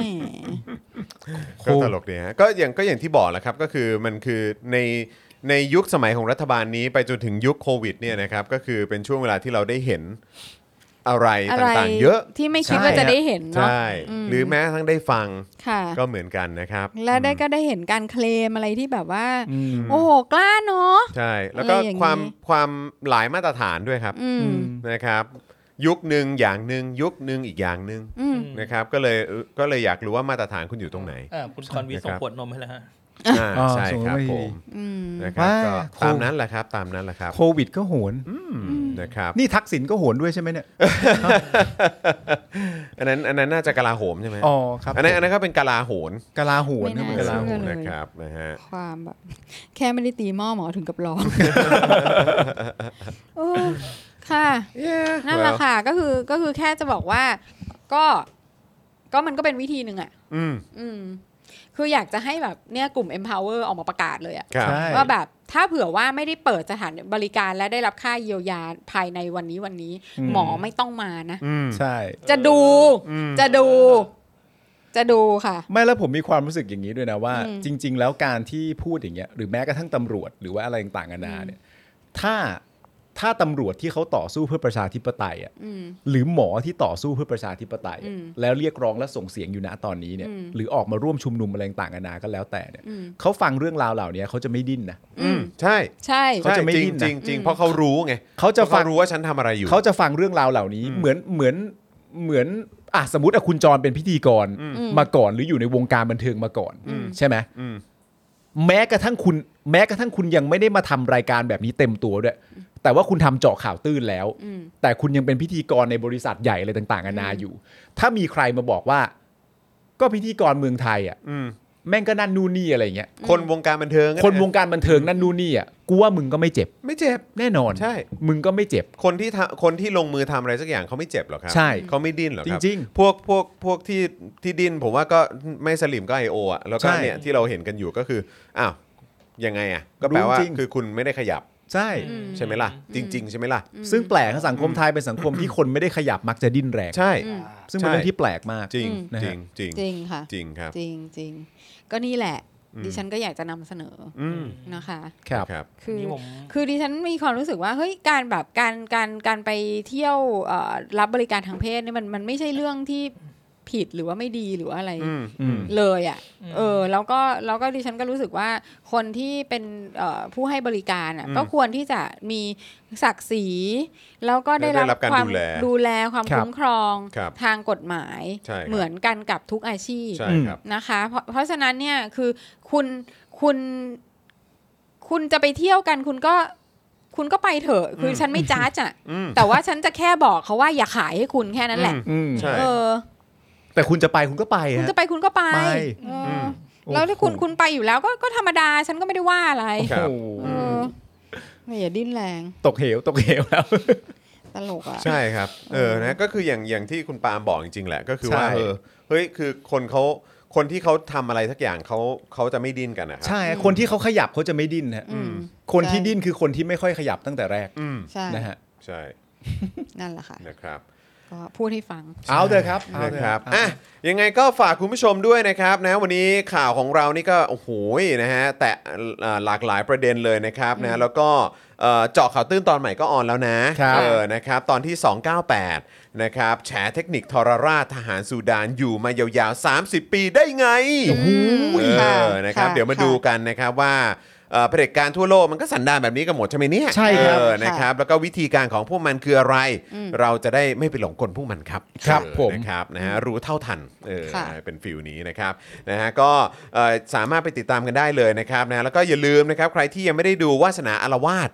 ก็ตลกดีฮะก็อย่างก็อย่างที่บอกแหละครับ ก็คือมันคือในในยุคสมัยของรัฐบาลนี้ไปจนถึงยุคโควิดเนี่ยนะครับก็คือเป็นช่วงเวลาที่เราได้เห็นอะไร อะไร ต่างๆ เยอะ ที่ไม่คิดว่า ใช่ จะได้เห็นเนาะ ใช่ อืม หรือแม้กระทั้งได้ฟัง ค่ะ ก็เหมือนกันนะครับ และได้ก็ได้เห็นการเคลมอะไรที่แบบว่า อืม โอ้โหกล้าเนาะ ใช่ แล้วก็ อะไรอย่างนี้ ความความหลายมาตรฐานด้วยครับ อืม นะครับ ยุคหนึ่งอย่างหนึ่งยุคหนึ่งอีกอย่างหนึ่ง อืม ม นะครับก็เลยก็เลยอยากรู้ว่ามาตรฐานคุณอยู่ตรงไหน อ่าคุณคอนวิทย์ส่งขวดนมให้แล้วฮะ อ่า อ่า ใช่ ส่ง ครับ มาให้ ผม อืม นะครับ ว่า ก็ โค ตามนั้นแหละครับตามนั้นแหละครับ โควิดก็โหน นะครับ นี่ทักษิณก็โหนด้วยใช่ไหมเนี่ย อันนั้นอันนั้นน่าจะกลาโหมใช่ไหม อ๋อครับ อันนั้นอันนั้นก็เป็นกลาโหน กลาโหนคไม่รับ น่า ก กลา ลา โห โห น น เลย นะครับนะฮะ ความแบบ แค่ไม่ได้ตีหม้อหมอถึงกับร้องโอ้ค่ะ นั่นแหละค่ะ ก็คือก็คือแค่จะบอกว่า ก็ ก็มันก็เป็นวิธีหนึ่งอ่ะ อืม อืม คืออยากจะให้แบบเนี่ยกลุ่ม empower ออกมาประกาศเลยอะ ครับ ใช่ ว่าแบบถ้าเผื่อว่าไม่ได้เปิดสถานบริการและได้รับค่าเยียวยาภายในวันนี้วันนี้ หมอไม่ต้องมานะ อืม ใช่ จะดู อืม จะดู จะดูค่ะ ไม่แล้วผมมีความรู้สึกอย่างนี้ด้วยนะว่า อืม จริง ๆ แล้วการที่พูดอย่างเงี้ยหรือแม้กระทั่งตำรวจหรือว่าอะไรต่างๆนานาเนี่ยถ้าถ้าตำรวจที่เขาต่อสู้เพื่อประชาธิปไตยอ่ะ อืม หรือหมอที่ต่อสู้เพื่อประชาธิปไตยอะ อืม แล้วเรียกร้องและส่งเสียงอยู่ณตอนนี้เนี่ย อืม หรือออกมาร่วมชุมนุมอะไรต่างๆนานาก็แล้วแต่เนี่ย อืม เขาฟังเรื่องราวเหล่านี้เขาจะไม่ดิ้นนะ อืมใช่ ใช่ เขาจะไม่ ใช่จริง ดิ้นนะ จริงจริงเพราะเขารู้ไง เขาจะ เพรา ฟั เขา ง รู้ว่าฉันทำอะไรอยู่ เขาจะฟังเรื่องราวเหล่านี้เหมือนเหมือนเหมือนอ่ะสมมติอะคุณจรเป็นพิธีกรมาก่อนหรืออยู่ในวงการบันเทิงมาก่อนใช่ไหม อืม แม้กระทั่งคุณแม้กระทั่งคุณยังไม่ได้มาทำรายการแบบนี้เต็มตัวด้วย แต่ว่าคุณทำเจาะข่าวตื้นแล้ว อืม แต่คุณยังเป็นพิธีกรในบริษัทใหญ่อะไรต่างๆนานาอยู่ ถ้ามีใครมาบอกว่า ก็พิธีกรเมืองไทยอ่ะ อืม แม่งก็นั่นนู่นนี่อะไรอย่างเงี้ย คนวงการบันเทิงอะ คนวงการบันเทิงนั่นนู่นนี่อ่ะกูว่ามึงก็ไม่เจ็บ ไม่เจ็บ แน่นอน ใช่ มึงก็ไม่เจ็บ คนที่ทำคนที่ลงมือทำอะไรสักอย่างเขาไม่เจ็บหรอกครั ใช่ เขาไม่ดิ้นหรอกครั จริง พวกพวกพวกที่ที่ดิ้นผมว่าก็ไม่สลิมก็ไอโอ่ะแล้วก็ ใช่ เนี่ยที่เราเห็นกันอยู่ก็คืออ้าวยังไงอ่ะก็แปลว่า รู้จริง คือคุณไม่ได้ขยับ ใช่ อืม ใช่ไหมล่ะ จริง ๆ ใช่ไหมล่ะ ซึ่งแปลกนะสังคมไทยเป็นสังคมที่คนไม่ได้ขยับมักจะดิ้นแรง ใช่ ซึ่งเป็นเรื่องที่แปลกมาก จริง อืม จริงจริง จริงค่ะ จริงครับ จริงจริงก็นี่แหละ ดิฉันก็อยากจะนำเสนอ อืม นะคะ ครับ ครับ คือ นี่ผม คือดิฉันมีความรู้สึกว่าเฮ้ยการแบบการการการไปเที่ยวเอ่อรับบริการทางเพศเนี่ยมันมันไม่ใช่เรื่องที่ผิดหรือว่าไม่ดีหรือว่าอะไร อืม อืม เลยอะ่ะ อืม เออแล้วก็แล้วก็ดิฉันก็รู้สึกว่าคนที่เป็นเอ่อผู้ให้บริการอะ่ะ อืม ก็ควรที่จะมีศักดิ์ศรีแล้วก็ได้ ได้รั รั บบ การ ความ ดูแล ดูแลความ ครับ คุ้มครอง ครับ ทางกฎหมาย ใช่ครับ เหมือนกันกับทุกอาชีพ ใช่ครับ นะคะเพราะเพราะฉะนั้นเนี่ยคือคุณคุณคุณจะไปเที่ยวกันคุณก็คุณก็ไปเถอะ คืออฉันไม่จ้า จ่ะ อืม แต่ว่าฉันจะแค่บอกเขาว่าอย่าขายให้คุณแค่นั้นแหละ อืม ใช่ เออ แต่คุณจะไปคุณก็ไป คุณ ฮะ จะไปคุณก็ไป ไป เอออ ม แล้วถ้าคุณ โอ้โห คุณไปอยู่แล้วก็ก็ธรรมดาฉันก็ไม่ได้ว่าอะไร ครับ โอ้โห เออไม่อย่าดิ้นแรง ตกเหวตกเหวแล้ว ตลกอ่ะ ใช่ครับ เออ นะ ก็คืออย่าง อย่างที่คุณปาล์มบอกจริงๆ แหละ ก็คือว่า ใช่ เออ เฮ้ย คือคนเขาคนที่เขาทำอะไรสักอย่างเขาเขาจะไม่ดิ้นกันนะครั ใช่ฮะคนที่เขาขยับเขาจะไม่ดิ้นฮะ อืม คนที่ ใช่ ดิ้นคือคนที่ไม่ค่อยขยับตั้งแต่แรก อืม ใช่ นะฮะ ใช่ นั่นแหละค่ะ นะครับ ก็พูดให้ฟัง เอาเถอะครับเอา นะ เถ ค อะ รับอ่ะยังไงก็ฝากคุณผู้ชมด้วยนะครับนะวันนี้ข่าวของเรานี่ก็โอ้โหยนะฮะแต่อ่าหลากหลายประเด็นเลยนะครับนะแล้วก็เอ่อเจาะข่าวตื้นตอนใหม่ก็ออนแล้วนะครับ เออนะครับตอนที่ 298 นะครับแฉเทคนิคทรราชทหารสูดานอยู่มายาวๆ 30 ปีได้ไงเอ ค่ะ อนะครับ ค่ะ เดี๋ยวมา ค่ะ ดูกันนะครับว่าเอ่อเผด็จการทั่วโลกมันก็สันดานแบบนี้กันหมดใช่ไหมเนี่ย ใช่ครับ เออนะครับแล้วก็วิธีการของพวกมันคืออะไร เราจะได้ไม่ไปหลงกลพวกมันครับ ครับ เออ ผม นะครับนะฮะรู้เท่าทันเออ ค่ะ เป็นฟิลนี้นะครับนะฮะก็เอ่อสามารถไปติดตามกันได้เลยนะครับนะแล้วก็อย่าลืมนะครับใครที่ยังไม่ได้ดูวาสนาอารวาส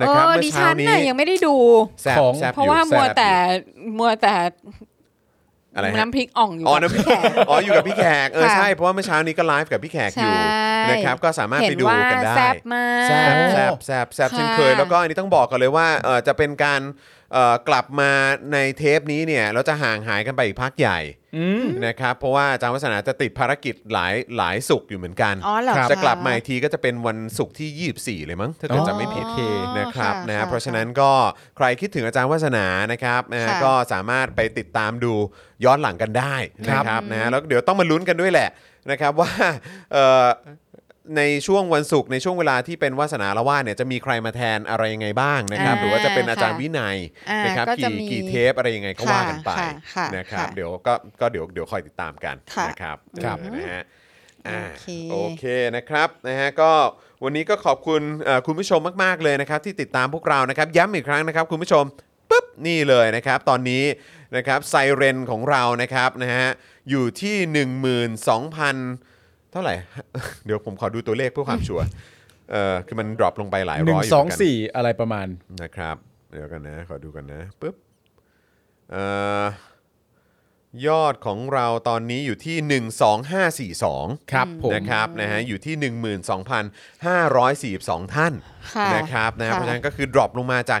นะครับ เออ เมื่ ดิ อเช้า ฉัน นี้ น่ะยังไม่ได้ดู แซ่บ ของ แซ่บอยู่ เพราะว่ามัวแต่มัวแต่ อะไรฮะ น้ำพริกอ่องอยู่ อ๋อน้ำพริกอ๋ออยู่กับพี่แขกเออ ค่ะ ใช่เพราะว่าเมื่อเช้านี้ก็ไลฟ์กับพี่แขกอยู่ ใช่ นะครับก็สามารถ เห็ ไป น ดู ว่า กันได้ แซ่บมาก แซบแซบแซบแซบเช่นเคย ค่ะ แล้วก็อันนี้ต้องบอกกันเลยว่าเอ่อจะเป็นการเอ่อกลับมาในเทปนี้เนี่ยเราจะห่างหายกันไปอีกพักใหญ่นะครับเพราะว่าอาจารย์วัฒนาจะติดภารกิจหลายหลายสุกร์อยู่เหมือนกัน อ๋อเหรอคะ จะกลับมาอีกทีก็จะเป็นวันศุกร์ที่ 24 เลยมั้งถ้าเกิด อ๋อ จำไม่ผิด โอเค นะครับ ค่ะ นะ ค่ะ เพราะฉะนั้นก็ใครคิดถึงอาจารย์วัฒนานะครับนะ ค่ะ ก็สามารถไปติดตามดูย้อนหลังกันได้นะครับนะแล้วเดี๋ยวต้องมาลุ้นกันด้วยแหละนะครับ ว่าเอ่อ ในช่วงวันศุกร์ในช่วงเวลาที่เป็นวาสนาละว่าเนี่ยจะมีใครมาแทนอะไรยังไงบ้างนะครับ อ่า หรือว่าจะเป็นอาจารย์ ค่ะ วินัย อ่าน นะครับ ก็จะ กี่ มี กี่เทปอะไรยังไงก็ว่ากันไป ค่ะค่ะ นะครับ ค่ะ เดี๋ยวก็ก็เดี๋ยวเดี๋ยวคอยติดตามกัน ค่ะ นะครับ ครับ เออนะฮะ อ่า โอเค โอเคนะครับนะฮะก็วันนี้ก็ขอบคุณเอ่อคุณผู้ชมมาก ๆ เลยนะครับ ที่ติดตามพวกเรานะครับ ย้ำอีกครั้งนะครับ คุณผู้ชมปุ๊บนี่เลยนะครับ ตอนนี้นะครับไซเรนของเรานะครับนะฮะอยู่ที่ 12,000 เท่าไหร่ เดี๋ยวผมขอดูตัวเลขเพื่อความชัวร์เออคือมันดรอปลงไปหลาย หนึ่ ร้ ง อยอยู่ ส เห อง มือนกัน สี่อะไรประมาณ นะครับเดี๋ยวกันนะ ขอดูกันนะปุ๊บเอ่อยอดของเราตอนนี้อยู่ที่ 12542 ครับผม นะครับนะฮะอยู่ที่ 12,542 ท่าน ค่ะ นะครับนะฮะ ค่ะ เพราะฉะนั้นก็คือดรอปลงมาจาก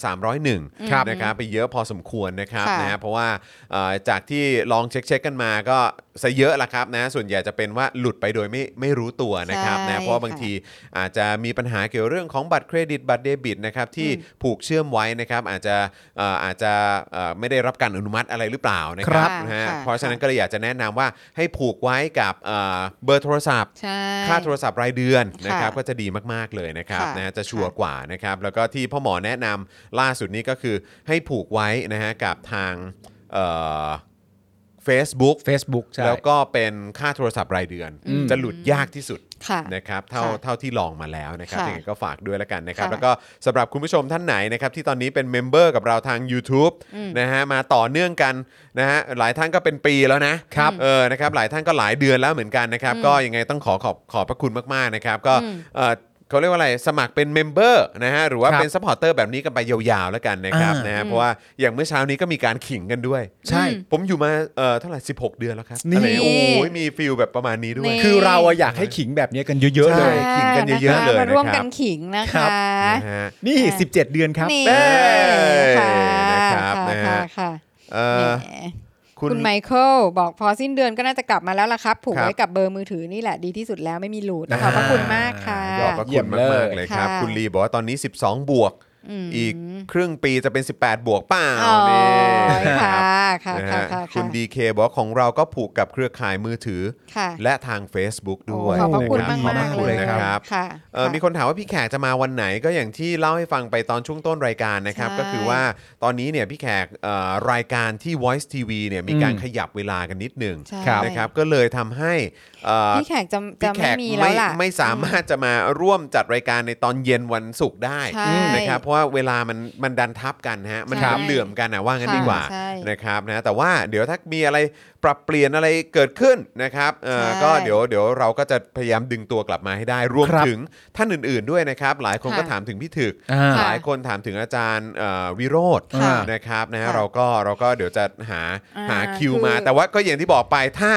13,301 ครับ นะครับไปเยอะพอสมควรนะครับ ค่ะ นะฮะเพราะว่าเอ่อจากที่ลองเช็คเช็คๆกันมาก็ซะเยอะละครับนะส่วนใหญ่จะเป็นว่าหลุดไปโดยไม่ไม่รู้ตัวนะครับ ใช่ นะเพราะว่าบาง ค่ะ ที อาจจะมีปัญหาเกี่ยวเรื่องของบัตรเครดิตบัตรเดบิตนะครับที่ผูกเชื่อมไว้นะครับอาจจะเอ่ออาจจะเอ่อไม่ได้รับการอนุมัติอะไรหรือเปล่านะครั ครับ บ นะฮะ ค่ะ เพราะฉะนั้นก็เลยอยากจะแนะนำว่าให้ผูกไว้กับเอ่อเบอร์โทรศัพท์ ใช่ ค่าโทรศัพท์รายเดือน ค่ะ นะครับก็จะดีมาก ๆ เลยนะครับ ค่ะ นะฮะจะชัวร์กว่านะครับแล้วก็ที่พ่อหมอแนะนำล่าสุดนี้ก็คือให้ผูกไว้นะฮะกับทางเฟซบุ๊ก Facebook ใช่ แล้วก็เป็นค่าโทรศัพท์รายเดือน อืม จะหลุดยากที่สุด ค่ะ นะครับเท่า ค่ะ เท่าที่ลองมาแล้วนะครับ ค่ะ ยังไงก็ฝากด้วยแล้วกันนะครับ ค่ะ แล้วก็สำหรับคุณผู้ชมท่านไหนนะครับที่ตอนนี้เป็นเมมเบอร์กับเราทาง YouTube นะฮะมาต่อเนื่องกันนะฮะหลายท่านก็เป็นปีแล้วนะครับเออนะครับหลายท่านก็หลายเดือนแล้วเหมือนกันนะครับ ก็ยังไงต้องขอขอบขอบพระคุณมากๆนะครับ ก็ อืม เออเขาเรียกว่าอะไรสมัครเป็นเมมเบอร์นะฮะหรือว่า ครับ เป็นซัพพอร์เตอร์แบบนี้กันไปยาวๆแล้วกันนะครับ อ่าน นะฮะเพราะว่าอย่างเมื่อเช้านี้ก็มีการขิงกันด้วย ใช่ อืม ผมอยู่มาเอ่อเท่าไหร่16 เดือนแล้วครับ นี่ อะไรโอ้ยมีฟิลแบบประมาณนี้ด้วย นี่ คือเราอะอยากให้ขิงแบบเนี้ยกันเยอะๆเลย ใช่ ขิงกันเยอะๆ ค เลยนะครับ มาร่วมกันขิงนะ ครั คะ บ นะฮะ นี่ อ่า 17 เดือนครับ นี่ เอ้ย ค่ะ นะครับนะฮะ ค่ะค่ะ เอ่อ แหม คุณ คุณไมเคิลบอกพอสิ้นเดือนก็น่าจะกลับมาแล้วล่ะครับ ผูก ครับ ไว้กับเบอร์มือถือนี่แหละดีที่สุดแล้วไม่มีหลุดขอบพระคุณมากค่ะ ขอบพระ เยี่ คุณยม มากมากๆ เลย เลยครับ ค่ะ คุณลีบอกว่าตอนนี้ 12 บวก ม อีกครึ่งปีจะเป็น 18 บวกเปล่า อ๋อ นี่ ค่ะค่ะ นะ ค่ะ ฮะ ค่ะ คุณดีเคบอกว่าของเราก็ผูกกับเครือข่ายมือถือ ค่ะ และทาง Facebook ด้วย โอ้ขอบพระคุณ นะ มาก ขอบ มาก พระ ๆ คุณ เลย นะ ค่ะ ครับ ค่ะ เอ่อมีคนถามว่าพี่แขกจะมาวันไหนก็อย่างที่เล่าให้ฟังไปตอนช่วงต้นรายการนะครับ ใช่ ก็คือว่าตอนนี้เนี่ยพี่แขกเอ่อรายการที่ Voice TV เนี่ยมีการ อืม ขยับเวลากันนิดหนึ่ง ใช่ครับ นะครับก็เลยทำให้เอ่อ พี่แขกจะจะ พี่แข ไม่ ก มีแล้ ไม่ วล่ะ ไม่สามารถจะมาร่วมจัดรายการในตอนเย็นวันศุกร์ได้ ใช่ นะครับเพราะว่าเวลามันมันดันทับกันฮะมัน ใช่ เหลื่อมกันนะว่างั้นดีกว่า ใช่ นะครับนะแต่ว่าเดี๋ยวถ้ามีอะไรปรับเปลี่ยนอะไรเกิดขึ้นนะครับเอ่อ ใช่ ก็เดี๋ยวเดี๋ยวเราก็จะพยายามดึงตัวกลับมาให้ได้รวม ครับ ถึง ท่านอื่น ๆ ด้วยนะครับ หลายคน ค่ะ ก็ถามถึงพี่ถึก อ่าหค่ะลายคนถามถึงอาจารย์เอ่อวิโรธ ค่ะ นะครับนะฮะ ค่ะ เราก็เราก็เดี๋ยวจะหา อ่า หาคิว คือ มา แต่ว่าก็อย่างที่บอกไปถ้า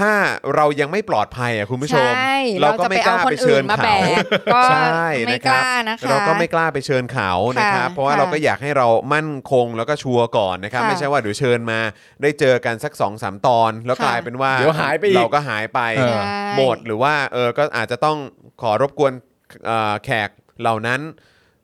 ถ้าเรายังไม่ปลอดภัยอ่ะคุณผู้ชม ใช่เราจะไปเอาคนอื่นมาแบกก็ ใช่ ไม่ นะครับ กล้านะคะ เราก็ไม่กล้าไปเชิญเขานะครับ ค่ะ เพราะว่า ค่ะ เราก็อยากให้เรามั่นคงแล้วก็ชัวร์ก่อนนะครับ ค่ะ ไม่ใช่ว่าเดี๋ยวเชิญมาได้เจอกันสัก2อสามตอน แล้วกค่ะลายเป็นว่า เดี๋ยวหายไปอีก เราก็หายไป เออ ใช่ หมดหรือว่าเออก็อาจจะต้องขอรบกวนเอ่อแขกเหล่านั้น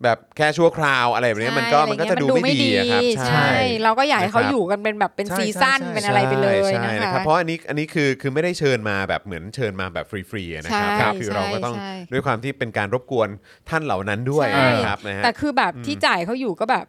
แบบแค่ชั่วคราวอะไรแบบเนี้ยมันก็ ใช่ มันก็จะ อร ดู เงี้ย ไม่ดีอะครับ ใช่ เราก็อยากให้เขา นะครับ อยู่กันเป็นแบบเป็น ใช่ ซีซั่น ใช่ เป็นอะไรไปเลย ใช่ใช่ นะ นะ คะ ครับเพราะอันนี้อันนี้คือคือไม่ได้เชิญมาแบบเหมือนเชิญมาแบบฟรีๆนะครับ ใช่ ครับคือ ใช่ เราก็ต้อง ใช่ ด้วยความที่เป็นการรบกวนท่านเหล่านั้นด้วย ใช่ นะครับนะฮะ แต่คือแบบที่จ่ายเขาอยู่ก็แบบ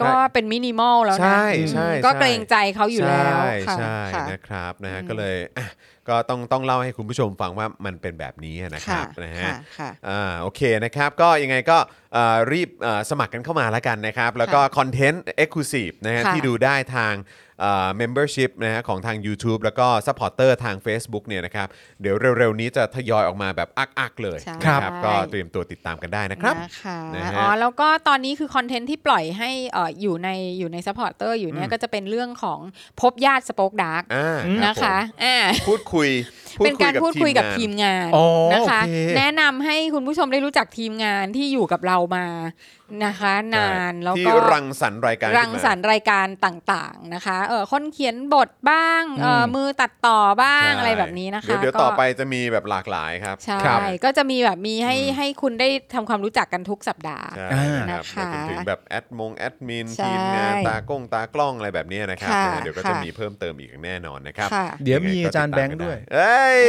ก็เป็นมินิมอลแล้วนะ ใช่ใช่ อืมก็ ใช่ เกรงใจเขาอยู่แล้ว ใช่ ค่ะ ใช่ ค่ะ นะครับนะฮะ อืม ก็เลยอ่ะก็ต้องต้องเล่าให้คุณผู้ชมฟังว่ามันเป็นแบบนี้นะครับนะฮะ ค่ะค่ะ อ่าโอเคนะครับก็ยังไงก็เอ่อรีบเอ่อสมัครกันเข้ามาแล้วกันนะครับ แล้วก็คอนเทนต์ Exclusive นะฮะ ค่ะ ที่ดูได้ทางเอ่อ membership นะฮะของทาง YouTube แล้วก็ซัพพอร์เตอร์ทาง Facebook เนี่ยนะครับเดี๋ยวเร็วๆ นี้จะทยอยออกมาแบบอักๆเลย ใช่ นะก็เตรียมตัวติดตามกันได้นะครับ นะคะ นะฮะ อ๋อแล้วก็ตอนนี้คือคอนเทนต์ที่ปล่อยให้เอ่ออยู่ในอยู่ในซัพพอร์เตอร์อยู่เนี่ อื ย ม ก็จะเป็นเรื่องของพบญาติสปอคดาร์ก อ่า นะ รั คะ บ อ่า ผมพูดคุย เป็นการพูดคุยกับทีม งาน งาน อ๋อ นะคะ โอเค แนะนำให้คุณผู้ชมได้รู้จักทีมงานที่อยู่กับเรามานะคะ นาน ใช่ แล้ว ที่ ก็ รังสรรค์รายการขึ้นมา รังสรรค์รายการต่างๆนะคะเออคนเขียนบทบ้างเอมอมือตัดต่อบ้าง ใช่ อะไรแบบนี้นะคะ เดี๋ยวเดี๋ยว ก็ ต่อไปจะมีแบบหลากหลายครับ ใช่ ครับ ก็จะมีแบบมีให้ อืม ให้คุณได้ทำความรู้จักกันทุกสัปดาห์ ใช่ อ่า นะครับ นะรวคะมถึงแบบแอดมงแอดมิน ใช่ ทีมงานตากล้องตากล้องอะไรแบบเนี้ยนะครับ ค่ะ นะเดี๋ยวก็จะ ค่ะ มีเพิ่มเติมอีกแน่นอนนะครับ ค่ะ เดี๋ยวมีอาจารย์แบงค์ด้วย เอ้ย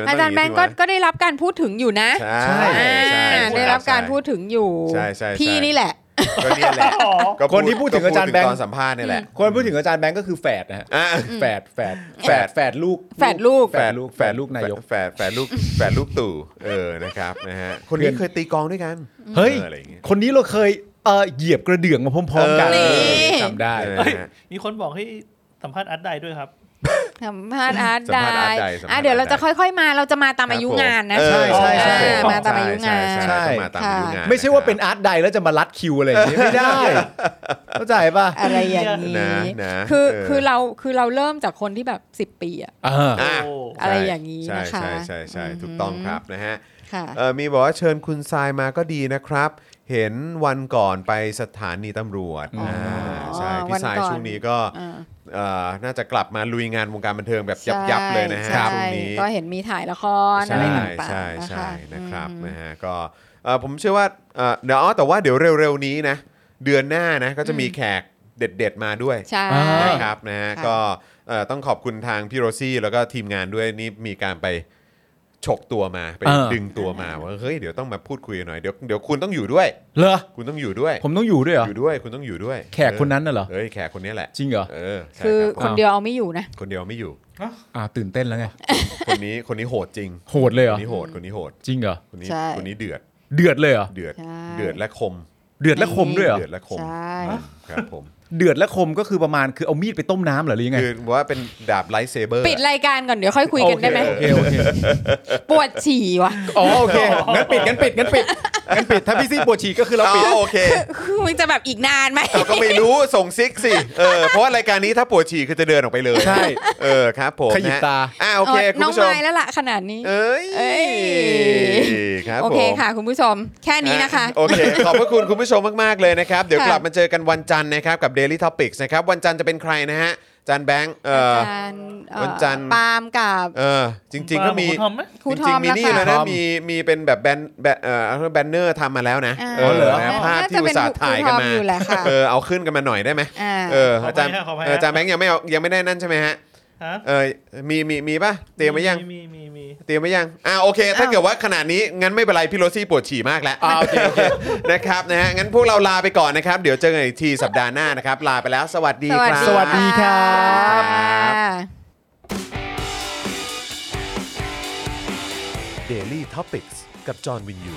มัน อา ต้ จารย์แบงก์ก็ก็ได้รับการพูดถึงอยู่นะ ใช่ อ่า ใช่ใช่ ได้รับการพูดถึงอยู่ ใช่ใช่ใช่ พี่นี่แหละ ก็เนี่ยแหละ อ๋อ ก็ คนที่พูดถึงอาจารย์แบงค์ ก็พูดถึตอนสัมภาษณ์เนี่ยแหละ คนพูดถึงอาจารย์แบงก์ก็คือแฝดนะฮะ อ่ะ แฝดแฝดแฝดแฝดลูก แฝดลูก แฝดลูกแฝดลูกนายก แฝดแฝดลูกแฝดลูกตู่เออนะครับนะฮะคนนี้เคยตีกลองด้วยกัน เฮ้ย อออะไรอย่างเงี้ย คนนี้เราเคยเอ่อเหยียบกระเดื่องมาพร้อมๆกัน เอ อ จำได้ เออ เฮ้ย นะฮะ มีคนบอกให้สัมภาษณ์อัดได้ด้วยครับ สัมภาษณ์อาร์ต สัม ได้ ภาษณ์อาร์ตได้สัมภาษณ์อาร์ตได้ อ่ะเดี๋ยวเราจะค่อย ๆ มาเราจะมาตามอายุงานนะ ใช่ใช่ใช่ อ่ามาตามอายุงาน ใช่ใช่ต้องมาตามอายุงาน ไม่ใช่ะคว่ารับ เป็นอาร์ตใดแล้วจะมารัดคิวอะไรอย่างเงี้ยไม่ได้ เข้าใจป่ะ อะไรอย่างนี้ นะนะ คือ เออ คือเราคือเราเริ่มจากคนที่แบบ 10 ปีอะ เออ อ่ะ โอ้ อะไรอย่างนี้นะคะ ใช่ใช่ใช่ใช่ อืม ถูกต้องครับนะฮะ ค่ะ เออมีบอกว่าเชิญคุณทรายมาก็ดีนะครับ เห็นวันก่อนไปสถานีตำรวจ อ๋ออ่ าใช่ วั พี่ น ทราย ก่อน ช่วงนี้ก็ อ่า เอ่อน่าจะกลับมาลุยงานวงการบันเทิงแบบยับๆเลยนะฮะ ใช่ ช่วงนี้ ก็เห็นมีถ่ายละครอะ ใช่ ไรต่าง ใช่ ๆ ใช่นะ นะ ค คะ รับ อืม นะฮะก็เอ่อผมเชื่อว่าเอ่อเดี๋ยวอ๋อแต่ว่าเดี๋ยวเร็วๆนี้นะเดือนหน้านะก็จะมี อืม แขกเด็ด ๆ มาด้วย ใช่ อ่า นะครับนะฮะ ค่ะ ก็เอ่อต้องขอบคุณทางพี่โรซี่แล้วก็ทีมงานด้วยนี่มีการไปฉกตัวมาไป เออ ดึงตัวมาว่าเฮ้ยเดี๋ยวต้องมาพูดคุยกันหน่อยเดี๋ยวเดี๋ยวคุณต้องอยู่ด้วย เหรอ คุณต้องอยู่ด้วย ผมต้องอยู่ด้วยเหรอ อยู่ด้วยคุณต้องอยู่ด้วย แขกคนนั้นน่ะเหรอ เอ้ยแขกคนนี้แหละ จริงเหรอ เออใช่ คือ รับ คนเดียวเอาไม่อยู่นะ คนเดียวไม่อยู่ อ่าตื่นเต้นแล้วไง คนนี้คนนี้โหดจริง โหดเลยเหร ค อ นนี้โหดคนนี้โหด จริงเหรอ คนนี้ ใช่ คนนี้เดือด เดือดเลยเหรอ เดือด ใช่ เดือดและคม เดือดและคมด้วยเหรอ เดือดและคม ใช่ ครับผม เดือดและคมก็คือประมาณคือเอามีดไปต้มน้ำเหรอหรือยังไง คือว่าเป็นดาบไลท์เซเบอร์ ปิดรายการก่อนเดี๋ยวค่อยคุยกันได้ไหม โอเคโอเคโอเค ปวดฉี่ว่ะ อ๋อโอเคงั้นปิดงั้นปิดงั้นปิดงั้นปิดถ้าพี่ซี่ปวดฉี่ก็คือเราปิด โอเค คือมึงจะแบบอีกนานไหม เราก็ไม่รู้ ส่งซิกสิเออเพราะว่ารายการนี้ถ้าปวดฉี่คือจะเดินออกไปเลย ใช่ เออครับผม ขยิบตา นะอ่าโอเคคุณ น้อง ผู้ชม ไม้แล้วล่ะขนาดนี้ เอ้ย เอ้ย ครับ โอ ผม เคค่ะ คุณผู้ชม แค่นี้นะคะ อ่โอเค ขอบพระคุณคุณผู้ชมมาก ๆ เลยนะครับ เดี๋ยว ค่ะ กลับมาเจอกันวันจันทร์นะครับ กับ Daily Topics นะครับ วันจันทร์จะเป็นใครนะฮะอาจานแบงค์เออ าจารย์เอ่อ วันจันทร์ ปาล์มกับ เออจริง ๆ ก็มี คุณทอมไหม ครู จ ท ริ องๆมมีนี่ แล้ว เลย ค่ะ นะ ทอม มีมีเป็นแบบแบนแบนเอ่อแบนเนอร์ทำมาแล้วนะ า เออ เหรอ นะภาพที่ น่จะ อุ เป็ ตส่าห์ถ่ายกัน ครูท มา ออยู่แหละค่ะ เออเอาขึ้นกันมาหน่อยได้ไหม อ่า เอออาจารย์ ขออภัยฮะขออภัยฮะ เอออาจารย์แบงค์ยังไม่เอายังไม่ได้นั่นใช่ไหมฮะ ฮะ เออมีมีมีป่ะเตรียมไว้ยัง มีมีมี เตรียมไว้ยังอ่าโอเค ถ้า อ้าว เกิดว่าขนาดนี้งั้นไม่เป็นไรพี่โรซี่ปวดฉี่มากแล้ว อ่าโอเคโอเค นะครับนะฮะงั้นพวกเราลาไปก่อนนะครับ เดี๋ยวเจอกันอีกทีสัปดาห์หน้านะครับ ลาไปแล้วสวัสดีครับ สวัสดีครับ Daily Topics กับจอห์นวินยู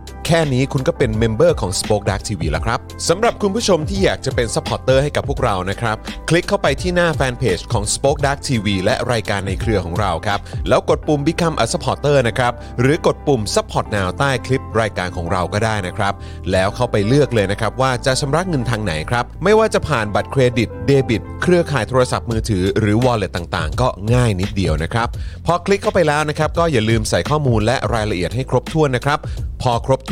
แค่ ค่นี้คุณก็เป็นเมมเบอร์ของ Spoke Dark TV แล้วครับสำหรับคุณผู้ชมที่อยากจะเป็นซัพพอร์เตอร์ให้กับพวกเรานะครับ คลิกเข้าไปที่หน้าแฟนเพจของ Spoke Dark TV และรายการในเครือของเราครับ แล้วกดปุ่ม Become a supporter นะครับ หรือกดปุ่ม support now ใต้คลิปรายการของเราก็ได้นะครับ แล้วเข้าไปเลือกเลยนะครับว่าจะชำระเงินทางไหนครับ ไม่ว่าจะผ่านบัตรเครดิต เดบิต เครือข่ายโทรศัพท์มือถือหรือ wallet ต่างๆ ก็ง่ายนิดเดียวนะครับ พอคลิกเข้าไปแล้วนะครับ ก็อย่าลืมใส่ข้อมูลและรายละเอียดให้ครบถ้วนนะครับ พอครบถ